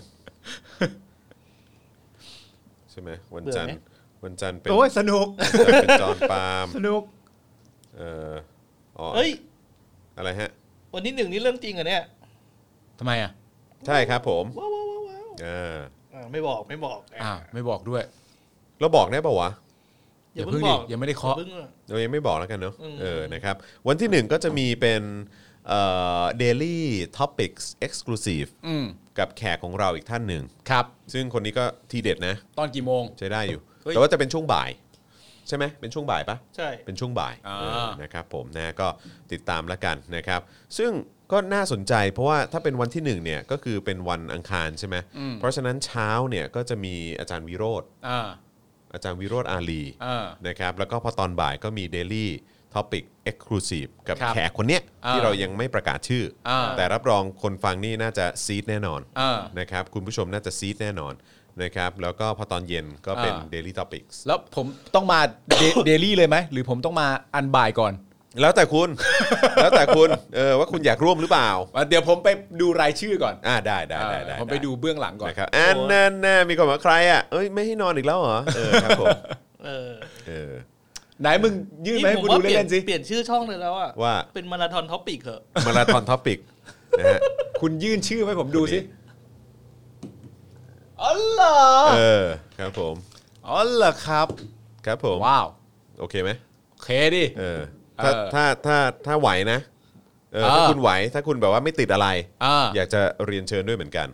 ใช่ไหมวันจันทร์ เบื่อไห วันจันทร์เป็น โอ้ยสนุก วันจันทร์เป็นจอห์นปาล์ม สนุก เอ่ออ๋อ เฮ้ย อะไรฮะ วันนี้หนึ่งนี่เรื่องจริงเหรอเนี่ย ทำไมอ่ะ ใช่ครับผม ว้าวว้าวว้าวว้าว อ่า อ่าไม่บอกไม่บอก อ่า ไม่บอกด้วย เราบอกได้ปะวะ อย่าเพิ่งบอก อย่าเพิ่งดิยังไม่ได้เคาะ อย่เพิ่งอ่ เรายังไม่บอกแล้วกันเนาะ อืม เออนะครับ วันที่หนึ่งก็จะมีเป็นเอ่อ daily topics exclusive อืม กับแขกของเราอีกท่านหนึ่ง ครับ ซึ่งคนนี้ก็ทีเด็ดนะ ตอนกี่โมง ใช้ได้อยู่ เฮ้ย แต่ว่าจะเป็นช่วงบ่าย ใช่ไหมเป็นช่วงบ่ายปะ ใช่ เป็นช่วงบ่าย อ่า เออนะครับผมนะก็ติดตามแล้วกันนะครับ ซึ่งก็น่าสนใจเพราะว่าถ้าเป็นวันที่หนึ่งเนี่ยก็คือเป็นวันอังคารใช่ไหมเพราะฉะนั้นเช้าเนี่ยก็จะมีอาจารย์วิโรธ อ่า อาจารย์วิโรธอาลี อ่าน นะครับแล้วก็พอตอนบ่ายก็มี Daily Topic Exclusive กับ ครับ แขกคนเนี้ย อ่า ที่เรายังไม่ประกาศชื่ออา แต่รับรองคนฟังนี่น่าจะซีดแน่นอน อ่า นะครับคุณผู้ชมน่าจะซีดแน่นอนนะครับแล้วก็พอตอนเย็นก็เป็น อ่า Daily Topics แล้วผมต้องมาเดลี่เลยไหม หรือผมต้องมาอันบ่ายก่อน แล้วแต่คุณ แล้วแต่คุณเออว่าคุณอยากร่วมหรือเปล่า เดี๋ยวผมไปดูรายชื่อก่อน อ่าได้ได้ได้ อ่า ได้ ผมไปดูเบื้องหลังก่อน นะครับอันนั่นแน่มีคนมาใครอ่ะเอ้ยไม่ให้นอนอีกแล้วเหรอเออครับผม เออ เออ ไหนมึงยื่นมาให้กูดู เปลี่ย เล่นๆสิ เปลี่ยนชื่อช่องเลยแล้วอ่ะ ว่า เป็นมาราธอนท็อปิกเหอะ มาราธอนท็อปิกนะฮะ คุณยื่นชื่อให้ผมดูสิ คนนี้ อ๋อเหรอ เออครับผม อ๋อเหรอครับ ครับผม ว้าว โอเคไหม โอเคดิ เออถ้า เออ ถ้าถ้าถ้าไหวนะเออ เออ ถ้าคุณไหวถ้าคุณแบบว่าไม่ติดอะไร อ่า อยากจะเรียนเชิญด้วยเหมือนกัน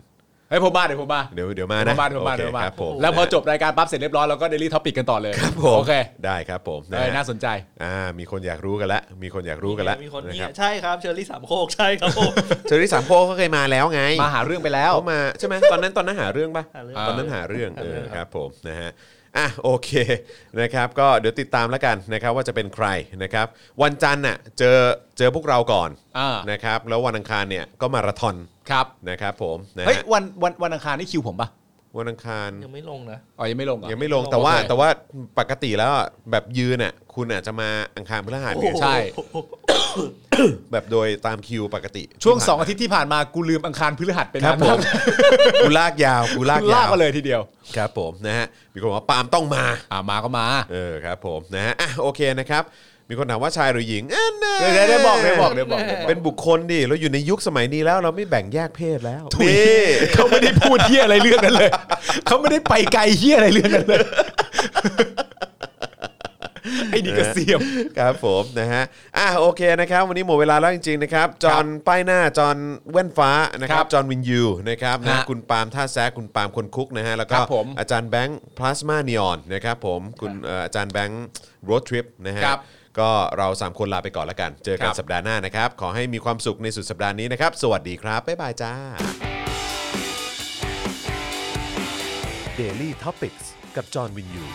เฮ้ยผมมาเดี๋ยวผมมา เดี๋ยวเดี๋ยวมา ผ นะ มมาเดี๋ยวผมมาเดี๋ยวผมโอเคมา ครับผม แล้วพอจบรายการปั๊บเสร็จเรียบร้อยเราก็เดลี่ท็อปิกกันต่อเลย ครับผม โอเค ได้ครับผมะ เอ้ ฮะ ยน่าสนใจ อ่ามีคนอยากรู้กันละมีคนอยากรู้กันละ มีคน นะ เนี่ ครั ย บ ใช่ครับเชอรี่สามโคกใช่ครับผม เชอรี่สามโคกเขาเคยมาแล้วไง มาหาเรื่องไปแล้ว เขามาใช่ไหมตอนนั้นตอนนั้นหาเรื่องปะ หาเรื่อง ตอนนั้นหาเรื่องเออ หาเรื่อง ครับผมนะฮะอ่ะโอเคนะครับก็เดี๋ยวติดตามแล้วกันนะครับว่าจะเป็นใครนะครับวันจันทร์น่ะเจอเจอพวกเราก่อน อ่า นะครับแล้ววันอังคารเนี่ยก็มาราธอน ครับ นะครับผมนะ เฮ้ย ฮะ วันวันวันอังคารนี่คิวผมปะ วันอังคาร ยังไม่ลงนะ อ๋อยังไม่ลงเหรอ ยังไม่ลงแต่ว่า โอเค แต่ว่าปกติแล้วอ่ะแบบยืนอ่ะคุณอาจจะมาอังคารพฤหัสเนี่ย ใช่ แบบโดยตามคิวปกติ ช่วงสองอาทิตย์ที่ผ่านมากูลืมอังคารพฤหัสไป ค นะ รับผมกูลากยาวกูลาลายกาก ว มาเลยทีเดียว ครับผมนะฮะมีคนบอกว่าปาล์มต้องมา อ่ามาก็มา เออครับผมนะฮะอ่ะโอเคนะครับ มีคนถามว่าชายหรือหญิงอันน่ะ เดี๋ยวเดี๋ยวเดี๋ยวบอกเดี๋ยวบอกเดี๋ยวบอก เป็นบุคคลดิเราอยู่ในยุคสมัยนี้แล้วเราไม่แบ่งแยกเพศแล้ว นี่ นี่ เขาไม่ได้พูดเฮี้ยอะไรเรื่องนั้นเลยเขาไม่ได้ไปไกลเฮี้ยอะไรเรื่องนั้นเลยไอ้ดีกระเสียม ครับผมนะฮะอ่ะโอเคนะครับ วันนี้หมดเวลาแล้วจริงๆนะครับจอห์นป้ายหน้าจอห์นแว่นฟ้านะค ค รั รั บบ จอห์นวินยูนะครับนะ ฮะ คุณปาล์มท่าแซกคุณปาล์มคนคุกนะฮะแล้วก็ ครับผม อาจารย์แบงค์พลาสมานีออนนะครับผมคุณเอ่ออาจารย์แบงค์รถทริปนะฮะ ครับ ก็เรา 3 คนลาไปก่อนแล้วกัน เจอคนกัรับ สัปดาห์หน้านะครับ ขอให้มีความสุขในสุดสัปดาห์นี้นะครับ สวัสดีครับ บ๊ายบายจ้า Daily t o p i c กกับจอห์นวินยู